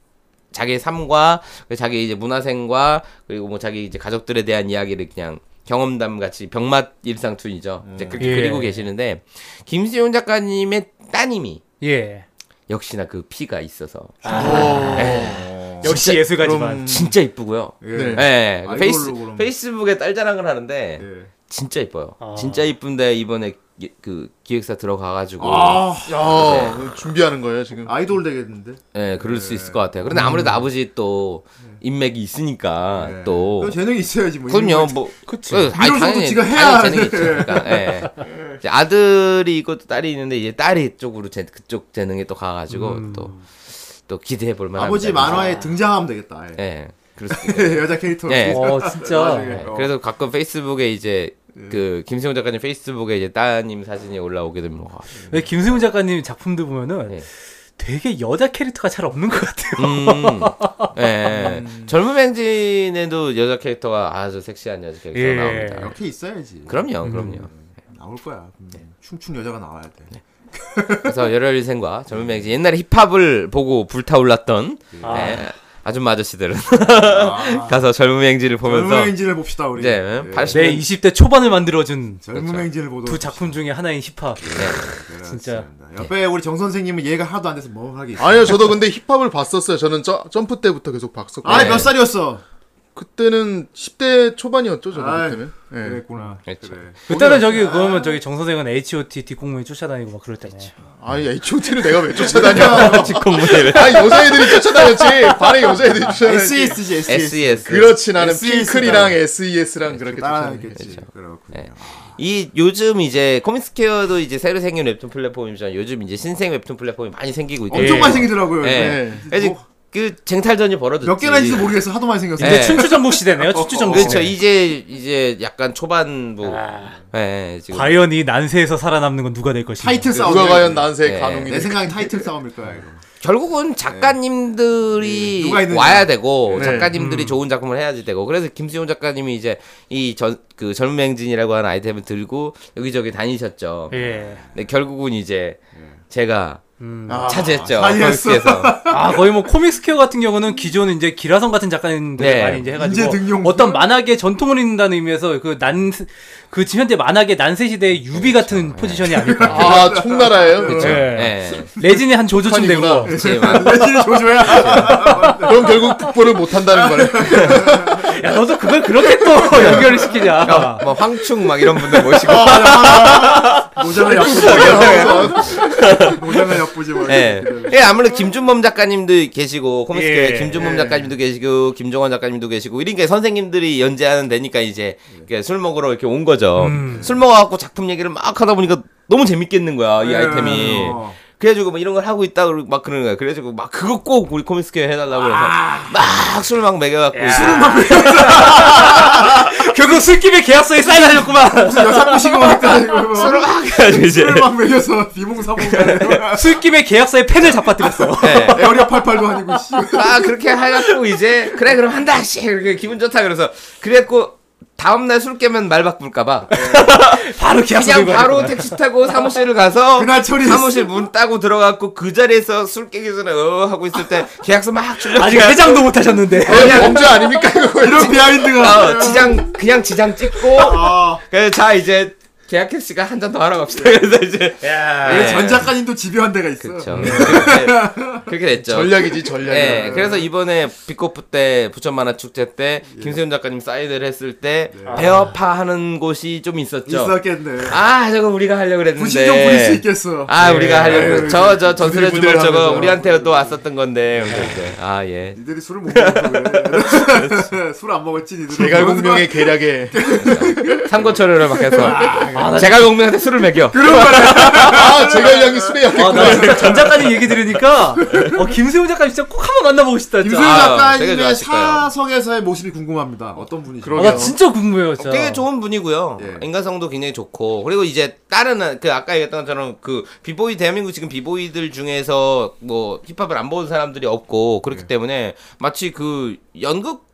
H: 자기의 삶과 그리고 자기 이제 문화생과 그리고 뭐 자기 이제 가족들에 대한 이야기를 그냥 경험담 같이 병맛 일상툰이죠. 이제 그렇게
A: 예.
H: 그리고 계시는데 김수용 작가님의 따님이
A: 예.
H: 역시나 그 피가 있어서
I: 음.
A: 역시
I: 네.
H: 진짜-
A: 예술가지만
H: 진짜 이쁘고요.
I: 예.
H: 예, 그
I: 아이돌로 예.
H: 페이스
I: 그럼.
H: 페이스북에 딸 자랑을 하는데
I: 네.
H: 진짜 이뻐요.
I: 아.
H: 진짜 이쁜데 이번에 기- 그 기획사 들어가가지고
B: 아.
D: 야 준비하는 거예요 지금
I: 아, 네. 아이돌 되겠는데.
H: 예, 그럴
I: 네.
H: 수 있을 것 같아요. 그런데
I: 음.
H: 아무래도 아버지 또 인맥이 있으니까 아, 또
I: 네. 그럼 재능이 있어야지 뭐.
H: 그럼요,
I: 이런 거
H: 뭐 그, 아니,
I: 이런 정도 지가 해야
H: 당연히 재능이 있죠. 그러니까, 예. 이제 아들이 있고 또 딸이 있는데 이제 딸이 쪽으로 제, 그쪽 재능에 또 가가지고 또 또 기대해 볼
I: 음.
H: 만한
I: 아버지 만화에 등장하면 되겠다. 예.
H: 예, 그럴 수 있겠네요.
I: 여자 캐릭터로.
H: 예.
A: 어 진짜
I: 나중에. 어.
H: 그래서 가끔 페이스북에 이제
I: 네.
H: 그 김세훈 작가님 페이스북에 이제 따님 사진이 올라오게 되면 와.
A: 왜 김승훈 작가님 작품들 보면은
H: 예.
A: 되게 여자 캐릭터가 잘 없는 것 같아요.
H: 음. 예.
I: 음.
H: 젊은 행진에도 여자 캐릭터가 아주 섹시한 여자 캐릭터가
A: 예.
H: 그렇죠. 나옵니다.
I: 이렇게 있어야지.
H: 그럼요, 그럼요.
I: 나올 거야. 분명히. 춤춘 여자가 나와야 돼.
H: 그래서 열혈일생과 젊은 행진 옛날에 힙합을 보고 불타올랐던
I: 음.
H: 예. 아줌마 아저씨들은 가서 젊은 행진을 보면서
I: 젊은 행진을 봅시다 우리.
H: 이제
I: 예.
H: 80
A: 내 20대 초반을 만들어준
I: 젊은
H: 그렇죠. 네.
I: 행진을 보도록.
A: 두 작품 중에 하나인 힙합. 네.
I: 하겠습니다.
A: 진짜.
I: 옆에 우리 정 선생님은 얘가 하나도 안 돼서 멍하게. 있어요.
D: 아니요 저도 근데 힙합을 봤었어요 저는 점, 점프 때부터 계속 봤었고
I: 아이 몇 살이었어?
D: 그때는 10대 초반이었죠 저도
I: 아이,
D: 그때는 예.
I: 그랬구나.
H: 그렇죠.
I: 그래.
A: 그때는 저기 그러면 저기 정 선생은 H.O.T 뒷공문이 쫓아다니고 막 그럴 때네.
H: 그렇죠.
D: 아니 H.O.T.를 내가 왜 쫓아다녀
H: 공무를
D: 아니 여자애들이 쫓아다녔지 반에 여자애들이 쫓아다녔지
B: E
I: SES지 E SES.
H: SES
D: 그렇지 나는
I: SES 랑.
D: 핑클이랑 SES랑 그렇게 쫓아다녔지
I: 따라다녔겠지. 그렇군요.
H: 이 요즘 이제 코믹스퀘어도 이제 새로 생긴 웹툰 플랫폼이지만 요즘 이제 신생 웹툰 플랫폼이 많이 생기고 있고
I: 엄청 많이 생기더라고요. 요즘에. 뭐.
H: 예. 그래서 그 쟁탈전이 벌어졌지.
I: 몇 개나 있는지 모르겠어. 하도 많이 생겼어.
H: 예.
A: 이제 춘추 전국 어. 시대네요. 춘추 전국.
H: 그렇죠.
A: 시대.
H: 이제 이제 약간 초반부. 예, 예, 지금
A: 과연 이 난세에서 살아남는 건 누가 될 것인가?
I: 타이틀
B: 그
I: 싸움.
D: 누가 과연 난세의
H: 네.
D: 간웅이
I: 내
D: 될까
I: 생각엔 타이틀 싸움일 거야 이거.
H: 결국은 작가님들이
I: 누가 있는지.
H: 와야 되고
D: 네.
H: 작가님들이 좋은 작품을 해야지 되고 그래서 김수용 작가님이 이제 이 전 그 젊은 행진이라고 하는 아이템을 들고 여기저기 다니셨죠.
A: 예.
H: 근데 결국은 이제 제가
I: 음.
H: 아,
B: 아,
H: 차지했죠.
I: 차지했어.
H: 코믹스에서.
A: 아 거의 뭐 코믹스퀘어 같은 경우는 기존 이제 기라성 같은 작가님들
H: 네.
A: 많이 이제 해가지고
I: 인재 등용.
A: 어떤 만화계 전통을 잇는다는 의미에서 그 난 그 현재 만화계 난세 시대의 유비
H: 그렇죠. 네.
A: 같은 포지션이 아닐까.
D: 아 총나라예요 그렇죠.
A: 예.
H: 예.
A: 레진이 한 조조쯤 된
D: 판이구나.
A: 거.
H: 이제
B: 네.
H: 막
I: 레진이 조조야.
D: 그럼 결국 극보를 못한다는 거네
A: 야 너도 그걸 그렇게 또 연결을 시키냐.
H: 뭐 황충 막 이런 분들 모시고
I: 모자가 예쁘지. 모자가 예쁘지 뭐.
H: 예. 예, 아무래도 김준범 작가님도 계시고 코믹스계
A: 예.
H: 김준범 작가님도 계시고 김종원 작가님도 계시고 이런 게 선생님들이 연재하는 데니까 이제 이렇게 술 먹으러 이렇게 온 거죠.
I: 음.
H: 술 먹어갖고 작품 얘기를 막 하다 보니까 너무 재밌겠는 거야
I: 예.
H: 이 아이템이.
I: 어.
H: 그래가지고 막 이런 걸 하고 있다 그러고 막 그러는 거야. 그래가지고 막 그거 꼭 우리 코믹스계 해달라고 그래서
I: 아.
H: 막 술 막
I: 예.
H: 먹여갖고 술을 막
A: 결국 술김에 계약서에 사인하셨구만.
I: 여자 꼬시고 오니까 이거 뭐.
H: 술을 막 해가지고 이제
I: 술을 막 먹여서 비몽사몽 하는
A: 술김에 계약서에 펜을 잡아뜨렸어.
H: 예.
I: 에어리어 팔팔도 아니고 씨.
H: 아 그렇게 해갖고 이제 그래 그럼 한다 씨 이렇게 기분 좋다 그래서 그랬고 다음날 술 깨면 말 바꿀까봐
A: 바로 기합서
H: 그냥
A: 들고 가는
H: 바로
A: 거야.
H: 택시 타고 사무실을 가서
B: 그날 처리했어.
H: 사무실 문 따고 들어갔고 그 자리에서 술 깨기 전에 어 하고 있을 때 계약서 막 출력
A: 아직 회장도 못 하셨는데.
D: 그냥 범죄 아닙니까 그거?
B: 이런 비하인드가
H: 어, 지장 그냥 지장 찍고 그래서 자 이제 계약 택시가 한 잔 더 하러 갑시다 그래서 이제
B: 예,
H: 예.
B: 전 작가님도 집요한 데가 있어. 음.
H: 그렇죠 그렇게, 그렇게 됐죠
D: 전략이지 전략.
H: 예, 그래서 이번에 비코프 때 부천 만화 축제 때 김세윤 작가님 사인을 했을 때 배어파 하는 곳이 좀 있었죠.
B: 있었겠네.
H: 아 저거 우리가 하려고 그랬는데
B: 부심 좀 부릴 수 있겠어.
H: 네.
D: 네.
H: 아 우리가 하려고
B: 예.
D: 그
H: 저저 전술의
D: 부들부들
H: 주먹 저거
D: 하면서.
H: 우리한테도 왔었던 건데 아예
B: 니들이 술을 못 먹었어. 술안 먹었지 니들.
D: 대갈공명의 계략에
H: 삼고초려를 막 해서 제가 공명한테 술을 먹여
D: 아 제갈량이 술에
A: 아,
D: 약했구나.
A: 나 진짜 전 작가님 얘기 들으니까 어, 김세훈 작가님 진짜 꼭 한번 만나보고 싶다.
B: 김수현
A: 진짜.
H: 아, 되게
B: 작가님의
H: 좋아하실 거예요.
B: 사석에서의 모습이 궁금합니다. 어떤 분이죠?
A: 아, 나 진짜 궁금해요, 진짜.
H: 어, 되게 좋은 분이고요.
B: 예.
H: 인간성도 굉장히 좋고 그리고 이제 다른 그 아까 얘기했던 것처럼 그 비보이 대한민국 지금 비보이들 중에서 뭐 힙합을 안 보는 사람들이 없고 그렇기
A: 예.
H: 때문에 마치 그 연극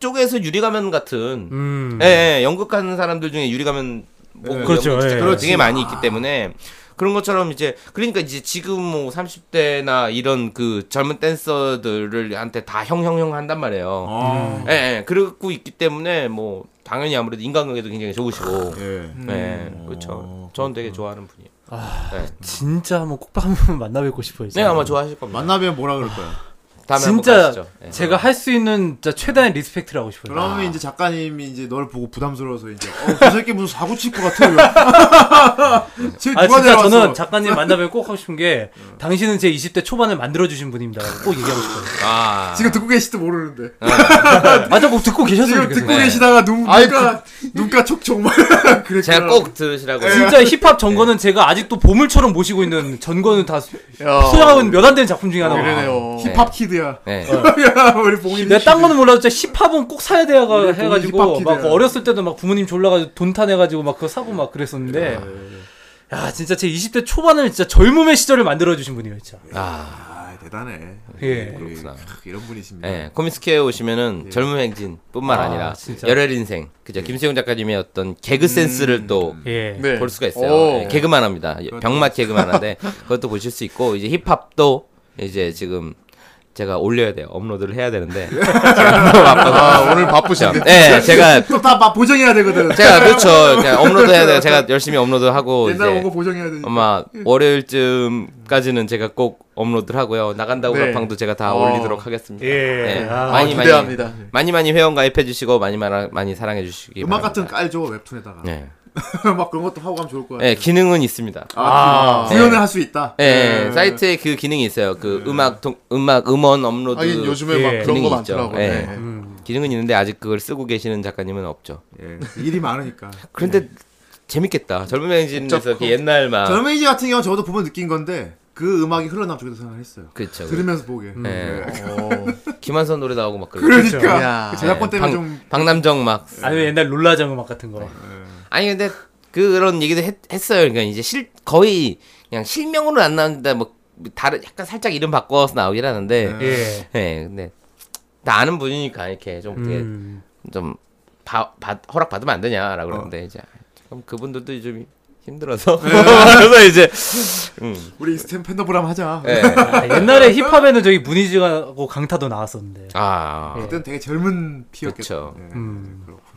H: 쪽에서 유리가면 같은
A: 음.
H: 예, 예, 연극 하는 사람들 중에 유리가면 뭐
A: 예. 그렇죠, 예.
H: 되게 많이 있기 때문에 그런 것처럼 이제 그러니까 이제 지금 뭐 30대나 이런 그 젊은 댄서들한테 다 형형형 한단
A: 어.
H: 말이에요.
B: 아.
H: 예, 예. 그러고 있기 때문에 뭐 당연히 아무래도 인간관계도 굉장히 좋으시고. 예.
B: 예.
A: 음.
H: 그렇죠. 저는 되게 좋아하는 분이에요. 예.
A: 진짜 한번 꼭 한번 만나뵙고 싶어요. 진짜.
H: 네, 아마 좋아하실 겁니다.
J: 만나면 뭐라 그럴 거야?
H: 다음에 한번
A: 진짜
H: 가시죠. 예.
A: 제가 할 수 있는 진짜 최대한 리스펙트를 하고 싶어요. 아,
J: 그러면 이제 작가님이 이제 널 보고 부담스러워서 이제 어, 그 새끼 무슨 사고 칠 것 같아요.
B: 쟤
A: 아
B: 누가
A: 진짜
B: 데려왔어?
A: 저는 작가님 만나면 꼭 하고 싶은 게 당신은 제 20대 초반을 만들어 주신 분입니다. 꼭 얘기하고 싶어요.
H: 아.
B: 지금 듣고 계시지도 모르는데.
A: 맞아, 꼭 듣고 계셨으면
B: 지금
A: 좋겠어요.
B: 듣고 계시다가 눈,
D: 아이,
B: 눈가 눈가 촉촉 막. 그랬구나.
H: 제가 꼭 들으시라고.
A: 진짜 힙합 전거는 제가 아직도 보물처럼 모시고 있는 전거는 다 수-
B: 어.
D: 야.
A: 소장하고 있는 몇 안 되는 작품 중에 하나고.
D: 그러네요.
B: 힙합 키드야.
H: 네.
B: 야 우리 봉이.
A: 내가 딴 거는 몰라도 진짜 힙합은 꼭 사야 돼가 해가지고
B: 힙합
A: 막
B: 기대야.
A: 어렸을 때도 막 부모님 졸라가지고 돈 탄해가지고 막 그거 사고 막 그랬었는데 야 진짜 제 20대 초반을 진짜 젊음의 시절을 만들어 주신 분이에요 진짜
H: 아,
B: 아 대단해.
A: 예.
H: 그렇구나.
B: 크, 이런 분이십니다.
H: 예, 코미스케에 오시면은 젊은 행진뿐만
A: 아,
H: 아, 니라
A: 진짜.
H: 열혈 인생 그죠 김세용 작가님의 어떤 개그 센스를 또 볼
A: 예.
D: 네.
H: 수가 있어요.
D: 오.
H: 예, 개그만 합니다. 병맛 개그만 한데 그것도 보실 수 있고 이제 힙합도 이제 지금 제가 올려야 돼요. 업로드를 해야 되는데
A: 예.
H: 제가 너무
D: 아
H: 바빠서
D: 오늘 바쁘시다.
H: 예, 제가
B: 또다 보정해야 되거든.
H: 제가 그렇죠. 그냥 업로드 해야 돼요. 제가 열심히 업로드하고
B: 옛날
H: 이제
B: 온거 보정해야 되니까.
H: 아마 월요일쯤까지는 제가 꼭 업로드를 하고요. 나간다고
D: 네.
H: 가팡도 제가 다
D: 어.
H: 올리도록 하겠습니다.
A: 예.
H: 네.
A: 아,
H: 많이
D: 아,
H: 많이
D: 기대합니다.
H: 많이 많이 회원 가입해 주시고 많이 많이 많이 사랑해 주시기
B: 예. 음악
H: 바랍니다.
B: 같은 거 깔죠 웹툰에다가.
H: 네.
B: 막 그런 것도 하고 가면 좋을 것 같아.
H: 네, 기능은 있습니다.
A: 아.
B: 아, 구현을 할 수 있다.
H: 예, 네, 사이트에 그 기능이 있어요. 그 음악 동, 음악 음원 업로드
D: 하긴 요즘에
A: 예,
D: 막 그런 거
H: 기능이 있죠.
D: 많더라고요.
H: 예.
D: 네.
H: 기능은 있는데 아직 그걸 쓰고 계시는 작가님은 없죠.
B: 예, 일이 많으니까.
H: 그런데 재밌겠다. 젊은 행진에서 그 옛날 막
B: 젊은 이지 같은 경우 저도 보면 느낀 건데 그 음악이 흘러나올 적에도 생각을 했어요.
H: 그렇죠.
B: 들으면서 보게.
H: 예.
B: 예.
H: 김한선 노래 나오고 막 그러고.
B: 그러니까
D: 야.
B: 그 저작권 때문에 좀
H: 예. 방, 박남정 막
A: 아니면 옛날 롤라장 음악 같은 거
H: 아니 근데 그런 얘기도 했, 했어요. 그러니까 이제 실 거의 그냥 실명으로 안 나오는데 뭐 다른 약간 살짝 이름 바꿔서 나오긴 하는데
B: 네.
A: 예.
H: 예, 근데 나 아는 분이니까 이렇게 좀 되게
A: 음.
H: 좀 바, 받- 허락 받으면 안
B: 어.
H: 되냐라고 그러는데 이제 그럼 그분들도 좀 힘들어서
B: 네.
H: 그래서 이제 음,
B: 우리 스탠 팬더브람 하자.
H: 예.
A: 아, 옛날에 힙합에는 저기 문희지하고 강타도 나왔었는데
H: 아
B: 그때는 되게 젊은 피였겠죠.
H: 그쵸.
B: 예.
A: 음.
B: 그렇구나.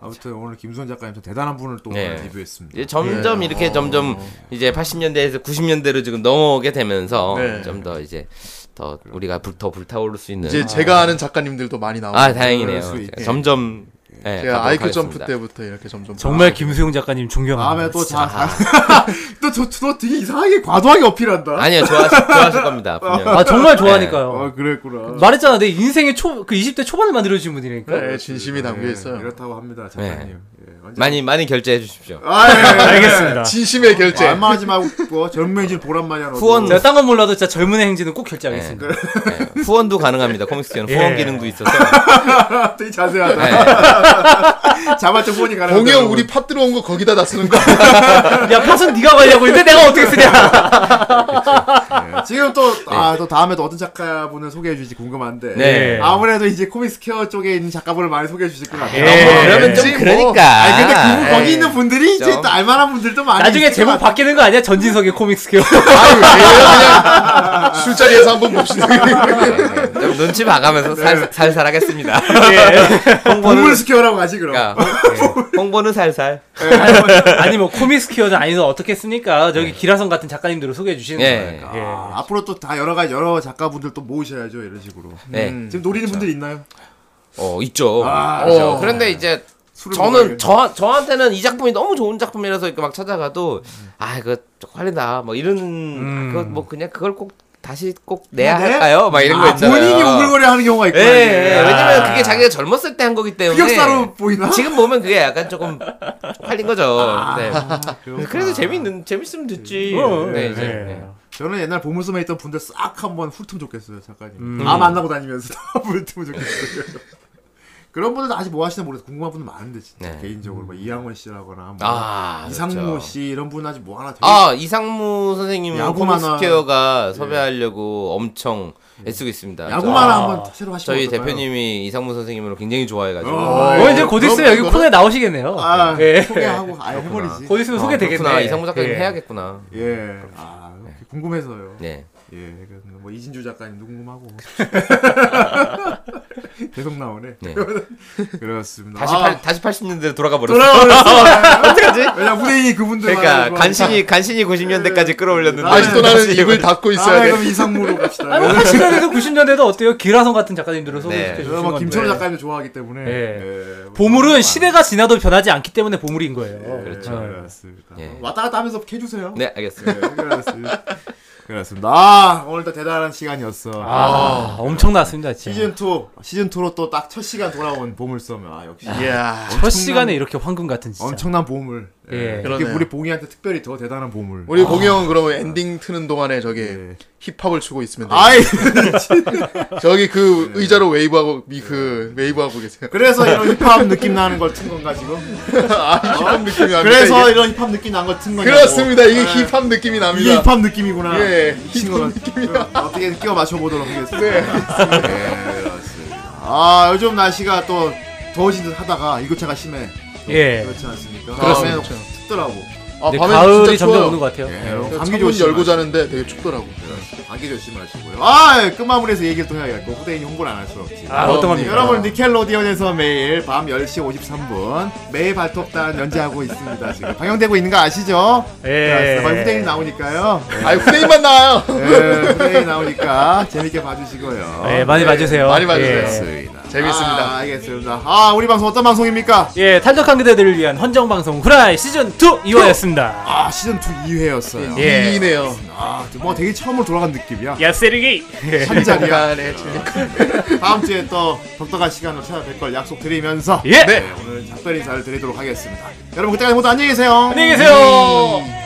B: 아무튼 오늘 김수현 작가님 참 대단한 분을 또
H: 예.
B: 오늘 리뷰했습니다.
H: 이제 점점 이렇게 점점 이제 80년대에서 90년대로 지금 넘어오게 되면서
D: 네.
H: 좀 더 이제 더 우리가 불, 더 불타오를 수 있는
D: 이제 제가 아는 작가님들도 많이 나오고
H: 아 다행이네요.
B: 그럴 수 있게.
H: 제가 점점 예,
D: 제가
H: 가도록
D: 아이큐 점프
H: 하겠습니다.
D: 때부터 이렇게 점점
A: 정말 김수용 작가님 존경합니다
B: 다음에 또자또저너 되게 이상하게 과도하게 어필한다.
H: 아니요 좋아하실, 좋아하실 겁니다. 분명히.
A: 아 정말 좋아하니까요
B: 아 그랬구나.
A: 말했잖아 내 인생의 초, 그 20대 초반을 만들어주신 분이라니까
D: 네, 진심이 담겨
B: 예,
D: 있어요.
B: 이렇다고 합니다,
H: 네.
B: 작가님. 예, 언제-
H: 많이 많이 결제해 주십시오.
B: 아, 예, 예.
A: 알겠습니다
D: 진심의 결제.
B: 아, 만하지 말고 젊은 이지 보란 말이야. 너도.
H: 후원
A: 제가 딴 건 몰라도 진짜 젊은의 행진은 꼭 결제하겠습니다
H: 예, 후원도 가능합니다. 코믹스는 후원
A: 예.
H: 기능도 있어서
B: 되게 자세하다.
H: 예, 네.
B: 자발적 후원이 가능하다.
D: 봉영 우리 팥 들어온 거 거기다 다 쓰는 거.
A: 야 팥은 네가 관리하고 있는데 내가 어떻게 쓰냐
B: 지금 또, 아, 또 다음에 또 어떤 작가분을 소개해 주실지 궁금한데.
H: 네.
B: 아무래도 이제 코믹스퀘어 쪽에 있는 작가분을 많이 소개해 주실 것 같아요.
H: 예. 그러면 좀
B: 뭐,
H: 그러니까.
B: 아니, 근데 그분, 거기
H: 에이,
B: 있는 분들이 이제
H: 네. 좀.
B: 또 알만한 분들도 많이.
A: 나중에
B: 있을 것
A: 제목
B: 같아요.
A: 바뀌는 거 아니야? 전진석의 코믹스 교
D: 술자리에서 한번 봅시다.
H: 좀 눈치 봐가면서 살, 살살하겠습니다.
B: 동물
H: 홍보는
B: 스퀘어라고 하지, 그럼. 네,
H: 그러니까 홍- 예. 홍보는 살살.
A: 아니 뭐 코믹스 퀴어는 아니서 어떻게 씁니까? 저기 기라성 같은 작가님들을 소개해 주시는
H: 예.
A: 거니까. 예.
B: 아, 앞으로 또 다 여러 가지, 여러 작가분들 또 모으셔야죠, 이런 식으로. 음.
H: 네.
B: 지금 노리는 분들 있나요?
H: 어 있죠.
B: 아,
H: 어,
B: 그렇죠.
H: 그런데 이제
B: 술을
H: 저는
B: 먹어야겠네.
H: 저 저한테는 이 작품이 너무 좋은 작품이라서 이렇게 막 찾아가도 아 그거 쪽팔린다 뭐 이런 아, 그거 뭐 그냥 그걸 꼭 다시 꼭 내야
B: 네?
H: 할까요? 막 이런 거
B: 음. 아,
H: 있잖아요.
B: 본인이 오글거려 하는 경우가
H: 예,
B: 있구나.
H: 예,
B: 이게.
H: 예.
B: 아,
H: 왜냐면 그게 자기가 젊었을 때 한 거기 때문에
B: 흑역사로 보이나?
H: 지금 보면 그게 약간 조금 팔린 거죠.
B: 아,
H: 네.
B: 그렇구나.
H: 그래도 재밌는 재밌으면 듣지.
A: 어,
H: 네, 이제. 네.
B: 저는 옛날 보물섬에 있던 분들 싹 한번 훑으면 좋겠어요, 작가님.
H: 음.
B: 다 만나고 다니면서 다 훑으면 좋겠어요. 그런 분들 아직 뭐 하시나 모르겠어요. 궁금한 분들 많은데, 진짜.
H: 네.
B: 개인적으로. 뭐 이양원 씨라거나, 뭐
H: 아,
B: 이상무
H: 그렇죠.
B: 씨, 이런 분은 아직 뭐 하나 되게
H: 아 이상무 선생님은
B: 야구 만화. 네.
H: 코믹스퀘어가 섭외하려고 엄청 애쓰고 있습니다.
B: 야구만
H: 저-
B: 한번 새로 하시면
H: 아, 저희
B: 어떨까요?
H: 대표님이 이상무 선생님을 굉장히 좋아해가지고
B: 어,
A: 어, 이제 곧 있으면 여기
B: 그럼 이거는-
A: 코너에 나오시겠네요.
B: 아,
A: 예.
B: 소개하고 아예 해버리지.
A: 곧 있으면 소개되겠네.
H: 어, 그렇구나 이상무 작가님
A: 예.
H: 해야겠구나.
B: 예. 아, 궁금해서요.
H: 그렇죠. 네.
B: 예. 그래서 뭐 이진주 작가님도 궁금하고. 계속 나오네.
H: 네.
B: 그렇습니다.
H: 다시
B: 아,
H: 팔 다시 80년대로 돌아가 버렸어.
B: 돌아버렸어. 어떡하지? 왜냐 후대인이 그분들
H: 그러니까 간신히 간신히 90년대까지 끌어올렸는데
D: 아직도 나는 입을 닫고
B: 있어야
D: 있어야
B: 아,
D: 돼.
B: 그럼 이상무로 갑시다.
A: 아니 뭐 80년대도 90년대도 어때요? 기라성 같은 작가님들을
H: 네.
A: 소개시켜
B: 저는
A: 주시는
B: 뭐
A: 건데.
B: 김철호 작가님 좋아하기 때문에.
A: 예.
B: 예.
A: 보물은 시대가 지나도 변하지 않기 때문에 보물인 거예요.
H: 그렇죠.
A: 어.
B: 그렇습니다.
H: 예.
B: 왔다 갔다 하면서 캐주세요.
H: 네
B: 예,
H: 알겠습니다.
B: 그렇습니다. 그렇습니다. 아, 오늘도 대단한 시간이었어.
A: 아, 엄청났습니다, 진짜.
B: 시즌 2 시즌 2로 또 딱 첫 시간 돌아온 보물섬 아 역시
D: 이야.
A: 첫 시간에 이렇게 황금 같은 진짜.
B: 엄청난 보물
A: 예.
B: 예. 이게
D: 그러네요.
B: 우리 봉이한테 특별히 더 대단한 보물
D: 우리 봉이 형은 그러면 엔딩 트는 동안에 저기
B: 예.
D: 힙합을 추고 있으면 돼.
B: 아이
D: 저기 그 의자로 웨이브하고 이- 그 웨이브하고 계세요.
B: 그래서 이런 힙합 느낌 나는 걸 튼 건가 지금
D: 아, 힙합 느낌이 납니다.
B: 그래서
D: 이게.
B: 이런 힙합 느낌 난 걸 튼 거냐고
D: 그렇습니다. 이게
B: 예.
D: 힙합 느낌이
B: 이게
D: 납니다.
B: 힙합 느낌이구나
D: 예,
B: 미친 거 느낌이야 어떻게 끼워 맞춰보도록 하겠습니다
D: 네.
B: 예, 그렇습니다. 아 요즘 날씨가 또 더워진 듯 하다가 일교차가 심해
A: 예.
B: 그렇지 않습니까
D: 그렇습니다.
B: 밤에 춥더라고
D: 아,
A: 이제
D: 밤에
A: 가을이
D: 진짜
A: 점점
D: 추워요.
A: 오는 것 같아요. 네.
B: 예, 여러분
D: 감기
B: 감기
D: 문 열고
B: 조심하시고
D: 자는데 되게 춥더라고.
B: 감기 조심하시고요 아 끝마무리해서 얘기를 또 해야겠고 후대인이 홍보를 안 할 수 없지 네,
A: 아, 어떤 겁니까?
B: 여러분 니켈로디언에서 매일 밤 10시 53분 매일 발톱단 연재하고 있습니다 지금 방영되고 있는 거 아시죠?
A: 예.
B: 네, 후대인 나오니까요
D: 아이 후대인만 나와요.
B: 네, 후대인 나오니까 재밌게 봐주시고요
A: 예, 많이 봐주세요.
D: 많이 봐주세요.
A: 예.
D: 재밌습니다.
B: 아, 알겠습니다 아 우리 방송 어떤 방송입니까?
A: 예, 탈덕한 그대들을 위한 헌정방송 후라이 시즌 2 2화였습니다.
B: 아 시즌2 2회였어요
A: 예.
D: 이네요.
B: 아뭐 되게 처음으로 돌아간 느낌이야
A: 야, 세르기!
B: 한 자리야
D: 약간의 진-
B: 다음 주에 또 적당한 시간으로 찾아뵐 걸 약속드리면서
A: 예!
D: 네.
B: 오늘 작별 인사를 드리도록 하겠습니다 여러분 그때까지 모두 안녕히 계세요
A: 안녕히 계세요!